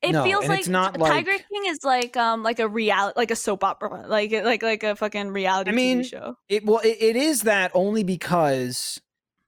Speaker 3: It
Speaker 2: No,
Speaker 3: feels
Speaker 2: and
Speaker 3: like,
Speaker 2: it's not
Speaker 3: T- Tiger
Speaker 2: like-
Speaker 3: King is like um like a reality like a soap opera like it- like like a fucking reality
Speaker 2: mean,
Speaker 3: TV show.
Speaker 2: it well it, it is that only because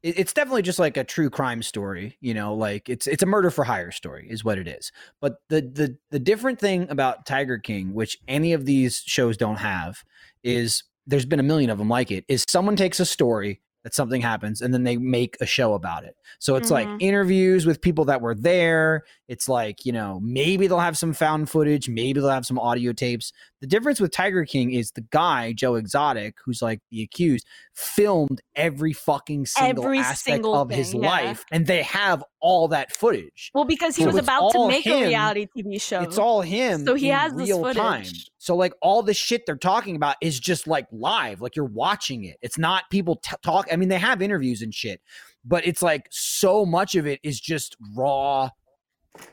Speaker 2: it, it's definitely just like a true crime story you know like it's it's a murder for hire story is what it is but the the the different thing about tiger king which any of these shows don't have is there's been a million of them like it is someone takes a story that something happens and then they make a show about it so it's
Speaker 3: Mhm.
Speaker 2: like interviews with people that were there It's like, you know, maybe they'll have some found footage, maybe they'll have some audio tapes. The difference with Tiger King is the guy, Joe Exotic, who's like the accused, filmed every fucking single
Speaker 3: Every
Speaker 2: aspect
Speaker 3: single
Speaker 2: of his
Speaker 3: thing, yeah.
Speaker 2: life. And they have all that footage.
Speaker 3: Well, because he
Speaker 2: So
Speaker 3: was
Speaker 2: it's
Speaker 3: about
Speaker 2: all
Speaker 3: to make
Speaker 2: him.
Speaker 3: a reality TV show.
Speaker 2: It's all him.
Speaker 3: So he
Speaker 2: in
Speaker 3: has this
Speaker 2: real time.
Speaker 3: footage.
Speaker 2: So like all the shit they're talking about is just like live. Like you're watching it. It's not people t- talk. I mean, they have interviews and shit, but it's like so much of it is just raw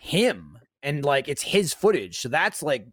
Speaker 2: him, and like it's his footage. So that's like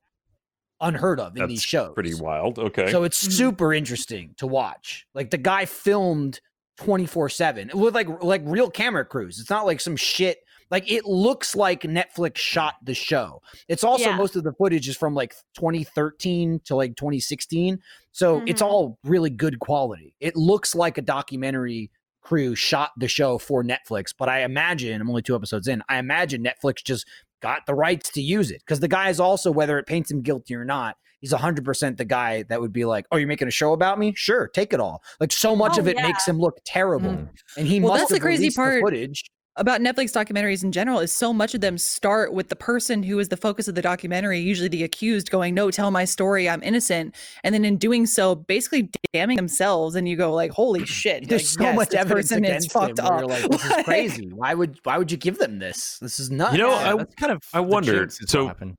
Speaker 2: unheard of in these
Speaker 5: That's
Speaker 2: shows.
Speaker 5: Pretty wild. Okay.
Speaker 2: So it's super interesting to watch. Like the guy filmed 24/7 with like like real camera crews. It's not like some shit like it looks like Netflix shot the show. It's also
Speaker 3: Yeah.
Speaker 2: most of the footage is from like 2013 to like 2016. So it's
Speaker 3: Mhm.
Speaker 2: all really good quality. It looks like a documentary crew shot the show for Netflix, but I imagine I'm only two episodes in. I imagine Netflix just got the rights to use it because the guy is also whether it paints him guilty or not he's 100% the guy that would be like, "Oh, you're making a show about me? Sure, take it all." Like so much
Speaker 3: Oh,
Speaker 2: of it
Speaker 3: yeah.
Speaker 2: makes him look terrible,
Speaker 5: Mm.
Speaker 2: and he
Speaker 4: Well,
Speaker 2: must
Speaker 4: that's
Speaker 2: have
Speaker 4: the crazy
Speaker 2: released
Speaker 4: part.
Speaker 2: footage.
Speaker 4: about Netflix documentaries in general is so much of them start with the person who is the focus of the documentary, usually the accused, going, "No, tell my story. I'm innocent," and then in doing so, basically damning themselves. And you go, "Like, holy shit!
Speaker 2: There's
Speaker 4: like,
Speaker 2: so
Speaker 4: yes,
Speaker 2: much
Speaker 4: this
Speaker 2: evidence
Speaker 4: person is
Speaker 2: against
Speaker 4: fucked
Speaker 2: him. where
Speaker 4: up."
Speaker 2: You're like, this is
Speaker 4: Like,
Speaker 2: crazy. Why would why would you give them this? This is nuts.
Speaker 5: you know, uh
Speaker 4: Yeah,
Speaker 5: I,
Speaker 6: that's kind of
Speaker 5: I
Speaker 6: the
Speaker 5: wondered,
Speaker 6: jinx is what
Speaker 5: so-
Speaker 6: happened.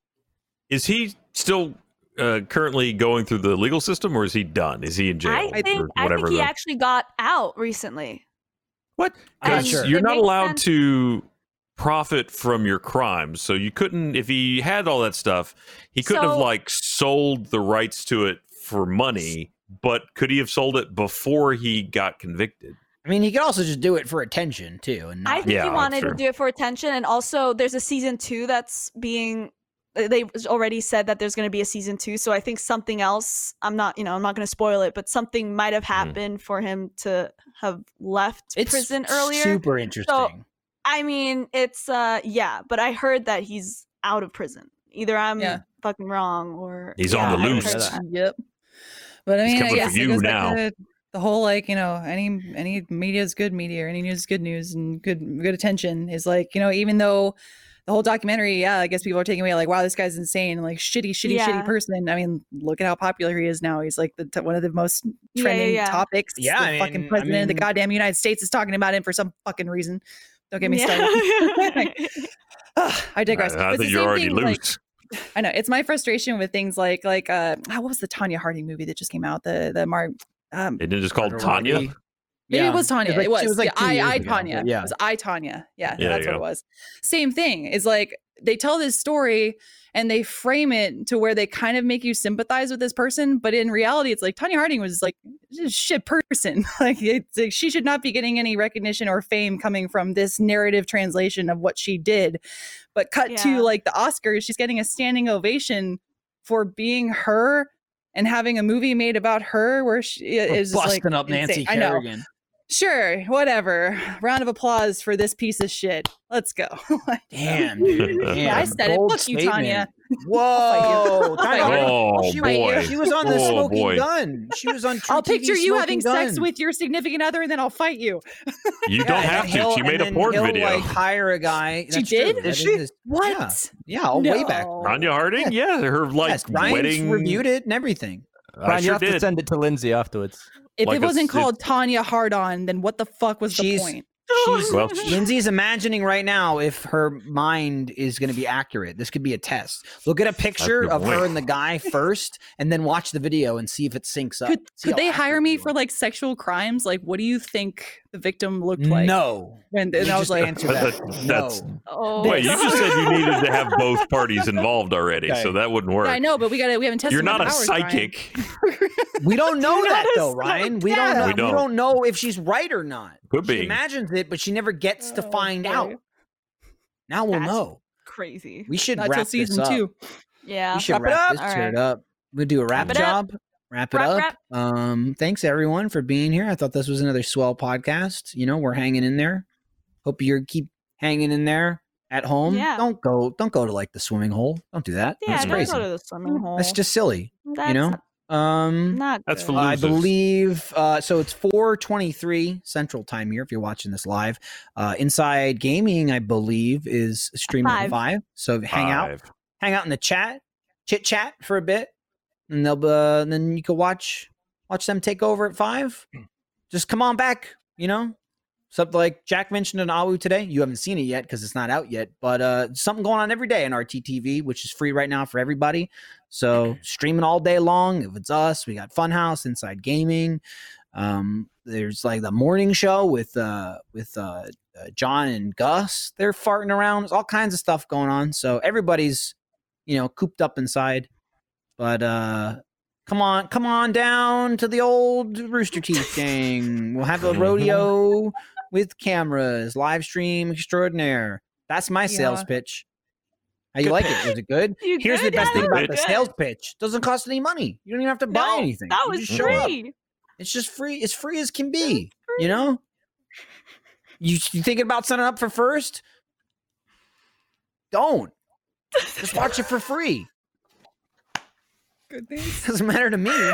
Speaker 5: is he still uh, currently going through the legal system, or is he done? Is he in jail
Speaker 3: I
Speaker 5: or
Speaker 3: think I
Speaker 5: whatever?
Speaker 3: think he
Speaker 5: the-
Speaker 3: actually got out recently.
Speaker 5: What?
Speaker 3: I'm
Speaker 5: Because
Speaker 2: sure.
Speaker 5: you're
Speaker 3: um, It
Speaker 5: not
Speaker 3: makes
Speaker 5: allowed
Speaker 3: sense.
Speaker 5: to profit from your crimes. So you couldn't, if he had all that stuff, he couldn't have
Speaker 3: So-
Speaker 5: like sold the rights to it for money. But could he have sold it before he got convicted?
Speaker 2: I mean, he could also just do it for attention too, and
Speaker 3: I
Speaker 2: not.
Speaker 3: think
Speaker 5: Yeah,
Speaker 3: he
Speaker 5: that's
Speaker 3: wanted to
Speaker 5: true.
Speaker 3: do it for attention, and also there's a season two that's being. they- They already said that there's going to be a season two, so I think something else. I'm not, you know, I'm not going to spoil it, but something might have
Speaker 5: Mm-hmm.
Speaker 3: happened for him to have left
Speaker 2: it's
Speaker 3: prison earlier.
Speaker 2: super interesting.
Speaker 3: I mean, it's uh, yeah, but I heard that he's out of prison. Either I'm
Speaker 4: Yeah.
Speaker 3: fucking wrong, or
Speaker 5: He's on
Speaker 3: Yeah,
Speaker 5: the
Speaker 3: I
Speaker 5: loose.
Speaker 3: heard that.
Speaker 4: Yep. But I
Speaker 5: He's
Speaker 4: mean, I
Speaker 5: coming for
Speaker 4: guess it
Speaker 5: you
Speaker 4: goes
Speaker 5: now.
Speaker 4: back to the whole like you know any any media is good media, any news is good news, and good good attention is like you know even though the whole documentary, yeah, I guess people are taking away like wow this guy's insane, like shitty shitty
Speaker 3: Yeah.
Speaker 4: shitty person. I mean, look at how popular he is now. He's like the t- one of the most
Speaker 3: Yeah, yeah,
Speaker 4: trending
Speaker 3: yeah.
Speaker 4: topics.
Speaker 2: Yeah,
Speaker 4: the
Speaker 2: I mean- I
Speaker 4: fucking president of the
Speaker 2: mean-
Speaker 4: goddamn United States is talking about him for some fucking reason. Don't get me started.
Speaker 3: Yeah.
Speaker 4: Ugh, I
Speaker 5: I,
Speaker 4: digress.
Speaker 5: I
Speaker 4: It's the
Speaker 5: think you're
Speaker 4: same
Speaker 5: already
Speaker 4: thing,
Speaker 5: loose.
Speaker 4: like- I know it's my frustration with things like like uh ah, what was the Tanya Harding movie that just came out the the Mark um
Speaker 5: Isn't it just called
Speaker 2: Carter
Speaker 5: Tanya?
Speaker 2: Wiley.
Speaker 4: maybe
Speaker 2: Yeah.
Speaker 4: it was Tanya
Speaker 2: It was
Speaker 4: it
Speaker 2: like-
Speaker 4: was,
Speaker 2: she was like
Speaker 4: yeah,
Speaker 2: two years
Speaker 4: I I
Speaker 2: ago, but
Speaker 4: Tanya
Speaker 2: yeah.
Speaker 4: it was I Tanya yeah,
Speaker 5: Yeah,
Speaker 4: that's
Speaker 5: yeah.
Speaker 4: what it was same thing is like they tell this story and they frame it to where they kind of make you sympathize with this person but in reality it's like Tanya Harding was like just a shit person like it's like she should not be getting any recognition or fame coming from this narrative translation of what she did but cut
Speaker 3: Yeah.
Speaker 4: to like the Oscars, she's getting a standing ovation for being her and having a movie made about her where she
Speaker 2: We're
Speaker 4: is just, like
Speaker 2: busting up Nancy
Speaker 4: insane. I know.
Speaker 2: Kerrigan.
Speaker 4: Sure, whatever. Round of applause for this piece of shit. Let's go. Like,
Speaker 2: Damn, dude. Damn.
Speaker 4: I said it.
Speaker 2: Bold
Speaker 4: Fuck you, Tanya.
Speaker 2: Whoa,
Speaker 4: I'll fight you.
Speaker 2: Tanya Harding.
Speaker 5: Oh
Speaker 2: she,
Speaker 5: boy!
Speaker 2: she was on the
Speaker 5: Oh,
Speaker 2: smoking
Speaker 5: boy.
Speaker 2: gun. She was on. True
Speaker 4: I'll
Speaker 2: TV
Speaker 4: picture you having
Speaker 2: Smoking
Speaker 4: sex
Speaker 2: Gun.
Speaker 4: with your significant other and then I'll fight you.
Speaker 5: You
Speaker 2: Yeah,
Speaker 5: don't
Speaker 2: and
Speaker 5: have
Speaker 2: then
Speaker 5: to.
Speaker 2: he'll-
Speaker 5: She made
Speaker 2: and
Speaker 5: a
Speaker 2: then
Speaker 5: porn
Speaker 2: he'll,
Speaker 5: video.
Speaker 2: Like, hire a guy.
Speaker 4: She
Speaker 2: That's
Speaker 4: did?
Speaker 2: True.
Speaker 4: Did
Speaker 2: That
Speaker 5: she?
Speaker 2: his-
Speaker 4: What?
Speaker 2: Yeah, yeah all way back.
Speaker 4: No.
Speaker 5: Tanya Harding, yeah, her like
Speaker 2: yes, Ryan's
Speaker 5: wedding.
Speaker 2: reviewed it and everything.
Speaker 5: I
Speaker 6: Brian, you
Speaker 5: sure
Speaker 6: have to
Speaker 5: did.
Speaker 6: send it to Lindsay afterwards.
Speaker 4: If
Speaker 5: like
Speaker 4: it
Speaker 5: a
Speaker 4: wasn't
Speaker 5: s-
Speaker 4: called Tanya Hard On, then what the fuck was the
Speaker 2: She's-
Speaker 4: point?
Speaker 3: Oh.
Speaker 2: She's,
Speaker 5: Well,
Speaker 2: Lindsay's imagining right now if her mind is going to be accurate. This could be a test. Look at a picture
Speaker 5: good
Speaker 2: of her
Speaker 5: point.
Speaker 2: and the guy first, and then watch the video and see if it syncs up.
Speaker 4: Could,
Speaker 2: See
Speaker 4: could
Speaker 2: how
Speaker 4: they hire
Speaker 2: accurate
Speaker 4: me
Speaker 2: you
Speaker 4: for
Speaker 2: are.
Speaker 4: like sexual crimes? Like, what do you think the victim looked like?
Speaker 2: No,
Speaker 4: When,
Speaker 2: You
Speaker 4: and I was
Speaker 2: just
Speaker 4: like,
Speaker 2: answered that.
Speaker 5: That- that's-
Speaker 2: no.
Speaker 3: oh,
Speaker 5: Wait, you just said you needed to have both parties involved already,
Speaker 2: Okay.
Speaker 5: so that wouldn't work.
Speaker 4: I know, but we got to We haven't tested.
Speaker 5: You're
Speaker 4: my
Speaker 5: not a
Speaker 4: powers, Brian.
Speaker 5: psychic.
Speaker 2: We don't know
Speaker 4: Dude,
Speaker 2: that
Speaker 4: that
Speaker 2: though,
Speaker 4: is
Speaker 2: Ryan.
Speaker 4: so
Speaker 2: We don't
Speaker 4: dumb.
Speaker 2: know.
Speaker 5: We
Speaker 2: We don't.
Speaker 5: don't.
Speaker 2: know if she's right or not.
Speaker 5: Could
Speaker 2: She
Speaker 5: be.
Speaker 2: imagines it, but she never gets to
Speaker 4: Oh,
Speaker 2: find
Speaker 4: okay.
Speaker 2: out. Now we'll
Speaker 3: That's-
Speaker 2: know.
Speaker 3: crazy.
Speaker 2: We should
Speaker 4: Not till
Speaker 2: wrap
Speaker 4: season
Speaker 2: this up.
Speaker 4: two.
Speaker 3: Yeah.
Speaker 2: We should
Speaker 6: Wrap it
Speaker 2: wrap
Speaker 6: up.
Speaker 2: this
Speaker 3: All
Speaker 2: shit
Speaker 3: right.
Speaker 2: up. We'll do a wrap
Speaker 3: it up.
Speaker 2: job. Wrap it
Speaker 3: Wrap,
Speaker 2: up.
Speaker 3: wrap.
Speaker 2: Um, thanks everyone for being here. I thought this was another swell podcast. You know, we're hanging in there. Hope you keep hanging in there at home.
Speaker 3: Yeah.
Speaker 2: Don't go. Don't go to like the swimming hole. Don't do that.
Speaker 3: Yeah,
Speaker 2: That's
Speaker 3: don't
Speaker 2: crazy.
Speaker 3: go to the swimming hole.
Speaker 2: That's just silly.
Speaker 3: That's
Speaker 2: you know.
Speaker 3: not-
Speaker 2: Um,
Speaker 3: Not
Speaker 5: That's
Speaker 3: good.
Speaker 5: for
Speaker 2: I
Speaker 5: losers.
Speaker 2: believe uh, so. It's four twenty-three Central Time here. If you're watching this live, uh, Inside Gaming, I believe, is streaming at
Speaker 3: Five.
Speaker 2: five. So hang out,
Speaker 5: Five.
Speaker 2: hang out in the chat, chit chat for a bit, and they'll uh, then you can watch watch them take over at five. Just come on back, you know. Something like Jack mentioned in Awu today. You haven't seen it yet because it's not out yet, but uh, something going on every day on RTTV, which is free right now for everybody. So streaming all day long. If it's us, we got Funhouse, Inside Gaming. Um, there's like the morning show with uh with uh, uh John and Gus. They're farting around. There's all kinds of stuff going on. So everybody's you know cooped up inside. But uh come on, come on down to the old Rooster Teeth gang. We'll have a
Speaker 5: Mhm.
Speaker 2: rodeo with cameras, live stream extraordinaire. That's my sales
Speaker 4: Yeah.
Speaker 2: pitch. How you like it? Was it good?
Speaker 3: You
Speaker 2: Here's the
Speaker 3: good,
Speaker 2: best thing
Speaker 3: Adam?
Speaker 2: about
Speaker 3: You
Speaker 2: the
Speaker 3: good?
Speaker 2: sales pitch. Doesn't cost any money. You don't even have to buy
Speaker 3: No,
Speaker 2: anything.
Speaker 3: That
Speaker 2: You
Speaker 3: was
Speaker 2: just show up.
Speaker 3: free.
Speaker 2: It's just free. It's free as can be. You know? You, you thinking about signing up for first? Don't. Just watch it for free.
Speaker 4: Good things.
Speaker 2: Doesn't matter to me.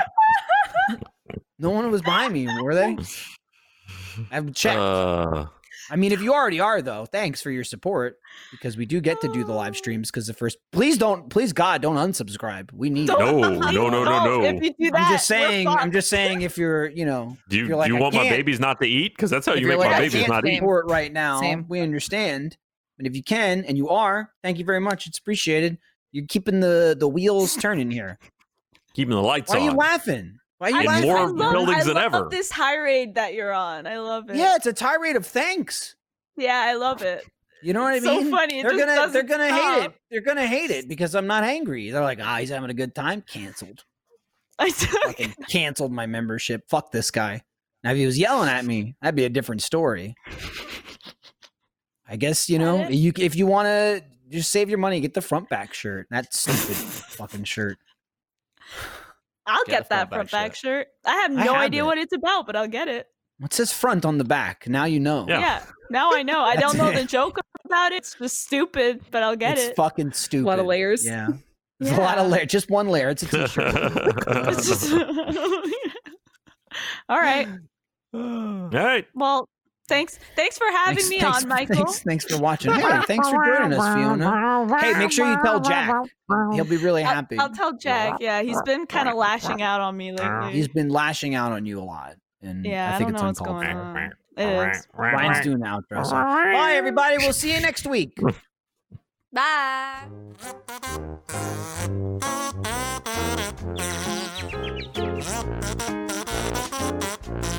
Speaker 2: No one was buying me, were they? I've checked.
Speaker 5: Uh,
Speaker 2: I mean, if you already are, though, thanks for your support because we do get to do the live streams because the first. Please don't. Please, God, don't unsubscribe. We need.
Speaker 3: Don't-
Speaker 5: No, no, no, no,
Speaker 3: Don't.
Speaker 5: no.
Speaker 3: If you do that,
Speaker 2: I'm just
Speaker 3: we're
Speaker 2: saying. I'm
Speaker 3: fucked.
Speaker 2: just saying. If you're, you know,
Speaker 5: do you,
Speaker 2: You're like,
Speaker 5: do
Speaker 2: "I
Speaker 5: you want my
Speaker 2: can't."
Speaker 5: babies not to eat? Because that's how
Speaker 2: if
Speaker 5: you
Speaker 2: you're
Speaker 5: make
Speaker 2: like,
Speaker 5: my
Speaker 2: I
Speaker 5: babies
Speaker 2: can't
Speaker 5: not eat.
Speaker 2: support right now.
Speaker 4: Same.
Speaker 2: We understand, but if you can and you are, thank you very much. It's appreciated. You're keeping the the wheels turning here.
Speaker 5: Keeping the lights
Speaker 2: Why are you
Speaker 5: on.
Speaker 2: laughing? Why are you
Speaker 5: And
Speaker 2: laughing?
Speaker 5: more
Speaker 3: I love,
Speaker 5: buildings
Speaker 3: I
Speaker 5: than
Speaker 3: love
Speaker 5: ever.
Speaker 3: This tirade that you're on, I love it.
Speaker 2: Yeah, it's a tirade of thanks.
Speaker 3: yeah, I love it.
Speaker 2: You know what I
Speaker 3: It's so
Speaker 2: mean?
Speaker 3: funny, it
Speaker 2: they're
Speaker 3: just
Speaker 2: gonna they're
Speaker 3: doesn't
Speaker 2: gonna hate it.
Speaker 3: stop.
Speaker 2: They're gonna hate it because I'm not angry. They're like, ah, he's having a good time. Cancelled.
Speaker 3: I took
Speaker 2: Fucking canceled my membership. Fuck this guy. Now if he was yelling at me, that'd be a different story. I guess you know
Speaker 3: Got it.
Speaker 2: you if you want to just save your money, get the front back shirt. That stupid fucking shirt.
Speaker 3: I'll
Speaker 6: Get a
Speaker 3: get, that front
Speaker 6: front
Speaker 3: back
Speaker 6: back
Speaker 3: shirt. I have
Speaker 2: I
Speaker 3: no
Speaker 2: have
Speaker 3: idea
Speaker 2: it.
Speaker 3: what it's about, but I'll get it.
Speaker 2: What says front on the back? Now you know.
Speaker 5: Yeah.
Speaker 3: Yeah. Now I know. I
Speaker 2: That's
Speaker 3: don't know
Speaker 2: it.
Speaker 3: the joke about it. It's just stupid, but I'll get
Speaker 2: it's
Speaker 3: it.
Speaker 2: fucking stupid.
Speaker 4: A lot of layers.
Speaker 2: Yeah, There's a lot of
Speaker 3: Yeah.
Speaker 2: layer. Just one layer. It's a t-shirt.
Speaker 3: It's just All right.
Speaker 5: All right.
Speaker 3: Well, thanks. Thanks for having
Speaker 2: Thanks-
Speaker 3: me
Speaker 2: thanks-
Speaker 3: on, Michael.
Speaker 2: Thanks, thanks for watching. Hey, thanks for joining us, Fiona. Hey, make sure you tell Jack. He'll be really
Speaker 3: I'll-
Speaker 2: happy.
Speaker 3: Uh, I'll, tell Jack. Yeah, he's been kind of lashing out on me lately.
Speaker 2: He's been lashing out on you a lot, and
Speaker 3: yeah, I,
Speaker 2: I think
Speaker 3: don't
Speaker 2: it's
Speaker 3: know what's
Speaker 2: uncalled
Speaker 3: going
Speaker 2: for.
Speaker 3: on. It is.
Speaker 2: Ryan's doing the outro. So. Bye, everybody. We'll see you next week.
Speaker 3: Bye.
Speaker 7: Thank